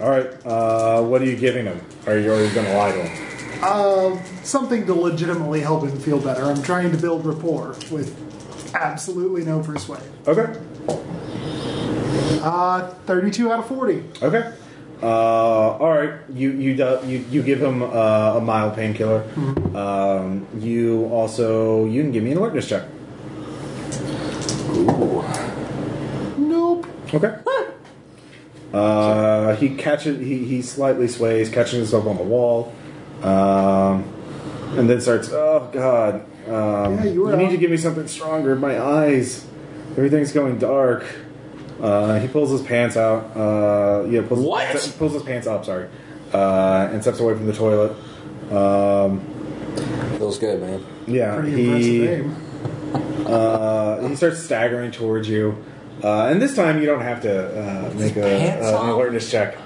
[SPEAKER 2] All right. Uh, what are you giving him? Are you already gonna lie to him?
[SPEAKER 3] Something to legitimately help him feel better. I'm trying to build rapport with absolutely no persuade.
[SPEAKER 2] Okay.
[SPEAKER 3] Uh, 32 out of 40.
[SPEAKER 2] Okay. Uh, all right. You you do, you you give him uh, a mild painkiller. Um, you also you can give me an alertness check.
[SPEAKER 3] Nope.
[SPEAKER 2] Okay. Uh, he catches. He, he slightly sways, catching himself on the wall, um, and then starts. Oh God! Um,
[SPEAKER 3] Yeah, you
[SPEAKER 2] you
[SPEAKER 3] were
[SPEAKER 2] need
[SPEAKER 3] out.
[SPEAKER 2] to give me something stronger. My eyes, everything's going dark. Uh, he pulls his pants out. Uh, yeah, pulls,
[SPEAKER 6] What?
[SPEAKER 2] His, pulls his pants up. Sorry, uh, and steps away from the toilet. Um,
[SPEAKER 8] Feels good, man.
[SPEAKER 2] yeah, Uh,
[SPEAKER 3] Pretty
[SPEAKER 2] he
[SPEAKER 3] impressive eh? aim.
[SPEAKER 2] uh, he starts staggering towards you, uh, and this time you don't have to uh, make a,
[SPEAKER 8] pants
[SPEAKER 2] uh, an
[SPEAKER 8] off?
[SPEAKER 2] alertness check.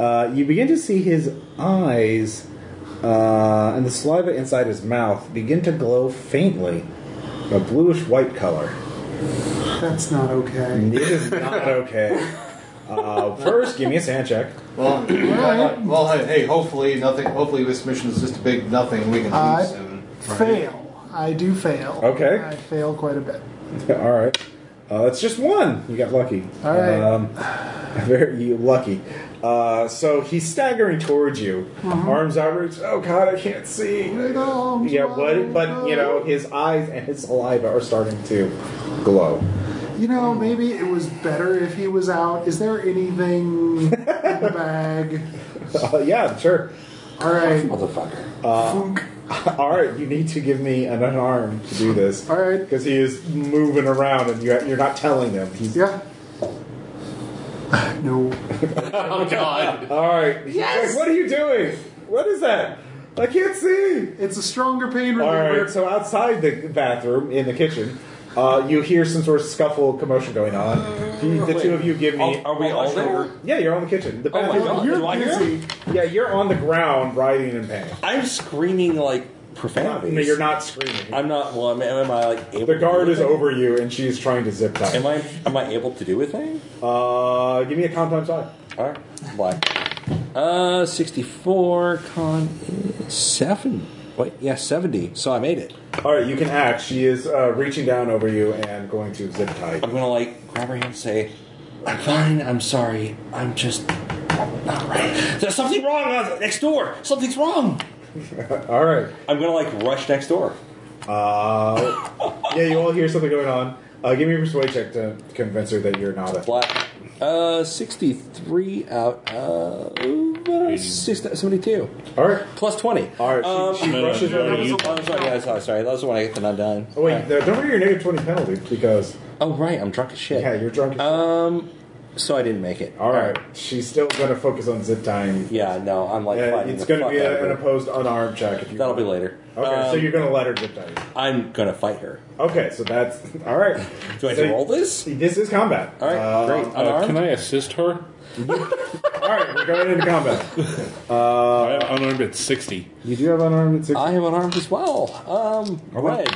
[SPEAKER 2] Uh, you begin to see his eyes uh, and the saliva inside his mouth begin to glow faintly, a bluish white color.
[SPEAKER 3] That's not okay.
[SPEAKER 2] It is not okay. Uh, first, give me a sand check.
[SPEAKER 12] Well, uh, well, hey, hey, hopefully nothing. Hopefully this mission is just a big nothing. We can
[SPEAKER 3] I
[SPEAKER 12] leave soon.
[SPEAKER 3] fail. I do fail.
[SPEAKER 2] Okay.
[SPEAKER 3] I fail quite a bit.
[SPEAKER 2] All right, uh, it's just one. You got lucky.
[SPEAKER 3] All right.
[SPEAKER 2] um, <laughs> very you lucky. Uh, so he's staggering towards you, arms outreached. Oh God, I can't see. Yeah, what, but you know, his eyes and his saliva are starting to glow.
[SPEAKER 3] You
[SPEAKER 2] Oh.
[SPEAKER 3] know, maybe it was better if he was out. Is there anything in the
[SPEAKER 2] <laughs>
[SPEAKER 3] bag?
[SPEAKER 2] Uh, yeah, sure.
[SPEAKER 3] All right.
[SPEAKER 8] Motherfucker.
[SPEAKER 2] Uh. All right, you need to give me an unarmed to do this.
[SPEAKER 3] All right.
[SPEAKER 2] because he is moving around and you're, you're not telling him. He's
[SPEAKER 3] Yeah. <sighs> No.
[SPEAKER 2] all right. He's
[SPEAKER 13] Yes!
[SPEAKER 2] like, what are you doing? What is that? I can't see.
[SPEAKER 3] It's a stronger pain
[SPEAKER 2] All
[SPEAKER 3] reliever.
[SPEAKER 2] right, so outside the bathroom in the kitchen. Uh, you hear some sort of scuffle commotion going on. You- The two of you give me.
[SPEAKER 6] Are we all there?
[SPEAKER 2] Yeah, you're on the kitchen. The
[SPEAKER 6] Oh my
[SPEAKER 2] bathroom.
[SPEAKER 6] God.
[SPEAKER 3] You're
[SPEAKER 6] Do I hear?
[SPEAKER 3] busy.
[SPEAKER 2] Yeah, you're on the ground writhing in pain.
[SPEAKER 6] I'm screaming like
[SPEAKER 2] Not-
[SPEAKER 6] profanities.
[SPEAKER 2] You're not screaming.
[SPEAKER 6] I'm not. Well, am, am I like able?
[SPEAKER 2] the
[SPEAKER 6] to
[SPEAKER 2] guard
[SPEAKER 6] do
[SPEAKER 2] is
[SPEAKER 6] anything?
[SPEAKER 2] over you, and she's trying to zip tie.
[SPEAKER 6] Am I? Am I able to do a thing?
[SPEAKER 2] Uh, give me a comp time side.
[SPEAKER 6] All right, black. Uh, sixty-four con. Seven. Wait, yeah, 70. So I made it.
[SPEAKER 2] All right, you can act. She is uh, reaching down over you and going to zip tie. you.
[SPEAKER 18] I'm gonna like grab her hand and say, "I'm fine. I'm sorry. I'm just not right. There's something wrong out next door. Something's wrong."
[SPEAKER 2] All right.
[SPEAKER 18] I'm gonna like rush next door.
[SPEAKER 2] Uh, yeah, you all hear something going on. Uh, give me a persuade check to convince her that you're not a.
[SPEAKER 6] Black. Uh, 63 out of uh, 60, 72.
[SPEAKER 2] All right.
[SPEAKER 6] Plus 20.
[SPEAKER 2] All right. She, she brushes over you.
[SPEAKER 6] Oh, I'm sorry, yeah, sorry, sorry. That was the one I get the undone.
[SPEAKER 2] Oh, wait, no, don't worry your negative 20 penalty because,
[SPEAKER 6] Oh, right. I'm drunk as shit.
[SPEAKER 2] yeah, you're drunk. as
[SPEAKER 6] Um, so I didn't make it.
[SPEAKER 2] All right. She's still going to focus on zip tying.
[SPEAKER 6] Yeah, no, I'm like,
[SPEAKER 2] Yeah,
[SPEAKER 6] fighting
[SPEAKER 2] it's
[SPEAKER 6] the
[SPEAKER 2] going to
[SPEAKER 6] fuck
[SPEAKER 2] be
[SPEAKER 6] out of
[SPEAKER 2] a, an
[SPEAKER 6] her.
[SPEAKER 2] opposed unarmed check. If you
[SPEAKER 6] That'll be
[SPEAKER 2] want.
[SPEAKER 6] later.
[SPEAKER 2] Okay, so
[SPEAKER 6] Um,
[SPEAKER 2] you're going to let her zip tie. you.
[SPEAKER 6] I'm gonna fight her.
[SPEAKER 2] Okay, so that's <laughs> all right.
[SPEAKER 6] Do I have
[SPEAKER 2] so
[SPEAKER 6] to roll this?
[SPEAKER 2] This is combat.
[SPEAKER 6] All right,
[SPEAKER 2] Uh,
[SPEAKER 6] great.
[SPEAKER 7] Uh,
[SPEAKER 6] Unarmed?
[SPEAKER 7] can I assist her?
[SPEAKER 2] All right, we're going into combat.
[SPEAKER 7] I have unarmed at 60.
[SPEAKER 2] <laughs> You do have unarmed at six.
[SPEAKER 6] I have unarmed as well. Um, red.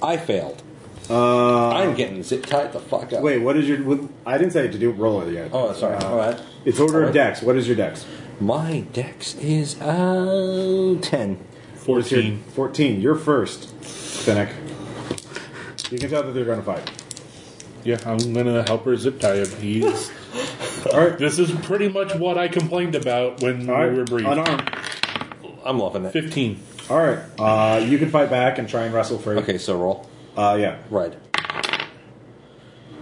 [SPEAKER 6] I failed.
[SPEAKER 2] Uh,
[SPEAKER 6] I'm getting zip tied the fuck up.
[SPEAKER 2] wait, what is your? What, I didn't say to do roll it yet.
[SPEAKER 6] Oh, sorry. All right.
[SPEAKER 2] It's order
[SPEAKER 6] All
[SPEAKER 2] of
[SPEAKER 6] right.
[SPEAKER 2] dex. What is your dex?
[SPEAKER 6] My dex is uh ten.
[SPEAKER 2] What's your-
[SPEAKER 7] 14.
[SPEAKER 2] Fourteen. You're first, Finnick. You can tell that they're going to fight.
[SPEAKER 7] Yeah, I'm gonna help her zip tie him. <laughs> He's.
[SPEAKER 2] Alright.
[SPEAKER 7] This is pretty much what I complained about when
[SPEAKER 2] All right,
[SPEAKER 7] we were briefed.
[SPEAKER 2] unarmed.
[SPEAKER 6] I'm loving it.
[SPEAKER 7] 15.
[SPEAKER 2] All right. Uh, you can fight back and try and wrestle free.
[SPEAKER 6] Okay, so roll
[SPEAKER 2] Uh, yeah.
[SPEAKER 6] red.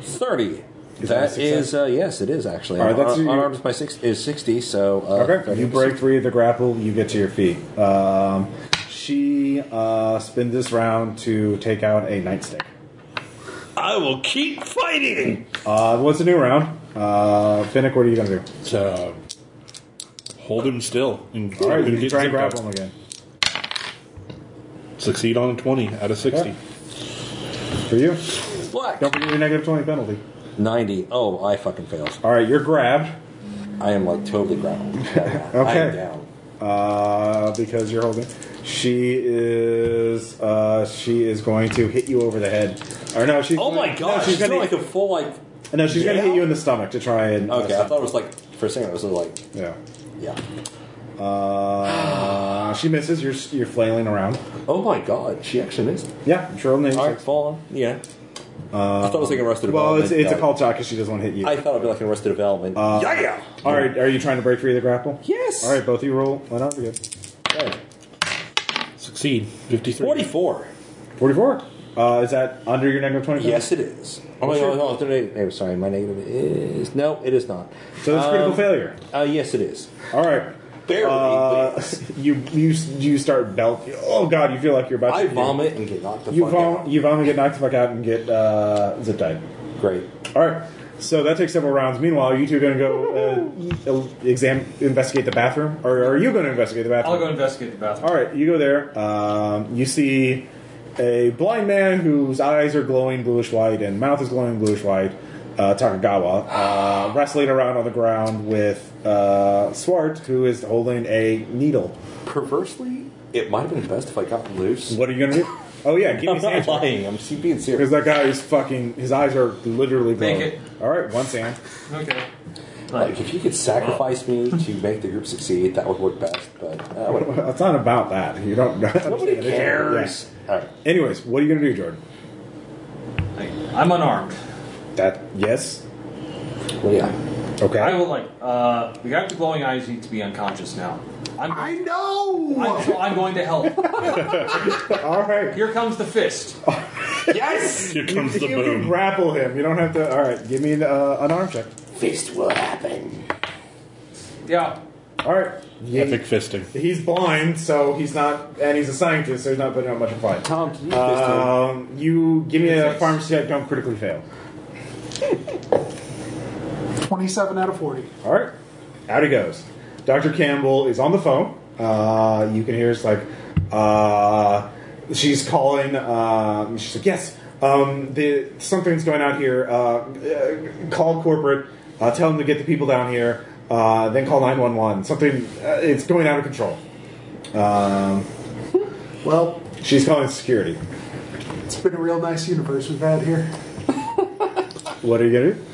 [SPEAKER 6] Thirty.
[SPEAKER 2] Is that a
[SPEAKER 6] that
[SPEAKER 2] success?
[SPEAKER 6] is uh, yes, it is actually.
[SPEAKER 2] All right, that's
[SPEAKER 6] Un-
[SPEAKER 2] your-
[SPEAKER 6] unarmed is my six is sixty. So uh,
[SPEAKER 2] Okay,
[SPEAKER 6] 30.
[SPEAKER 2] you break free of the grapple, you get to your feet. Um, she uh, spins this round to take out a nightstick.
[SPEAKER 18] I will keep fighting.
[SPEAKER 2] Uh, what's a new round? Uh, Finnick, what are you going to do?
[SPEAKER 7] So. Hold him still. And
[SPEAKER 2] All right,
[SPEAKER 7] and
[SPEAKER 2] you can
[SPEAKER 7] get
[SPEAKER 2] try and
[SPEAKER 7] zip
[SPEAKER 2] grapple
[SPEAKER 7] tied.
[SPEAKER 2] him again.
[SPEAKER 7] Succeed on a 20 out of 60.
[SPEAKER 2] For you,
[SPEAKER 6] Black.
[SPEAKER 2] don't forget your negative 20 penalty.
[SPEAKER 6] Ninety. Oh, I fucking failed.
[SPEAKER 2] All right, you're grabbed
[SPEAKER 6] I am like totally grounded. I
[SPEAKER 2] <laughs> Okay.
[SPEAKER 6] am down.
[SPEAKER 2] uh, because you're holding. She is uh, she is going to hit you over the head. Or no, she's
[SPEAKER 6] Oh my
[SPEAKER 2] no,
[SPEAKER 6] god, she's
[SPEAKER 2] she's
[SPEAKER 6] doing
[SPEAKER 2] going
[SPEAKER 6] like
[SPEAKER 2] to
[SPEAKER 6] a full like.
[SPEAKER 2] no, she's going to
[SPEAKER 6] Yeah.
[SPEAKER 2] hit you in the stomach to try and uh,
[SPEAKER 6] Okay, I thought it was like for a second it was like
[SPEAKER 2] yeah.
[SPEAKER 6] yeah.
[SPEAKER 2] Uh, she misses. You're you're flailing around.
[SPEAKER 6] Oh my god, she actually missed.
[SPEAKER 2] Yeah, I'm sure her name.
[SPEAKER 6] All right, fall on. Yeah. I thought it was like arrested
[SPEAKER 2] Uh, Well,
[SPEAKER 6] development.
[SPEAKER 2] it's it's a
[SPEAKER 6] but
[SPEAKER 2] call shot because she doesn't want to hit you.
[SPEAKER 6] I thought it'd be like arrested development. Uh, yeah.
[SPEAKER 2] All right, are you trying to break free of the grapple?
[SPEAKER 6] Yes.
[SPEAKER 2] All right, both of you roll. Why not? We're good.
[SPEAKER 6] Right.
[SPEAKER 7] Succeed. 53.
[SPEAKER 6] Forty-four.
[SPEAKER 2] Forty-four. Uh, is that under your negative twenty?
[SPEAKER 6] Yes, it is. Oh my god, no, no, sorry, my negative is no, it is not.
[SPEAKER 2] So that's critical failure.
[SPEAKER 6] Uh, yes, it is.
[SPEAKER 2] All right.
[SPEAKER 6] Barely.
[SPEAKER 2] Uh,
[SPEAKER 6] please.
[SPEAKER 2] <laughs> you you you start belt. Oh god, you feel like you're about.
[SPEAKER 6] I
[SPEAKER 2] to
[SPEAKER 6] vomit and get knocked the
[SPEAKER 2] You
[SPEAKER 6] fuck
[SPEAKER 2] vom- you vomit, get knocked the fuck out, and get uh, zip tied.
[SPEAKER 6] out. Great.
[SPEAKER 2] All right. So that takes several rounds. Meanwhile, you two are going to go uh, exam, investigate the bathroom, or are you going to investigate the bathroom?
[SPEAKER 5] I'll go investigate the bathroom.
[SPEAKER 2] All right, you go there. Um, you see a blind man whose eyes are glowing bluish white and mouth is glowing bluish white. Uh, Takagawa uh, wrestling around on the ground with uh, Swart, who is holding a needle.
[SPEAKER 6] Perversely, it might have been best if I got loose.
[SPEAKER 2] What are you going to do? Oh yeah, give me
[SPEAKER 6] I'm
[SPEAKER 2] a
[SPEAKER 6] not <laughs>
[SPEAKER 2] sand
[SPEAKER 6] lying. I'm se- being serious.
[SPEAKER 2] because that guy is fucking. His eyes are literally glowing.
[SPEAKER 5] it.
[SPEAKER 2] All right, one sand.
[SPEAKER 5] Okay.
[SPEAKER 6] Like, if you could sacrifice me to make the group succeed, that would work best. But uh, whatever.
[SPEAKER 2] It's not about that. You don't. <laughs>
[SPEAKER 6] nobody cares. All right.
[SPEAKER 2] Anyways, what are you going to do, Jordan?
[SPEAKER 5] I'm unarmed.
[SPEAKER 2] That yes.
[SPEAKER 6] Well, yeah.
[SPEAKER 2] Okay.
[SPEAKER 5] I will like. Uh, we got the glowing eyes. Need to be unconscious now. I'm.
[SPEAKER 3] I
[SPEAKER 5] I'm,
[SPEAKER 3] know.
[SPEAKER 5] I'm going to help.
[SPEAKER 2] All right.
[SPEAKER 5] Here comes the fist.
[SPEAKER 6] Yes.
[SPEAKER 7] Here comes the
[SPEAKER 2] you can
[SPEAKER 7] boom.
[SPEAKER 2] grapple him. You don't have to. All right, give me an, uh, an arm check.
[SPEAKER 6] Fist will happen.
[SPEAKER 5] Yeah.
[SPEAKER 2] All right. He-
[SPEAKER 7] Epic fisting.
[SPEAKER 2] He's blind, so he's not, and he's a scientist, so he's not putting out much of a fight.
[SPEAKER 6] Tom, can you fist him?
[SPEAKER 2] Um, you give me a
[SPEAKER 5] Physics.
[SPEAKER 2] pharmacy check. Don't critically fail.
[SPEAKER 3] Twenty-seven out of forty.
[SPEAKER 2] All right, out he goes. Dr. Campbell is on the phone. Uh, you can hear it's like, uh, she's calling. Uh, she's like, yes, um, the, something's going on here. Uh, uh, call corporate. Uh, tell them to get the people down here. Uh, then call 911. Something, uh, it's going out of control. Um,
[SPEAKER 3] Well,
[SPEAKER 2] she's calling security.
[SPEAKER 3] it's been a real nice universe we've had here.
[SPEAKER 2] What are you going to do?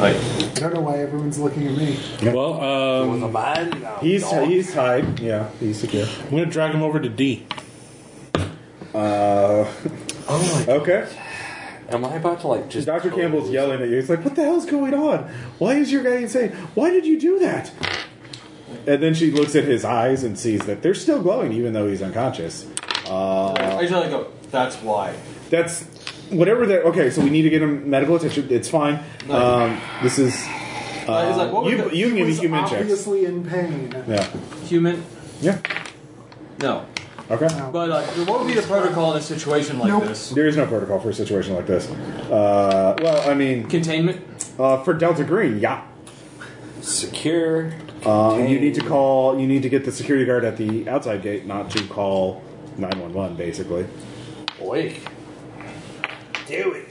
[SPEAKER 5] Like,
[SPEAKER 3] I don't know why everyone's looking at me.
[SPEAKER 7] Well, um,
[SPEAKER 2] He's he's tied. Yeah, he's secure.
[SPEAKER 7] I'm gonna drag him over to D.
[SPEAKER 2] Uh, okay.
[SPEAKER 8] Am I about to like just?
[SPEAKER 2] Doctor Campbell's yelling at you. He's like, "What the hell's going on? Why is your guy insane? Why did you do that?" And then she looks at his eyes and sees that they're still glowing, even though he's unconscious.
[SPEAKER 12] I just like go. That's why.
[SPEAKER 2] That's whatever that. Okay, so we need to get him medical attention. It's fine. Um, this is.
[SPEAKER 12] Uh, he's like, what was
[SPEAKER 2] You,
[SPEAKER 12] the-
[SPEAKER 2] you can give me
[SPEAKER 3] He's
[SPEAKER 2] human checks.
[SPEAKER 3] obviously in pain.
[SPEAKER 2] Yeah.
[SPEAKER 5] Human?
[SPEAKER 2] Yeah.
[SPEAKER 5] No.
[SPEAKER 2] Okay.
[SPEAKER 5] But uh, what would be the protocol in a situation like
[SPEAKER 3] Nope.
[SPEAKER 5] this?
[SPEAKER 2] There is no protocol for a situation like this. Uh, well, I mean,
[SPEAKER 5] Containment?
[SPEAKER 2] uh, for Delta Green, yeah.
[SPEAKER 8] secure.
[SPEAKER 2] Um, you
[SPEAKER 8] contain-
[SPEAKER 2] need to call. You need to get the security guard at the outside gate, not to call nine one one. Basically,
[SPEAKER 8] Awake.
[SPEAKER 13] Do it.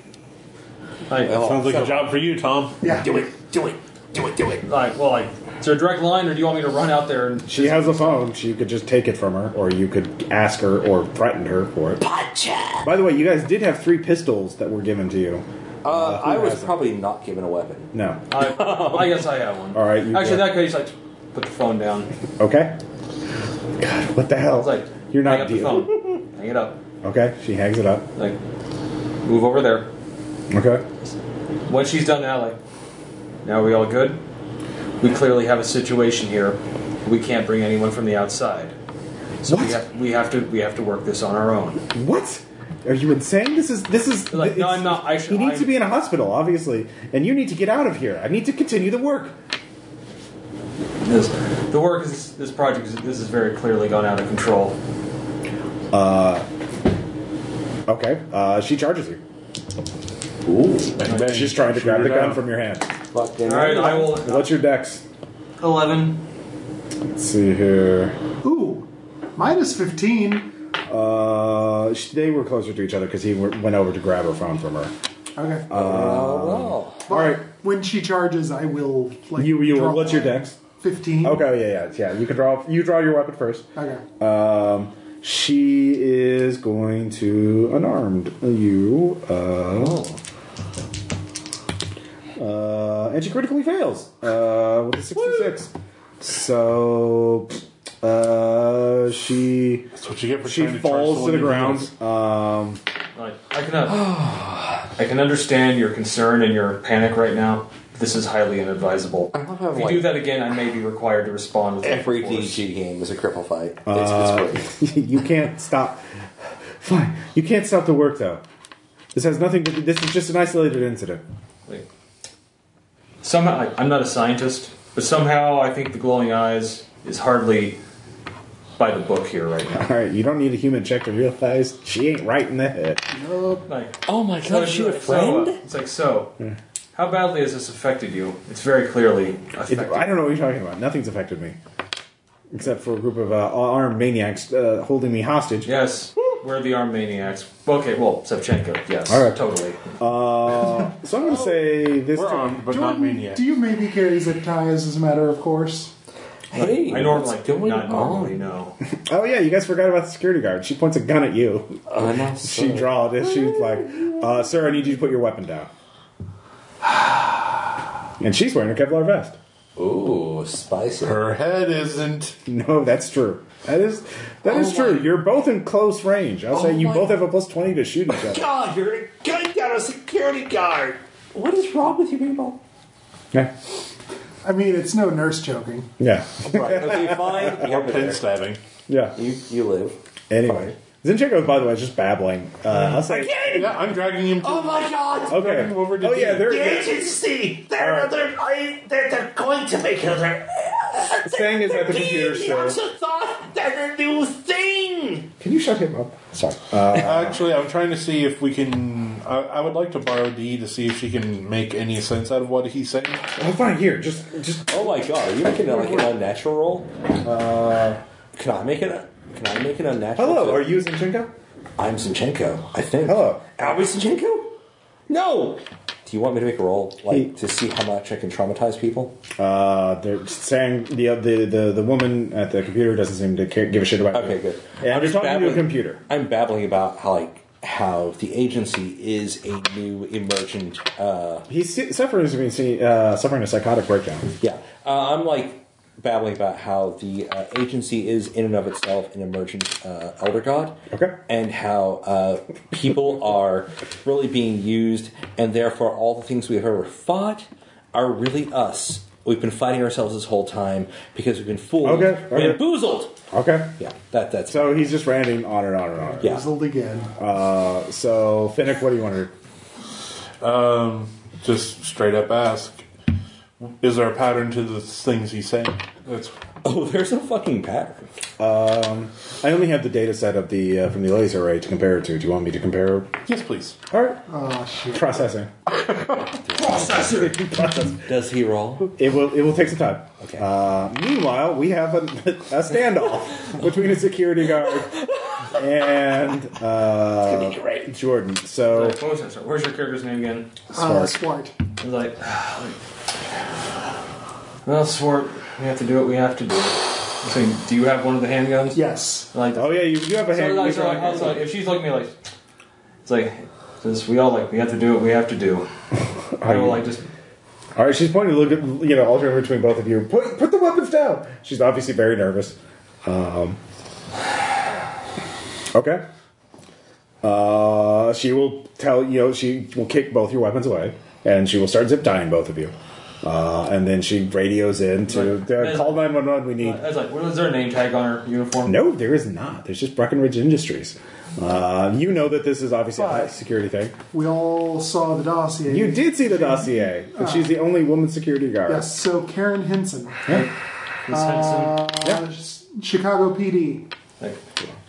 [SPEAKER 5] Like, all
[SPEAKER 7] Sounds like a job for you, Tom.
[SPEAKER 3] Yeah.
[SPEAKER 13] Do it. Do it. Do it. Do it.
[SPEAKER 5] right, well, like, is there a direct line, or do you want me to run out there
[SPEAKER 2] <laughs>
[SPEAKER 5] and
[SPEAKER 2] she has a phone. So you could just take it from her, or you could ask her or threaten her for it. By the way, you guys did have three pistols that were given to you.
[SPEAKER 8] Uh, I was
[SPEAKER 2] hasn't?
[SPEAKER 8] probably not given a weapon.
[SPEAKER 2] No.
[SPEAKER 5] I, I guess I have one.
[SPEAKER 2] All right, you
[SPEAKER 5] Actually, in
[SPEAKER 2] go.
[SPEAKER 5] that case, like, put the phone down.
[SPEAKER 2] Okay. God, what the hell?
[SPEAKER 5] It's like,
[SPEAKER 2] You're
[SPEAKER 5] hang up
[SPEAKER 2] not
[SPEAKER 5] the
[SPEAKER 2] deal.
[SPEAKER 5] phone. hang it up.
[SPEAKER 2] Okay. She hangs it up.
[SPEAKER 5] Like, move over there.
[SPEAKER 2] Okay.
[SPEAKER 5] When she's done that, like, now are we all good? We clearly have a situation here. We can't bring anyone from the outside. So we
[SPEAKER 2] What?
[SPEAKER 5] have, we have to we have to work this on our own.
[SPEAKER 2] What? Are you insane? This is this is.
[SPEAKER 5] Like, no,
[SPEAKER 2] it's-
[SPEAKER 5] I'm not. I should-
[SPEAKER 2] he needs
[SPEAKER 5] I'm-
[SPEAKER 2] to be in a hospital, obviously, and you need to get out of here. I need to continue the work.
[SPEAKER 5] This, the work is this project. Is, this has very clearly gone out of control.
[SPEAKER 2] Okay. Uh, she charges you.
[SPEAKER 7] Bang, bang.
[SPEAKER 2] She's trying to
[SPEAKER 7] Shoot
[SPEAKER 2] grab
[SPEAKER 7] her
[SPEAKER 2] the gun
[SPEAKER 7] down.
[SPEAKER 2] from your hand.
[SPEAKER 8] Fuck,
[SPEAKER 5] All right, I will.
[SPEAKER 2] What's your dex?
[SPEAKER 5] Eleven.
[SPEAKER 2] Let's see here.
[SPEAKER 3] Ooh, minus 15.
[SPEAKER 2] Uh, sh- they were closer to each other because he w- went over to grab her phone from her.
[SPEAKER 3] Okay.
[SPEAKER 8] Oh,
[SPEAKER 2] All right.
[SPEAKER 3] When she charges, I will. Like,
[SPEAKER 2] You you.
[SPEAKER 3] draw
[SPEAKER 2] What's your dex?
[SPEAKER 3] 15.
[SPEAKER 2] Okay. Yeah. Yeah. Yeah. You can draw. You draw your weapon first.
[SPEAKER 3] Okay.
[SPEAKER 2] Um, she is going to unarmed you. Uh, uh, and she critically fails uh, with a 66. So uh, she
[SPEAKER 7] That's what you get for
[SPEAKER 2] she
[SPEAKER 7] trying to charge
[SPEAKER 2] falls to
[SPEAKER 7] someone
[SPEAKER 2] the
[SPEAKER 7] you
[SPEAKER 2] ground.
[SPEAKER 7] use.
[SPEAKER 2] Um,
[SPEAKER 5] Like, I can. Uh, <sighs> I can understand your concern and your panic right now. This is highly inadvisable.
[SPEAKER 8] I love how,
[SPEAKER 5] If you
[SPEAKER 8] like-
[SPEAKER 5] do that again, I may be required to respond with
[SPEAKER 8] every
[SPEAKER 5] lethal force.
[SPEAKER 8] DG game is a cripple fight. It's,
[SPEAKER 2] uh,
[SPEAKER 8] it's great.
[SPEAKER 2] <laughs> you can't stop. Fine, you can't stop the work though. This has nothing. To, this is just an isolated incident.
[SPEAKER 5] Wait. Somehow, I, I'm not a scientist, but somehow I think the glowing eyes is hardly by the book here right now.
[SPEAKER 2] All right, you don't need a human check to realize she ain't right in the head.
[SPEAKER 5] Like,
[SPEAKER 8] Oh my
[SPEAKER 5] so
[SPEAKER 8] god, is
[SPEAKER 5] it's
[SPEAKER 8] she a
[SPEAKER 5] like, so, uh,
[SPEAKER 8] friend?
[SPEAKER 5] it's like so.
[SPEAKER 2] Hmm.
[SPEAKER 5] How badly has this affected you? It's very clearly
[SPEAKER 2] It,
[SPEAKER 5] affected.
[SPEAKER 2] I don't know what you're talking about. Nothing's affected me. Except for a group of uh, armed maniacs uh, holding me hostage.
[SPEAKER 5] yes, we're the armed maniacs. Okay, well, Sevchenko. Yes,
[SPEAKER 2] All right.
[SPEAKER 5] totally.
[SPEAKER 2] Uh, so I'm going to say this.
[SPEAKER 7] We're
[SPEAKER 2] to-
[SPEAKER 7] armed, but not
[SPEAKER 3] Jordan,
[SPEAKER 7] maniacs.
[SPEAKER 3] do you maybe carry zip ties as a matter of course?
[SPEAKER 8] Hey,
[SPEAKER 5] I normally
[SPEAKER 8] what's going
[SPEAKER 5] not normally
[SPEAKER 8] on?
[SPEAKER 5] know.
[SPEAKER 2] Oh yeah, you guys forgot about the security guard. She points a gun at you. <laughs>
[SPEAKER 8] Uh, no,
[SPEAKER 2] She
[SPEAKER 8] sorry.
[SPEAKER 2] draws it. She's like, uh, "Sir, I need you to put your weapon down." <sighs> And she's wearing a Kevlar vest.
[SPEAKER 8] Ooh, spicy.
[SPEAKER 7] Her head isn't.
[SPEAKER 2] No, that's true. That is that is
[SPEAKER 8] Oh,
[SPEAKER 2] true.
[SPEAKER 8] my-
[SPEAKER 2] You're both in close range. I'll say
[SPEAKER 8] Oh,
[SPEAKER 2] you
[SPEAKER 8] my-
[SPEAKER 2] both have a plus twenty to shoot each other.
[SPEAKER 8] God, you're a gun down a security guard. What is wrong with you people?
[SPEAKER 2] Yeah.
[SPEAKER 3] I mean, it's no nurse joking.
[SPEAKER 2] Yeah.
[SPEAKER 8] Right, okay,
[SPEAKER 5] <laughs>
[SPEAKER 8] fine. You're
[SPEAKER 7] Pin stabbing.
[SPEAKER 2] Yeah.
[SPEAKER 8] You, you live.
[SPEAKER 2] Anyway, Zinchenko, by the way, is just babbling. Uh, I'll say,
[SPEAKER 7] Yeah, I'm dragging him. To
[SPEAKER 8] Oh my god!
[SPEAKER 2] okay.
[SPEAKER 7] him over to
[SPEAKER 2] oh yeah,
[SPEAKER 7] D.
[SPEAKER 2] they're
[SPEAKER 13] The agency. They're
[SPEAKER 2] All right.
[SPEAKER 13] they're, I, they're they're going to make another.
[SPEAKER 2] Sang is at the computer
[SPEAKER 13] They
[SPEAKER 2] still.
[SPEAKER 13] also thought that a new thing.
[SPEAKER 2] Can you shut him up? Sorry.
[SPEAKER 7] Actually, I'm trying to see if we can. I, I would like to borrow D to see if she can make any sense out of what he's saying.
[SPEAKER 2] Oh, fine. Here, just just.
[SPEAKER 8] Oh my god, are you making like an unnatural roll? Uh, can I make it? Can I make an unnatural?
[SPEAKER 2] Hello,
[SPEAKER 8] too?
[SPEAKER 2] are you Zinchenko?
[SPEAKER 8] I'm Zinchenko, I think.
[SPEAKER 2] Hello.
[SPEAKER 8] Albert Zinchenko? No! Do you want me to make a roll, like,
[SPEAKER 2] He-
[SPEAKER 8] to see how much I can traumatize people?
[SPEAKER 2] Uh, they're saying the uh, the the the woman at the computer doesn't seem to care, give a shit about.
[SPEAKER 8] Okay,
[SPEAKER 2] you.
[SPEAKER 8] good.
[SPEAKER 2] Yeah,
[SPEAKER 8] I'm
[SPEAKER 2] I'm just
[SPEAKER 8] just
[SPEAKER 2] talking to a
[SPEAKER 8] babbling.
[SPEAKER 2] computer.
[SPEAKER 8] I'm babbling about how, like, how the agency is a new emergent. Uh,
[SPEAKER 2] He's se- suffering has been se- uh, suffering a psychotic breakdown.
[SPEAKER 8] yeah, uh, I'm like babbling about how the uh, agency is in and of itself an emergent uh, elder god.
[SPEAKER 2] Okay.
[SPEAKER 8] and how uh, people are really being used, and therefore all the things we've ever fought are really us. We've been fighting ourselves this whole time because we've been fooled,
[SPEAKER 2] Okay, okay.
[SPEAKER 8] bamboozled.
[SPEAKER 2] Okay.
[SPEAKER 8] Yeah, that that's
[SPEAKER 2] So he's just ranting on and on and on.
[SPEAKER 8] yeah.
[SPEAKER 3] Fizzled again.
[SPEAKER 2] Uh, so Finnick, what do you want to?
[SPEAKER 7] Um, just straight up ask, is there a pattern to the things he's saying? That's
[SPEAKER 8] <laughs> Oh, there's a fucking pattern.
[SPEAKER 2] Um, I only have the data set of the uh, from the laser array to compare it to. Do you want me to compare?
[SPEAKER 7] yes, please.
[SPEAKER 2] All right.
[SPEAKER 3] Oh shit.
[SPEAKER 2] Processing. <laughs>
[SPEAKER 8] Does he roll?
[SPEAKER 2] It will. It will take some time.
[SPEAKER 8] Okay.
[SPEAKER 2] Uh, meanwhile, we have a, a standoff between a security guard and uh, Jordan. So
[SPEAKER 5] Like, processor. Where's your character's name again?
[SPEAKER 3] Uh, Swart.
[SPEAKER 5] He's like, <sighs> well, Swart, we have to do what we have to do. So, do you have one of the handguns?
[SPEAKER 3] Yes.
[SPEAKER 5] Like,
[SPEAKER 2] Oh yeah, you, you have a
[SPEAKER 5] so,
[SPEAKER 2] hand.
[SPEAKER 5] like, so, like, so, like, if she's looking at me like, it's like, since we all like, we have to do what we have to
[SPEAKER 2] <laughs>
[SPEAKER 5] do. I will like just
[SPEAKER 2] All right, she's pointing a little bit, you know, alternating between both of you. Put, put the weapons down. She's obviously very nervous. Um, okay. Uh, she will tell you know she will kick both your weapons away, and she will start zip tying both of you. Uh, and then she radios in to
[SPEAKER 5] Right.
[SPEAKER 2] uh, call nine one one. We need
[SPEAKER 5] I was like, what is there a name tag on her uniform?
[SPEAKER 2] no, there is not. There's just Breckenridge Industries. Uh, you know that this is obviously a high
[SPEAKER 3] Right.
[SPEAKER 2] security thing.
[SPEAKER 3] We all saw the dossier.
[SPEAKER 2] You did see the dossier,
[SPEAKER 5] Ah.
[SPEAKER 2] and she's the only woman security guard.
[SPEAKER 3] Yes. So Karen Henson,
[SPEAKER 5] Miss Henson.
[SPEAKER 3] uh, Chicago PD.
[SPEAKER 5] Like,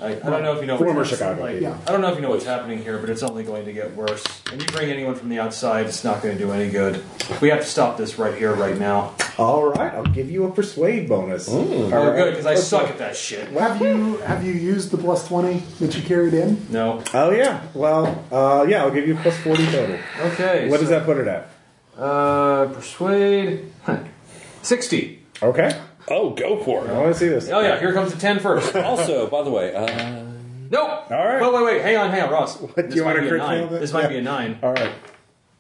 [SPEAKER 5] I, I don't know if you know.
[SPEAKER 2] Former
[SPEAKER 5] what's-
[SPEAKER 2] Chicago
[SPEAKER 5] like,
[SPEAKER 2] PD.
[SPEAKER 3] Yeah.
[SPEAKER 5] I don't know if you know what's happening here, but it's only going to get worse. If you bring anyone from the outside, it's not going to do any good. We have to stop this right here, right now.
[SPEAKER 2] All right, I'll give you a persuade bonus. All
[SPEAKER 5] Oh,
[SPEAKER 2] right.
[SPEAKER 5] good, because I suck at that shit.
[SPEAKER 3] Have you have you used the plus twenty that you carried in?
[SPEAKER 5] No.
[SPEAKER 2] Oh yeah. Well, uh, yeah, I'll give you plus forty total.
[SPEAKER 5] Okay.
[SPEAKER 2] What
[SPEAKER 5] so,
[SPEAKER 2] does that put it at?
[SPEAKER 5] Uh, persuade. <laughs> Sixty.
[SPEAKER 2] Okay.
[SPEAKER 1] Oh, go for
[SPEAKER 2] I
[SPEAKER 1] it.
[SPEAKER 2] want to see this.
[SPEAKER 5] Oh yeah, here comes the ten
[SPEAKER 2] <laughs>
[SPEAKER 5] first.
[SPEAKER 8] also, by the way, uh,
[SPEAKER 5] No.
[SPEAKER 2] All right.
[SPEAKER 5] Wait, wait, wait. Hang on, hang on, Ross. What,
[SPEAKER 2] do you want to
[SPEAKER 5] be a
[SPEAKER 2] crit
[SPEAKER 5] nine.
[SPEAKER 2] fail then?
[SPEAKER 5] This might
[SPEAKER 2] Yeah.
[SPEAKER 5] be a nine.
[SPEAKER 2] All right.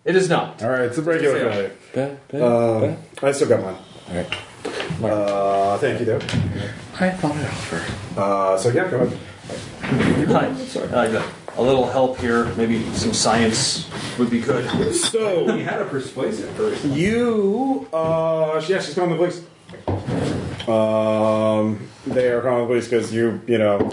[SPEAKER 5] It is not.
[SPEAKER 2] All right. It's a regular
[SPEAKER 5] Fail.
[SPEAKER 2] failure.
[SPEAKER 8] ba- ba-
[SPEAKER 2] Um,
[SPEAKER 8] ba-
[SPEAKER 2] I still got mine.
[SPEAKER 8] all right.
[SPEAKER 2] Uh, thank you, though.
[SPEAKER 8] I thought it over.
[SPEAKER 2] Uh, so yeah, go ahead.
[SPEAKER 5] Like, like a, a little help here. Maybe some science would be good.
[SPEAKER 2] So
[SPEAKER 12] He had a persuasive first.
[SPEAKER 2] you, uh, yeah, she's calling the police. Um, they are calling the police because you, you know,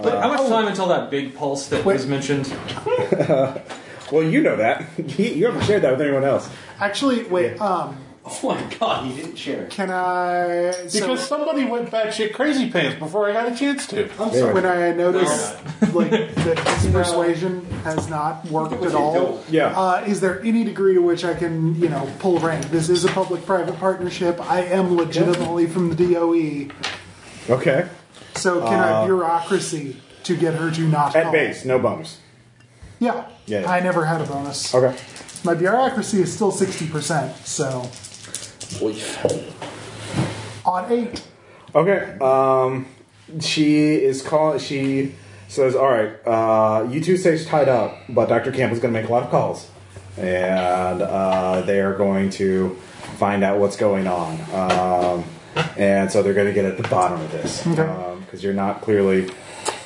[SPEAKER 5] But how
[SPEAKER 2] oh.
[SPEAKER 5] much time until that big pulse that was mentioned?
[SPEAKER 2] well, you know that. <laughs> you haven't shared that with anyone else.
[SPEAKER 3] Actually, wait. Um,
[SPEAKER 8] Oh my god, he didn't share.
[SPEAKER 3] can I? So,
[SPEAKER 7] Because somebody went batshit crazy pants before I had a chance to.
[SPEAKER 3] so when I notice like that his persuasion has not worked at all,
[SPEAKER 2] Yeah.
[SPEAKER 3] Uh, is there any degree to which I can, you know, pull rank? This is a public-private partnership. I am legitimately from the DOE,
[SPEAKER 2] Okay.
[SPEAKER 3] so can I bureaucracy to get her to not
[SPEAKER 2] Uh, At
[SPEAKER 3] call?
[SPEAKER 2] base, no bonus.
[SPEAKER 3] Yeah.
[SPEAKER 2] Yeah.
[SPEAKER 3] I never had a bonus.
[SPEAKER 2] Okay.
[SPEAKER 3] My bureaucracy is still 60%, so on 8.
[SPEAKER 2] Okay. Um, she is call. She says, "All right, uh, you two stay tied up, but Doctor Camp is going to make a lot of calls, and uh, they are going to find out what's going on, um, and so they're going to get at the bottom of this because
[SPEAKER 3] Okay.
[SPEAKER 2] you're not clearly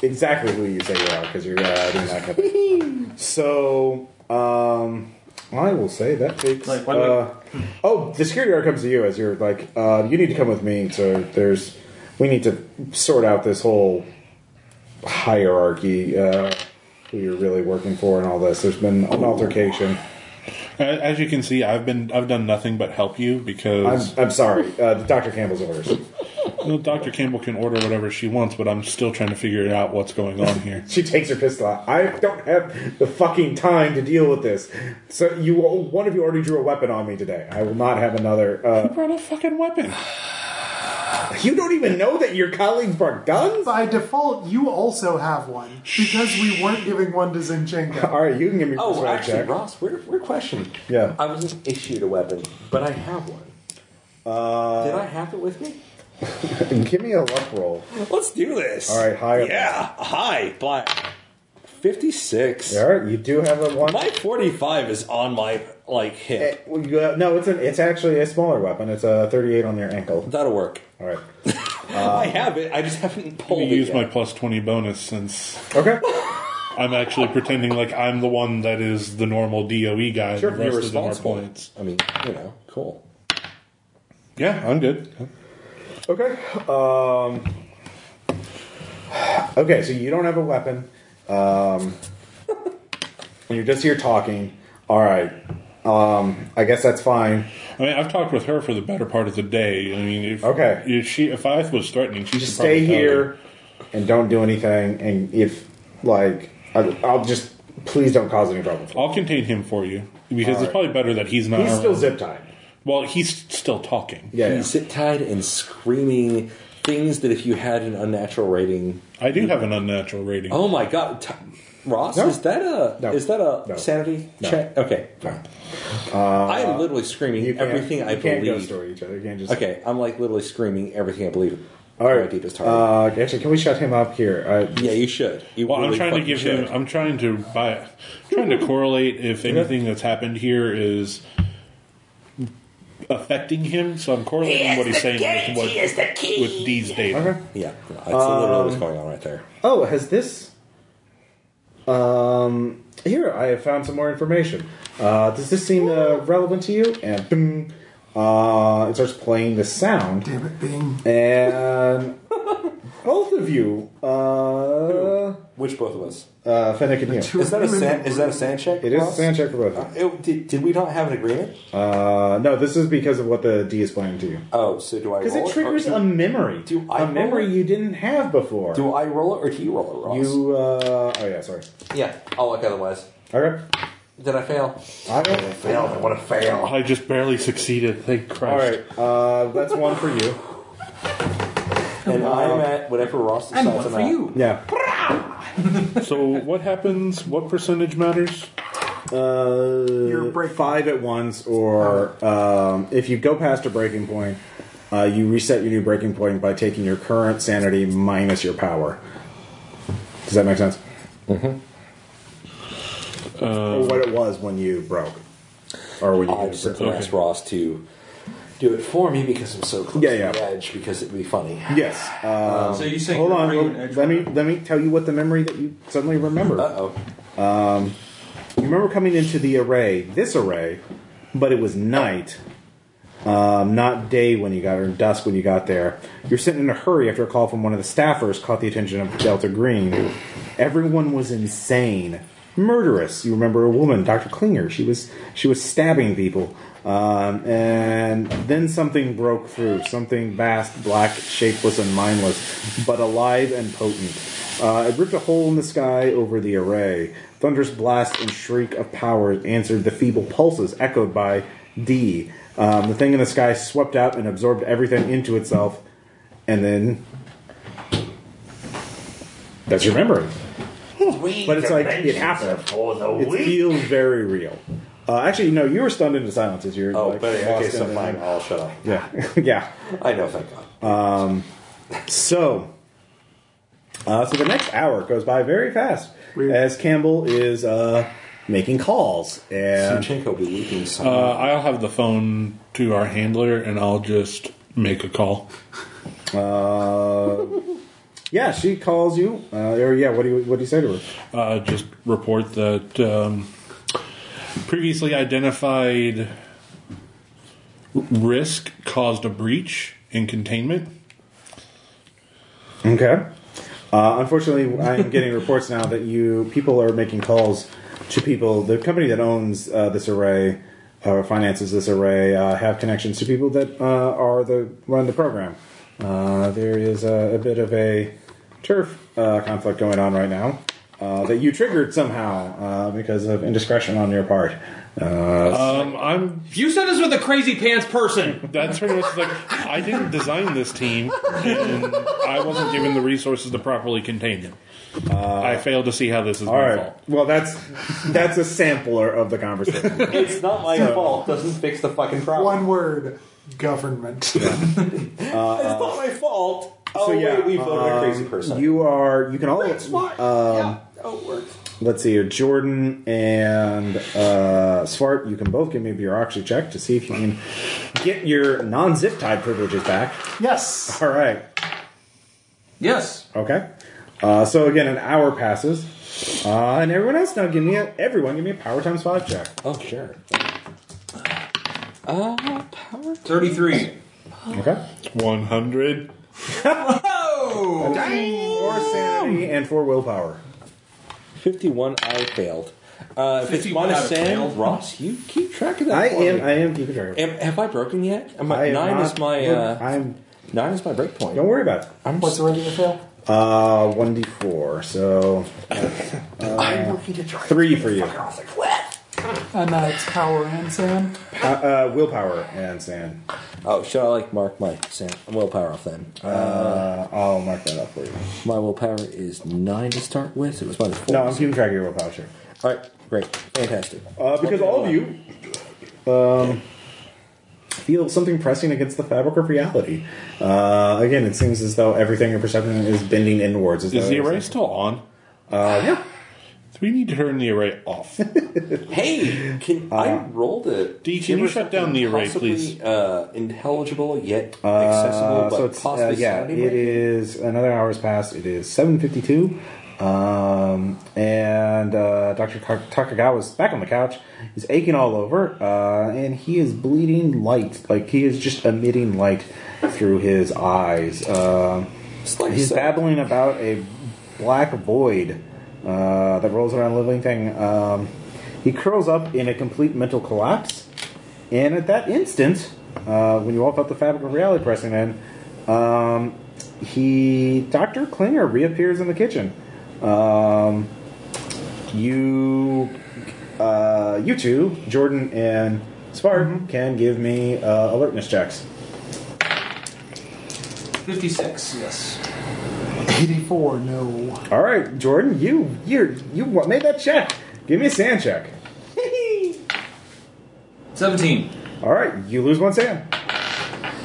[SPEAKER 2] exactly who you say you are because you're uh, doing that. Kind of thing. so." Um, I will say that takes.
[SPEAKER 5] Like, why do we-
[SPEAKER 2] uh, oh, the security guard comes to you as you're like, uh, you need to come with me. So there's, we need to sort out this whole hierarchy, uh, who you're really working for, and all this. There's been an altercation.
[SPEAKER 7] A- As you can see, I've been I've done nothing but help you
[SPEAKER 2] I'm,
[SPEAKER 7] because
[SPEAKER 2] I'm sorry, uh, Dr. Campbell's orders.
[SPEAKER 7] well, Dr. Campbell can order whatever she wants, but I'm still trying to figure out what's going
[SPEAKER 2] <laughs>
[SPEAKER 7] on here.
[SPEAKER 2] She takes her pistol out. I don't have the fucking time to deal with this. So you, one of you already drew a weapon on me today. I will not have another. Uh,
[SPEAKER 7] I brought a fucking weapon.
[SPEAKER 2] <sighs> you don't even know that your colleagues brought guns.
[SPEAKER 3] By default, you also have one because we weren't giving one to Zinchenko.
[SPEAKER 2] All right, you can give me a
[SPEAKER 8] Oh,
[SPEAKER 2] persuasion
[SPEAKER 8] actually,
[SPEAKER 2] check.
[SPEAKER 8] Ross, we're, we're questioning.
[SPEAKER 2] Yeah.
[SPEAKER 8] I wasn't issued a weapon, but I have one.
[SPEAKER 2] Uh,
[SPEAKER 8] Did I have it with me?
[SPEAKER 2] give me a luck roll.
[SPEAKER 6] Let's do this.
[SPEAKER 2] All right, high up.
[SPEAKER 6] Yeah, hi, black. 56.
[SPEAKER 2] All right, you do have a one.
[SPEAKER 6] My 45 is on my like hip.
[SPEAKER 2] Eh, well, you got- no, it's an, it's actually a smaller weapon. It's a 38 on your ankle.
[SPEAKER 6] That'll work.
[SPEAKER 2] All right.
[SPEAKER 6] I have it. I just haven't
[SPEAKER 7] I'm
[SPEAKER 6] pulled
[SPEAKER 7] going
[SPEAKER 6] it.
[SPEAKER 7] to use
[SPEAKER 6] yet.
[SPEAKER 7] my plus 20 bonus since
[SPEAKER 2] Okay.
[SPEAKER 7] I'm actually pretending like I'm the one that is the normal DOE guy. and
[SPEAKER 6] Sure,
[SPEAKER 7] the
[SPEAKER 6] you're
[SPEAKER 7] rest of them are
[SPEAKER 6] responsible.
[SPEAKER 7] points.
[SPEAKER 6] I mean, you know, cool.
[SPEAKER 7] Yeah, I'm good.
[SPEAKER 2] Okay. Um, okay, so you don't have a weapon. Um, and you're just here talking. All right. Um, I guess that's fine.
[SPEAKER 7] I mean, I've talked with her for the better part of the day. I mean, if,
[SPEAKER 2] Okay.
[SPEAKER 7] if she if I was threatening, she
[SPEAKER 2] Just
[SPEAKER 7] should
[SPEAKER 2] stay
[SPEAKER 7] probably tell her.
[SPEAKER 2] here and don't do anything. And if, like, I, I'll just please don't cause any trouble.
[SPEAKER 7] I'll contain him for you because
[SPEAKER 2] All
[SPEAKER 7] it's
[SPEAKER 2] right.
[SPEAKER 7] probably better that he's not.
[SPEAKER 2] He's still
[SPEAKER 7] around.
[SPEAKER 2] zip tied.
[SPEAKER 7] Well, he's still talking.
[SPEAKER 2] Yeah. yeah.
[SPEAKER 6] You sit tied and screaming things that if you had an unnatural rating.
[SPEAKER 7] I do have an unnatural rating.
[SPEAKER 6] Oh my god. T- Ross,
[SPEAKER 2] No.
[SPEAKER 6] is that a
[SPEAKER 2] No.
[SPEAKER 6] is that a
[SPEAKER 2] No.
[SPEAKER 6] sanity
[SPEAKER 2] No.
[SPEAKER 6] check? Okay.
[SPEAKER 2] No.
[SPEAKER 6] I am literally screaming
[SPEAKER 2] You can't-
[SPEAKER 6] everything I
[SPEAKER 2] you can't
[SPEAKER 6] believe.
[SPEAKER 2] ghost story each other. You can't just
[SPEAKER 6] Okay, I'm like literally screaming everything I believe.
[SPEAKER 2] All right.
[SPEAKER 6] My deepest heart.
[SPEAKER 2] Uh, actually, can we shut him up here? Uh,
[SPEAKER 6] yeah, you should. You
[SPEAKER 7] Well, I'm
[SPEAKER 6] really
[SPEAKER 7] trying to
[SPEAKER 6] fucking
[SPEAKER 7] give
[SPEAKER 6] should.
[SPEAKER 7] him. I'm trying to buy. Trying to correlate if anything that's happened here is affecting him. So I'm correlating what he's saying with what with these data.
[SPEAKER 2] okay.
[SPEAKER 6] Yeah, no, that's literally
[SPEAKER 2] Um,
[SPEAKER 6] what's going on right there.
[SPEAKER 2] Oh, has this? Um, here I have found some more information. Uh, does this seem uh, relevant to you? And boom, uh, it starts playing the sound,
[SPEAKER 3] Damn it, Bing.
[SPEAKER 6] <laughs>
[SPEAKER 2] and both of you, uh,
[SPEAKER 6] Which both of us?
[SPEAKER 2] uh, Fennec and you.
[SPEAKER 3] Two
[SPEAKER 6] Is that a
[SPEAKER 3] women.
[SPEAKER 6] san- is that a sand check?
[SPEAKER 2] It is a
[SPEAKER 6] Ross?
[SPEAKER 2] sound check for both.
[SPEAKER 6] Uh,
[SPEAKER 2] Of
[SPEAKER 6] it- did, did we not have an agreement?
[SPEAKER 2] you. Uh, no, this is because of what the D is playing to you.
[SPEAKER 6] Ah. Oh, so do I?
[SPEAKER 2] Because
[SPEAKER 6] roll
[SPEAKER 2] it
[SPEAKER 6] or
[SPEAKER 2] triggers
[SPEAKER 6] do-
[SPEAKER 2] a memory,
[SPEAKER 6] Do I
[SPEAKER 2] a
[SPEAKER 6] roll
[SPEAKER 2] memory
[SPEAKER 6] it?
[SPEAKER 2] you didn't have before.
[SPEAKER 6] Do I roll it or do you roll it, Ross?
[SPEAKER 2] You, uh, oh yeah, sorry.
[SPEAKER 6] Yeah, I'll look otherwise.
[SPEAKER 2] Okay.
[SPEAKER 6] Did I fail?
[SPEAKER 2] I don't
[SPEAKER 13] Fail, I want to fail.
[SPEAKER 7] I just barely succeeded. Thank Christ.
[SPEAKER 2] All right, uh, that's one for you.
[SPEAKER 6] And I'm at whatever Ross
[SPEAKER 5] I'm
[SPEAKER 6] decides
[SPEAKER 5] one
[SPEAKER 6] I'm
[SPEAKER 5] for
[SPEAKER 6] at.
[SPEAKER 5] you.
[SPEAKER 2] Yeah.
[SPEAKER 7] So what happens? What percentage matters?
[SPEAKER 2] Uh,
[SPEAKER 3] Your break-
[SPEAKER 2] five at once, or um, if you go past a breaking point, uh, you reset your new breaking point by taking your current sanity minus your power. Does that make sense? Mm-hmm. or what it was when you broke, or when you
[SPEAKER 6] I'm
[SPEAKER 2] did a
[SPEAKER 6] just
[SPEAKER 2] break.
[SPEAKER 6] gonna ask Ross to do it for me because I'm so close
[SPEAKER 2] Yeah, yeah.
[SPEAKER 6] to the edge because it'd be funny.
[SPEAKER 2] Yes. Uh,
[SPEAKER 5] so you say
[SPEAKER 2] hold
[SPEAKER 5] you're
[SPEAKER 2] on.
[SPEAKER 5] bringing
[SPEAKER 2] well,
[SPEAKER 5] edge
[SPEAKER 2] let me
[SPEAKER 5] runner.
[SPEAKER 2] let me tell you what the memory that you suddenly remember.
[SPEAKER 6] Uh oh.
[SPEAKER 2] You remember coming into the array, this array, but it was night, um, not day when you got or dusk when you got there. You're sitting in a hurry after a call from one of the staffers caught the attention of Delta Green. Everyone was insane, murderous. You remember a woman, Dr. Klinger. She was she was stabbing people, um, and then something broke through. Something vast, black, shapeless, and mindless, but alive and potent. Uh, it ripped a hole in the sky over the array. Thunderous blast and shriek of power answered the feeble pulses echoed by D. Um, the thing in the sky swept out and absorbed everything into itself, and then that's your memory. <laughs> But it's like, it happened.
[SPEAKER 13] For the
[SPEAKER 2] It
[SPEAKER 13] weak.
[SPEAKER 2] feels very real. Uh, actually, no, you were stunned into silence as you're.
[SPEAKER 6] Oh,
[SPEAKER 2] like,
[SPEAKER 6] but okay,
[SPEAKER 2] lost
[SPEAKER 6] so
[SPEAKER 2] in-
[SPEAKER 6] fine. I'll shut up.
[SPEAKER 2] Yeah, <laughs> yeah.
[SPEAKER 6] I know, thank God.
[SPEAKER 2] So, uh, so the next hour goes by very fast
[SPEAKER 3] Weird.
[SPEAKER 2] as Campbell is uh, making calls and
[SPEAKER 6] Shevchenko will be weeping some.
[SPEAKER 7] Uh, I'll have the phone to our handler and I'll just make a call.
[SPEAKER 2] uh, yeah, she calls you. Uh, or yeah, what do you what do you say to her?
[SPEAKER 7] Uh, just report that um, previously identified r- risk caused a breach in containment.
[SPEAKER 2] Okay. Uh, unfortunately, I'm getting reports now that you people are making calls to people. The company that owns uh, this array or finances this array uh, have connections to people that uh, are the run the program. Uh, there is a, a bit of a turf uh, conflict going on right now uh, that you triggered somehow uh, because of indiscretion on your part. Uh,
[SPEAKER 7] Um, I'm.
[SPEAKER 5] You said us with a crazy pants person.
[SPEAKER 7] That's pretty much like I didn't design this team, and I wasn't given the resources to properly contain them. Uh, I fail to see how this is
[SPEAKER 2] all
[SPEAKER 7] my
[SPEAKER 2] right.
[SPEAKER 7] fault.
[SPEAKER 2] Well, that's that's a sampler of the conversation.
[SPEAKER 6] it's not my fault. Doesn't fix the fucking problem.
[SPEAKER 3] One word
[SPEAKER 2] <laughs>
[SPEAKER 3] government.
[SPEAKER 6] it's not my fault. Oh
[SPEAKER 2] so yeah,
[SPEAKER 6] wait, we voted a crazy
[SPEAKER 2] um,
[SPEAKER 6] person.
[SPEAKER 2] You are. You can all.
[SPEAKER 6] That's fine.
[SPEAKER 2] um,
[SPEAKER 6] yeah. Oh, it worked.
[SPEAKER 2] Let's see here. Jordan and uh, Svart, you can both give me your oxy check to see if you can get your non zip tie privileges back.
[SPEAKER 3] Yes.
[SPEAKER 2] All right.
[SPEAKER 5] Yes.
[SPEAKER 2] Okay. Uh, so again, an hour passes, uh, and everyone else now give me a, everyone give me a power times five check.
[SPEAKER 6] Oh, sure.
[SPEAKER 5] 33.
[SPEAKER 6] Oh.
[SPEAKER 2] Okay.
[SPEAKER 7] 100.
[SPEAKER 5] Oh!
[SPEAKER 2] Four sanity and four willpower.
[SPEAKER 6] 51, I failed. Uh, if it's
[SPEAKER 5] 51 out of failed.
[SPEAKER 6] Montesand, Ross, you keep track of that.
[SPEAKER 2] I
[SPEAKER 6] for me.
[SPEAKER 2] am. I am keeping track. of it.
[SPEAKER 6] Am- have I broken yet? Am
[SPEAKER 2] I
[SPEAKER 6] I,
[SPEAKER 2] am
[SPEAKER 6] nine
[SPEAKER 2] not-
[SPEAKER 6] is my uh,
[SPEAKER 2] I'm.
[SPEAKER 6] nine is my breakpoint.
[SPEAKER 2] Don't worry about it.
[SPEAKER 6] I'm
[SPEAKER 8] What's the regular fail?
[SPEAKER 2] Uh, one d four. So uh,
[SPEAKER 8] I'm looking to try.
[SPEAKER 2] three for you.
[SPEAKER 8] I was like, what?
[SPEAKER 3] And uh, it's power and sand.
[SPEAKER 2] Uh, uh, willpower and sand.
[SPEAKER 6] Oh, should I like mark my sand? willpower off then? Uh,
[SPEAKER 2] Uh, I'll mark that up for you.
[SPEAKER 6] my willpower is nine to start with. It was minus four.
[SPEAKER 2] No, I'm keeping track of your willpower. Sure.
[SPEAKER 6] All right, great, fantastic.
[SPEAKER 2] Uh, because all of you um, feel something pressing against the fabric of reality. Uh, again, it seems as though everything you're perception is bending inwards. as
[SPEAKER 7] Is
[SPEAKER 2] though
[SPEAKER 7] the
[SPEAKER 2] it's-
[SPEAKER 7] array still on?
[SPEAKER 2] Uh, yeah.
[SPEAKER 7] Do we need to turn the array off?
[SPEAKER 8] Hey,
[SPEAKER 2] Uh,
[SPEAKER 8] can I roll the?
[SPEAKER 7] D, can you
[SPEAKER 8] give her
[SPEAKER 7] shut down the
[SPEAKER 8] something
[SPEAKER 7] array,
[SPEAKER 8] possibly,
[SPEAKER 7] please?
[SPEAKER 8] Uh, intelligible yet accessible,
[SPEAKER 2] Uh,
[SPEAKER 8] but
[SPEAKER 2] so it's uh,
[SPEAKER 8] possibly
[SPEAKER 2] yeah.
[SPEAKER 8] sounding
[SPEAKER 2] It
[SPEAKER 8] right?
[SPEAKER 2] is another hour's passed. It is seven fifty-two, um, and uh, Doctor Takagawa's back on the couch. He's aching all over, uh, and he is bleeding light. Like he is just emitting light through his eyes. Um
[SPEAKER 8] It's like
[SPEAKER 2] he's
[SPEAKER 8] so-
[SPEAKER 2] babbling about a black void uh, that rolls around the living thing. Um, he curls up in a complete mental collapse, and at that instant, uh, when you all felt the fabric of reality pressing in, um, he Doctor Klinger reappears in the kitchen. Um, you, uh, you two, Jordan and Spartan, can give me uh, alertness checks.
[SPEAKER 5] 56. Yes.
[SPEAKER 3] 84, no.
[SPEAKER 2] All right, Jordan, you you you wa- made that check. Give me a sand check.
[SPEAKER 5] 17.
[SPEAKER 2] All right, you lose one sand.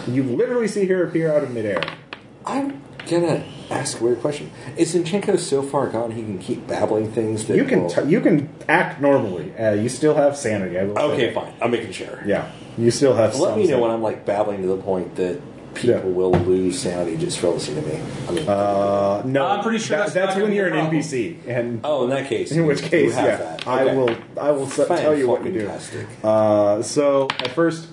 [SPEAKER 2] You literally see her appear out of midair.
[SPEAKER 8] I'm gonna ask a weird question. Is Zinchenko so far gone he can keep babbling things that
[SPEAKER 2] You can
[SPEAKER 8] will-
[SPEAKER 2] t- you can act normally. Uh, you still have sanity. I will say
[SPEAKER 8] okay,
[SPEAKER 2] that.
[SPEAKER 8] fine. I'm making sure.
[SPEAKER 2] Yeah, you still have.
[SPEAKER 8] Let
[SPEAKER 2] some
[SPEAKER 8] me know when
[SPEAKER 2] sanity.
[SPEAKER 8] I'm like babbling to the point that people
[SPEAKER 2] Yeah.
[SPEAKER 8] will lose sanity just for listening to me. I mean,
[SPEAKER 2] Uh, no,
[SPEAKER 5] I'm pretty sure
[SPEAKER 2] that-
[SPEAKER 5] that's not
[SPEAKER 2] that's
[SPEAKER 5] gonna
[SPEAKER 2] when
[SPEAKER 5] be
[SPEAKER 2] you're
[SPEAKER 5] a
[SPEAKER 2] an
[SPEAKER 5] problem.
[SPEAKER 2] NPC, and
[SPEAKER 8] oh, in that case,
[SPEAKER 2] in which
[SPEAKER 8] you
[SPEAKER 2] case,
[SPEAKER 8] have
[SPEAKER 2] yeah,
[SPEAKER 8] that.
[SPEAKER 2] I
[SPEAKER 8] Okay.
[SPEAKER 2] will I will s- tell you what you do.
[SPEAKER 8] Fan-fucking-tastic.
[SPEAKER 2] Uh, so at first,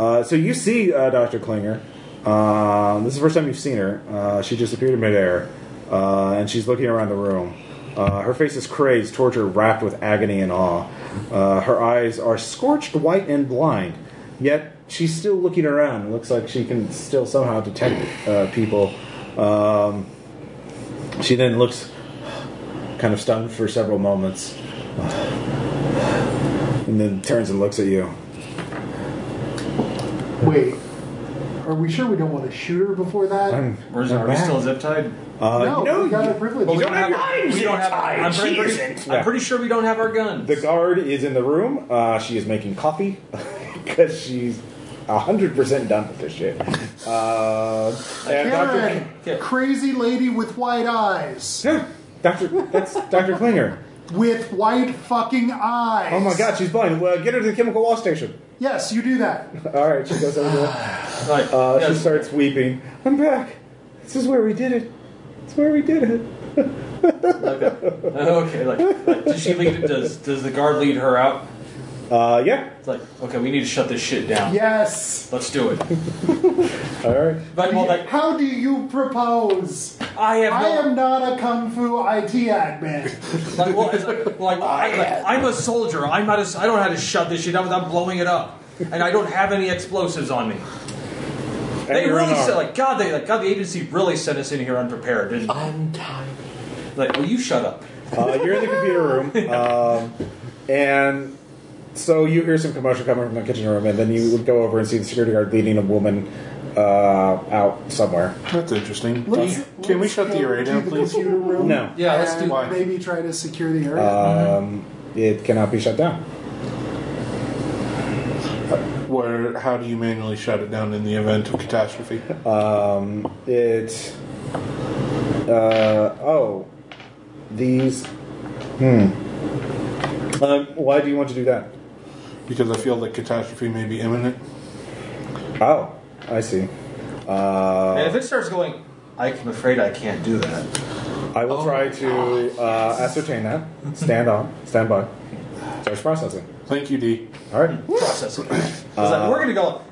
[SPEAKER 2] uh, so you see uh, Dr. Klinger. Uh, this is the first time you've seen her. Uh, she just appeared in midair, uh, and she's looking around the room. Uh, her face is crazed, torture wrapped with agony and awe. Uh, her eyes are scorched white and blind, yet she's still looking around. It looks like she can still somehow detect uh, people. Um, she then looks kind of stunned for several moments, <sighs> and then turns and looks at you.
[SPEAKER 3] Wait. Are we sure we don't want to shoot her before that?
[SPEAKER 12] Where's are we still zip tied?
[SPEAKER 2] Uh,
[SPEAKER 3] no,
[SPEAKER 2] you know,
[SPEAKER 3] we got
[SPEAKER 2] you-
[SPEAKER 3] our privilege.
[SPEAKER 5] we don't have.
[SPEAKER 13] Mine's
[SPEAKER 5] we don't have
[SPEAKER 13] tied.
[SPEAKER 5] I'm, pretty,
[SPEAKER 13] She
[SPEAKER 5] pretty-
[SPEAKER 13] isn't.
[SPEAKER 5] I'm pretty sure we don't have our guns.
[SPEAKER 2] The guard is in the room. Uh, she is making coffee <laughs> because she's hundred percent done with this shit. Uh, and
[SPEAKER 3] Karen,
[SPEAKER 5] Yeah.
[SPEAKER 3] crazy lady with white eyes.
[SPEAKER 2] Doctor, Doctor, that's Doctor Klinger.
[SPEAKER 3] With white fucking eyes.
[SPEAKER 2] Oh my God, she's blind. Well, get her to the chemical wash station.
[SPEAKER 3] Yes, you do that.
[SPEAKER 2] All right, she goes over. there.
[SPEAKER 5] Right.
[SPEAKER 2] Uh,
[SPEAKER 5] Yeah,
[SPEAKER 2] She starts weeping. I'm back. This is where we did it. It's where we did it.
[SPEAKER 5] <laughs> Okay, like, like, does she lead? Does does the guard lead her out?
[SPEAKER 2] Uh, yeah.
[SPEAKER 5] It's like, okay, we need to shut this shit down.
[SPEAKER 3] Yes.
[SPEAKER 5] Let's do it.
[SPEAKER 2] All right.
[SPEAKER 5] But I'm all like,
[SPEAKER 3] How do you propose?
[SPEAKER 5] I have
[SPEAKER 3] I
[SPEAKER 5] no.
[SPEAKER 3] am not a kung fu IT admin.
[SPEAKER 5] Like, well, it's like, like, I, like, I'm a soldier. I'm not. A, I don't know how to shut this shit down without blowing it up, and I don't have any explosives on me. They
[SPEAKER 2] Everyone
[SPEAKER 5] really
[SPEAKER 2] are.
[SPEAKER 5] said, like, God, they, like, God, the agency really sent us in here unprepared, didn't they? Like, well, you shut up.
[SPEAKER 2] Uh, you're in the computer room, um, and so you hear some commotion coming from the kitchen room, and then you would go over and see the security guard leading a woman uh, out somewhere.
[SPEAKER 12] That's interesting.
[SPEAKER 3] Let's-
[SPEAKER 12] can we
[SPEAKER 3] let's
[SPEAKER 12] shut the
[SPEAKER 3] go
[SPEAKER 12] array
[SPEAKER 3] to
[SPEAKER 12] down,
[SPEAKER 3] the
[SPEAKER 12] please?
[SPEAKER 3] computer room
[SPEAKER 2] No.
[SPEAKER 5] Yeah, let's do.
[SPEAKER 3] and
[SPEAKER 12] Why?
[SPEAKER 3] Maybe try to secure the area.
[SPEAKER 2] Um, it cannot be shut down.
[SPEAKER 7] Where? How do you manually shut it down in the event of catastrophe?
[SPEAKER 2] Um, it. Uh, oh. These Um, why do you want to do that?
[SPEAKER 7] Because I feel that catastrophe may be imminent.
[SPEAKER 2] Oh, I see. Uh,
[SPEAKER 12] and if it starts going, I'm afraid I can't do that.
[SPEAKER 2] I will try to uh, ascertain that. Stand on. Stand by. Search processing.
[SPEAKER 7] Thank you, D.
[SPEAKER 2] All right.
[SPEAKER 12] Process it. 'Cause, like, we're gonna go.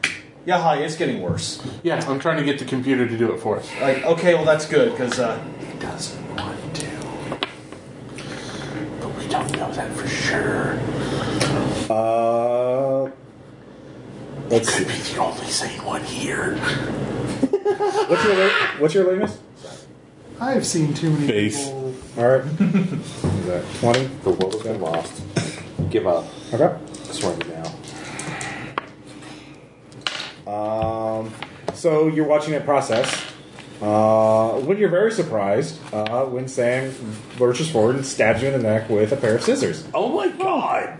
[SPEAKER 12] Yeah, hi. It's getting worse.
[SPEAKER 7] Yeah, I'm trying to get the computer to do it for us.
[SPEAKER 12] Like, okay, well that's good because uh,
[SPEAKER 2] Uh, let's see. could be the only sane one here. what's your la- What's your latest?
[SPEAKER 3] I've seen too many
[SPEAKER 7] Base.
[SPEAKER 3] people.
[SPEAKER 2] All right. Is that twenty?
[SPEAKER 6] The world has been lost. Give up.
[SPEAKER 2] Okay.
[SPEAKER 6] Surrender now.
[SPEAKER 2] Um, so you're watching it process. Uh, when you're very surprised, uh, when Sam lurches forward and stabs you in the neck with a pair of scissors.
[SPEAKER 6] Oh my god!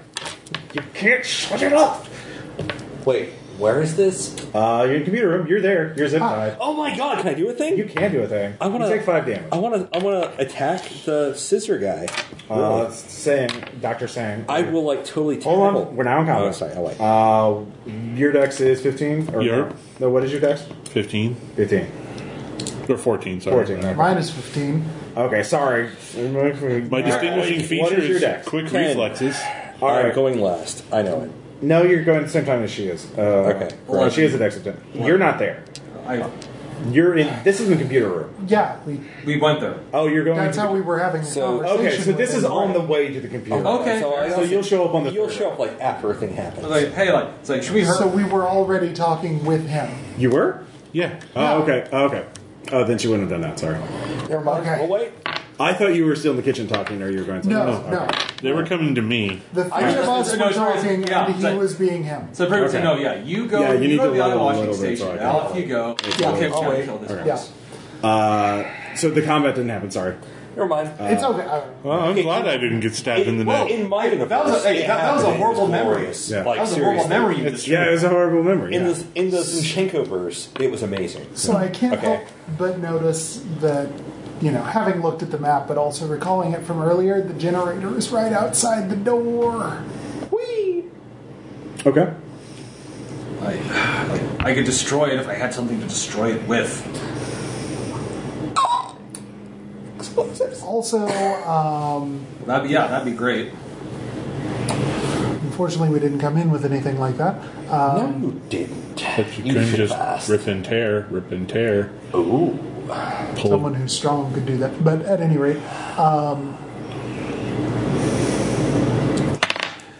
[SPEAKER 2] You can't shut it up.
[SPEAKER 6] Wait, where is this?
[SPEAKER 2] Uh, you're in the computer room. You're there. You're zip tied.
[SPEAKER 6] Oh my god! Can I do a thing?
[SPEAKER 2] You can do a thing.
[SPEAKER 6] I wanna
[SPEAKER 2] you take five damage.
[SPEAKER 6] I wanna. I wanna attack the scissor guy.
[SPEAKER 2] Uh, Sang, Doctor Sang.
[SPEAKER 6] I will like totally. Tackle.
[SPEAKER 2] Hold on, we're now in combat.
[SPEAKER 6] Oh, sorry. Oh, wait.
[SPEAKER 2] Uh, your dex is 15? Or
[SPEAKER 7] Your-
[SPEAKER 2] No, what is your dex?
[SPEAKER 7] 15
[SPEAKER 2] 15.
[SPEAKER 7] or 14, sorry.
[SPEAKER 2] 14. Okay,
[SPEAKER 3] Minus 15.
[SPEAKER 2] okay sorry.
[SPEAKER 7] My distinguishing
[SPEAKER 2] What
[SPEAKER 7] feature
[SPEAKER 2] is your
[SPEAKER 7] is,
[SPEAKER 2] dex?
[SPEAKER 7] quick
[SPEAKER 6] Ten.
[SPEAKER 7] reflexes.
[SPEAKER 2] All
[SPEAKER 6] I'm
[SPEAKER 2] right.
[SPEAKER 6] going last. I know it.
[SPEAKER 2] No, you're going at the same time as she is. Uh,
[SPEAKER 6] Okay.
[SPEAKER 2] well, She is a dex of 10. You're not there.
[SPEAKER 5] I,
[SPEAKER 2] You're in. This is in the computer room.
[SPEAKER 3] Yeah, we,
[SPEAKER 5] we went there.
[SPEAKER 2] Oh, you're going.
[SPEAKER 3] that's
[SPEAKER 2] to
[SPEAKER 3] how we were having the
[SPEAKER 6] So-
[SPEAKER 3] conversation.
[SPEAKER 2] Okay, so
[SPEAKER 3] with
[SPEAKER 2] this
[SPEAKER 3] him.
[SPEAKER 2] is on the way to the computer.
[SPEAKER 5] Okay.
[SPEAKER 6] So, I
[SPEAKER 2] So
[SPEAKER 6] also-
[SPEAKER 2] you'll show up on the.
[SPEAKER 6] You'll
[SPEAKER 2] third.
[SPEAKER 6] show up like after a thing happens.
[SPEAKER 12] like, hey, like, it's like, should we hurt?
[SPEAKER 3] So we were already talking with him.
[SPEAKER 2] You were?
[SPEAKER 7] Yeah.
[SPEAKER 2] Oh, okay. Oh, okay. Oh, then she wouldn't have done that. Sorry.
[SPEAKER 6] Never mind.
[SPEAKER 3] Okay.
[SPEAKER 6] Oh wait.
[SPEAKER 2] I thought you were still in the kitchen talking, or you were going.
[SPEAKER 3] No,
[SPEAKER 2] somewhere else.
[SPEAKER 3] no.
[SPEAKER 7] They were coming to me.
[SPEAKER 3] The three of us
[SPEAKER 12] No,
[SPEAKER 3] were
[SPEAKER 12] it's right.
[SPEAKER 3] talking,
[SPEAKER 12] Yeah,
[SPEAKER 3] and he
[SPEAKER 12] like-
[SPEAKER 3] was being him.
[SPEAKER 12] So pretty much,
[SPEAKER 2] Okay.
[SPEAKER 12] no, yeah, you go.
[SPEAKER 2] Yeah, you
[SPEAKER 12] you,
[SPEAKER 2] need
[SPEAKER 12] go
[SPEAKER 2] to
[SPEAKER 12] to the
[SPEAKER 2] level
[SPEAKER 12] other
[SPEAKER 2] a
[SPEAKER 12] washing
[SPEAKER 2] little bit so I can-
[SPEAKER 12] station. Alec, you go.
[SPEAKER 3] Yeah.
[SPEAKER 12] Okay,
[SPEAKER 6] I'll
[SPEAKER 12] we gotta
[SPEAKER 6] wait.
[SPEAKER 12] kill this
[SPEAKER 2] Okay.
[SPEAKER 3] Yeah,
[SPEAKER 12] person.
[SPEAKER 2] Uh, so the combat didn't happen. Sorry.
[SPEAKER 6] Never mind.
[SPEAKER 3] it's okay. I,
[SPEAKER 7] Well, I'm glad I didn't get stabbed in the
[SPEAKER 6] well,
[SPEAKER 7] neck.
[SPEAKER 6] in my universe,
[SPEAKER 12] That was a, hey,
[SPEAKER 6] it
[SPEAKER 12] that, that was a
[SPEAKER 6] happened. It
[SPEAKER 12] horrible memory.
[SPEAKER 6] glorious.
[SPEAKER 2] Yeah.
[SPEAKER 12] That
[SPEAKER 6] Like,
[SPEAKER 12] was a horrible
[SPEAKER 6] seriously.
[SPEAKER 12] memory you
[SPEAKER 2] It's,
[SPEAKER 12] just
[SPEAKER 2] yeah, it was a horrible memory.
[SPEAKER 6] In
[SPEAKER 2] yeah.
[SPEAKER 6] the in the Zinchenko verse, it was amazing.
[SPEAKER 3] So I can't
[SPEAKER 6] Okay.
[SPEAKER 3] help but notice that, you know, having looked at the map, but also recalling it from earlier, the generator is right outside the door. Whee!
[SPEAKER 2] Okay.
[SPEAKER 5] I,
[SPEAKER 12] I could destroy it if I had something to destroy it with.
[SPEAKER 3] Also, um,
[SPEAKER 12] That'd be, yeah, that'd be great.
[SPEAKER 3] unfortunately, we didn't come in with anything like that. Uh,
[SPEAKER 6] No, you didn't.
[SPEAKER 7] But you,
[SPEAKER 6] You
[SPEAKER 7] couldn't
[SPEAKER 6] should
[SPEAKER 7] just
[SPEAKER 6] ask.
[SPEAKER 7] rip and tear, rip and tear.
[SPEAKER 6] Ooh.
[SPEAKER 7] Pull.
[SPEAKER 3] someone who's strong could do that. But at any rate, um,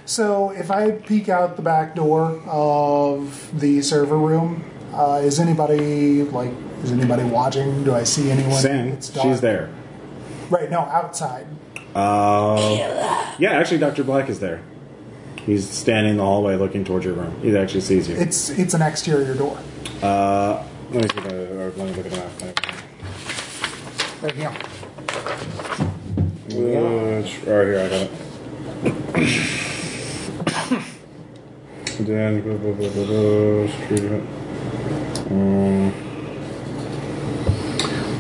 [SPEAKER 3] so if I peek out the back door of the server room, uh, is anybody like? Is anybody watching? Do I see anyone?
[SPEAKER 2] Sang,
[SPEAKER 3] It's dark.
[SPEAKER 2] she's there.
[SPEAKER 3] Right, no, outside.
[SPEAKER 2] Uh, yeah, actually, Doctor Black is there. He's standing in the hallway looking towards your room. He actually sees you.
[SPEAKER 3] It's it's an exterior door.
[SPEAKER 2] Uh, let me see. If I, or let me look at that.
[SPEAKER 3] Right here.
[SPEAKER 2] Uh, right here, I got it. Then, blah, blah, blah, blah, blah, street event. Um,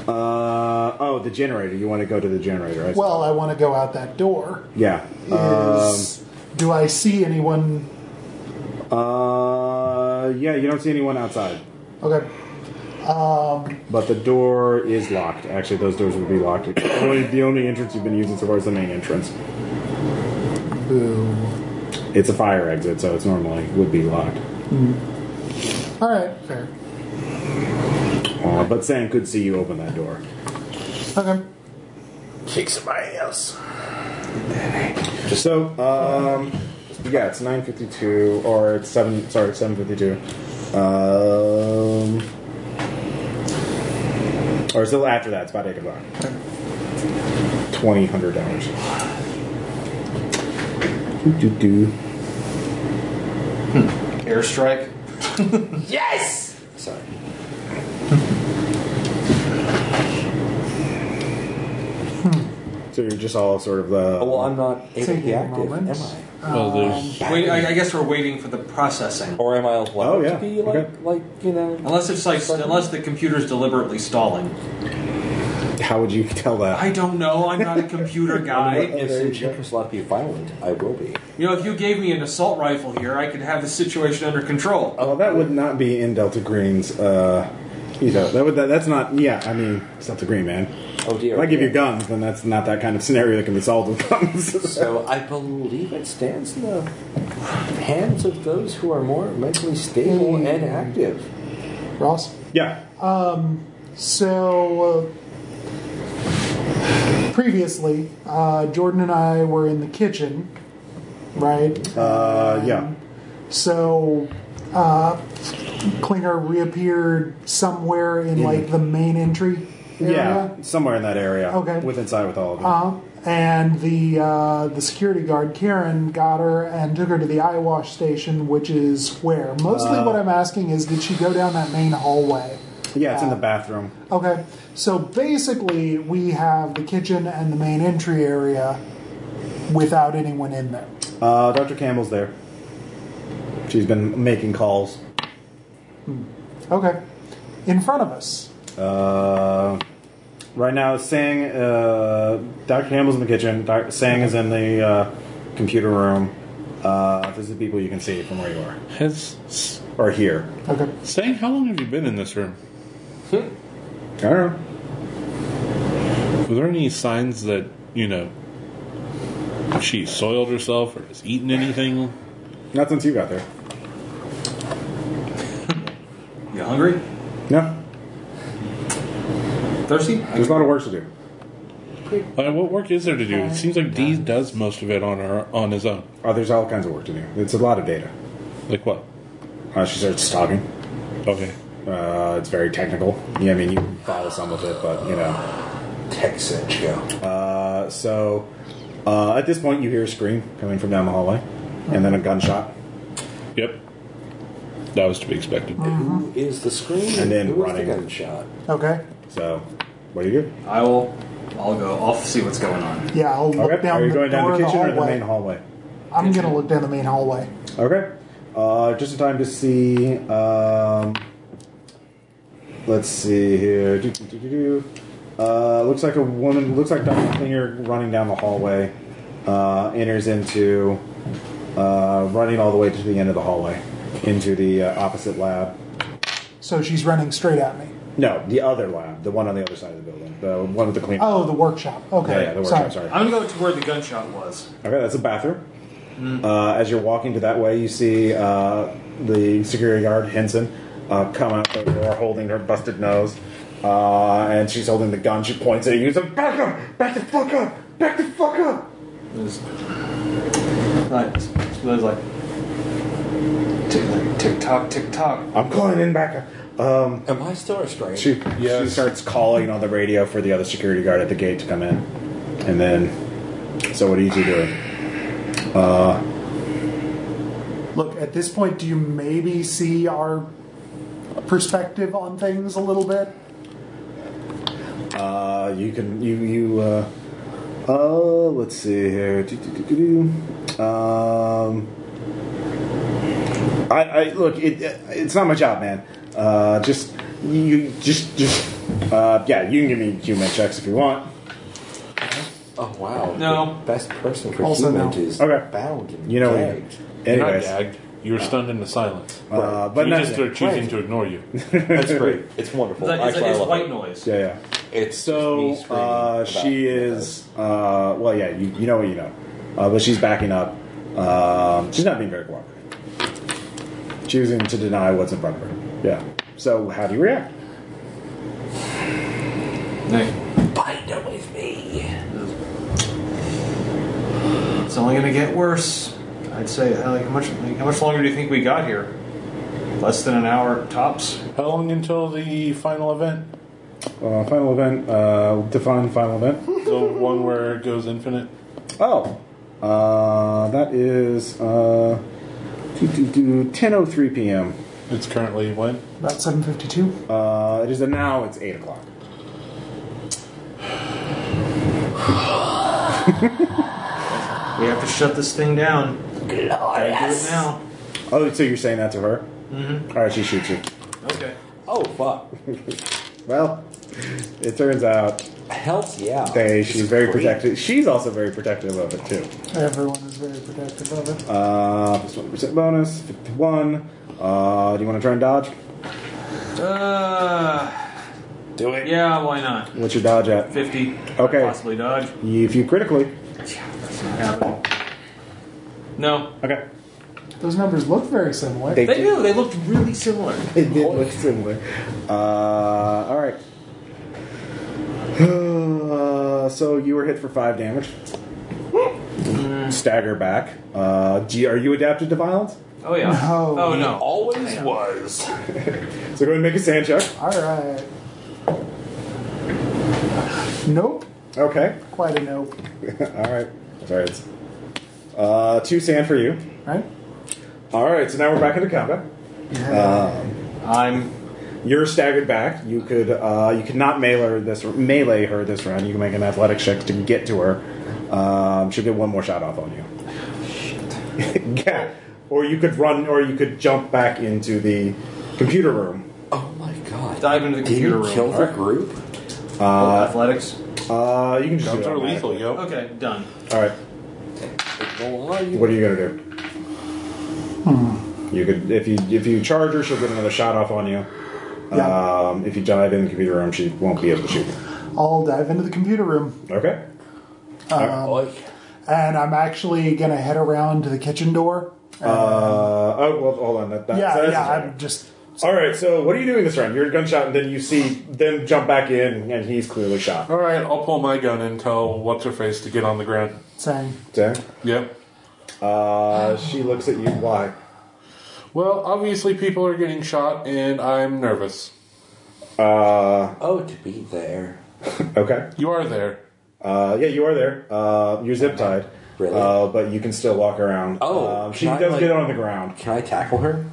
[SPEAKER 2] uh, oh, the generator. You want to go to the generator, right?
[SPEAKER 3] Well, I want to go out that door.
[SPEAKER 2] yeah. Um,
[SPEAKER 3] Is, do I see anyone?
[SPEAKER 2] uh, yeah, you don't see anyone outside.
[SPEAKER 3] Okay.
[SPEAKER 2] But the door is locked. Actually, those doors would be locked. <clears throat> only, the only entrance you've been using so far is the main entrance.
[SPEAKER 3] Boo.
[SPEAKER 2] It's a fire exit, so it's normally would be locked.
[SPEAKER 3] All right, fair.
[SPEAKER 2] Uh, but Sam could see you open that door.
[SPEAKER 3] Okay.
[SPEAKER 13] Kick somebody else.
[SPEAKER 2] So, um, yeah, it's nine fifty-two, or it's seven. Sorry, seven fifty-two. Um, or it's a little after that. It's about eight o'clock. Twenty hundred dollars. Do do do.
[SPEAKER 12] Airstrike.
[SPEAKER 6] Sorry.
[SPEAKER 2] So you're just all sort of the.
[SPEAKER 6] Oh, well, I'm not able to
[SPEAKER 3] Taking
[SPEAKER 6] be
[SPEAKER 3] a
[SPEAKER 6] active, am
[SPEAKER 3] moment.
[SPEAKER 6] I?
[SPEAKER 7] Well, there's,
[SPEAKER 12] Wait, I, I guess we're waiting for the processing.
[SPEAKER 6] Or am I allowed
[SPEAKER 2] Oh, yeah.
[SPEAKER 6] to be like,
[SPEAKER 2] Okay.
[SPEAKER 6] like you know? Oh,
[SPEAKER 12] Unless it's like, unless the computer's deliberately stalling.
[SPEAKER 2] How would you tell that?
[SPEAKER 5] I don't know. I'm not a computer guy.
[SPEAKER 8] If Czechoslovakia be violent, I will be.
[SPEAKER 5] You know, if you gave me an assault rifle here, I could have the situation under control.
[SPEAKER 2] Well, that would not be in Delta Green's. Uh, you know, that would that, that's not. Yeah, I mean, it's Delta Green, man.
[SPEAKER 8] Oh dear.
[SPEAKER 2] If I give you guns, then that's not that kind of scenario that can be solved with guns. <laughs>
[SPEAKER 8] <laughs> So I believe it stands in the hands of those who are more mentally stable and active.
[SPEAKER 3] Ross?
[SPEAKER 2] yeah, Uh,
[SPEAKER 3] So, uh, previously, uh, Jordan and I were in the kitchen, right? Um,
[SPEAKER 2] uh, yeah.
[SPEAKER 3] So, uh, Klinger reappeared somewhere in like the main entry. Area.
[SPEAKER 2] Yeah, somewhere in that area.
[SPEAKER 3] Okay.
[SPEAKER 2] With inside with all of them.
[SPEAKER 3] Uh, and the uh, the security guard Karen got her and took her to the eye wash station, which is where. Mostly,
[SPEAKER 2] Uh.
[SPEAKER 3] what I'm asking is, did she go down that main hallway?
[SPEAKER 2] yeah, it's in the
[SPEAKER 3] uh,
[SPEAKER 2] bathroom.
[SPEAKER 3] Okay, so basically, we have the kitchen and the main entry area without anyone in there.
[SPEAKER 2] Uh, Dr. Campbell's there. She's been making calls.
[SPEAKER 3] Okay, in front of us.
[SPEAKER 2] Uh, right now, Sang, uh, Dr. Campbell's in the kitchen. Doc, Sang is in the uh, computer room. Uh, this is people you can see from where you are.
[SPEAKER 7] Um, Has
[SPEAKER 2] Or here.
[SPEAKER 3] Okay,
[SPEAKER 7] saying how long have you been in this room?
[SPEAKER 2] I don't know.
[SPEAKER 7] Were there any signs that you know she soiled herself or has eaten anything?
[SPEAKER 2] Not since you got there.
[SPEAKER 5] You hungry?
[SPEAKER 2] No.
[SPEAKER 5] Thirsty?
[SPEAKER 2] There's a lot of work to do.
[SPEAKER 7] Like, what work is there to do? It seems like Dee does most of it on her on his own.
[SPEAKER 2] Oh, there's all kinds of work to do. It's a lot of data.
[SPEAKER 7] Like what?
[SPEAKER 2] Uh, she starts talking.
[SPEAKER 7] Okay.
[SPEAKER 2] Uh, it's very technical. Yeah, I mean, you follow some of it, but you know.
[SPEAKER 8] Tech search, yeah.
[SPEAKER 2] Uh, so uh, at this point, you hear a scream coming from down the hallway, and then a gunshot,
[SPEAKER 7] Yep. That was to be expected.
[SPEAKER 12] Mm-hmm.
[SPEAKER 8] Who is the screen?
[SPEAKER 2] And then
[SPEAKER 8] who is
[SPEAKER 2] running.
[SPEAKER 8] the gunshot?
[SPEAKER 3] okay,
[SPEAKER 2] So, what do you do?
[SPEAKER 5] I will. I'll go. I'll see what's going on.
[SPEAKER 3] yeah. I'll look
[SPEAKER 2] Okay,
[SPEAKER 3] down
[SPEAKER 2] are you
[SPEAKER 3] the
[SPEAKER 2] going down
[SPEAKER 3] door
[SPEAKER 2] the
[SPEAKER 3] of
[SPEAKER 2] kitchen or the
[SPEAKER 3] hallway.
[SPEAKER 2] main hallway?
[SPEAKER 3] I'm gonna look down the main hallway.
[SPEAKER 2] Okay, uh, just in time to see. Um, let's see here. Do, do, do, do, do. Uh, looks like a woman. Looks like Dr. Klinger running down the hallway. Uh, enters into uh, running all the way to the end of the hallway, into the uh, opposite lab.
[SPEAKER 3] So she's running straight at me.
[SPEAKER 2] No, the other lab, the one on the other side of the building, the one with the clean.
[SPEAKER 3] Oh, the workshop. Okay,
[SPEAKER 2] yeah, yeah, the workshop. Sorry.
[SPEAKER 5] I'm gonna go to where the gunshot was.
[SPEAKER 2] Okay, that's a bathroom. Uh, as you're walking to that way, you see uh, the security guard Henson uh, come out the door, holding her busted nose, uh, and she's holding the gun. She points at you. She's like, "Back up! Back the fuck up! Back the fuck up!"
[SPEAKER 5] It's like, it's like tick, tick tock, tick tock.
[SPEAKER 2] I'm calling in back up. Um,
[SPEAKER 8] Am I still restrained?
[SPEAKER 2] she she starts calling on the radio for the other security guard at the gate to come in, and then. So what are you two doing?
[SPEAKER 3] Look, at this point, do you maybe see our perspective on things a little bit?
[SPEAKER 2] Uh, you can you you uh, uh let's see here. Do, do, do, do, do. Um, I, I look it it's not my job, man. Uh, just you just just uh yeah, you can give me human checks if you want.
[SPEAKER 8] Oh wow.
[SPEAKER 5] No.
[SPEAKER 8] The best person for
[SPEAKER 3] Also
[SPEAKER 8] human
[SPEAKER 3] no.
[SPEAKER 8] is
[SPEAKER 2] Okay.
[SPEAKER 8] bound and
[SPEAKER 2] You know, <laughs>
[SPEAKER 8] gagged.
[SPEAKER 4] You're not
[SPEAKER 2] anyways.
[SPEAKER 4] gagged. You were stunned into silence.
[SPEAKER 2] Uh, but
[SPEAKER 4] you
[SPEAKER 2] not,
[SPEAKER 4] just are choosing
[SPEAKER 8] Right.
[SPEAKER 4] to ignore
[SPEAKER 7] <laughs>
[SPEAKER 4] you.
[SPEAKER 8] That's great. It's wonderful.
[SPEAKER 5] It's, like, it's, like,
[SPEAKER 8] Actually, I
[SPEAKER 5] it's
[SPEAKER 8] love
[SPEAKER 5] white
[SPEAKER 8] it.
[SPEAKER 5] noise.
[SPEAKER 2] yeah, yeah.
[SPEAKER 8] It's
[SPEAKER 2] So
[SPEAKER 8] just me screaming
[SPEAKER 2] uh,
[SPEAKER 8] about
[SPEAKER 2] she is uh well yeah you, you know what you know, uh, but she's backing up. Um, she's not being very cooperative, choosing to deny what's in front of her. Yeah. So how do you react?
[SPEAKER 8] Bind up with me.
[SPEAKER 5] It's only gonna get worse.
[SPEAKER 12] I'd say, uh, like, how much like, how much longer do you think we got here?
[SPEAKER 5] Less than an hour tops.
[SPEAKER 4] How long until the final event?
[SPEAKER 2] Uh, final event. Uh, define final event.
[SPEAKER 4] The one where it goes infinite?
[SPEAKER 2] Oh, uh, that is uh, do, do, do, 10:03 p.m.
[SPEAKER 4] It's currently when?
[SPEAKER 3] About 7.52?
[SPEAKER 2] Uh, it is now. It's eight o'clock.
[SPEAKER 5] We have to shut this thing down. Gotta do it now.
[SPEAKER 2] Oh, so you're saying that to her? Mm-hmm. right, she shoots you.
[SPEAKER 5] Okay.
[SPEAKER 8] Oh fuck.
[SPEAKER 2] Well, it turns out
[SPEAKER 6] Hells yeah.
[SPEAKER 2] Hey, she's
[SPEAKER 6] It's
[SPEAKER 2] very
[SPEAKER 6] great.
[SPEAKER 2] protective. She's also very protective of it too.
[SPEAKER 3] Everyone is very protective of it.
[SPEAKER 2] Uh, plus twenty percent bonus, fifty-one. Uh, do you want to try and dodge?
[SPEAKER 19] Uh,
[SPEAKER 6] Do it.
[SPEAKER 19] yeah, why not?
[SPEAKER 2] What's your dodge at?
[SPEAKER 19] 50.
[SPEAKER 2] Okay.
[SPEAKER 19] Possibly dodge.
[SPEAKER 2] If you critically,
[SPEAKER 19] That's not happening. No.
[SPEAKER 2] okay,
[SPEAKER 3] Those numbers look very similar.
[SPEAKER 19] They do. They looked really similar.
[SPEAKER 2] It did look similar. Uh, all right. Uh, so you were hit for five damage. Stagger back. Uh, do you- are you adapted to violence?
[SPEAKER 19] Oh, yeah.
[SPEAKER 3] No.
[SPEAKER 19] Oh, no.
[SPEAKER 6] Always was.
[SPEAKER 2] So go ahead and make a sand check.
[SPEAKER 3] All right. Nope.
[SPEAKER 2] Okay.
[SPEAKER 3] Quite a nope.
[SPEAKER 2] all right. Sorry. It's, uh, two sand for you.
[SPEAKER 3] Right?
[SPEAKER 2] All right. So now we're back into combat. Um,
[SPEAKER 5] I'm
[SPEAKER 2] You're staggered back. You could uh, you could not melee her this melee her this round. You can make an athletics check to get to her. Um, she'll get one more shot off on you. <laughs> yeah. Or you could run, or you could jump back into the computer room.
[SPEAKER 6] Oh my god.
[SPEAKER 5] dive into the
[SPEAKER 6] Did
[SPEAKER 5] computer
[SPEAKER 6] you
[SPEAKER 5] room.
[SPEAKER 6] kill the group?
[SPEAKER 5] Uh, athletics.
[SPEAKER 2] Uh, you can just
[SPEAKER 7] Guns
[SPEAKER 2] do it
[SPEAKER 7] are lethal,
[SPEAKER 2] automatically.
[SPEAKER 7] yo.
[SPEAKER 19] Okay, done.
[SPEAKER 2] All right.
[SPEAKER 6] Well, are you-
[SPEAKER 2] What are you gonna do? You could if you if you charge her, she'll get another shot off on you.
[SPEAKER 3] Yeah.
[SPEAKER 2] Um, if you dive in the computer room, she won't be able to shoot you.
[SPEAKER 3] I'll dive into the computer room.
[SPEAKER 2] Okay.
[SPEAKER 3] Um,
[SPEAKER 6] Like,
[SPEAKER 3] And I'm actually going to head around to the kitchen door.
[SPEAKER 2] Uh, oh well, hold on. That, that,
[SPEAKER 3] yeah,
[SPEAKER 2] so that's-
[SPEAKER 3] yeah, I'm just.
[SPEAKER 2] All right, so what are you doing this round? You're a gunshot, and then you see them jump back in, and he's clearly shot.
[SPEAKER 7] All right, I'll pull my gun and tell what's her face to get on the ground.
[SPEAKER 3] saying,
[SPEAKER 2] Okay.
[SPEAKER 7] Yep.
[SPEAKER 2] Uh, she looks at you. Why?
[SPEAKER 7] Well, obviously people are getting shot, and I'm nervous.
[SPEAKER 2] Uh,
[SPEAKER 6] oh, to be there.
[SPEAKER 2] okay.
[SPEAKER 7] You are there.
[SPEAKER 2] Uh, yeah, you are there. Uh, you're zip tied.
[SPEAKER 6] Really?
[SPEAKER 2] Uh, but you can still walk around.
[SPEAKER 6] Oh,
[SPEAKER 2] Um, she
[SPEAKER 6] can I,
[SPEAKER 2] does
[SPEAKER 6] like-
[SPEAKER 2] get on the ground.
[SPEAKER 6] Can I tackle her?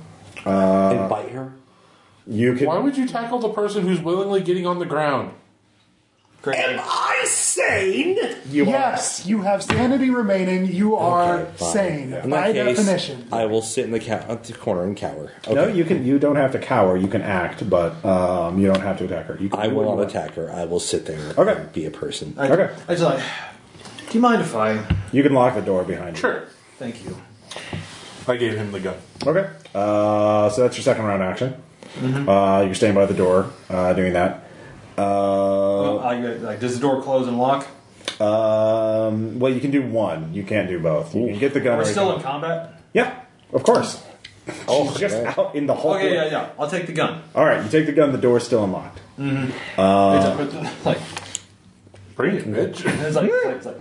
[SPEAKER 6] Uh, and bite her?
[SPEAKER 2] You can.
[SPEAKER 7] Why would you tackle the person who's willingly getting on the ground?
[SPEAKER 19] Great.
[SPEAKER 6] I sane?
[SPEAKER 2] You are-
[SPEAKER 3] yes, you have sanity remaining. You are
[SPEAKER 6] fine.
[SPEAKER 3] sane
[SPEAKER 6] In
[SPEAKER 3] by
[SPEAKER 6] that case,
[SPEAKER 3] definition.
[SPEAKER 6] I will sit in the, cow- at the corner and cower. Okay.
[SPEAKER 2] No, you can. You don't have to cower. You can act, but um, you don't have to attack her. You can
[SPEAKER 6] I
[SPEAKER 2] do
[SPEAKER 6] will
[SPEAKER 2] what you
[SPEAKER 6] not
[SPEAKER 2] want.
[SPEAKER 6] attack her. I will sit there
[SPEAKER 2] Okay.
[SPEAKER 6] and be a person.
[SPEAKER 5] I,
[SPEAKER 2] Okay.
[SPEAKER 5] I just like. Do you mind if I?
[SPEAKER 2] You can lock the door behind you.
[SPEAKER 7] Sure.
[SPEAKER 5] Thank you.
[SPEAKER 7] I gave him the gun.
[SPEAKER 2] Okay. Uh, so that's your second round action.
[SPEAKER 5] Mm-hmm.
[SPEAKER 2] Uh, you're staying by the door uh, doing that.
[SPEAKER 5] Well,
[SPEAKER 2] Uh,
[SPEAKER 5] I, like, does the door close and lock?
[SPEAKER 2] um, well, you can do one. You can't do both. You can get the gun.
[SPEAKER 5] We're
[SPEAKER 2] or you
[SPEAKER 5] still
[SPEAKER 2] can-
[SPEAKER 5] in combat.
[SPEAKER 2] Yeah, of course. <laughs>
[SPEAKER 6] Oh,
[SPEAKER 2] She's just
[SPEAKER 6] yeah.
[SPEAKER 2] out in the hall.
[SPEAKER 5] Okay, yeah, yeah. I'll take the gun.
[SPEAKER 2] All right, you take the gun. The door's still unlocked.
[SPEAKER 5] it's, it's <laughs> like,
[SPEAKER 7] Bring it, bitch.
[SPEAKER 5] <laughs> it's like, it's like, it's like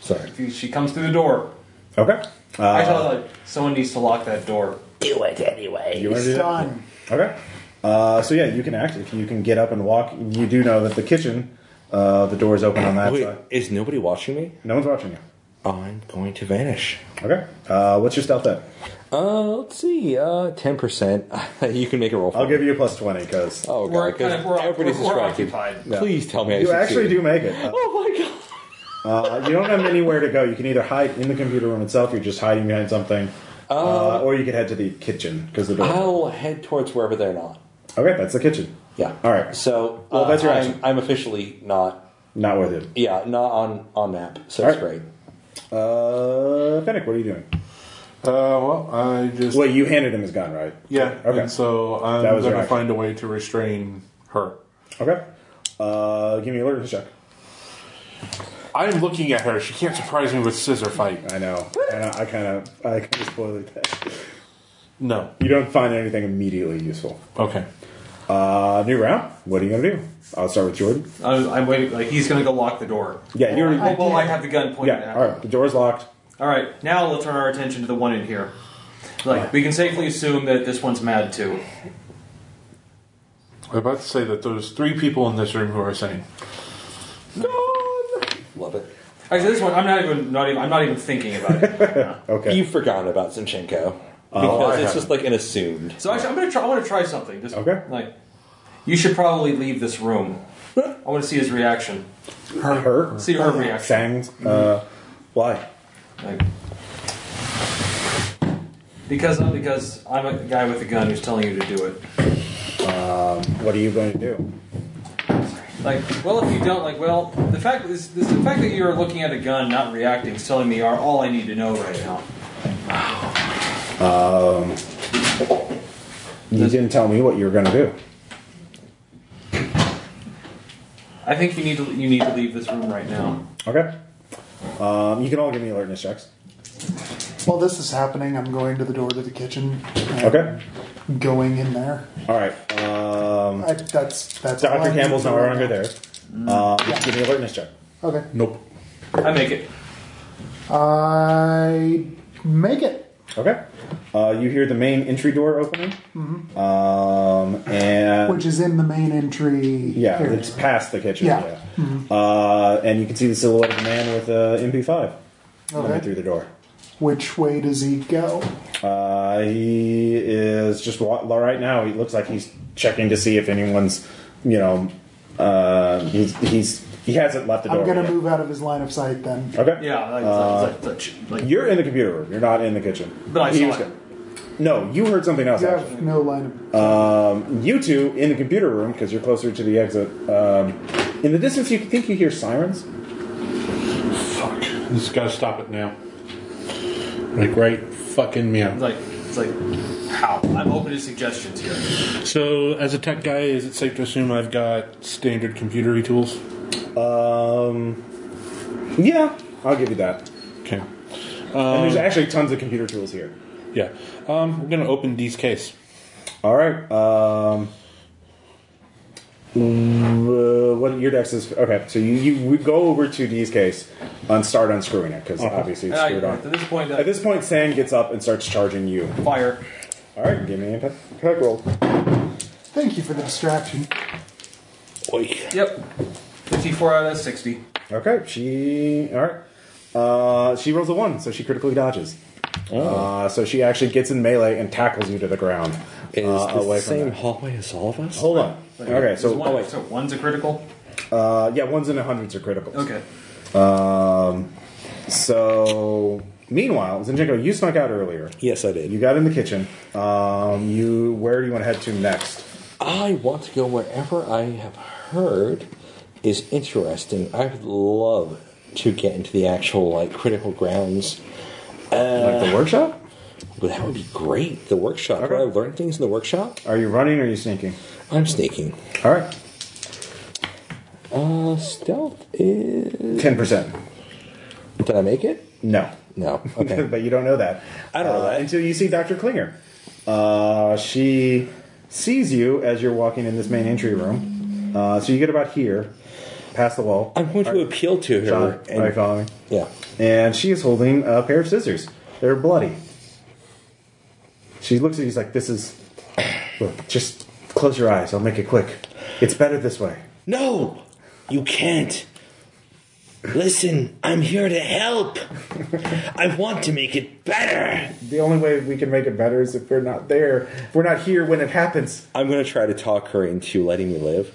[SPEAKER 6] Sorry.
[SPEAKER 5] if you- she comes through the door.
[SPEAKER 2] Okay.
[SPEAKER 5] I
[SPEAKER 2] Uh,
[SPEAKER 5] thought like someone needs to lock that door.
[SPEAKER 2] you wanna do
[SPEAKER 3] It's
[SPEAKER 2] that?
[SPEAKER 3] done.
[SPEAKER 2] Okay. Uh, so yeah, you can act if you can get up and walk. You do know that the kitchen, uh, the door is open on that
[SPEAKER 6] Wait,
[SPEAKER 2] side.
[SPEAKER 6] is nobody watching me?
[SPEAKER 2] No one's watching you.
[SPEAKER 6] I'm going to vanish.
[SPEAKER 2] Okay. Uh, what's your stealth at?
[SPEAKER 6] Uh, let's see. Uh, ten percent. <laughs> you can make a roll. For
[SPEAKER 2] I'll
[SPEAKER 6] me.
[SPEAKER 2] give you a plus twenty because
[SPEAKER 6] Oh
[SPEAKER 5] We're
[SPEAKER 6] god,
[SPEAKER 5] kind of- we're-
[SPEAKER 6] because everybody's
[SPEAKER 5] we're- we're
[SPEAKER 6] distracted.
[SPEAKER 5] occupied.
[SPEAKER 2] Yeah.
[SPEAKER 6] Please tell me I
[SPEAKER 2] you actually
[SPEAKER 6] succeeded.
[SPEAKER 2] do make it.
[SPEAKER 6] Oh my god.
[SPEAKER 2] Uh, you don't have anywhere to go. You can either hide in the computer room itself, you're just hiding behind something,
[SPEAKER 6] Oh.
[SPEAKER 2] uh, or you could head to the kitchen because the door.
[SPEAKER 6] I'll head towards wherever they're not.
[SPEAKER 2] okay, that's the kitchen.
[SPEAKER 6] Yeah.
[SPEAKER 2] All right.
[SPEAKER 6] So,
[SPEAKER 2] Well,
[SPEAKER 6] uh,
[SPEAKER 2] that's your
[SPEAKER 6] I'm,
[SPEAKER 2] action.
[SPEAKER 6] I'm officially not.
[SPEAKER 2] Not worth it.
[SPEAKER 6] Yeah, not on on map. So
[SPEAKER 2] All
[SPEAKER 6] it's
[SPEAKER 2] right.
[SPEAKER 6] great.
[SPEAKER 2] Uh, Fennec, what are you doing?
[SPEAKER 7] Uh, well, I just
[SPEAKER 2] Well, you handed him his gun, right?
[SPEAKER 7] yeah.
[SPEAKER 2] Okay.
[SPEAKER 7] And so I'm
[SPEAKER 2] That was
[SPEAKER 7] going
[SPEAKER 2] your
[SPEAKER 7] to
[SPEAKER 2] action.
[SPEAKER 7] find a way to restrain her.
[SPEAKER 2] Okay. Uh, give me a alertness check.
[SPEAKER 7] I'm looking at her. She can't surprise me with scissor fight.
[SPEAKER 2] I know. And I kind of, I <laughs> kind of spoiled that.
[SPEAKER 7] No.
[SPEAKER 2] You don't find anything immediately useful.
[SPEAKER 7] Okay.
[SPEAKER 2] Uh, new round. What are you gonna do? I'll start with Jordan.
[SPEAKER 5] I'm, I'm waiting. Like he's gonna go lock the door.
[SPEAKER 2] Yeah, you're.
[SPEAKER 5] Well, well, I have the gun pointed
[SPEAKER 2] yeah.
[SPEAKER 5] at.
[SPEAKER 2] All right. The door's locked.
[SPEAKER 5] All right, Now we'll turn our attention to the one in here. Like we can safely assume that this one's mad too.
[SPEAKER 7] I'm about to say that there's three people in this room who are saying,
[SPEAKER 6] Love it.
[SPEAKER 5] Actually, this one I'm not even not even I'm not even thinking about it.
[SPEAKER 2] <laughs> Okay.
[SPEAKER 6] You've forgotten about Zinchenko because it's just like an assumed.
[SPEAKER 5] So actually, I'm gonna try. I want to try something. Just,
[SPEAKER 2] Okay.
[SPEAKER 5] Like you should probably leave this room. I want to see his reaction.
[SPEAKER 2] her. Her.
[SPEAKER 5] See her reaction.
[SPEAKER 2] Sang. Uh, why?
[SPEAKER 5] Like, because
[SPEAKER 12] uh,
[SPEAKER 5] I'm because I'm a guy with a gun who's telling you to do it.
[SPEAKER 2] What are you going to do?
[SPEAKER 12] Like, well, if you don't, like, well, the fact is, is the fact that you're looking at a gun, not reacting, is telling me are all I need to know right now.
[SPEAKER 2] Um, you didn't tell me what you were going to do.
[SPEAKER 12] I think you need to you need to leave this room right now.
[SPEAKER 2] Okay. Um, you can all give me alertness checks.
[SPEAKER 3] While this is happening, I'm going to the door to the kitchen. and
[SPEAKER 2] Okay.
[SPEAKER 3] Going in there.
[SPEAKER 2] All right. Um,
[SPEAKER 3] I, that's that's. all I
[SPEAKER 2] Dr.
[SPEAKER 3] need
[SPEAKER 2] Campbell's
[SPEAKER 3] to
[SPEAKER 2] not
[SPEAKER 3] know
[SPEAKER 2] longer
[SPEAKER 3] right
[SPEAKER 2] there. Uh, give me an alertness check.
[SPEAKER 3] now. Okay.
[SPEAKER 7] Nope.
[SPEAKER 12] I make it.
[SPEAKER 3] I make it.
[SPEAKER 2] Okay. Uh, you hear the main entry door opening. Mm-hmm. Um, and
[SPEAKER 3] Which is in the main entry.
[SPEAKER 2] yeah,
[SPEAKER 3] area.
[SPEAKER 2] it's past the kitchen.
[SPEAKER 3] Yeah.
[SPEAKER 2] Yeah. Uh, and you can see the silhouette of a man with uh, a MP5 coming
[SPEAKER 3] Okay.
[SPEAKER 2] through the door.
[SPEAKER 3] Which way does he go?
[SPEAKER 2] Uh, he is just wa- right now. He looks like he's checking to see if anyone's, you know, uh, he's he's he hasn't left the door.
[SPEAKER 3] I'm gonna
[SPEAKER 2] yet.
[SPEAKER 3] move out of his line of sight then.
[SPEAKER 2] Okay.
[SPEAKER 12] Yeah, like, like, like, like,
[SPEAKER 2] You're in the computer room. You're not in the kitchen.
[SPEAKER 12] But I
[SPEAKER 2] He
[SPEAKER 12] saw
[SPEAKER 2] was
[SPEAKER 12] it.
[SPEAKER 2] go- No, you heard something else.
[SPEAKER 3] You
[SPEAKER 2] actually.
[SPEAKER 3] have no line of.
[SPEAKER 2] Um, you two in the computer room because you're closer to the exit. Um, in the distance, you think you hear sirens.
[SPEAKER 7] Fuck. Just gotta stop it now. Like right fucking meow.
[SPEAKER 12] it's like it's like how I'm open to suggestions here.
[SPEAKER 7] So, as a tech guy, is it safe to assume I've got standard computery tools?
[SPEAKER 2] Um, yeah, I'll give you that.
[SPEAKER 7] Okay.
[SPEAKER 2] and
[SPEAKER 12] Um,
[SPEAKER 2] there's actually tons of computer tools here.
[SPEAKER 7] Yeah. Um, we're gonna open Dee's case.
[SPEAKER 2] All right. Um, uh, what your dex is okay. So you, you we go over to D's case and start unscrewing it because obviously it's
[SPEAKER 12] Uh,
[SPEAKER 2] screwed
[SPEAKER 12] at
[SPEAKER 2] on.
[SPEAKER 12] this point, uh,
[SPEAKER 2] At this point, Sand gets up and starts charging you.
[SPEAKER 12] fire.
[SPEAKER 2] All right, give me an impact impact roll.
[SPEAKER 3] Thank you for the distraction.
[SPEAKER 12] Yep. Fifty-four out of sixty.
[SPEAKER 2] Okay, she all right. Uh, she rolls a one, so she critically dodges.
[SPEAKER 6] Oh.
[SPEAKER 2] Uh, so she actually gets in melee and tackles you to the ground.
[SPEAKER 6] Is
[SPEAKER 2] uh,
[SPEAKER 6] the same
[SPEAKER 2] that. Oh,
[SPEAKER 6] hallway as all of us?
[SPEAKER 2] Hold on. Okay,
[SPEAKER 12] So,
[SPEAKER 2] so oh,
[SPEAKER 12] one, so one's a critical.
[SPEAKER 2] uh, yeah, ones in the hundreds are critical.
[SPEAKER 12] Okay.
[SPEAKER 2] Um, so meanwhile, Zinjinko, you snuck out earlier.
[SPEAKER 6] Yes, I did.
[SPEAKER 2] You got in the kitchen. Um, you where do you want to head to next?
[SPEAKER 6] I want to go wherever I have heard is interesting. I would love to get into the actual like critical grounds.
[SPEAKER 2] like the workshop?
[SPEAKER 6] But that would be great. The workshop.
[SPEAKER 2] Okay.
[SPEAKER 6] Would I learn things in the workshop?
[SPEAKER 2] Are you running or are you sneaking?
[SPEAKER 6] I'm sneaking.
[SPEAKER 2] All right,
[SPEAKER 6] Uh, stealth is.
[SPEAKER 2] ten percent.
[SPEAKER 6] Did I make it?
[SPEAKER 2] No. <laughs>
[SPEAKER 6] No. Okay.
[SPEAKER 2] but you don't know that.
[SPEAKER 6] I don't know
[SPEAKER 2] Uh,
[SPEAKER 6] that.
[SPEAKER 2] until you see Dr. Klinger. Uh, she sees you as you're walking in this main entry room. Uh, so you get about here, past the wall.
[SPEAKER 6] I'm going to appeal to her.
[SPEAKER 2] John,
[SPEAKER 6] and-
[SPEAKER 2] are you following me?
[SPEAKER 6] yeah.
[SPEAKER 2] And she is holding a pair of scissors. They're bloody. She looks at you. She's like, "This is. Look, just close your eyes. I'll make it quick. It's better this way."
[SPEAKER 6] No! You can't! Listen, I'm here to help! I want to make it better!
[SPEAKER 2] The only way we can make it better is if we're not there. If we're not here when it happens. <laughs>
[SPEAKER 6] I'm going to try to talk her into letting me live,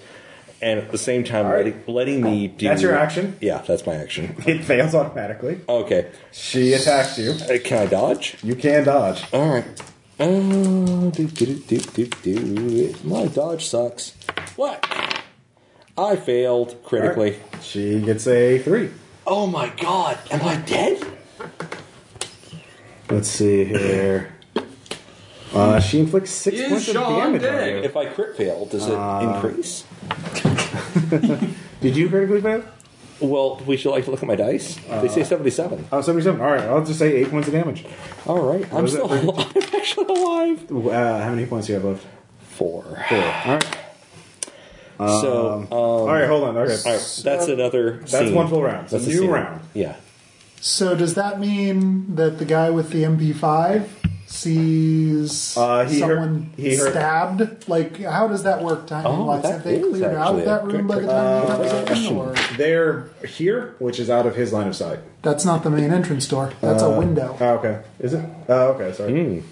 [SPEAKER 6] and at the same time,
[SPEAKER 2] All right.
[SPEAKER 6] letting, letting me do.
[SPEAKER 2] That's your action?
[SPEAKER 6] Yeah, that's my action.
[SPEAKER 2] It fails automatically.
[SPEAKER 6] Okay.
[SPEAKER 2] She attacks you.
[SPEAKER 6] Uh, can I dodge?
[SPEAKER 2] You can dodge.
[SPEAKER 6] Alright. Oh, do, do, do, do, do, do. My dodge sucks. What? I failed critically.
[SPEAKER 2] She gets a three.
[SPEAKER 6] Oh my god, am I dead?
[SPEAKER 2] Let's see here. Uh, she inflicts six
[SPEAKER 12] Is
[SPEAKER 2] points
[SPEAKER 12] Sean
[SPEAKER 2] of damage on
[SPEAKER 12] dead?
[SPEAKER 2] you.
[SPEAKER 6] If I crit fail, does it
[SPEAKER 2] Uh,
[SPEAKER 6] increase?
[SPEAKER 2] Did you critically fail?
[SPEAKER 6] Well, we should like to look at my dice. they say 77.
[SPEAKER 2] Oh, 77. All right, I'll just say eight points of damage.
[SPEAKER 6] All right, I'm
[SPEAKER 2] was that
[SPEAKER 6] still <laughs>
[SPEAKER 2] for?
[SPEAKER 6] alive. I'm actually alive.
[SPEAKER 2] Uh, how many points do you have left?
[SPEAKER 6] Four.
[SPEAKER 2] Four. All right. Um,
[SPEAKER 6] so, um, all
[SPEAKER 2] All
[SPEAKER 6] right,
[SPEAKER 2] right, hold on. Okay.
[SPEAKER 6] that's another.
[SPEAKER 2] That's one full round. It's a
[SPEAKER 6] That's
[SPEAKER 2] new
[SPEAKER 6] scene.
[SPEAKER 2] round.
[SPEAKER 6] Yeah.
[SPEAKER 3] So does that mean that the guy with the MP5 sees
[SPEAKER 2] Uh, he heard-
[SPEAKER 3] someone
[SPEAKER 2] he Oh, heard-
[SPEAKER 3] stabbed? Like, how does that work timing wise?
[SPEAKER 6] that
[SPEAKER 3] Have they
[SPEAKER 6] is
[SPEAKER 3] cleared out
[SPEAKER 6] actually
[SPEAKER 3] of
[SPEAKER 6] a
[SPEAKER 3] that
[SPEAKER 6] good
[SPEAKER 3] room by the time he
[SPEAKER 2] Uh,
[SPEAKER 3] comes in? Or
[SPEAKER 2] They're here, which is out of his line of sight.
[SPEAKER 3] that's not the main entrance door. That's a window.
[SPEAKER 2] Oh, okay. Is it? Oh, okay. Sorry.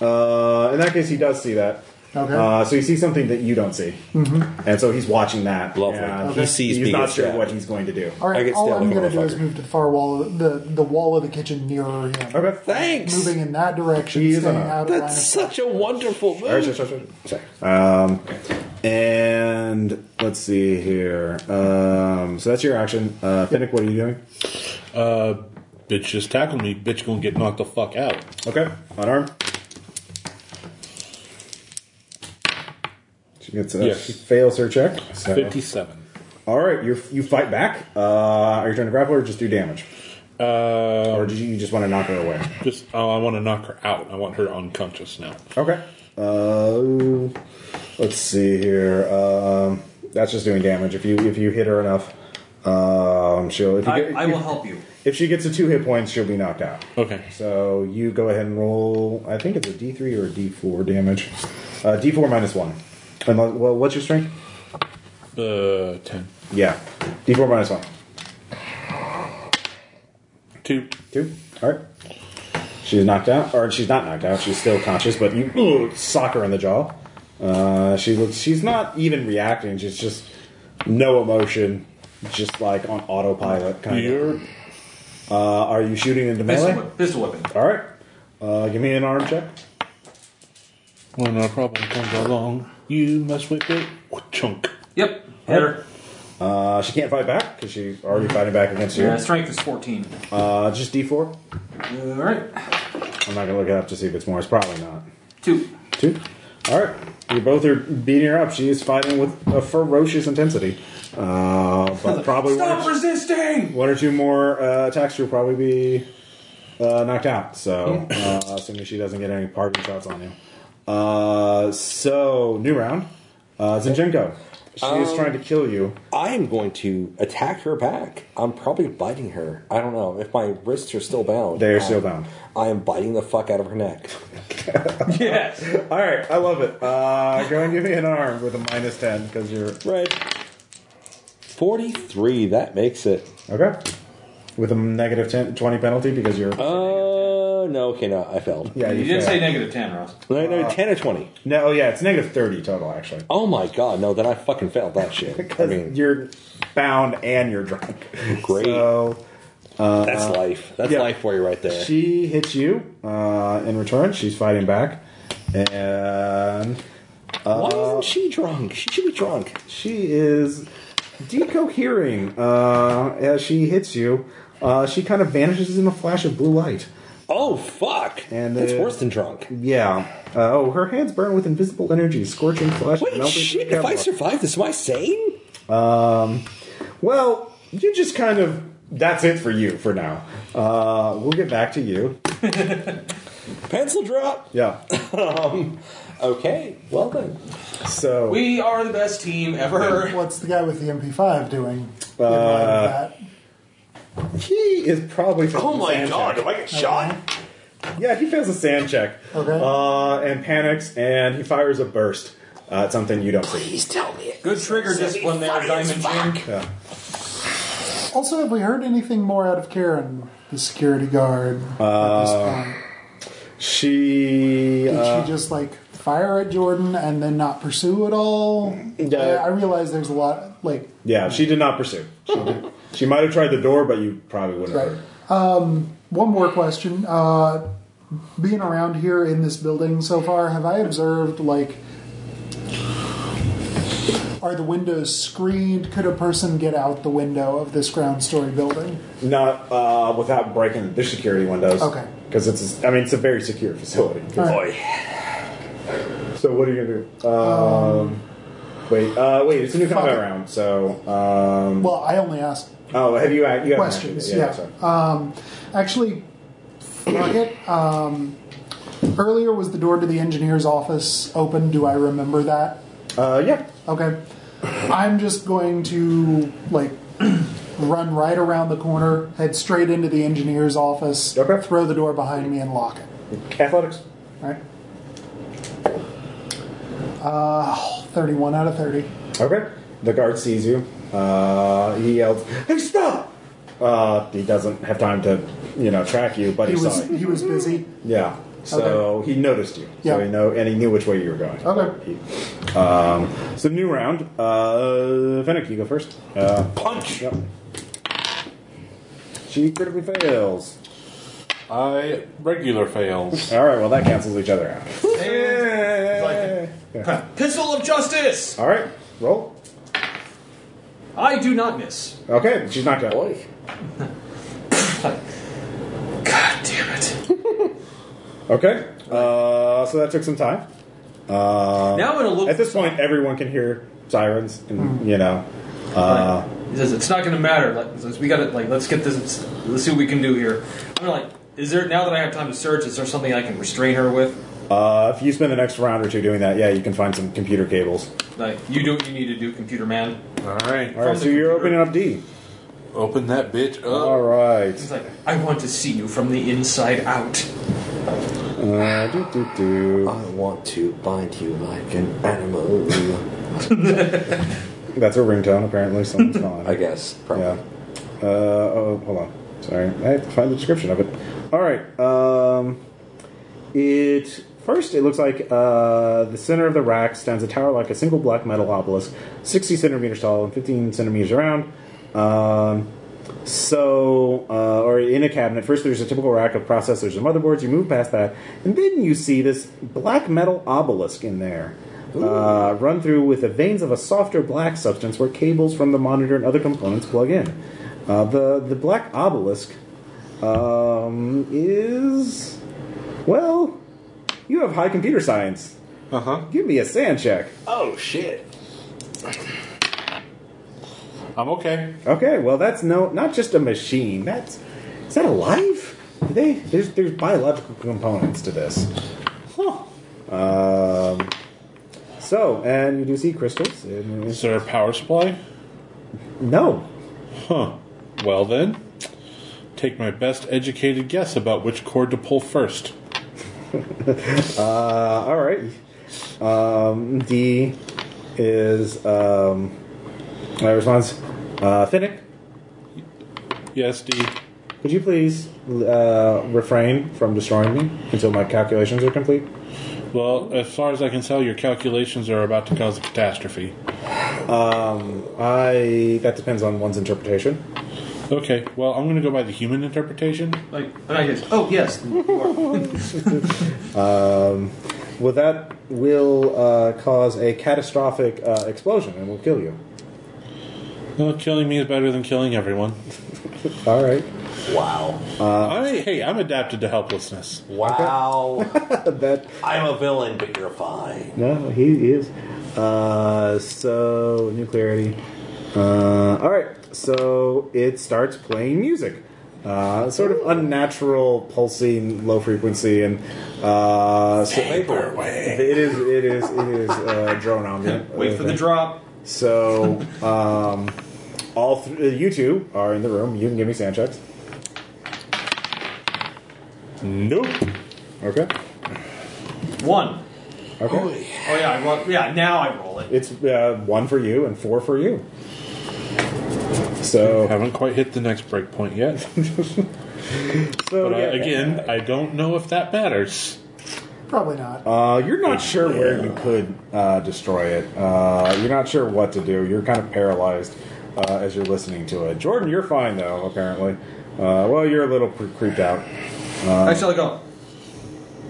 [SPEAKER 2] Uh, in that case, he does see that.
[SPEAKER 3] Okay.
[SPEAKER 2] Uh, so he sees something that you don't see, mm-hmm. and so he's watching that.
[SPEAKER 6] Lovely.
[SPEAKER 2] and
[SPEAKER 6] Okay. He sees
[SPEAKER 2] He's
[SPEAKER 6] me
[SPEAKER 2] not
[SPEAKER 6] get
[SPEAKER 2] sure
[SPEAKER 6] stabbed.
[SPEAKER 2] what he's going to do.
[SPEAKER 3] All
[SPEAKER 6] I
[SPEAKER 3] right,
[SPEAKER 6] get
[SPEAKER 3] all
[SPEAKER 6] stabbed
[SPEAKER 3] I'm
[SPEAKER 6] like a
[SPEAKER 3] going to do is
[SPEAKER 6] motherfucker.
[SPEAKER 3] move to the far wall, of the the wall of the kitchen nearer him.
[SPEAKER 2] Okay.
[SPEAKER 6] Thanks.
[SPEAKER 3] Moving in that direction,
[SPEAKER 2] He is
[SPEAKER 3] staying
[SPEAKER 2] unarmed.
[SPEAKER 3] out of line of
[SPEAKER 6] That's such a wonderful
[SPEAKER 2] All right,
[SPEAKER 6] move.
[SPEAKER 2] sure, sure, sure. Sorry. Um, And let's see here. Um, so that's your action. Uh, Pinnock, what are you doing?
[SPEAKER 7] Uh, bitch just tackled me. Bitch gonna get knocked the fuck out.
[SPEAKER 2] Okay, unarmed. She gets a,
[SPEAKER 7] Yes.
[SPEAKER 2] she fails her check. So.
[SPEAKER 7] 57.
[SPEAKER 2] All right, you you fight back. Uh, are you trying to grapple or just do damage,
[SPEAKER 7] Uh,
[SPEAKER 2] or do you just want to knock her away?
[SPEAKER 7] just, oh, I want to knock her out. I want her unconscious now.
[SPEAKER 2] Okay. Uh, let's see here. Um, that's just doing damage. If you if you hit her enough, um, she'll. If you
[SPEAKER 12] I,
[SPEAKER 2] get,
[SPEAKER 12] I will help you.
[SPEAKER 2] If she gets to two hit points, she'll be knocked out.
[SPEAKER 7] Okay.
[SPEAKER 2] So you go ahead and roll. I think it's a D three or a D four damage. Uh, D four minus one. Unless, well, what's your strength?
[SPEAKER 7] The 10.
[SPEAKER 2] Yeah, D four minus one.
[SPEAKER 7] 2.
[SPEAKER 2] Two. All right. She's knocked out, or she's not knocked out. She's still conscious, but you ugh, sock her in the jaw. Uh, she looks. She's not even reacting. She's just no emotion, just like on autopilot kind
[SPEAKER 7] You're,
[SPEAKER 2] of. Uh, are you shooting into
[SPEAKER 12] Pistol,
[SPEAKER 2] melee?
[SPEAKER 12] whip- pistol whipping.
[SPEAKER 2] All right. Uh, give me an arm check.
[SPEAKER 7] when our problem comes along, you must whip it. Chunk.
[SPEAKER 12] Yep. There.
[SPEAKER 2] Uh, she can't fight back because she's already fighting back against you.
[SPEAKER 12] Uh, strength is 14.
[SPEAKER 2] Uh, just D4.
[SPEAKER 12] All right.
[SPEAKER 2] I'm not gonna look it up to see if it's more. It's probably not.
[SPEAKER 12] Two.
[SPEAKER 2] Two. All right. You both are beating her up. She is fighting with a ferocious intensity. Uh, but probably one
[SPEAKER 12] Stop
[SPEAKER 2] or, <laughs>
[SPEAKER 12] resisting!
[SPEAKER 2] one or two more uh, attacks, you'll probably be uh, knocked out. So, uh, assuming she doesn't get any parting shots on you. Uh, so, new round. Uh, Zinchenko. She is trying to kill you.
[SPEAKER 6] I am going to attack her back. I'm probably biting her. I don't know if my wrists are still bound.
[SPEAKER 2] They are
[SPEAKER 6] I-
[SPEAKER 2] still bound.
[SPEAKER 6] I am biting the fuck out of her neck.
[SPEAKER 12] Yes.
[SPEAKER 2] All right, I love it. Uh, go and give me an arm with a minus ten because you're
[SPEAKER 6] Right. Forty-three. That makes it.
[SPEAKER 2] okay with a negative 10, 20 penalty because you're.
[SPEAKER 6] Oh, Uh, no. Okay, no, I failed.
[SPEAKER 2] yeah, Uh,
[SPEAKER 12] You did
[SPEAKER 2] failed.
[SPEAKER 12] say negative 10, Ross.
[SPEAKER 6] No, no, ten or twenty.
[SPEAKER 2] No, yeah, it's negative 30 total, actually.
[SPEAKER 6] Oh my god, no! Then I fucking failed that
[SPEAKER 2] <laughs>
[SPEAKER 6] shit. I mean,
[SPEAKER 2] you're bound and you're drunk.
[SPEAKER 6] Great.
[SPEAKER 2] So
[SPEAKER 6] that's life. That's
[SPEAKER 2] yeah.
[SPEAKER 6] life for you right there.
[SPEAKER 2] she hits you uh, in return. She's fighting back. And
[SPEAKER 6] Why isn't she drunk? She should be drunk.
[SPEAKER 2] she is decohering uh, as she hits you. Uh, she kind of vanishes in a flash of blue light.
[SPEAKER 6] Oh fuck!
[SPEAKER 2] And,
[SPEAKER 6] that's
[SPEAKER 2] uh,
[SPEAKER 6] worse than drunk.
[SPEAKER 2] Yeah. Uh, oh, her hands burn with invisible energy, scorching flesh.
[SPEAKER 6] Wait,
[SPEAKER 2] melting
[SPEAKER 6] shit! If I
[SPEAKER 2] camera.
[SPEAKER 6] survive this, am I sane?
[SPEAKER 2] Well, you just kind of. That's it for you for now. Uh, we'll get back to you.
[SPEAKER 6] Pencil drop.
[SPEAKER 2] Yeah.
[SPEAKER 6] Um, okay. Well then.
[SPEAKER 2] So
[SPEAKER 12] We are the best
[SPEAKER 3] <laughs>
[SPEAKER 12] team ever.
[SPEAKER 3] What's the guy with the MP5 doing? in
[SPEAKER 2] Uh,
[SPEAKER 3] line with that?
[SPEAKER 2] he is probably.
[SPEAKER 13] Oh my god, do I get shot?
[SPEAKER 2] Yeah, he fails a sand check.
[SPEAKER 3] Okay.
[SPEAKER 2] Uh, and panics, and he fires a burst at something you don't see.
[SPEAKER 13] Please tell me.
[SPEAKER 12] Good trigger discipline there, Diamond Jim.
[SPEAKER 2] Yeah.
[SPEAKER 3] Also, have we heard anything more out of Karen, the security guard, at this point?
[SPEAKER 2] She.
[SPEAKER 3] Did
[SPEAKER 2] Uh,
[SPEAKER 3] she just like fire at Jordan and then not pursue at all? I, I realize there's a lot like
[SPEAKER 2] yeah, she did not pursue. She, did- she might have tried the door, but you probably wouldn't
[SPEAKER 3] right.
[SPEAKER 2] have heard.
[SPEAKER 3] Um, one more question. Uh, being around here in this building so far, have I observed like are the windows screened? Could a person get out the window of this ground story building?
[SPEAKER 2] Not uh, without breaking their security windows.
[SPEAKER 3] Okay.
[SPEAKER 2] Because it's, I mean, it's a very secure facility.
[SPEAKER 13] Boy.
[SPEAKER 2] So what are you gonna do? Um, wait, uh, wait, it's a new
[SPEAKER 3] fuck
[SPEAKER 2] combat
[SPEAKER 3] it.
[SPEAKER 2] round. So, um,
[SPEAKER 3] Well, I only asked
[SPEAKER 2] oh, have you? act- you haven't
[SPEAKER 3] questions.
[SPEAKER 2] acted
[SPEAKER 3] Yeah.
[SPEAKER 2] yet, sorry.
[SPEAKER 3] Um, actually, fuck it. Um, earlier was the door to the engineer's office open. Do I remember that?
[SPEAKER 2] Uh, yeah.
[SPEAKER 3] Okay. I'm just going to like <clears throat> run right around the corner, head straight into the engineer's office,
[SPEAKER 2] Okay.
[SPEAKER 3] throw the door behind me, and lock it.
[SPEAKER 2] Athletics.
[SPEAKER 3] Right. Uh, 31 out of 30.
[SPEAKER 2] Okay. The guard sees you. Uh, he yells, "Hey, stop!" Uh, he doesn't have time to, you know, track you, but
[SPEAKER 3] He
[SPEAKER 2] he, saw
[SPEAKER 3] was
[SPEAKER 2] you.
[SPEAKER 3] he was busy.
[SPEAKER 2] Yeah. So he noticed you. So
[SPEAKER 3] Yeah.
[SPEAKER 2] he know, and he knew which way you were going.
[SPEAKER 3] Okay.
[SPEAKER 2] He- um, so new round. Uh, Fennec, you go first. Uh,
[SPEAKER 13] Punch!
[SPEAKER 2] yep. She critically fails.
[SPEAKER 7] I regular fails.
[SPEAKER 3] <laughs>
[SPEAKER 2] All right. Well, that cancels each other out.
[SPEAKER 12] It's like
[SPEAKER 2] Okay. Yeah.
[SPEAKER 5] Pistol of Justice!
[SPEAKER 2] All right. Roll.
[SPEAKER 5] I do not miss.
[SPEAKER 2] Okay. She's not gonna.
[SPEAKER 5] God damn it.
[SPEAKER 2] Okay. Uh, so that took some time. Uh,
[SPEAKER 5] Now I'm gonna look
[SPEAKER 2] At this point, everyone can hear sirens,
[SPEAKER 3] Mm.
[SPEAKER 2] and you know. Uh,
[SPEAKER 5] He says it's not going to matter. Like, since we got to like, let's get this. Let's see what we can do here. I'm like, is there now that I have time to search? Is there something I can restrain her with?
[SPEAKER 2] uh, if you spend the next round or two doing that, yeah, you can find some computer cables.
[SPEAKER 5] Like, you do what you need to do, computer man.
[SPEAKER 7] All right.
[SPEAKER 2] All right.
[SPEAKER 5] the
[SPEAKER 2] So you're
[SPEAKER 5] computer.
[SPEAKER 2] opening up D.
[SPEAKER 7] Open that bitch up.
[SPEAKER 2] All right.
[SPEAKER 5] He's like, I want to see you from the inside out.
[SPEAKER 2] Uh, do, do, do.
[SPEAKER 6] I want to bind you like an animal.
[SPEAKER 2] That's a ringtone, apparently. Someone's calling.
[SPEAKER 6] I guess. Probably.
[SPEAKER 2] Yeah. Uh, oh, hold on. Sorry, I have to find the description of it. All right. Um, it first. It looks like uh, the center of the rack stands a tower like a single black metal obelisk, sixty centimeters tall and fifteen centimeters around. Um, so, uh, or in a cabinet, first there's a typical rack of processors and motherboards. You move past that, and then you see this black metal obelisk in there. Uh, run through with the veins of a softer black substance where cables from the monitor and other components plug in. Uh, the, the black obelisk um, is. Well, you have high computer science.
[SPEAKER 7] Uh huh.
[SPEAKER 2] Give me a sand check.
[SPEAKER 6] Oh shit.
[SPEAKER 7] I'm okay.
[SPEAKER 2] Okay, well that's no not just a machine. That's is that alive? Do They there's there's biological components to this. Huh. Um, so and you do see crystals. and-
[SPEAKER 7] Is there a power supply?
[SPEAKER 2] No.
[SPEAKER 7] Huh. Well then, take my best educated guess about which cord to pull first.
[SPEAKER 2] Uh, all right. Um, D is um, my response. Uh, Finnick,
[SPEAKER 7] Yes, D.
[SPEAKER 2] could you please uh, refrain from destroying me until my calculations are complete?
[SPEAKER 7] Well, as far as I can tell, your calculations are about to cause a catastrophe.
[SPEAKER 2] I that depends on one's interpretation.
[SPEAKER 7] Okay, well, I'm going to go by the human interpretation.
[SPEAKER 5] Like, and I guess, oh yes, you are."
[SPEAKER 2] Well, that will uh, cause a catastrophic uh, explosion and will kill you.
[SPEAKER 7] Well, killing me is better than killing everyone.
[SPEAKER 2] All right. Uh.
[SPEAKER 7] I, hey, I'm adapted to helplessness.
[SPEAKER 6] Wow. <laughs>
[SPEAKER 2] that
[SPEAKER 6] I'm a villain, but you're fine.
[SPEAKER 2] no, he is. Uh, so nuclearity. Uh, all right. So it starts playing music. Uh, sort of unnatural, pulsing, low frequency, and uh, so it is. It is. It is uh, drone ambient.
[SPEAKER 5] wait for the drop.
[SPEAKER 2] So, um, all th- uh, you two are in the room. You can give me sand checks.
[SPEAKER 7] Nope.
[SPEAKER 2] Okay.
[SPEAKER 5] One.
[SPEAKER 2] Okay.
[SPEAKER 5] Oh yeah, I roll, yeah. Now I roll it.
[SPEAKER 2] It's uh, one for you and four for you. So,
[SPEAKER 7] Haven't quite hit the next
[SPEAKER 2] <laughs>
[SPEAKER 7] breakpoint yet.
[SPEAKER 2] so
[SPEAKER 7] But uh,
[SPEAKER 2] yeah,
[SPEAKER 7] again, I don't know if that matters.
[SPEAKER 3] Probably not.
[SPEAKER 2] uh, you're not sure where you could uh, destroy it. Uh, you're not sure what to do. You're kind of paralyzed uh, as you're listening to it. Jordan, you're fine though. Apparently, uh, well, you're a little pre- creeped out.
[SPEAKER 5] I shall go.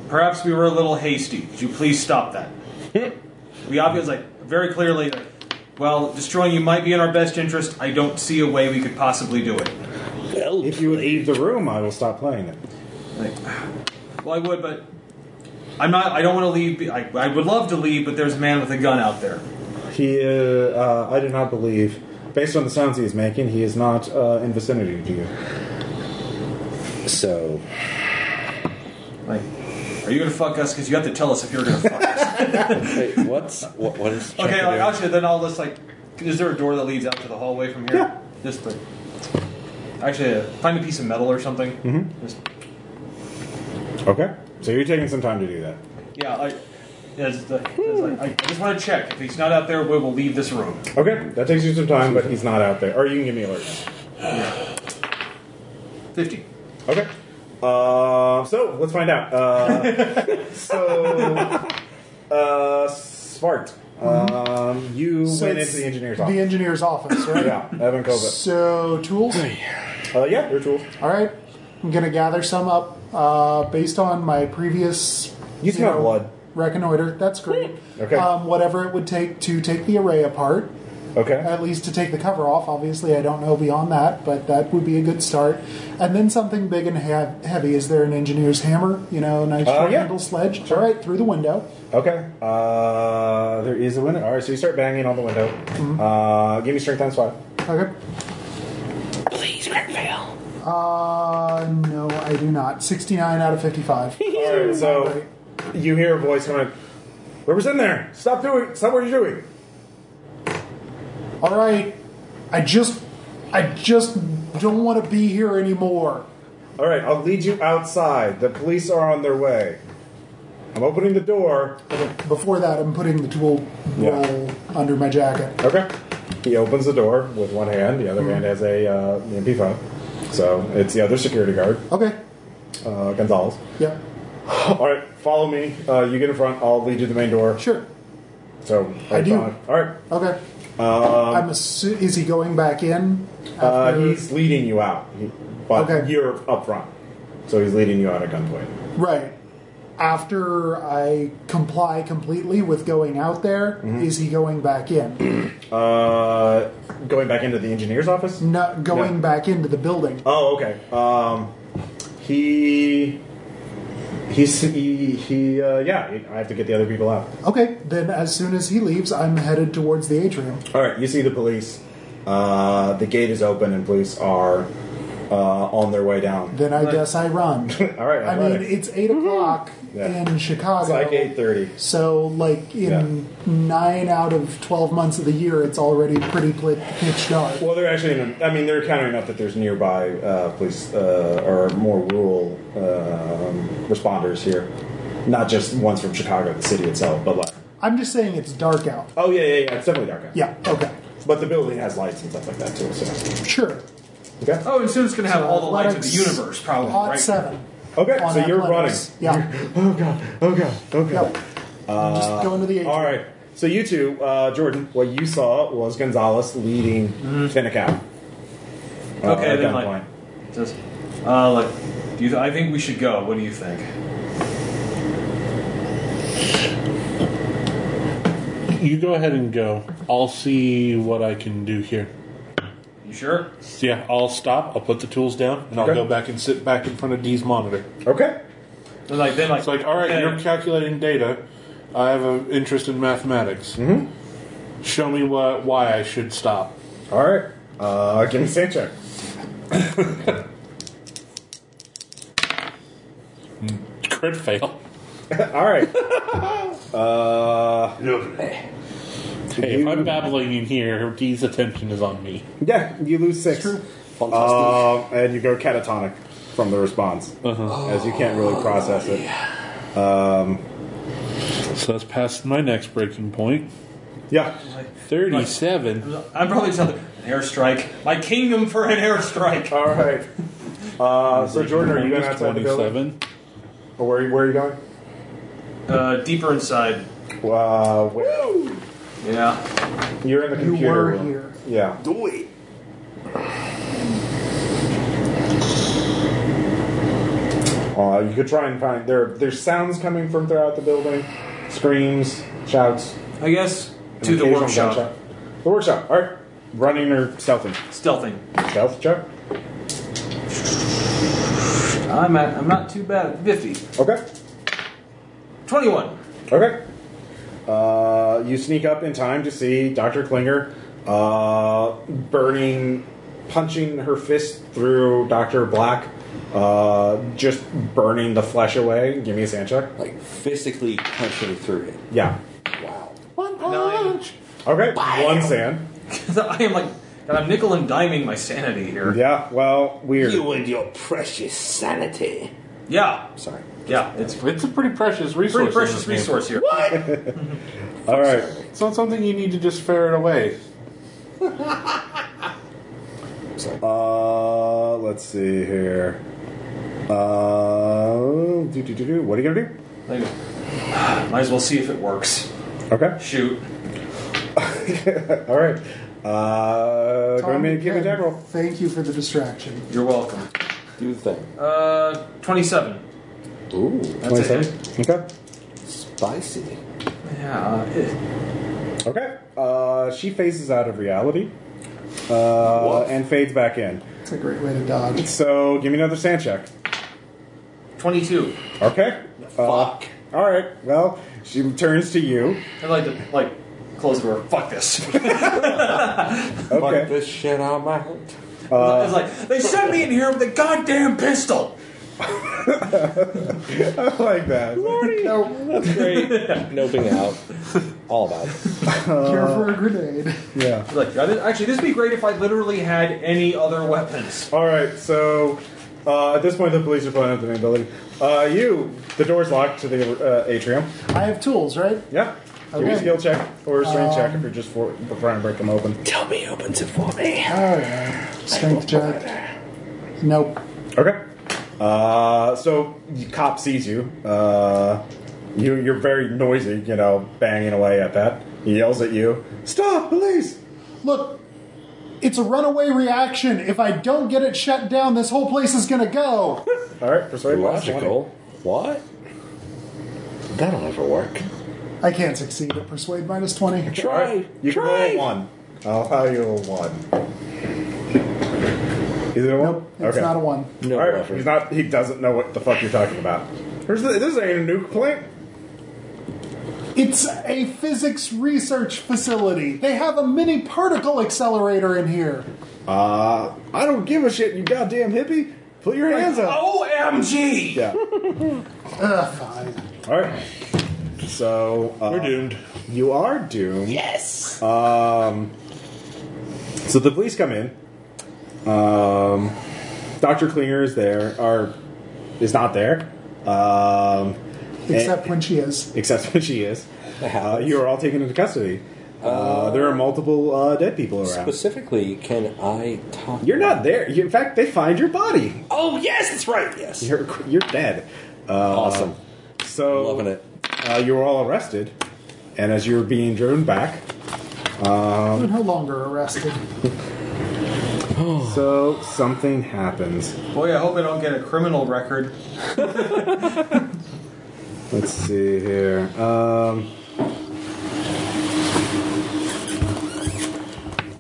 [SPEAKER 5] Perhaps we were a little hasty. Could you please stop that? we obviously, like, very clearly, like, well, destroying you might be in our best interest. I don't see a way we could possibly do it.
[SPEAKER 2] If you would leave the room, I will stop playing it.
[SPEAKER 5] Like, well, I would, but I'm not. I don't want to leave. I, I would love to leave, but there's a man with a gun out there.
[SPEAKER 2] He, uh, uh, I do not believe, based on the sounds he is making, he is not uh, in vicinity to you.
[SPEAKER 6] So
[SPEAKER 5] Like, are you gonna fuck us? Because you have to tell us if you're gonna fuck us.
[SPEAKER 6] wait, what's what, what is
[SPEAKER 5] okay, like, actually, then I'll just like. Is there a door that leads out to the hallway from here?
[SPEAKER 2] Yeah.
[SPEAKER 5] Just the. Actually, uh, find a piece of metal or something. Mm-hmm. Just
[SPEAKER 2] Okay, so you're taking some time to do that.
[SPEAKER 5] Yeah, I, yeah, it's the- it's like, I, I just want to check. If he's not out there, we will leave this room.
[SPEAKER 2] Okay, that takes you some time, but he's not out there. Or you can give me alert.
[SPEAKER 5] 50.
[SPEAKER 2] Okay. Uh, so let's find out. Uh, <laughs> so, uh, Svart, um, you
[SPEAKER 3] Mm-hmm. So
[SPEAKER 2] went
[SPEAKER 3] it's
[SPEAKER 2] into the engineer's
[SPEAKER 3] The
[SPEAKER 2] office.
[SPEAKER 3] engineer's office, right?
[SPEAKER 2] yeah, Evan Kovic.
[SPEAKER 3] So tools.
[SPEAKER 2] Uh, yeah, your tools.
[SPEAKER 3] All right, I'm gonna gather some up uh, based on my previous.
[SPEAKER 2] You smell
[SPEAKER 3] know,
[SPEAKER 2] blood.
[SPEAKER 3] reconnoiter. That's great.
[SPEAKER 2] Okay.
[SPEAKER 3] Um, whatever it would take to take the array apart,
[SPEAKER 2] Okay.
[SPEAKER 3] at least to take the cover off. Obviously, I don't know beyond that, but that would be a good start. And then something big and he- heavy. Is there an engineer's hammer? You know, a nice
[SPEAKER 2] Uh,
[SPEAKER 3] short
[SPEAKER 2] yeah.
[SPEAKER 3] handle sledge. All right, through the window.
[SPEAKER 2] Okay. Uh, there is a window. All right, so you start banging on the window.
[SPEAKER 3] Mm-hmm.
[SPEAKER 2] Uh, give me strength times five.
[SPEAKER 3] Okay.
[SPEAKER 13] Please, Greg fail.
[SPEAKER 3] Uh, no, I do not. 69 out
[SPEAKER 2] <laughs>
[SPEAKER 3] of 55.
[SPEAKER 2] All right, so you hear a voice going, "Whoever's in there, stop doing, stop what you're doing."
[SPEAKER 3] All right, I just, I just don't want to be here anymore.
[SPEAKER 2] All right, I'll lead you outside. The police are on their way. I'm opening the door.
[SPEAKER 3] Before that, I'm putting the tool
[SPEAKER 2] Yeah.
[SPEAKER 3] roll under my jacket.
[SPEAKER 2] Okay. He opens the door with one hand. The other hand has a uh, MP5. So it's the other security guard,
[SPEAKER 3] Okay.
[SPEAKER 2] uh, Gonzalez.
[SPEAKER 3] Yep.
[SPEAKER 2] All right, follow me. Uh, you get in front. I'll lead you to the main door.
[SPEAKER 3] Sure.
[SPEAKER 2] So
[SPEAKER 3] I do.
[SPEAKER 2] follow- All right.
[SPEAKER 3] Okay. I'm assu- is he going back in?
[SPEAKER 2] Um, Uh,
[SPEAKER 3] after-
[SPEAKER 2] he's leading you out, He- but
[SPEAKER 3] Okay.
[SPEAKER 2] you're up front. So he's leading you out at gunpoint.
[SPEAKER 3] right. After I comply completely with going out there,
[SPEAKER 2] Mm-hmm.
[SPEAKER 3] is he going back in?
[SPEAKER 2] Uh, going back into the engineer's office.
[SPEAKER 3] no, going
[SPEAKER 2] No.
[SPEAKER 3] back into the building.
[SPEAKER 2] Oh, okay. Um, he. He's, he, he, uh, yeah, I have to get the other people out.
[SPEAKER 3] Okay, then as soon as he leaves, I'm headed towards the atrium.
[SPEAKER 2] All right, you see the police. Uh, the gate is open, and police are uh, on their way down.
[SPEAKER 3] Then I guess I run.
[SPEAKER 2] <laughs> All right,
[SPEAKER 3] I
[SPEAKER 2] athletic.
[SPEAKER 3] mean, it's eight o'clock
[SPEAKER 2] Yeah.
[SPEAKER 3] in Chicago.
[SPEAKER 2] it's like eight thirty.
[SPEAKER 3] So, like in nine out of twelve months of the year, it's already pretty pl- pitch dark.
[SPEAKER 2] Well, they're actually. In a, I mean, they're countering up that there's nearby uh, police uh, or more rural um, responders here, not just ones from Chicago, the city itself, but like.
[SPEAKER 3] I'm just saying it's dark out.
[SPEAKER 2] Oh yeah, yeah, yeah. It's definitely dark out.
[SPEAKER 3] Yeah. Okay.
[SPEAKER 2] But the building has lights and stuff like that too. So.
[SPEAKER 3] Sure.
[SPEAKER 2] Okay.
[SPEAKER 5] Oh, and soon it's going to have all the lights of the
[SPEAKER 3] Athletics,
[SPEAKER 5] universe, probably.
[SPEAKER 3] Odd
[SPEAKER 5] Right?
[SPEAKER 3] seven.
[SPEAKER 2] Okay.
[SPEAKER 3] Oh. on
[SPEAKER 2] Oh, So you're
[SPEAKER 3] athletics.
[SPEAKER 2] running. <laughs>
[SPEAKER 3] Yeah.
[SPEAKER 2] Oh god. Oh god. Oh god.
[SPEAKER 3] Yep. just going to the atrium.
[SPEAKER 2] All right. So you two, uh, Jordan, what you saw was Gonzalez leading
[SPEAKER 3] Mm-hmm.
[SPEAKER 2] Finnick out. Uh,
[SPEAKER 5] Okay,
[SPEAKER 2] at
[SPEAKER 5] then,
[SPEAKER 2] gunpoint.
[SPEAKER 5] like- Just, uh, look, do you th- I think we should go. What do you think?
[SPEAKER 7] You go ahead and go. I'll see what I can do here.
[SPEAKER 5] You sure?
[SPEAKER 7] So yeah, I'll stop. I'll put the tools down, and I'll
[SPEAKER 2] Okay.
[SPEAKER 7] go back and sit back in front of D's monitor.
[SPEAKER 2] Okay.
[SPEAKER 5] Then, like, then, like,
[SPEAKER 7] It's like, all right,
[SPEAKER 5] then-
[SPEAKER 7] you're calculating data. I have an interest in mathematics. Mm-hmm. Show me what, why I should stop.
[SPEAKER 2] All right. Uh, give me a sand check.
[SPEAKER 7] Crit fail.
[SPEAKER 2] All
[SPEAKER 3] <laughs>
[SPEAKER 2] right. uh,
[SPEAKER 20] Lovely.
[SPEAKER 7] Hey, if I'm babbling in here, D's attention is on me.
[SPEAKER 2] yeah, you lose six. Uh, and you go catatonic from the response,
[SPEAKER 3] Uh-huh.
[SPEAKER 2] as you can't really
[SPEAKER 3] Oh,
[SPEAKER 2] process it.
[SPEAKER 7] So that's past my next breaking point.
[SPEAKER 2] Yeah.
[SPEAKER 7] Thirty-seven.
[SPEAKER 5] I'm probably telling an airstrike. My kingdom for an airstrike.
[SPEAKER 2] All right. Uh, so Jordan, are you going
[SPEAKER 7] Minus
[SPEAKER 2] outside the building?
[SPEAKER 7] Twenty-seven.
[SPEAKER 2] Or where, where are you going?
[SPEAKER 5] Uh, deeper inside.
[SPEAKER 2] Uh, where-
[SPEAKER 5] Yeah.
[SPEAKER 2] You're in the
[SPEAKER 3] You
[SPEAKER 2] computer
[SPEAKER 3] were
[SPEAKER 2] room.
[SPEAKER 3] here.
[SPEAKER 2] Yeah.
[SPEAKER 20] Do it.
[SPEAKER 2] Uh, you could try and find there. There's sounds coming from throughout the building, screams, shouts.
[SPEAKER 5] I guess
[SPEAKER 2] an
[SPEAKER 5] to the
[SPEAKER 2] occasional
[SPEAKER 5] workshop.
[SPEAKER 2] gunshot. The workshop. All right. Running or stealthing?
[SPEAKER 5] Stealthing.
[SPEAKER 2] Stealth check.
[SPEAKER 5] I'm at, I'm not too bad at 50.
[SPEAKER 2] Okay.
[SPEAKER 5] 21.
[SPEAKER 2] Okay. Uh, you sneak up in time to see Dr. Klinger uh, burning, punching her fist through Dr. Black, uh, just burning the flesh away. Give me a sand check.
[SPEAKER 6] Like physically punching through it.
[SPEAKER 2] Yeah.
[SPEAKER 6] Wow.
[SPEAKER 3] One
[SPEAKER 5] Nine.
[SPEAKER 3] punch.
[SPEAKER 2] Okay. One sand.
[SPEAKER 5] <laughs> I am like, God, I'm nickel and diming my sanity here.
[SPEAKER 2] Yeah. Well, weird.
[SPEAKER 20] You and your precious sanity.
[SPEAKER 5] Yeah.
[SPEAKER 6] Sorry.
[SPEAKER 5] Yeah, it's
[SPEAKER 7] It's a pretty precious resource.
[SPEAKER 5] pretty
[SPEAKER 7] in
[SPEAKER 5] precious
[SPEAKER 7] this game.
[SPEAKER 5] resource here.
[SPEAKER 2] All right.
[SPEAKER 7] It's not something you need to just ferret away.
[SPEAKER 2] Uh, let's see here. Uh, do, do, do, do. What are you gonna do?
[SPEAKER 5] Like, <sighs> might as well see if it works.
[SPEAKER 2] Okay.
[SPEAKER 5] Shoot.
[SPEAKER 2] All right. Uh, go ahead and give me a deck roll.
[SPEAKER 3] Thank you for the distraction.
[SPEAKER 5] You're welcome.
[SPEAKER 6] Do the thing.
[SPEAKER 5] Uh, 27.
[SPEAKER 6] Ooh.
[SPEAKER 5] That's a hit.
[SPEAKER 2] Okay.
[SPEAKER 6] Spicy.
[SPEAKER 5] uh,
[SPEAKER 12] Yeah.
[SPEAKER 2] Okay. Uh, she phases out of reality uh, and fades back in.
[SPEAKER 3] It's a great way to dodge.
[SPEAKER 2] So give me another sand check.
[SPEAKER 12] 22.
[SPEAKER 2] Okay. Uh,
[SPEAKER 6] Fuck.
[SPEAKER 2] all right. Well, she turns to you. <laughs>
[SPEAKER 12] I'd like to, like, close the door.
[SPEAKER 5] <laughs>
[SPEAKER 12] Fuck this.
[SPEAKER 2] Okay.
[SPEAKER 8] Fuck this shit on my head.
[SPEAKER 12] it's like, they sent me in here with a goddamn pistol.
[SPEAKER 2] I like that.
[SPEAKER 3] No,
[SPEAKER 8] Great. Noping out. All about it.
[SPEAKER 2] Uh,
[SPEAKER 3] care for a grenade.
[SPEAKER 2] Yeah.
[SPEAKER 12] Like, I- actually, this would be great if I literally had any other weapons.
[SPEAKER 2] All right. So uh, at this point, the police are pulling up the main building. Uh, you. The door's locked to the uh, atrium.
[SPEAKER 3] I have tools, right?
[SPEAKER 2] Yeah. Give me a
[SPEAKER 3] Okay.
[SPEAKER 2] skill check or a strength check if you're just for, trying to break them open.
[SPEAKER 6] Tell me, who opens it for me.
[SPEAKER 3] All right. Strength check. Nope.
[SPEAKER 2] Okay. Uh, so the cop sees you. Uh, you you're very noisy. You know, banging away at that. He yells at you. Stop, police!
[SPEAKER 3] Look, it's a runaway reaction. If I don't get it shut down, this whole place is gonna go.
[SPEAKER 2] All right, persuade. plus
[SPEAKER 6] Logical. What? That'll never work.
[SPEAKER 3] I can't succeed at persuade minus twenty.
[SPEAKER 2] All right, you can roll
[SPEAKER 6] Try.
[SPEAKER 2] a one. I'll allow you a one. Is it a one?
[SPEAKER 3] Nope. It's not a one.
[SPEAKER 6] No
[SPEAKER 2] All right,
[SPEAKER 6] effort.
[SPEAKER 2] he's not. He doesn't know what the fuck you're talking about. There's the, this ain't a nuke plant.
[SPEAKER 3] It's a physics research facility. They have a mini particle accelerator in here.
[SPEAKER 2] Uh, I don't give a shit, you goddamn hippie. Put your hands up.
[SPEAKER 12] OMG!
[SPEAKER 2] Yeah.
[SPEAKER 3] Ugh, fine.
[SPEAKER 2] All right. So uh,
[SPEAKER 7] We're doomed.
[SPEAKER 2] You are doomed. Yes. Um. So the police come in. Um, Doctor Klinger is there, or is not there. Um, <laughs>
[SPEAKER 3] Except
[SPEAKER 2] and-
[SPEAKER 3] when she is.
[SPEAKER 2] except when she is. Uh, you are all taken into custody. Uh, there are multiple uh, dead people around.
[SPEAKER 8] Specifically, can I talk?
[SPEAKER 2] You're not there. You, in fact, they find your body.
[SPEAKER 8] Oh yes, that's right. Yes.
[SPEAKER 2] You're you're dead. Uh,
[SPEAKER 8] Awesome.
[SPEAKER 2] So
[SPEAKER 8] Loving it.
[SPEAKER 2] Uh, you were all arrested, and as you were being driven back,
[SPEAKER 3] You're no longer arrested.
[SPEAKER 2] so something happens.
[SPEAKER 12] Boy, I hope I don't get a criminal record.
[SPEAKER 2] Let's see here. Um,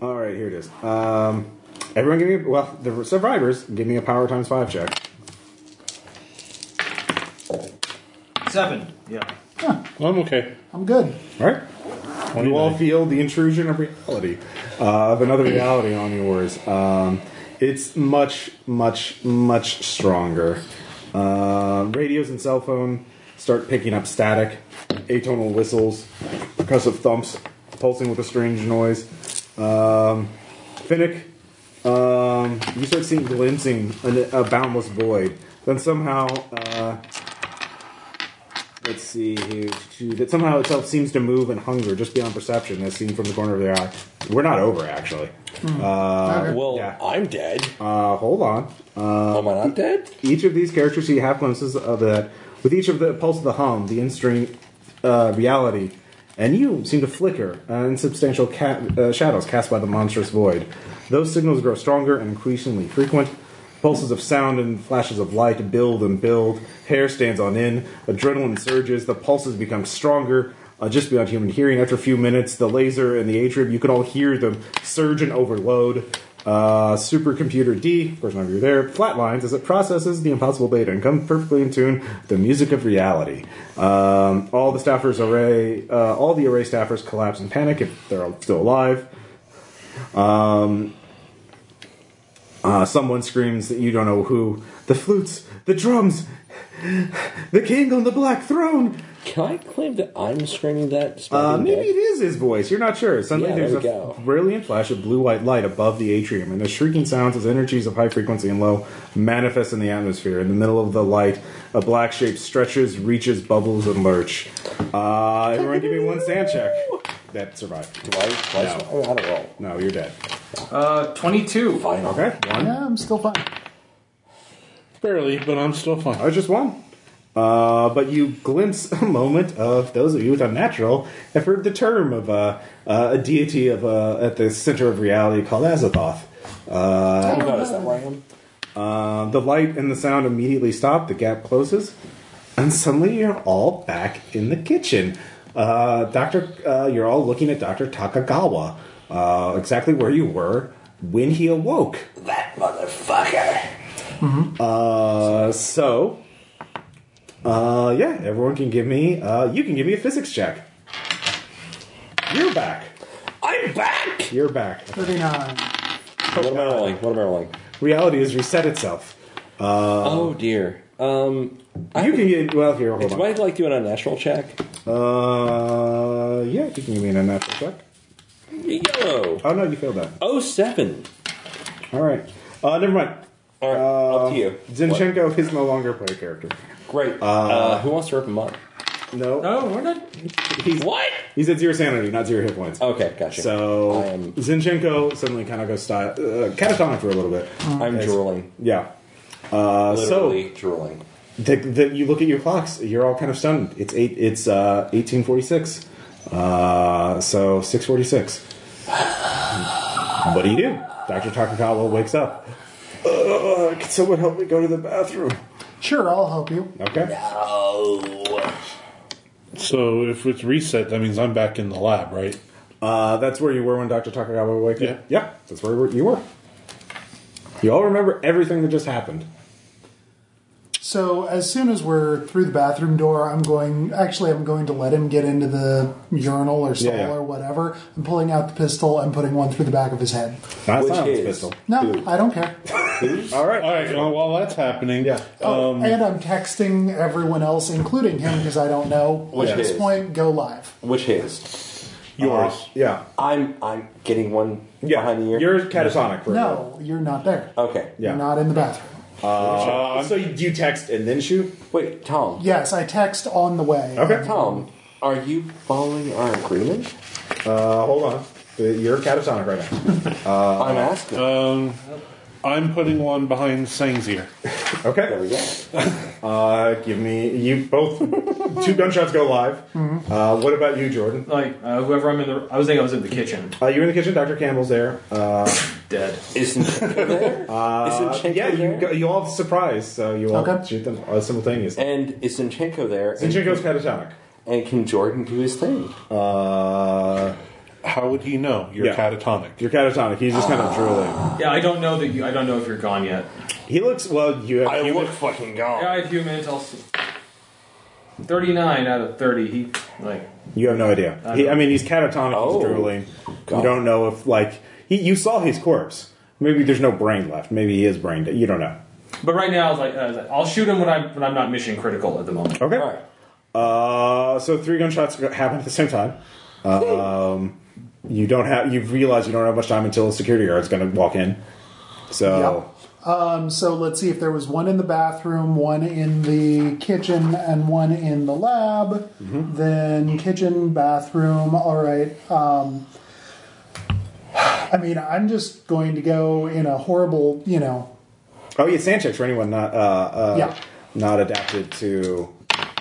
[SPEAKER 2] all right, here it is. Um, everyone, give me well. The survivors, give me a power times five check.
[SPEAKER 12] Seven. Yeah.
[SPEAKER 7] I'm okay.
[SPEAKER 3] I'm good.
[SPEAKER 2] All right. You all feel the intrusion of reality, uh, of another reality on yours. Um, it's much, much, much stronger. Uh, radios and cell phone start picking up static, atonal whistles, percussive thumps, pulsing with a strange noise. Um, Finnick, um, you start seeing glimpsing an, a boundless void. Then somehow. Uh, Let's see here. Shoot. That somehow itself seems to move and hunger just beyond perception, as seen from the corner of their eye. We're not over, actually.
[SPEAKER 3] Okay.
[SPEAKER 8] Well,
[SPEAKER 2] Yeah.
[SPEAKER 8] I'm dead.
[SPEAKER 2] Uh, hold on. Uh,
[SPEAKER 8] Am I not dead?
[SPEAKER 2] each of these characters see half glimpses of that. With each of the pulse of the hum, the in-string uh, reality, and you seem to flicker uh, insubstantial ca- uh, shadows cast by the monstrous void. Those signals grow stronger and increasingly frequent. Pulses of sound and flashes of light build and build. Hair stands on end. Adrenaline surges. The pulses become stronger, uh, just beyond human hearing. After a few minutes, the laser and the atrium, you can all hear them surge and overload. Uh, supercomputer D, of course, none of you are there, flatlines as it processes the impossible data and comes perfectly in tune with the music of reality. Um, all the staffers array, uh, all the array staffers collapse in panic if they're still alive. Um, Uh, someone screams that you don't know who. The flutes, the drums, the king on the black throne.
[SPEAKER 8] Can I claim that I'm screaming that? despite
[SPEAKER 2] Uh,
[SPEAKER 8] being
[SPEAKER 2] maybe
[SPEAKER 8] dead?
[SPEAKER 2] it is his voice. You're not sure. Suddenly
[SPEAKER 8] Yeah,
[SPEAKER 2] there's
[SPEAKER 8] there
[SPEAKER 2] a
[SPEAKER 8] we go.
[SPEAKER 2] brilliant flash of blue white light above the atrium, and the shrieking sounds as energies of high frequency and low manifest in the atmosphere. In the middle of the light, a black shape stretches, reaches, bubbles, and lurch. Uh, everyone give me one sand check. That survived.
[SPEAKER 8] Do I? do I-
[SPEAKER 2] No.
[SPEAKER 8] Oh, I don't roll.
[SPEAKER 2] No, you're dead.
[SPEAKER 12] Uh, 22.
[SPEAKER 8] Fine.
[SPEAKER 2] Okay, one.
[SPEAKER 3] Yeah, I'm still fine.
[SPEAKER 7] Barely, but I'm still
[SPEAKER 2] I
[SPEAKER 7] fine.
[SPEAKER 2] was Oh, just one. Uh, but you glimpse <laughs> a moment of those of you with unnatural have heard the term of uh, uh, a deity of uh, at the center of reality called Azathoth. Uh,
[SPEAKER 8] Oh God, is that where I am?
[SPEAKER 2] um, the light and the sound immediately stop. The gap closes. And suddenly you're all back in the kitchen. Uh, Doctor, uh, you're all looking at Doctor Takagawa, uh, exactly where you were when he awoke.
[SPEAKER 13] That motherfucker.
[SPEAKER 2] Uh, so, uh, yeah, everyone can give me. Uh, you can give me a physics check. You're back.
[SPEAKER 13] I'm back.
[SPEAKER 2] You're back.
[SPEAKER 3] 39.
[SPEAKER 6] What am I rolling? What am I rolling?
[SPEAKER 2] Reality has reset itself.
[SPEAKER 6] oh dear. Um,
[SPEAKER 2] You can get well here. Hold
[SPEAKER 6] do
[SPEAKER 2] on.
[SPEAKER 6] I like doing a national check?
[SPEAKER 2] Uh, yeah, you can give me an unnatural check.
[SPEAKER 6] Yellow.
[SPEAKER 2] Oh no, you failed that.
[SPEAKER 6] Oh seven.
[SPEAKER 2] All right. Uh, never mind.
[SPEAKER 6] All right,
[SPEAKER 2] Uh,
[SPEAKER 6] up to you.
[SPEAKER 2] Zinchenko is no longer a player character.
[SPEAKER 6] Great. Uh, who wants to rip him up?
[SPEAKER 2] No,
[SPEAKER 5] No,
[SPEAKER 6] Oh,
[SPEAKER 5] we're not.
[SPEAKER 2] he's
[SPEAKER 6] What?
[SPEAKER 2] he's at zero sanity, not zero hit points.
[SPEAKER 6] Okay, gotcha.
[SPEAKER 2] So
[SPEAKER 6] I am-
[SPEAKER 2] Zinchenko suddenly kind of goes sti- uh, catatonic for a little bit.
[SPEAKER 6] I'm
[SPEAKER 2] Yes.
[SPEAKER 6] drooling.
[SPEAKER 2] Yeah. Uh, so
[SPEAKER 6] Hmm. Literally drooling.
[SPEAKER 2] the, the, you look at your clocks. You're all kind of stunned. It's eight. It's uh, 1846. Uh, so 646. what do you do? Doctor Takakawa wakes up. Uh, can someone help me go to the bathroom?
[SPEAKER 3] Sure, I'll help you.
[SPEAKER 2] Okay.
[SPEAKER 13] Oh.
[SPEAKER 7] So if it's reset, that means I'm back in the lab, right?
[SPEAKER 2] Uh, that's where you were when Dr. Takagawa woke
[SPEAKER 7] Yeah.
[SPEAKER 2] up? Yeah, that's where you were. You all remember everything that just happened.
[SPEAKER 3] So as soon as we're through the bathroom door, I'm going. Actually, I'm going to let him get into the urinal or stall
[SPEAKER 2] Yeah, yeah.
[SPEAKER 3] or whatever. I'm pulling out the pistol and putting one through the back of his head.
[SPEAKER 2] Not a
[SPEAKER 6] Which
[SPEAKER 2] silence
[SPEAKER 6] is-
[SPEAKER 2] pistol.
[SPEAKER 3] No, I don't
[SPEAKER 2] <laughs>
[SPEAKER 3] care.
[SPEAKER 2] All right.
[SPEAKER 7] All right. Well, while that's happening, uh,
[SPEAKER 2] Yeah.
[SPEAKER 3] Oh,
[SPEAKER 2] Um,
[SPEAKER 3] and I'm texting everyone else, including him, because I
[SPEAKER 2] <laughs>
[SPEAKER 3] don't know.
[SPEAKER 6] Which
[SPEAKER 3] At this
[SPEAKER 6] is-
[SPEAKER 3] point, go live.
[SPEAKER 6] Which is?
[SPEAKER 7] yours.
[SPEAKER 2] Yeah.
[SPEAKER 6] I'm I'm getting one
[SPEAKER 2] Yeah.
[SPEAKER 6] behind the ear.
[SPEAKER 2] You're catatonic. For a
[SPEAKER 3] No, you're not there.
[SPEAKER 6] okay.
[SPEAKER 2] Yeah.
[SPEAKER 3] You're not in the bathroom.
[SPEAKER 6] Uh,
[SPEAKER 2] while. so you, you text and then shoot?
[SPEAKER 6] Wait, Tom.
[SPEAKER 3] Yes, I text on the way.
[SPEAKER 2] Okay.
[SPEAKER 6] Tom, are you following our agreement?
[SPEAKER 2] Uh, hold on. Uh, You're catatonic right now. Uh,
[SPEAKER 6] I'm asking.
[SPEAKER 7] Um, I'm putting one behind Sang's ear.
[SPEAKER 6] there we
[SPEAKER 2] Okay.
[SPEAKER 6] go.
[SPEAKER 2] Uh, give me. You
[SPEAKER 3] <laughs>
[SPEAKER 2] both. two gunshots go live.
[SPEAKER 3] Mm-hmm.
[SPEAKER 2] Uh, what about you, Jordan?
[SPEAKER 5] Like, uh, whoever I'm in the. I was thinking I was in the kitchen.
[SPEAKER 2] Uh, you're in the kitchen. Dr. Campbell's there. Uh,
[SPEAKER 5] Dead.
[SPEAKER 6] Isn't there?
[SPEAKER 2] <laughs> uh,
[SPEAKER 6] Zinchenko
[SPEAKER 2] yeah, you,
[SPEAKER 6] there?
[SPEAKER 2] go, you all have surprise, so you all
[SPEAKER 3] Okay.
[SPEAKER 2] shoot them uh, simultaneously.
[SPEAKER 6] and is Zinchenko there? And-
[SPEAKER 2] Zinchenko's catatonic.
[SPEAKER 6] And can Jordan do his thing?
[SPEAKER 2] Uh,
[SPEAKER 7] How would he know you're
[SPEAKER 2] Yeah.
[SPEAKER 7] catatonic?
[SPEAKER 2] you're catatonic. He's just kind of drooling.
[SPEAKER 5] Yeah, I don't know that you. I don't know if you're gone yet.
[SPEAKER 2] He looks well. You have
[SPEAKER 13] I
[SPEAKER 2] human-
[SPEAKER 13] look fucking gone.
[SPEAKER 5] Yeah, I have humans. I'll see. Thirty-nine out of thirty. He like.
[SPEAKER 2] you have no idea. He, I mean, he's catatonic.
[SPEAKER 6] Oh.
[SPEAKER 2] He's drooling. You
[SPEAKER 6] God.
[SPEAKER 2] don't know if like he. You saw his corpse. Maybe there's no brain left. Maybe he is brain dead. You don't know.
[SPEAKER 5] But right now, it's like uh, I'll shoot him when I'm when I'm not mission critical at the moment.
[SPEAKER 2] Okay.
[SPEAKER 6] All right.
[SPEAKER 2] Uh, so three gunshots go- happen at the same time. Um, you don't have. You realize you don't have much time until a security guard's going to walk in. So
[SPEAKER 3] Um, so let's see if there was one in the bathroom, one in the kitchen, and one in the lab. Then kitchen, bathroom. All right. Um, I mean, I'm just going to go in a horrible, you know.
[SPEAKER 2] oh yeah, sand checks for anyone not uh, uh,
[SPEAKER 3] Yeah.
[SPEAKER 2] not adapted to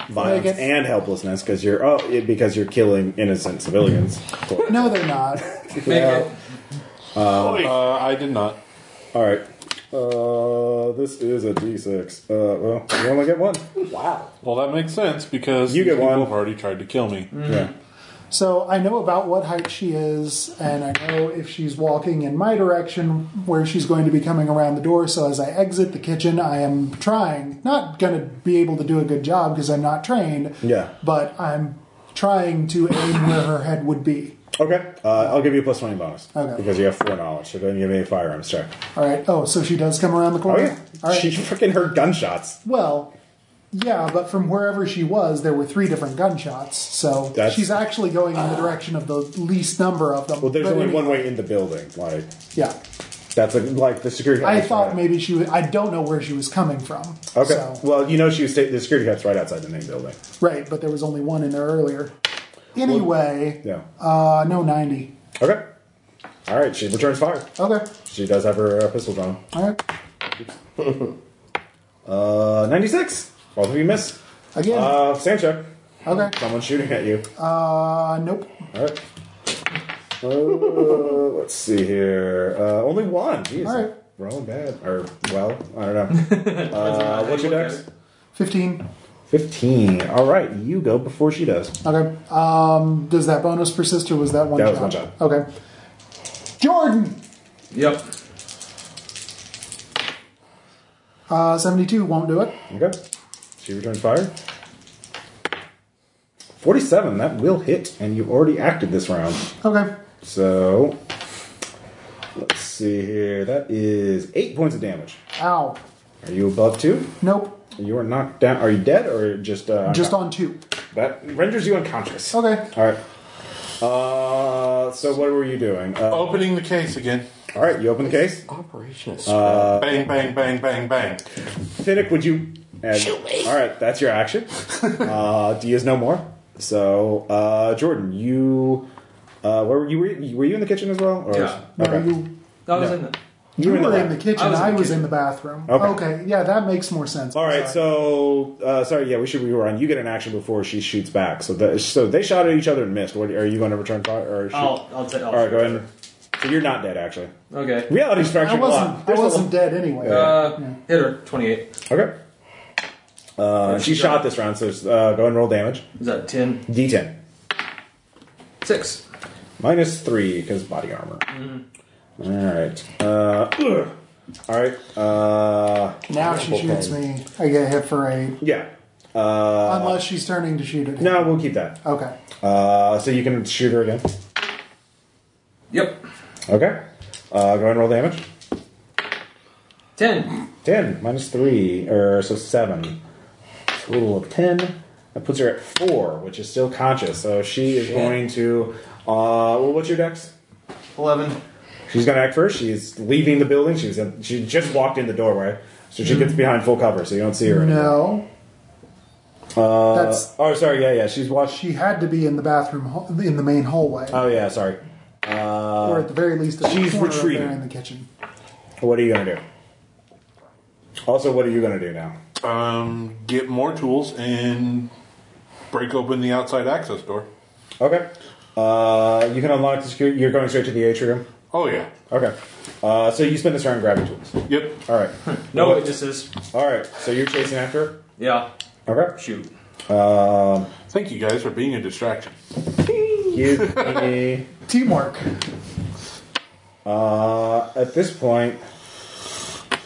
[SPEAKER 2] violence
[SPEAKER 3] guess-
[SPEAKER 2] and helplessness because you're oh it- because you're killing innocent
[SPEAKER 3] <laughs>
[SPEAKER 2] civilians.
[SPEAKER 3] No, they're not.
[SPEAKER 7] Uh, I did not.
[SPEAKER 2] All right. Uh, this is a D6. Uh, well, you only get one.
[SPEAKER 3] Mm-hmm.
[SPEAKER 6] Wow.
[SPEAKER 7] Well, that makes sense because
[SPEAKER 2] You get
[SPEAKER 7] these people
[SPEAKER 2] one. Mm.
[SPEAKER 7] have already tried to kill me.
[SPEAKER 2] Yeah.
[SPEAKER 3] So I know about what height she is, and I know if she's walking in my direction where she's going to be coming around the door. So as I exit the kitchen, I am trying, not going to be able to do a good job because I'm not trained.
[SPEAKER 2] Yeah.
[SPEAKER 3] But I'm trying to aim where her head would be.
[SPEAKER 2] Okay. Uh, I'll give you a plus twenty bonus
[SPEAKER 3] Okay.
[SPEAKER 2] because you have four knowledge. So go ahead and give me a firearms check.
[SPEAKER 3] All right. Oh, so she does come around the
[SPEAKER 2] Oh
[SPEAKER 3] corner.
[SPEAKER 2] yeah.
[SPEAKER 3] All right.
[SPEAKER 2] She freaking heard gunshots.
[SPEAKER 3] well, yeah, but from wherever she was, there were three different gunshots. So
[SPEAKER 2] That's-
[SPEAKER 3] she's actually going in the direction of the least number of them.
[SPEAKER 2] Well, there's
[SPEAKER 3] But
[SPEAKER 2] only
[SPEAKER 3] any-
[SPEAKER 2] one way in the building. Like
[SPEAKER 3] Yeah.
[SPEAKER 2] that's a, like the security.
[SPEAKER 3] I
[SPEAKER 2] guard's
[SPEAKER 3] thought
[SPEAKER 2] right-
[SPEAKER 3] maybe she was. I don't know where she was coming from.
[SPEAKER 2] Okay.
[SPEAKER 3] So,
[SPEAKER 2] Well, you know she was sta- the security guard's right outside the main building.
[SPEAKER 3] right, but there was only one in there earlier. Anyway,
[SPEAKER 2] Yeah.
[SPEAKER 3] uh, no 90.
[SPEAKER 2] okay. All right. She returns fire.
[SPEAKER 3] Okay.
[SPEAKER 2] She does have her uh, pistol drawn.
[SPEAKER 3] All right.
[SPEAKER 2] Uh, ninety six. Both of you miss.
[SPEAKER 3] Again.
[SPEAKER 2] Uh, sand check.
[SPEAKER 3] okay.
[SPEAKER 2] Someone's shooting at you.
[SPEAKER 3] Uh, nope.
[SPEAKER 2] All right. Uh, let's see here. Uh, only one. Jeez.
[SPEAKER 3] All right.
[SPEAKER 2] <laughs> Rolling bad. Or, well, I don't know. Uh, what's your dex?
[SPEAKER 3] 15.
[SPEAKER 2] 15. All right, you go before she does.
[SPEAKER 3] Okay. Um, does that bonus persist or was that one
[SPEAKER 2] That was
[SPEAKER 3] shot?
[SPEAKER 2] one shot.
[SPEAKER 3] Okay. Jordan!
[SPEAKER 12] Yep.
[SPEAKER 3] Uh, 72 won't do it.
[SPEAKER 2] Okay. She returned fire. 47, that will hit, and you've already acted this round.
[SPEAKER 3] Okay.
[SPEAKER 2] So, let's see here. That is 8 points of damage.
[SPEAKER 3] Ow.
[SPEAKER 2] Are you above 2?
[SPEAKER 3] Nope.
[SPEAKER 2] You are knocked down. Are you dead or just. Uh,
[SPEAKER 3] Just on two.
[SPEAKER 2] That renders you unconscious.
[SPEAKER 3] Okay.
[SPEAKER 2] Alright. Uh, so, what were you doing? Uh,
[SPEAKER 4] Opening the case again.
[SPEAKER 2] Alright, you open the case.
[SPEAKER 6] Operation is
[SPEAKER 2] Uh,
[SPEAKER 4] bang, bang, bang, bang, bang.
[SPEAKER 2] Finnick, would you? And, All right, that's your action. uh, D is no more. So, uh, Jordan, you. Uh, where were you, were you? Were you in the kitchen as well? Or,
[SPEAKER 12] Yeah.
[SPEAKER 3] No,
[SPEAKER 2] Okay.
[SPEAKER 3] you,
[SPEAKER 12] That was
[SPEAKER 2] No.
[SPEAKER 12] in the.
[SPEAKER 2] You
[SPEAKER 3] you
[SPEAKER 2] were in the
[SPEAKER 3] were in
[SPEAKER 2] lab.
[SPEAKER 3] the kitchen.
[SPEAKER 12] I
[SPEAKER 3] I
[SPEAKER 12] was
[SPEAKER 3] was,
[SPEAKER 12] in the kitchen.
[SPEAKER 3] in the bathroom.
[SPEAKER 2] Okay.
[SPEAKER 3] Yeah, that makes more sense.
[SPEAKER 2] All right,
[SPEAKER 3] Sorry.
[SPEAKER 2] so uh, sorry, yeah, we should rerun. You get an action before she shoots back. So, the, so they shot at each other and missed. What are you going to return fire? Or shoot?
[SPEAKER 5] Oh,
[SPEAKER 12] I'll I'll, t- I'll
[SPEAKER 2] All right, go ahead. So you're not dead, actually.
[SPEAKER 12] Okay.
[SPEAKER 2] Reality's
[SPEAKER 3] I
[SPEAKER 2] fractured a lot.
[SPEAKER 3] wasn't, I
[SPEAKER 2] There's a
[SPEAKER 3] wasn't dead anyway.
[SPEAKER 12] Uh, hit her twenty eight.
[SPEAKER 2] lot- Okay. Uh, she shot this round, so uh, go and roll damage.
[SPEAKER 12] Is that 10?
[SPEAKER 2] D10.
[SPEAKER 12] Six.
[SPEAKER 2] Minus three because body armor.
[SPEAKER 3] Mm-hmm.
[SPEAKER 2] All right. Uh, ugh. all right. Uh,
[SPEAKER 3] now she shoots me. I get hit for eight.
[SPEAKER 2] yeah. Uh,
[SPEAKER 3] Unless she's turning to shoot at him.
[SPEAKER 2] no, we'll keep that.
[SPEAKER 3] Okay.
[SPEAKER 2] Uh, so you can shoot her again.
[SPEAKER 12] Yep.
[SPEAKER 2] Okay. Uh, go ahead and roll damage.
[SPEAKER 12] Ten.
[SPEAKER 2] Ten minus three, or so seven. Total of ten. That puts her at four, which is still conscious. So she is going to. Uh, well, what's your dex?
[SPEAKER 12] Eleven.
[SPEAKER 2] She's going to act first. She's leaving the building. She's in, she just walked in the doorway, so she gets behind full cover, so you don't see her. anymore.
[SPEAKER 3] No. That's
[SPEAKER 2] Oh, sorry. Yeah, yeah. She's watched.
[SPEAKER 3] she had to be in the bathroom ho- in the main hallway,
[SPEAKER 2] Oh, yeah. Sorry.
[SPEAKER 3] or at the very least, at the
[SPEAKER 2] she's
[SPEAKER 3] corner over
[SPEAKER 2] retreating.
[SPEAKER 3] there in the kitchen.
[SPEAKER 2] What are you gonna do? Also, what are you gonna do now?
[SPEAKER 4] Um, get more tools and break open the outside access door.
[SPEAKER 2] Okay. Uh, you can unlock the security. You're going straight to the atrium.
[SPEAKER 4] Oh yeah.
[SPEAKER 2] Okay. Uh, so you spend this round grabbing tools.
[SPEAKER 4] Yep.
[SPEAKER 2] All right.
[SPEAKER 12] No
[SPEAKER 2] What-
[SPEAKER 12] witnesses.
[SPEAKER 2] All right. So you're chasing after.
[SPEAKER 12] Yeah.
[SPEAKER 2] her? Okay.
[SPEAKER 12] Shoot.
[SPEAKER 2] Um,
[SPEAKER 4] Thank you guys for being a distraction.
[SPEAKER 2] give me.
[SPEAKER 3] Teamwork.
[SPEAKER 2] Uh, at this point,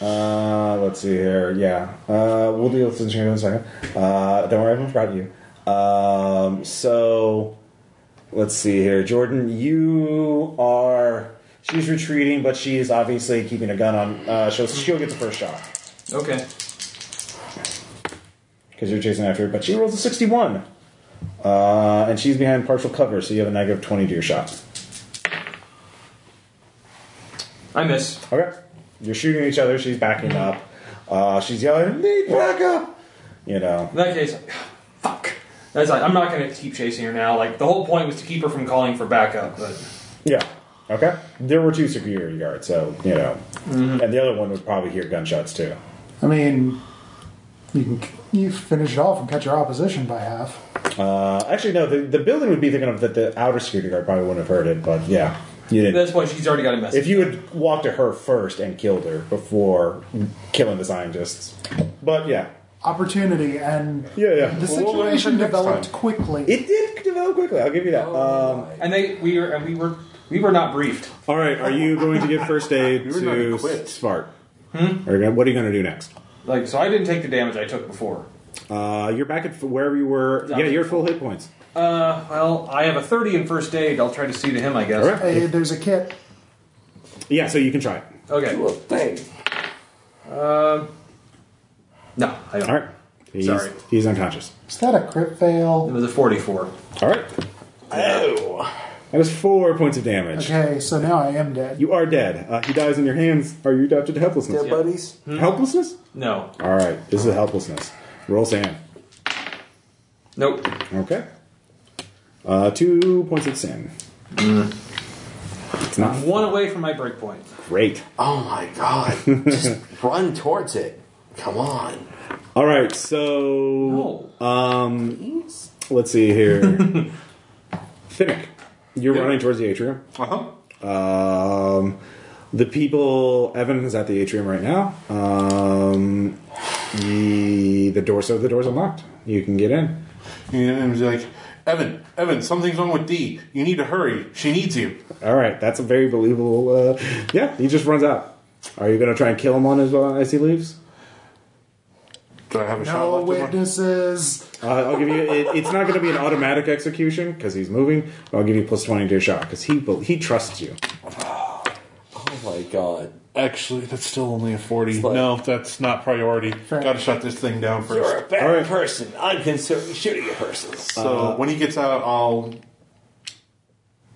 [SPEAKER 2] uh, let's see here. Yeah, uh, we'll deal with this in a second. Uh, don't worry, I haven't forgotten you. Um, so, let's see here, Jordan. You are. She's retreating, but she is obviously keeping a gun on. Uh, she'll she'll get the first shot
[SPEAKER 12] Okay.
[SPEAKER 2] because you're chasing after her. But she rolls a sixty-one, uh, and she's behind partial cover, so you have a negative twenty to your shot.
[SPEAKER 12] I miss.
[SPEAKER 2] Okay. You're shooting each other. She's backing up. Uh, she's yelling, "Need backup!" You know.
[SPEAKER 12] In that case, like, fuck. That's like, I'm not gonna keep chasing her now. Like the whole point was to keep her from calling for backup, but
[SPEAKER 2] Yeah. Okay. There were two security guards, so you know, and the other one would probably hear gunshots too.
[SPEAKER 3] I mean, you can you finish it off and cut your opposition by half.
[SPEAKER 2] Uh, actually, no. The, the building would be thinking of that the outer security guard probably wouldn't have heard it, but yeah, you
[SPEAKER 12] at
[SPEAKER 2] didn't.
[SPEAKER 12] this point she's already got a message.
[SPEAKER 2] If you had walked to her first and killed her before killing the scientists, but yeah,
[SPEAKER 3] Opportunity and
[SPEAKER 2] Yeah, yeah.
[SPEAKER 3] the
[SPEAKER 4] Well, we'll learn for
[SPEAKER 3] situation
[SPEAKER 4] next
[SPEAKER 3] developed
[SPEAKER 4] time.
[SPEAKER 3] quickly.
[SPEAKER 2] it did develop quickly. I'll give you that. Um,
[SPEAKER 12] and they we were and we were we were not briefed.
[SPEAKER 2] all right, are you going to give first aid
[SPEAKER 4] You were not
[SPEAKER 2] to
[SPEAKER 4] equipped.
[SPEAKER 2] Smart? Are you gonna- what are you going to do next?
[SPEAKER 12] Like so I didn't take the damage I took before.
[SPEAKER 2] Uh, you're back at f- wherever you were. Yeah, you're full hit points.
[SPEAKER 12] Uh well, I have a thirty in first aid, I'll try to see to him I guess.
[SPEAKER 2] All right.
[SPEAKER 3] Hey, there's a kit.
[SPEAKER 2] Yeah, so you can try it.
[SPEAKER 12] Okay.
[SPEAKER 6] do a thing.
[SPEAKER 12] No, I don't
[SPEAKER 2] All right. He's,
[SPEAKER 12] Sorry.
[SPEAKER 2] He's unconscious.
[SPEAKER 3] Is that a crit
[SPEAKER 12] it
[SPEAKER 3] fail?
[SPEAKER 12] was a forty-four.
[SPEAKER 2] All right.
[SPEAKER 13] Oh.
[SPEAKER 2] That is four points of damage.
[SPEAKER 3] Okay, so now I am dead.
[SPEAKER 2] You are dead. Uh, he dies in your hands. Are you adapted to helplessness?
[SPEAKER 6] Dead buddies.
[SPEAKER 2] Hmm? Helplessness?
[SPEAKER 12] No.
[SPEAKER 2] All right. This is helplessness. Roll sand.
[SPEAKER 12] Nope.
[SPEAKER 2] Okay. Uh, two points of sin. It's not
[SPEAKER 12] One away from my breakpoint.
[SPEAKER 2] great.
[SPEAKER 6] Oh my god.
[SPEAKER 2] <laughs>
[SPEAKER 6] Just run towards it. Come on.
[SPEAKER 2] All right. So
[SPEAKER 12] Oh.
[SPEAKER 2] um, let's see here. Finnick, you're running towards the atrium.
[SPEAKER 4] Uh
[SPEAKER 7] Uh-huh.
[SPEAKER 4] huh.
[SPEAKER 2] Um, the people, Evan is at the atrium right now. Um, Ye- the door, so the door's unlocked. You can get in.
[SPEAKER 7] You know, and he's like, Evan, Evan, something's wrong with Dee. You need to hurry. She needs you.
[SPEAKER 2] All right, that's a very believable. Uh, yeah, he just runs out. Are you going to try and kill him on his uh, as he leaves?
[SPEAKER 7] Do I have a shot
[SPEAKER 3] No
[SPEAKER 7] left? in my-
[SPEAKER 3] witnesses.
[SPEAKER 2] Uh, I'll give you. It, it's not going to be an automatic execution because he's moving. But I'll give you plus twenty to your shot because he bel- he trusts you.
[SPEAKER 6] Oh my god.
[SPEAKER 7] Actually, that's still only a 40.
[SPEAKER 6] like-
[SPEAKER 7] no, that's not priority. Gotta shut this thing down 1st
[SPEAKER 6] You're a bad
[SPEAKER 2] All right.
[SPEAKER 6] person. I'm considering shooting a person.
[SPEAKER 7] So Uh, when he gets out, I'll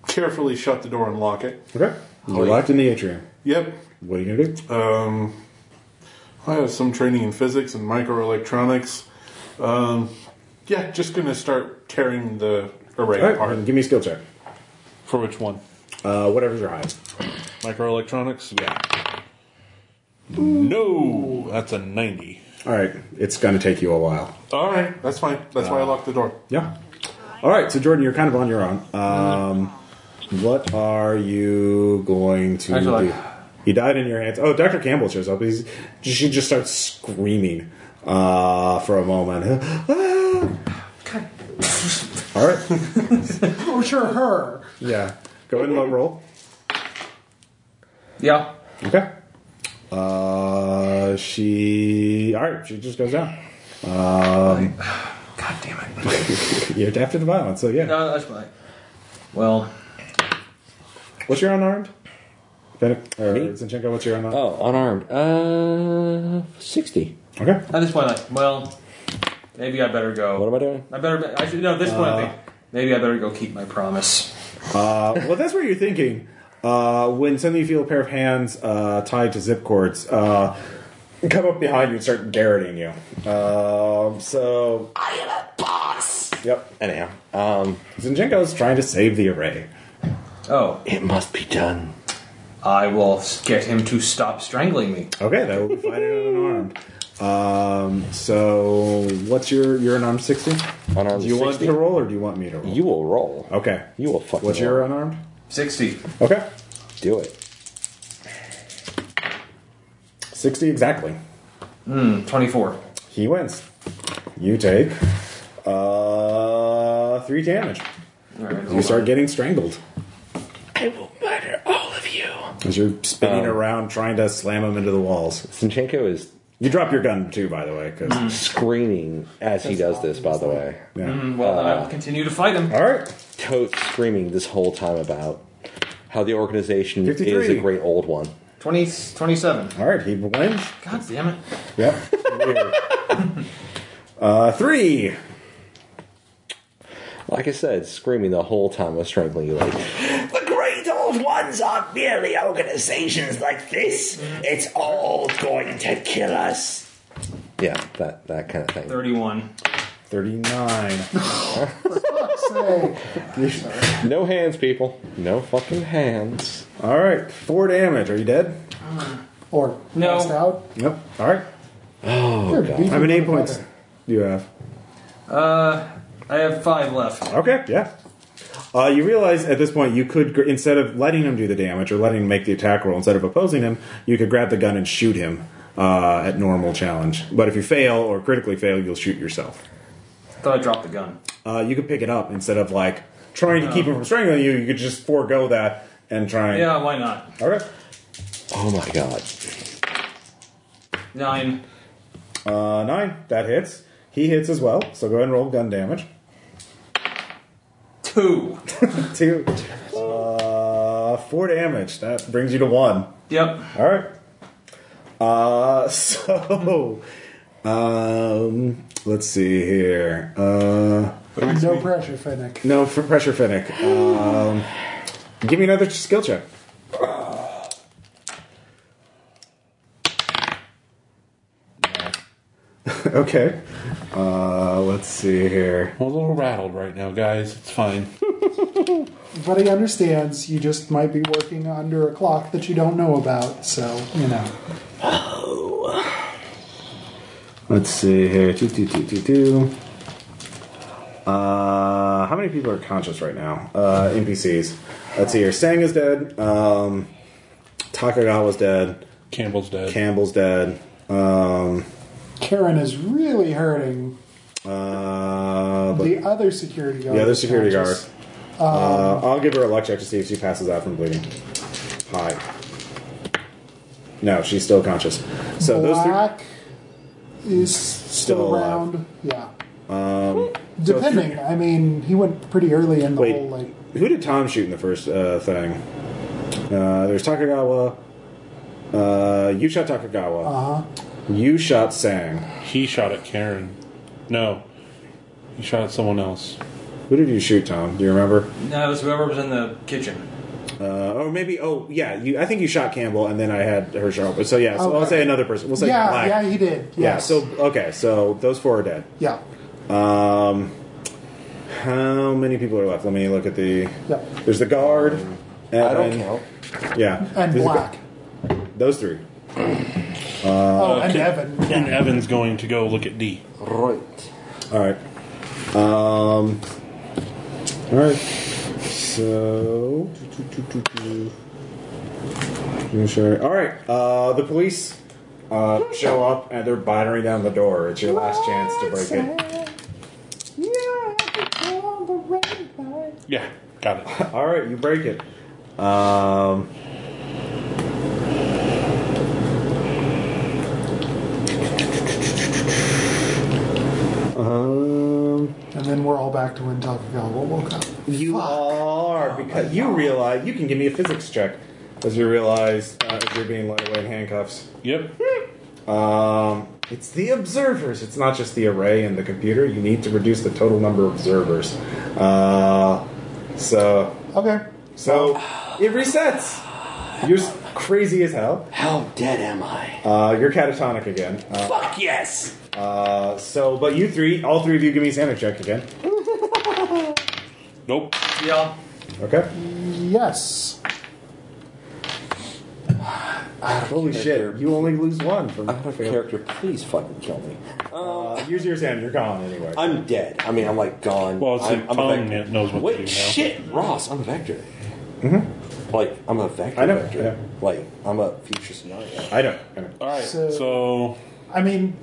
[SPEAKER 7] carefully shut the door and lock it.
[SPEAKER 2] Okay, you're locked in the atrium.
[SPEAKER 7] Yep.
[SPEAKER 2] What are you going to do?
[SPEAKER 7] Um, I have some training in physics and microelectronics. Um, yeah, just gonna start tearing the array
[SPEAKER 2] All right,
[SPEAKER 7] apart.
[SPEAKER 2] give me a skill check.
[SPEAKER 7] For which one?
[SPEAKER 2] Uh, whatever's your highest.
[SPEAKER 7] Microelectronics? Yeah. No, that's a 90.
[SPEAKER 2] All right, it's going to take you a while.
[SPEAKER 7] All right, that's fine. That's why I locked the door.
[SPEAKER 2] Yeah. All right, so Jordan, you're kind of on your own. Um, what are you going to
[SPEAKER 5] Actually,
[SPEAKER 2] do? You died in your hands. Oh, Dr. Campbell shows up. He's, she just starts screaming uh, for a moment. <gasps> All right.
[SPEAKER 3] Oh, sure, her.
[SPEAKER 2] Yeah. Go ahead and low roll.
[SPEAKER 5] Yeah.
[SPEAKER 2] Okay. Uh, she. All right. She just goes down.
[SPEAKER 5] God damn it.
[SPEAKER 2] You're adapted to violence, so yeah.
[SPEAKER 5] No, that's fine. Well,
[SPEAKER 2] What's your unarmed? Bennett, or Zinchenko, what's your unarmed?
[SPEAKER 6] Oh, unarmed. Uh, 60.
[SPEAKER 2] Okay.
[SPEAKER 5] at this point, like, well, maybe I better
[SPEAKER 6] What
[SPEAKER 5] go.
[SPEAKER 6] am I doing?
[SPEAKER 5] I better. I should. No, at this point, I think maybe I better go keep my promise.
[SPEAKER 2] Uh, well, that's what you're thinking. Uh, when suddenly you feel a pair of hands uh, tied to zip cords uh, come up behind you and start garroting you. Um, so. I am a boss! Yep.
[SPEAKER 13] Anyhow, um,
[SPEAKER 2] Zinchenko's trying to save the array.
[SPEAKER 5] Oh,
[SPEAKER 13] it must be done.
[SPEAKER 5] I will get him to stop strangling me.
[SPEAKER 2] Okay, that will be fine and unarmed. Um, so, what's your. You're unarmed 60?
[SPEAKER 6] Unarmed
[SPEAKER 2] Do you want
[SPEAKER 6] 60.
[SPEAKER 2] to roll or do you want me to roll?
[SPEAKER 6] You will roll.
[SPEAKER 2] okay.
[SPEAKER 6] You will fucking
[SPEAKER 2] What's your unarmed?
[SPEAKER 5] Sixty.
[SPEAKER 2] Okay.
[SPEAKER 6] Do it.
[SPEAKER 2] 60 exactly.
[SPEAKER 5] Twenty-four.
[SPEAKER 2] He wins. You take uh, three damage.
[SPEAKER 5] All right.
[SPEAKER 2] You start getting strangled
[SPEAKER 13] I will murder all of you.
[SPEAKER 2] as you're spinning around trying to slam him into the walls.
[SPEAKER 6] Sinchenko Um, is Mm.
[SPEAKER 2] You drop your gun too, by the way. 'cause-
[SPEAKER 6] screaming as he does this, by the way.
[SPEAKER 2] yeah.
[SPEAKER 5] Well, then I
[SPEAKER 6] Uh,
[SPEAKER 5] will continue to fight him.
[SPEAKER 2] All right.
[SPEAKER 6] Totes screaming this whole time about how the organization
[SPEAKER 2] 53.
[SPEAKER 6] is a great old one.
[SPEAKER 5] 20, 27.
[SPEAKER 2] All right. He wins.
[SPEAKER 5] God damn it.
[SPEAKER 6] <laughs>
[SPEAKER 2] Yep. Weird. uh, three.
[SPEAKER 6] Like I said, screaming the whole time was strangling you. Like,
[SPEAKER 21] The great old ones aren't merely organizations like this. It's all going to kill us.
[SPEAKER 6] yeah, that that kind of thing.
[SPEAKER 5] 31.
[SPEAKER 2] 39.
[SPEAKER 3] Say,
[SPEAKER 6] No hands, people. No fucking hands.
[SPEAKER 2] All right. Four damage. Are you dead?
[SPEAKER 3] or
[SPEAKER 5] No.
[SPEAKER 3] passed out.
[SPEAKER 2] Yep. All right. Oh,
[SPEAKER 3] Here, beat
[SPEAKER 2] How many
[SPEAKER 3] you
[SPEAKER 2] eight points
[SPEAKER 3] better.
[SPEAKER 2] do you have?
[SPEAKER 5] Uh, I have five left.
[SPEAKER 2] Okay, yeah. Uh, you realize at this point you could, gr- instead of letting him do the damage or letting him make the attack roll, instead of opposing him, you could grab the gun and shoot him uh, at normal challenge. But if you fail or critically fail, you'll shoot yourself.
[SPEAKER 5] Thought I dropped the gun.
[SPEAKER 2] Uh, you could pick it up instead of like trying to keep him from strangling you. You could just forego that and try. And,
[SPEAKER 5] Yeah, why not?
[SPEAKER 2] Okay.
[SPEAKER 6] Oh my god.
[SPEAKER 5] Nine.
[SPEAKER 2] Uh, nine. That hits. He hits as well. So go ahead and roll gun damage.
[SPEAKER 5] Two.
[SPEAKER 2] Two. Uh, four damage. That brings you to one.
[SPEAKER 5] Yep.
[SPEAKER 2] All right. Uh, <laughs> so, um, let's see here. Uh,
[SPEAKER 3] No pressure, Finnick.
[SPEAKER 2] no, for pressure, Finnick. Um, give me another skill check. <laughs> okay. Uh, let's see here.
[SPEAKER 7] I'm a little rattled right now, guys. It's fine. <laughs>
[SPEAKER 3] But he understands you just might be working under a clock that you don't know about, so, you know.
[SPEAKER 2] Let's see here. Do, do, do, do, do. Uh, how many people are conscious right now? Uh, NPCs. Let's see here. Sang is dead. Um, Takagawa's dead.
[SPEAKER 7] Campbell's dead.
[SPEAKER 2] Campbell's dead. Um,
[SPEAKER 3] Karen is really hurting
[SPEAKER 2] Uh, but
[SPEAKER 3] the other security guard.
[SPEAKER 2] the other security guard.
[SPEAKER 3] conscious.
[SPEAKER 2] Uh, I'll give her a luck check to see if she passes out from bleeding. Hi. No, she's still conscious. So those three.
[SPEAKER 3] Black is still
[SPEAKER 2] alive. Um,
[SPEAKER 3] around. Yeah. Depending. I mean, he went pretty early in the
[SPEAKER 2] Wait.
[SPEAKER 3] whole like.
[SPEAKER 2] Who did Tom shoot in the first uh, thing? Uh, there's Takagawa. Uh, you shot Takagawa.
[SPEAKER 3] Uh huh.
[SPEAKER 2] You shot Sang.
[SPEAKER 7] He shot at Karen. No, he shot at someone else.
[SPEAKER 2] Who did you shoot, Tom? Do you remember?
[SPEAKER 12] No, it was whoever was in the kitchen.
[SPEAKER 2] Uh, or maybe, oh, yeah, you, I think you shot Campbell and then I had her shot. But so, yeah, so I'll
[SPEAKER 3] Okay.
[SPEAKER 2] say another person. We'll say
[SPEAKER 3] yeah,
[SPEAKER 2] Black.
[SPEAKER 3] yeah, he did. Yes.
[SPEAKER 2] yeah, so, okay, so those four are dead.
[SPEAKER 3] yeah,
[SPEAKER 2] Um, how many people are left? Let me look at the.
[SPEAKER 3] Yep.
[SPEAKER 2] There's the guard. And,
[SPEAKER 8] I don't count.
[SPEAKER 2] Yeah.
[SPEAKER 3] and
[SPEAKER 2] There's the gu-
[SPEAKER 3] black.
[SPEAKER 2] those three.
[SPEAKER 3] oh, and
[SPEAKER 7] Ken-
[SPEAKER 3] Evan.
[SPEAKER 7] And Evan's going to go look at D.
[SPEAKER 8] Right.
[SPEAKER 2] All right. Um. All right. So. Making Sure. All right. Uh, the police uh, show up and they're battering down the door. It's your last chance to break it.
[SPEAKER 7] Yeah, got it.
[SPEAKER 2] All right, you break it. Um. Um.
[SPEAKER 3] And then we're all back to when Takagawa woke up.
[SPEAKER 2] You are because you realize you can give me a physics check as you realize uh, as you're being led away in handcuffs.
[SPEAKER 7] Yep.
[SPEAKER 2] Um, it's the observers. It's not just the array and the computer. You need to reduce the total number of observers. Uh, so
[SPEAKER 3] Okay.
[SPEAKER 2] so it resets. You're s- crazy as hell.
[SPEAKER 13] How dead am I?
[SPEAKER 2] Uh, you're catatonic again. Uh,
[SPEAKER 13] Fuck yes!
[SPEAKER 2] uh, so, but you three, all three of you, give me a sanity check again.
[SPEAKER 7] Nope.
[SPEAKER 12] Yeah.
[SPEAKER 2] Okay.
[SPEAKER 3] Yes.
[SPEAKER 2] Holy shit! You only lose one from.
[SPEAKER 8] Out of character, please fucking kill me.
[SPEAKER 2] Uh, use your sanity. You're gone anyway.
[SPEAKER 8] I'm dead. I mean, I'm like gone.
[SPEAKER 7] Well, it's
[SPEAKER 8] I'm,
[SPEAKER 7] like
[SPEAKER 8] I'm a
[SPEAKER 7] Tom
[SPEAKER 8] vector.
[SPEAKER 7] knows what to
[SPEAKER 8] Wait,
[SPEAKER 7] do now.
[SPEAKER 8] shit, Ross, I'm a vector. Mm-hmm. Like I'm a vector.
[SPEAKER 2] I know,
[SPEAKER 8] Vector.
[SPEAKER 2] I know.
[SPEAKER 8] Like I'm a future scenario.
[SPEAKER 2] I don't. I don't.
[SPEAKER 7] All right.
[SPEAKER 3] So-
[SPEAKER 7] So,
[SPEAKER 3] I mean,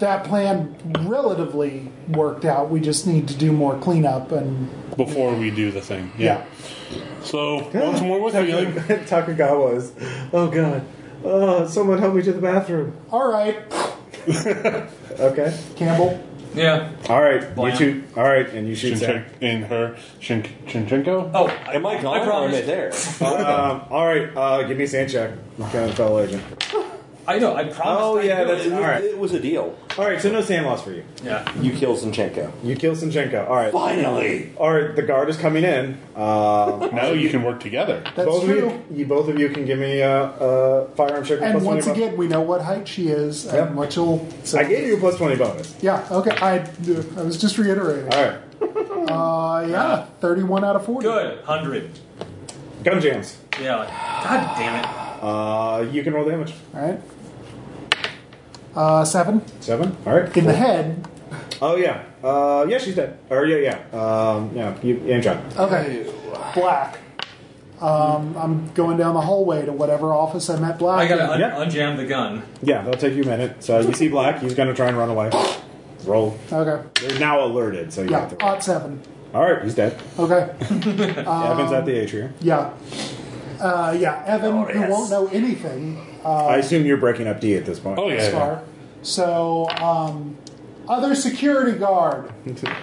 [SPEAKER 3] that plan relatively worked out. We just need to do more cleanup and
[SPEAKER 7] before we do the thing,
[SPEAKER 3] yeah.
[SPEAKER 7] yeah. So once more with healing.
[SPEAKER 2] <laughs> Takagawa's. Oh god. Oh, someone help me to the bathroom.
[SPEAKER 3] All right,
[SPEAKER 2] Okay.
[SPEAKER 3] Campbell.
[SPEAKER 12] Yeah.
[SPEAKER 2] All right.
[SPEAKER 12] Blam.
[SPEAKER 2] You two. All right, and you shoot Zach.
[SPEAKER 7] Shinchen- in her Shin- Shinchenko.
[SPEAKER 12] Oh,
[SPEAKER 8] Am I gone?
[SPEAKER 12] I
[SPEAKER 8] or am I
[SPEAKER 12] promised.
[SPEAKER 8] there?
[SPEAKER 2] Um, all right. Uh, give me a sand check. Kind of fellow agent.
[SPEAKER 12] I know. I promised.
[SPEAKER 2] Oh,
[SPEAKER 12] I'd
[SPEAKER 2] yeah,
[SPEAKER 12] do
[SPEAKER 2] that's-
[SPEAKER 12] it.
[SPEAKER 8] It was-
[SPEAKER 2] Alright.
[SPEAKER 8] It was a deal.
[SPEAKER 2] All right. So no sand loss for you.
[SPEAKER 12] yeah.
[SPEAKER 8] You kill Zinchenko.
[SPEAKER 2] You kill Sinchenko. All right.
[SPEAKER 13] Finally!
[SPEAKER 2] All right. The guard is coming in. Uh,
[SPEAKER 7] Now you can work together.
[SPEAKER 3] That's
[SPEAKER 2] both
[SPEAKER 3] true.
[SPEAKER 2] Of you, you, both of you can give me a uh, firearm check. with
[SPEAKER 3] And
[SPEAKER 2] plus
[SPEAKER 3] once
[SPEAKER 2] 20 bonus.
[SPEAKER 3] again, we know what height she is and
[SPEAKER 2] Yep.
[SPEAKER 3] what she'll. So,
[SPEAKER 2] I gave you a plus twenty bonus.
[SPEAKER 3] Yeah. Okay. I I was just reiterating.
[SPEAKER 2] All right.
[SPEAKER 3] Uh, yeah. Thirty-one out of forty.
[SPEAKER 12] Good. Hundred.
[SPEAKER 2] Gun jams.
[SPEAKER 12] Yeah. Like, God damn it.
[SPEAKER 2] Uh, you can roll damage.
[SPEAKER 3] All right. Uh, seven
[SPEAKER 2] Seven. All right.
[SPEAKER 3] in the head.
[SPEAKER 2] Oh yeah, uh, yeah, she's dead. Or yeah, yeah, um, yeah. You and John.
[SPEAKER 3] Okay. Black. Um, I'm going down the hallway to whatever office I met Black.
[SPEAKER 12] I gotta un-
[SPEAKER 2] Yeah.
[SPEAKER 12] unjam the gun.
[SPEAKER 2] Yeah, that'll take you a minute. So you see Black. He's gonna try and run away. Roll.
[SPEAKER 3] in. Okay.
[SPEAKER 2] They're now alerted, so you
[SPEAKER 3] Yeah.
[SPEAKER 2] have to. Roll.
[SPEAKER 3] Odd seven.
[SPEAKER 2] All right, he's dead.
[SPEAKER 3] Okay.
[SPEAKER 2] Evan's at the atrium.
[SPEAKER 3] Yeah. Uh, yeah, Evan,
[SPEAKER 13] Oh,
[SPEAKER 3] who
[SPEAKER 13] yes.
[SPEAKER 3] won't know anything
[SPEAKER 2] I assume you're breaking up D at this point.
[SPEAKER 7] Oh yeah.
[SPEAKER 3] as
[SPEAKER 7] yeah.
[SPEAKER 3] far. So, um, other security guard.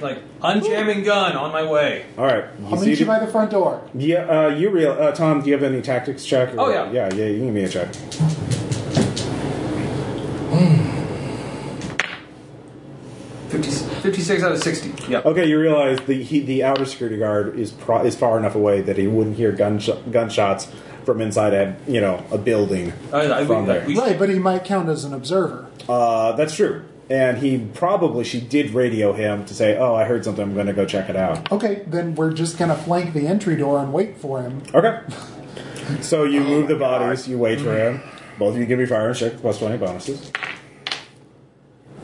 [SPEAKER 12] Like unjamming gun on my way.
[SPEAKER 2] All right. You
[SPEAKER 3] I'll
[SPEAKER 2] see
[SPEAKER 3] meet you by the front door.
[SPEAKER 2] yeah, uh, you real uh, Tom. Do you have any tactics check? or-
[SPEAKER 12] Oh, yeah.
[SPEAKER 2] Yeah, yeah. You can give me a check.
[SPEAKER 12] Fifty fifty-six out of 60. Yeah.
[SPEAKER 2] Okay, you realize the he, the outer security guard is pro, is far enough away that he wouldn't hear gunsh- gunshots from inside a you know a building.
[SPEAKER 12] I, I, we,
[SPEAKER 2] From there.
[SPEAKER 12] we-
[SPEAKER 3] Right, but he might count as an observer.
[SPEAKER 2] Uh, that's true. And he probably she did radio him to say, "Oh, I heard something. I'm going to go check it out."
[SPEAKER 3] Okay, then we're just gonna flank the entry door and wait for him.
[SPEAKER 2] Okay. <laughs> so you move the bodies. You wait for him. Both of you give me fire and check plus twenty bonuses.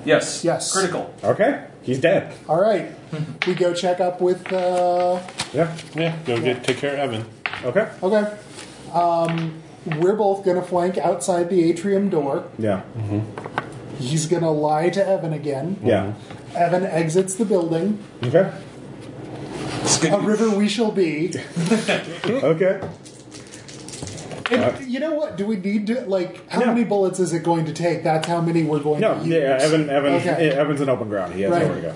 [SPEAKER 12] yes.
[SPEAKER 3] Yes.
[SPEAKER 12] Critical.
[SPEAKER 2] Okay, he's dead.
[SPEAKER 3] All
[SPEAKER 13] <laughs>
[SPEAKER 3] right, we go check up with. Uh,
[SPEAKER 2] Yeah.
[SPEAKER 7] Yeah. Go get take care of Evan.
[SPEAKER 2] Okay.
[SPEAKER 3] okay, um, we're both gonna flank outside the atrium door.
[SPEAKER 2] Yeah.
[SPEAKER 3] He's gonna lie to Evan again.
[SPEAKER 2] Yeah.
[SPEAKER 3] Evan exits the building.
[SPEAKER 2] Okay.
[SPEAKER 3] A river we shall be.
[SPEAKER 2] Okay.
[SPEAKER 3] And you know what? Do we need to like? How
[SPEAKER 2] Uh, No.
[SPEAKER 3] many bullets is it going to take? That's how many we're going
[SPEAKER 2] No,
[SPEAKER 3] to use.
[SPEAKER 2] yeah, Evan, Evan,
[SPEAKER 3] Okay.
[SPEAKER 2] Evan's in open ground. He has
[SPEAKER 3] Right.
[SPEAKER 2] nowhere to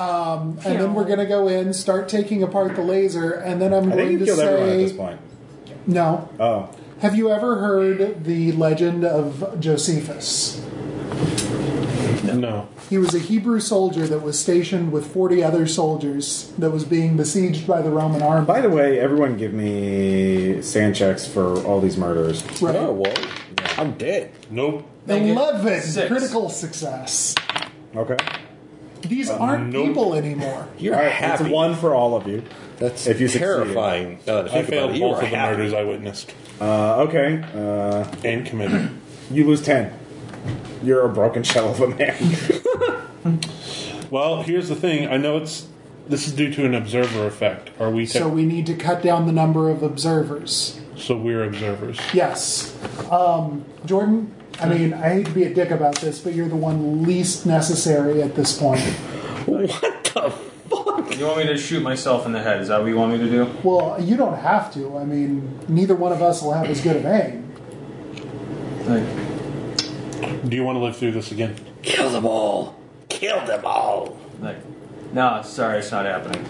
[SPEAKER 2] go.
[SPEAKER 3] and then we're going to go in, start taking apart the laser, and then I'm
[SPEAKER 2] I think
[SPEAKER 3] going
[SPEAKER 2] he
[SPEAKER 3] to
[SPEAKER 2] killed everyone at
[SPEAKER 3] say
[SPEAKER 2] this point.
[SPEAKER 3] no.
[SPEAKER 2] Oh,
[SPEAKER 3] Have you ever heard the legend of Josephus?
[SPEAKER 8] No.
[SPEAKER 3] He was a Hebrew soldier that was stationed with 40 other soldiers that was being besieged by the Roman army.
[SPEAKER 2] by the way, everyone give me sand checks for all these murders.
[SPEAKER 3] Right.
[SPEAKER 6] Oh, well, I'm dead.
[SPEAKER 8] Nope.
[SPEAKER 3] 11
[SPEAKER 5] Six.
[SPEAKER 3] critical success.
[SPEAKER 2] Okay.
[SPEAKER 3] These aren't
[SPEAKER 8] nope.
[SPEAKER 3] people anymore.
[SPEAKER 6] You're
[SPEAKER 2] All right,
[SPEAKER 6] happy.
[SPEAKER 2] it's one for all of you.
[SPEAKER 6] That's
[SPEAKER 2] if you succeed.
[SPEAKER 6] terrifying. Now that
[SPEAKER 8] I
[SPEAKER 6] think
[SPEAKER 8] failed
[SPEAKER 6] about it. You
[SPEAKER 8] both
[SPEAKER 6] are
[SPEAKER 8] of the
[SPEAKER 6] happy.
[SPEAKER 8] murders I witnessed
[SPEAKER 2] Uh, okay. Uh,
[SPEAKER 8] and committed.
[SPEAKER 2] you lose ten. You're a broken <laughs> shell of a man.
[SPEAKER 8] well, here's the thing. I know it's this is due to an observer effect. Are we
[SPEAKER 3] So we need to cut down the number of observers.
[SPEAKER 8] so we're observers?
[SPEAKER 3] Yes. Um, Jordan, I mean, I hate to be a dick about this, but you're the one least necessary at this point.
[SPEAKER 5] You want me to shoot myself in the head? Is that what you want me to do?
[SPEAKER 3] Well, you don't have to. I mean, neither one of us will have as good of aim.
[SPEAKER 5] Like,
[SPEAKER 8] Do you want to live through this again?
[SPEAKER 13] Kill them all. Kill them all.
[SPEAKER 5] like, no, sorry, it's
[SPEAKER 2] <laughs>
[SPEAKER 5] not happening.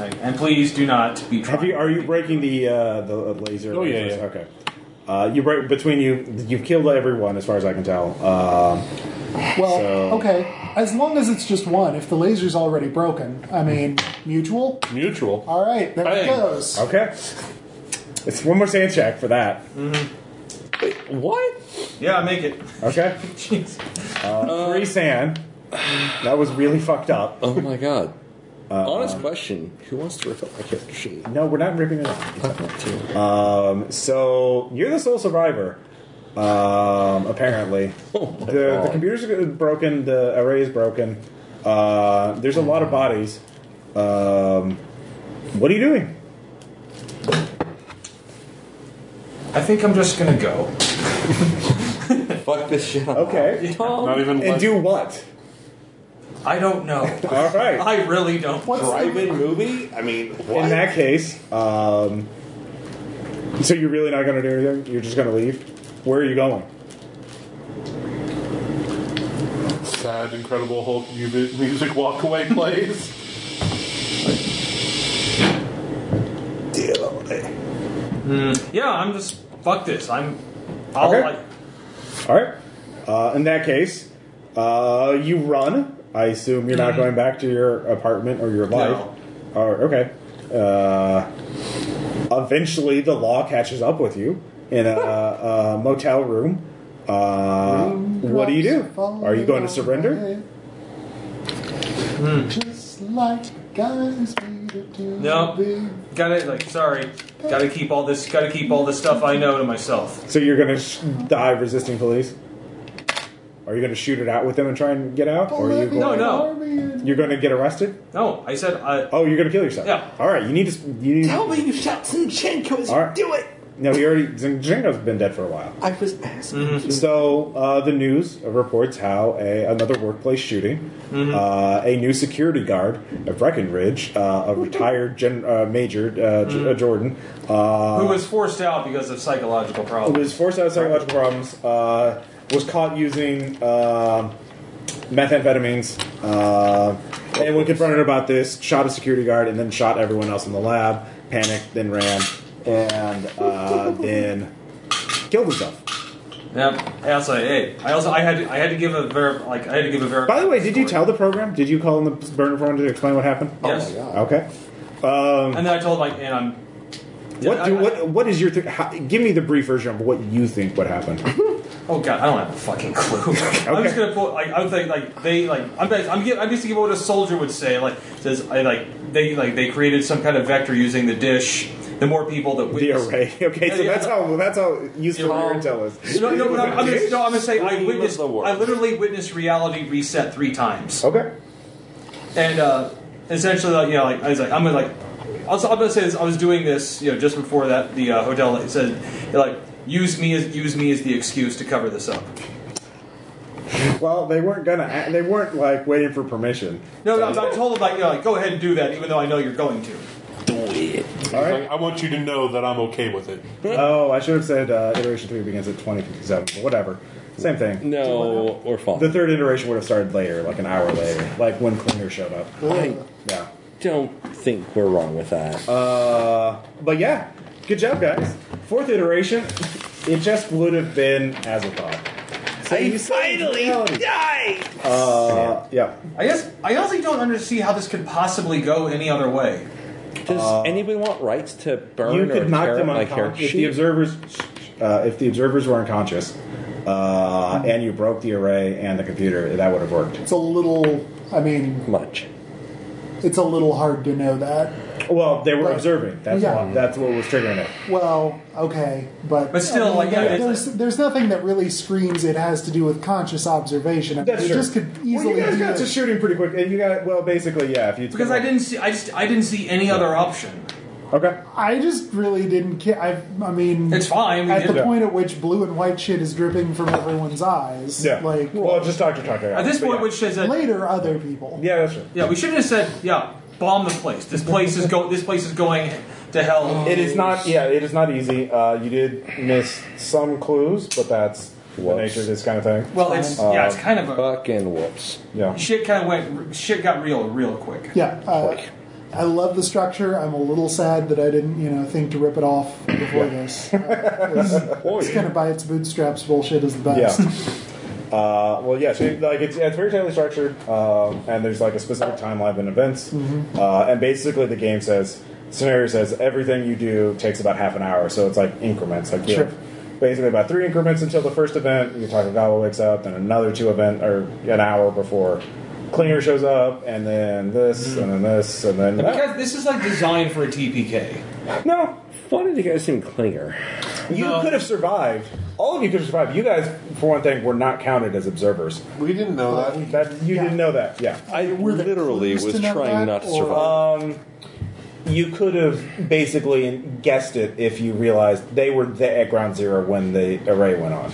[SPEAKER 5] like, and please do not be.
[SPEAKER 2] Have you? Are you breaking the uh, the laser?
[SPEAKER 8] Oh, yeah, yeah.
[SPEAKER 2] Okay. Uh, you break between you. You've killed everyone, as far as I can tell. Um,
[SPEAKER 3] Well,
[SPEAKER 2] So-
[SPEAKER 3] okay, as long as it's just one. If the laser's already broken, I mean, mutual.
[SPEAKER 8] Mutual.
[SPEAKER 3] All right, there it
[SPEAKER 8] Bang.
[SPEAKER 3] goes.
[SPEAKER 2] okay. It's one more sand check for that.
[SPEAKER 6] What?
[SPEAKER 5] Yeah, make it. <laughs>
[SPEAKER 2] Okay.
[SPEAKER 5] Jeez.
[SPEAKER 2] Three sand. That was really fucked up.
[SPEAKER 6] Uh, Oh my god. Honest question. Who wants to rip up my character sheet?
[SPEAKER 2] No, we're not ripping it off.
[SPEAKER 6] I want to.
[SPEAKER 2] Um, so you're the sole survivor. Um, apparently, the, the
[SPEAKER 6] Oh God.
[SPEAKER 2] computers are broken. The array is broken. Uh, there's a lot of bodies. Um, what are you doing?
[SPEAKER 5] I think I'm just gonna go.
[SPEAKER 6] Fuck this shit up.
[SPEAKER 2] Okay.
[SPEAKER 8] Not even
[SPEAKER 2] And
[SPEAKER 8] one.
[SPEAKER 2] do what?
[SPEAKER 5] I don't
[SPEAKER 2] <laughs>
[SPEAKER 5] know.
[SPEAKER 2] All right.
[SPEAKER 5] I really don't.
[SPEAKER 3] What's the,
[SPEAKER 6] Drive-in movie? I mean,
[SPEAKER 2] In
[SPEAKER 6] what?
[SPEAKER 2] that case, um, so you're really not going to do anything. You're just going to leave. Where are you going?
[SPEAKER 8] Sad, incredible Hulk mu- music
[SPEAKER 7] <laughs>
[SPEAKER 8] walk away plays.
[SPEAKER 5] Yeah, I'm just fuck this. I'm. I'll
[SPEAKER 2] Okay.
[SPEAKER 5] like.
[SPEAKER 2] All right. Uh, in that case, uh, you run. I assume you're
[SPEAKER 5] Mm-hmm.
[SPEAKER 2] not going back to your apartment or your life. Or okay. Uh, eventually, the law catches up with you in a, a motel room. Uh, what do you do? Are you going to surrender?
[SPEAKER 3] Hmm. Just like guys need to do.
[SPEAKER 5] No.
[SPEAKER 3] big-
[SPEAKER 5] Gotta like. Sorry. Gotta keep all this. Gotta keep all this stuff I know to myself.
[SPEAKER 2] So you're going to sh-
[SPEAKER 5] Mm-hmm.
[SPEAKER 2] die resisting police? Are you going to shoot it out with them and try and get out? Or are you going,
[SPEAKER 5] No, no.
[SPEAKER 3] Army
[SPEAKER 2] You're going to get arrested?
[SPEAKER 5] No, I said. I,
[SPEAKER 2] Oh, you're going to kill yourself?
[SPEAKER 5] Yeah.
[SPEAKER 2] All right. You need to. You need
[SPEAKER 13] Tell me you shot Zinchenko's.
[SPEAKER 2] All right.
[SPEAKER 13] Do it.
[SPEAKER 2] No, he already. Zinchenko's been dead for a while.
[SPEAKER 13] I was asking.
[SPEAKER 2] So uh, the news reports how a, another workplace shooting,
[SPEAKER 13] Mm-hmm.
[SPEAKER 2] uh, a new security guard at Breckenridge, uh, a retired gen, uh, major uh, J-
[SPEAKER 13] Mm-hmm.
[SPEAKER 2] uh, Jordan, uh,
[SPEAKER 5] who was forced out because of psychological problems.
[SPEAKER 2] was forced out of psychological problems, uh, was caught using uh, methamphetamines, uh, and when confronted about this, shot a security guard and then shot everyone else in the lab. Panicked, then ran, and uh, then killed himself.
[SPEAKER 5] Yeah. I also. Hey. I also. I had. To, I had to give a ver. Like. I had to give a ver.
[SPEAKER 2] By the way, did you tell Oh
[SPEAKER 5] story.
[SPEAKER 2] the program? Did you call in the burner phone to explain what happened?
[SPEAKER 5] Yes.
[SPEAKER 2] Okay. Um,
[SPEAKER 5] And then I told like, and I'm.
[SPEAKER 2] what do
[SPEAKER 5] I-
[SPEAKER 2] what what is your th- how, give me the brief version of what you think what happened? <laughs>
[SPEAKER 5] Oh god, I don't have a fucking
[SPEAKER 6] <laughs>
[SPEAKER 5] clue. I'm just gonna pull. Like, I would think like they like. I'm bas- I'm gi- I'm just gonna give what a soldier would say. Like says I like they like they created some kind of vector using the dish. The more people that
[SPEAKER 2] the
[SPEAKER 5] witness.
[SPEAKER 2] array. Okay, so
[SPEAKER 5] Yeah, yeah.
[SPEAKER 2] that's how that's how useful
[SPEAKER 5] Yeah.
[SPEAKER 2] your intel is.
[SPEAKER 5] No, no, but I'm, I'm gonna, no, I'm gonna say I
[SPEAKER 6] Scream
[SPEAKER 5] witnessed.
[SPEAKER 6] of the world. Oh.
[SPEAKER 5] I literally witnessed reality reset three times,
[SPEAKER 2] Okay.
[SPEAKER 5] and uh, essentially, like, you know, like I was like, I'm gonna like, also, I'm gonna say this. I was doing this, you know, just before that the uh, hotel. It said, like, Use me as use me as the excuse to cover this up.
[SPEAKER 2] Well, they weren't gonna. a- They weren't like waiting for permission.
[SPEAKER 5] No, no, I told him like, you know, like, go ahead and do that, even though I know you're going to.
[SPEAKER 2] All
[SPEAKER 7] It's
[SPEAKER 2] right.
[SPEAKER 7] like, I want you to know that I'm okay with it.
[SPEAKER 2] Oh, I should have said uh, iteration three begins at twenty fifty seven. But whatever. Same thing.
[SPEAKER 6] No, we're
[SPEAKER 2] The
[SPEAKER 6] fine.
[SPEAKER 2] third iteration would have started later, like an hour later, like when Klinger showed up.
[SPEAKER 6] I
[SPEAKER 2] Yeah.
[SPEAKER 6] don't think we're wrong with that.
[SPEAKER 2] Uh, but yeah, good job, guys. Fourth iteration, it just would have been as a thought. So you saved reality.
[SPEAKER 22] died!
[SPEAKER 2] Uh, yeah.
[SPEAKER 5] I guess I honestly don't understand how this could possibly go any other way.
[SPEAKER 6] Does anybody want rights to burn
[SPEAKER 2] Uh, You
[SPEAKER 6] or
[SPEAKER 2] could knock
[SPEAKER 6] tear
[SPEAKER 2] them
[SPEAKER 6] up my character
[SPEAKER 2] unconscious if the
[SPEAKER 6] sheet?
[SPEAKER 2] observers, uh, if the observers were unconscious, uh, and you broke the array and the computer. That would have worked.
[SPEAKER 3] It's a little. I mean,
[SPEAKER 6] Much.
[SPEAKER 3] it's a little hard to know that.
[SPEAKER 2] Well, they were
[SPEAKER 3] Right.
[SPEAKER 2] observing. That's
[SPEAKER 3] Yeah.
[SPEAKER 2] why, that's what was triggering it.
[SPEAKER 3] Well, okay, but
[SPEAKER 5] But still,
[SPEAKER 3] I mean,
[SPEAKER 5] like, yeah,
[SPEAKER 3] there-
[SPEAKER 5] it's
[SPEAKER 3] there's there's nothing that really screams it has to do with conscious observation. I mean,
[SPEAKER 2] That's
[SPEAKER 3] it
[SPEAKER 2] true.
[SPEAKER 3] just could easily.
[SPEAKER 2] well, you guys
[SPEAKER 3] be
[SPEAKER 2] got
[SPEAKER 3] a-
[SPEAKER 2] to shooting pretty quick, and you got well, basically, yeah. If you
[SPEAKER 5] Because I didn't see I just I didn't see any other option.
[SPEAKER 2] okay.
[SPEAKER 3] I just really didn't care. I, I mean,
[SPEAKER 5] It's fine. We
[SPEAKER 3] At the
[SPEAKER 5] did-
[SPEAKER 3] point at which blue and white shit is dripping from everyone's eyes,
[SPEAKER 2] Yeah.
[SPEAKER 3] like
[SPEAKER 2] well, just Doctor Tucker.
[SPEAKER 5] At this
[SPEAKER 2] But
[SPEAKER 5] point
[SPEAKER 2] yeah.
[SPEAKER 5] which says that
[SPEAKER 3] later, other people.
[SPEAKER 2] yeah, that's true.
[SPEAKER 5] Yeah, we should have said, yeah, bomb the place. This place is go. This place is going to hell.
[SPEAKER 2] It is not. Yeah, it is not easy. Uh, you did miss some clues, but that's the nature of this kind of thing.
[SPEAKER 5] Well, it's
[SPEAKER 2] Uh,
[SPEAKER 5] yeah, it's kind of a
[SPEAKER 6] Fucking whoops.
[SPEAKER 2] Yeah.
[SPEAKER 5] shit. Kind of went shit got real real quick.
[SPEAKER 3] Yeah, uh, I love the structure. I'm a little sad that I didn't, you know, think to rip it off before
[SPEAKER 2] <laughs>
[SPEAKER 3] this. Uh, it's, it's kind of by its bootstraps bullshit is the <laughs> best.
[SPEAKER 2] Yeah. Uh, well, yeah. So like it's, it's very tightly structured, um, and there's like a specific timeline and events,
[SPEAKER 3] Mm-hmm.
[SPEAKER 2] uh, and basically the game says scenario says everything you do takes about half an hour, so it's like increments. Like you
[SPEAKER 3] Sure.
[SPEAKER 2] have basically about three increments until the first event. Your Taco Gobble wakes up, then another two event or an hour before cleaner shows up, and then this,
[SPEAKER 3] Mm-hmm.
[SPEAKER 2] and then this, and then that.
[SPEAKER 5] Because this is like designed for a TPK.
[SPEAKER 2] no.
[SPEAKER 6] Why did you guys name Klinger?
[SPEAKER 2] You
[SPEAKER 5] No.
[SPEAKER 2] could have survived. All of you could have survived. You guys, for one thing, were not counted as observers.
[SPEAKER 7] We didn't know that.
[SPEAKER 2] That you
[SPEAKER 3] Yeah.
[SPEAKER 2] didn't know that. Yeah.
[SPEAKER 6] I
[SPEAKER 3] Were there
[SPEAKER 6] literally
[SPEAKER 3] clues
[SPEAKER 6] was
[SPEAKER 3] to know
[SPEAKER 6] trying
[SPEAKER 3] that,
[SPEAKER 6] not to
[SPEAKER 3] or-
[SPEAKER 6] survive.
[SPEAKER 2] you could have basically guessed it if you realized they were the, at ground zero when the array went on.
[SPEAKER 3] uh,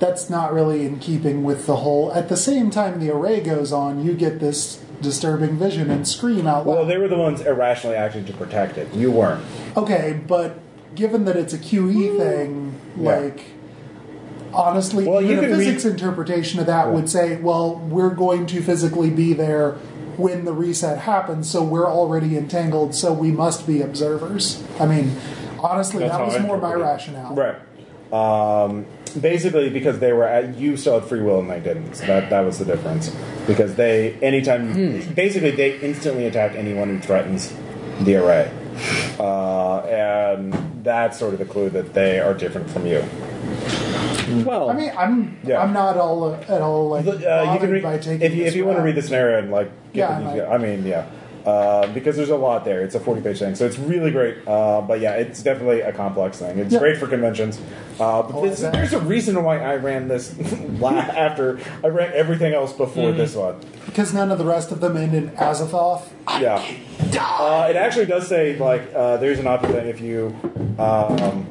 [SPEAKER 3] That's not really in keeping with the whole. At the same time, the array goes on. You get this disturbing vision and scream out
[SPEAKER 2] Well,
[SPEAKER 3] loud.
[SPEAKER 2] they were the ones irrationally acting to protect it. You weren't.
[SPEAKER 3] okay, but given that it's a QE thing,
[SPEAKER 2] Yeah.
[SPEAKER 3] like. Honestly,
[SPEAKER 2] Well, you
[SPEAKER 3] even a
[SPEAKER 2] can read-
[SPEAKER 3] physics interpretation of that would say, well, we're going to physically be there when the reset happens, so we're already entangled, so we must be observers. I mean, honestly,
[SPEAKER 7] That's
[SPEAKER 3] that
[SPEAKER 7] how
[SPEAKER 3] was
[SPEAKER 7] I
[SPEAKER 3] more my
[SPEAKER 7] interpret it.
[SPEAKER 3] rationale.
[SPEAKER 2] Right. Um, basically, because they were at, you still had free will and they didn't. So that that was the difference. Because they anytime basically they instantly attack anyone who threatens the array, uh, and that's sort of the clue that they are different from you.
[SPEAKER 6] Well,
[SPEAKER 3] I mean, I'm
[SPEAKER 2] Yeah.
[SPEAKER 3] I'm not all at all like
[SPEAKER 2] Uh, you
[SPEAKER 3] bothered
[SPEAKER 2] can read
[SPEAKER 3] by taking
[SPEAKER 2] if you,
[SPEAKER 3] this
[SPEAKER 2] if you want to read
[SPEAKER 3] route.
[SPEAKER 2] the scenario and like get
[SPEAKER 3] Yeah,
[SPEAKER 2] the
[SPEAKER 3] I
[SPEAKER 2] detail-
[SPEAKER 3] might.
[SPEAKER 2] I mean yeah uh, because there's a lot there it's a 40 page thing so it's really great uh, but yeah it's definitely a complex thing it's
[SPEAKER 3] Yeah.
[SPEAKER 2] great for conventions uh, but
[SPEAKER 3] Oh,
[SPEAKER 2] this,
[SPEAKER 3] I bet.
[SPEAKER 2] there's a reason why I ran this <laughs> la- after I ran everything else before
[SPEAKER 3] Mm-hmm.
[SPEAKER 2] this one
[SPEAKER 3] because none of the rest of them end in Azathoth.
[SPEAKER 2] yeah uh, it actually does say like uh, there's an option that if you um,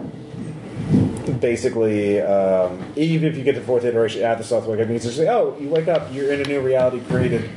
[SPEAKER 2] basically um, even if you get to fourth iteration at the South Wake, it means to say, oh, you wake up, you're in a new reality created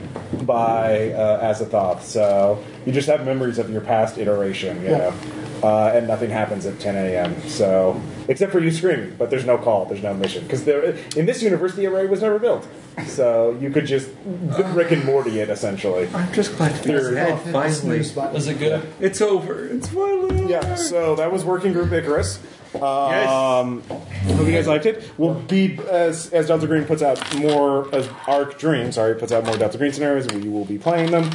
[SPEAKER 2] by uh, Azathoth. So you just have memories of your past iteration, you
[SPEAKER 3] Yeah.
[SPEAKER 2] know. Uh, and nothing happens at 10 a.m. So, except for you screaming, but there's no call, there's no mission, because there in this universe the array was never built, so you could just Rick and Morty it essentially.
[SPEAKER 6] I'm just glad to be
[SPEAKER 3] Azathoth hit the snooze button.
[SPEAKER 23] Was it good?
[SPEAKER 6] It's over. It's finally over.
[SPEAKER 2] Yeah, so that was Working Group Icarus. Um, Hope you guys liked it. We'll be as as Delta Green puts out more as Arc Dream. Sorry, puts out more Delta Green scenarios. We will be playing them.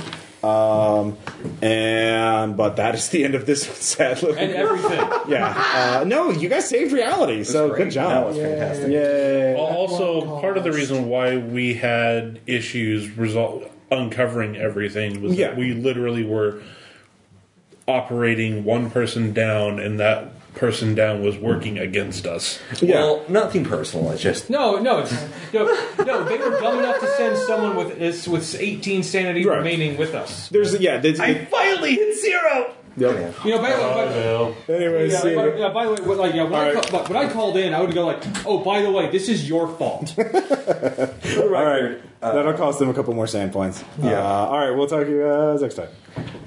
[SPEAKER 2] Um, and but that is the end of this <laughs> sad little.
[SPEAKER 5] And uh, everything.
[SPEAKER 2] yeah. Uh, no, you guys saved reality. So good job.
[SPEAKER 6] was fantastic.
[SPEAKER 2] Yay.
[SPEAKER 8] Also, part of the reason why we had issues resol uncovering everything was
[SPEAKER 2] Yeah.
[SPEAKER 8] that we literally were operating one person down, and that person down was working against us.
[SPEAKER 2] Yeah.
[SPEAKER 6] Well, nothing personal. It's just
[SPEAKER 5] No, no, it's- no, no. They were dumb enough to send someone with this with 18 sanity
[SPEAKER 2] Right.
[SPEAKER 5] remaining with us.
[SPEAKER 2] There's yeah. There's,
[SPEAKER 22] I finally hit zero!
[SPEAKER 2] Yep.
[SPEAKER 5] You know, by, by,
[SPEAKER 2] Anyway,
[SPEAKER 5] yeah,
[SPEAKER 2] see.
[SPEAKER 5] by, yeah, by the way, what, like, yeah, when, I,
[SPEAKER 2] All right.
[SPEAKER 5] ca- when I called in, I would go like, "Oh, by the way, this is your fault."
[SPEAKER 6] Uh,
[SPEAKER 2] Uh, All right. That'll cost them a couple more sand points. Yeah. all right. We'll talk to you guys next time.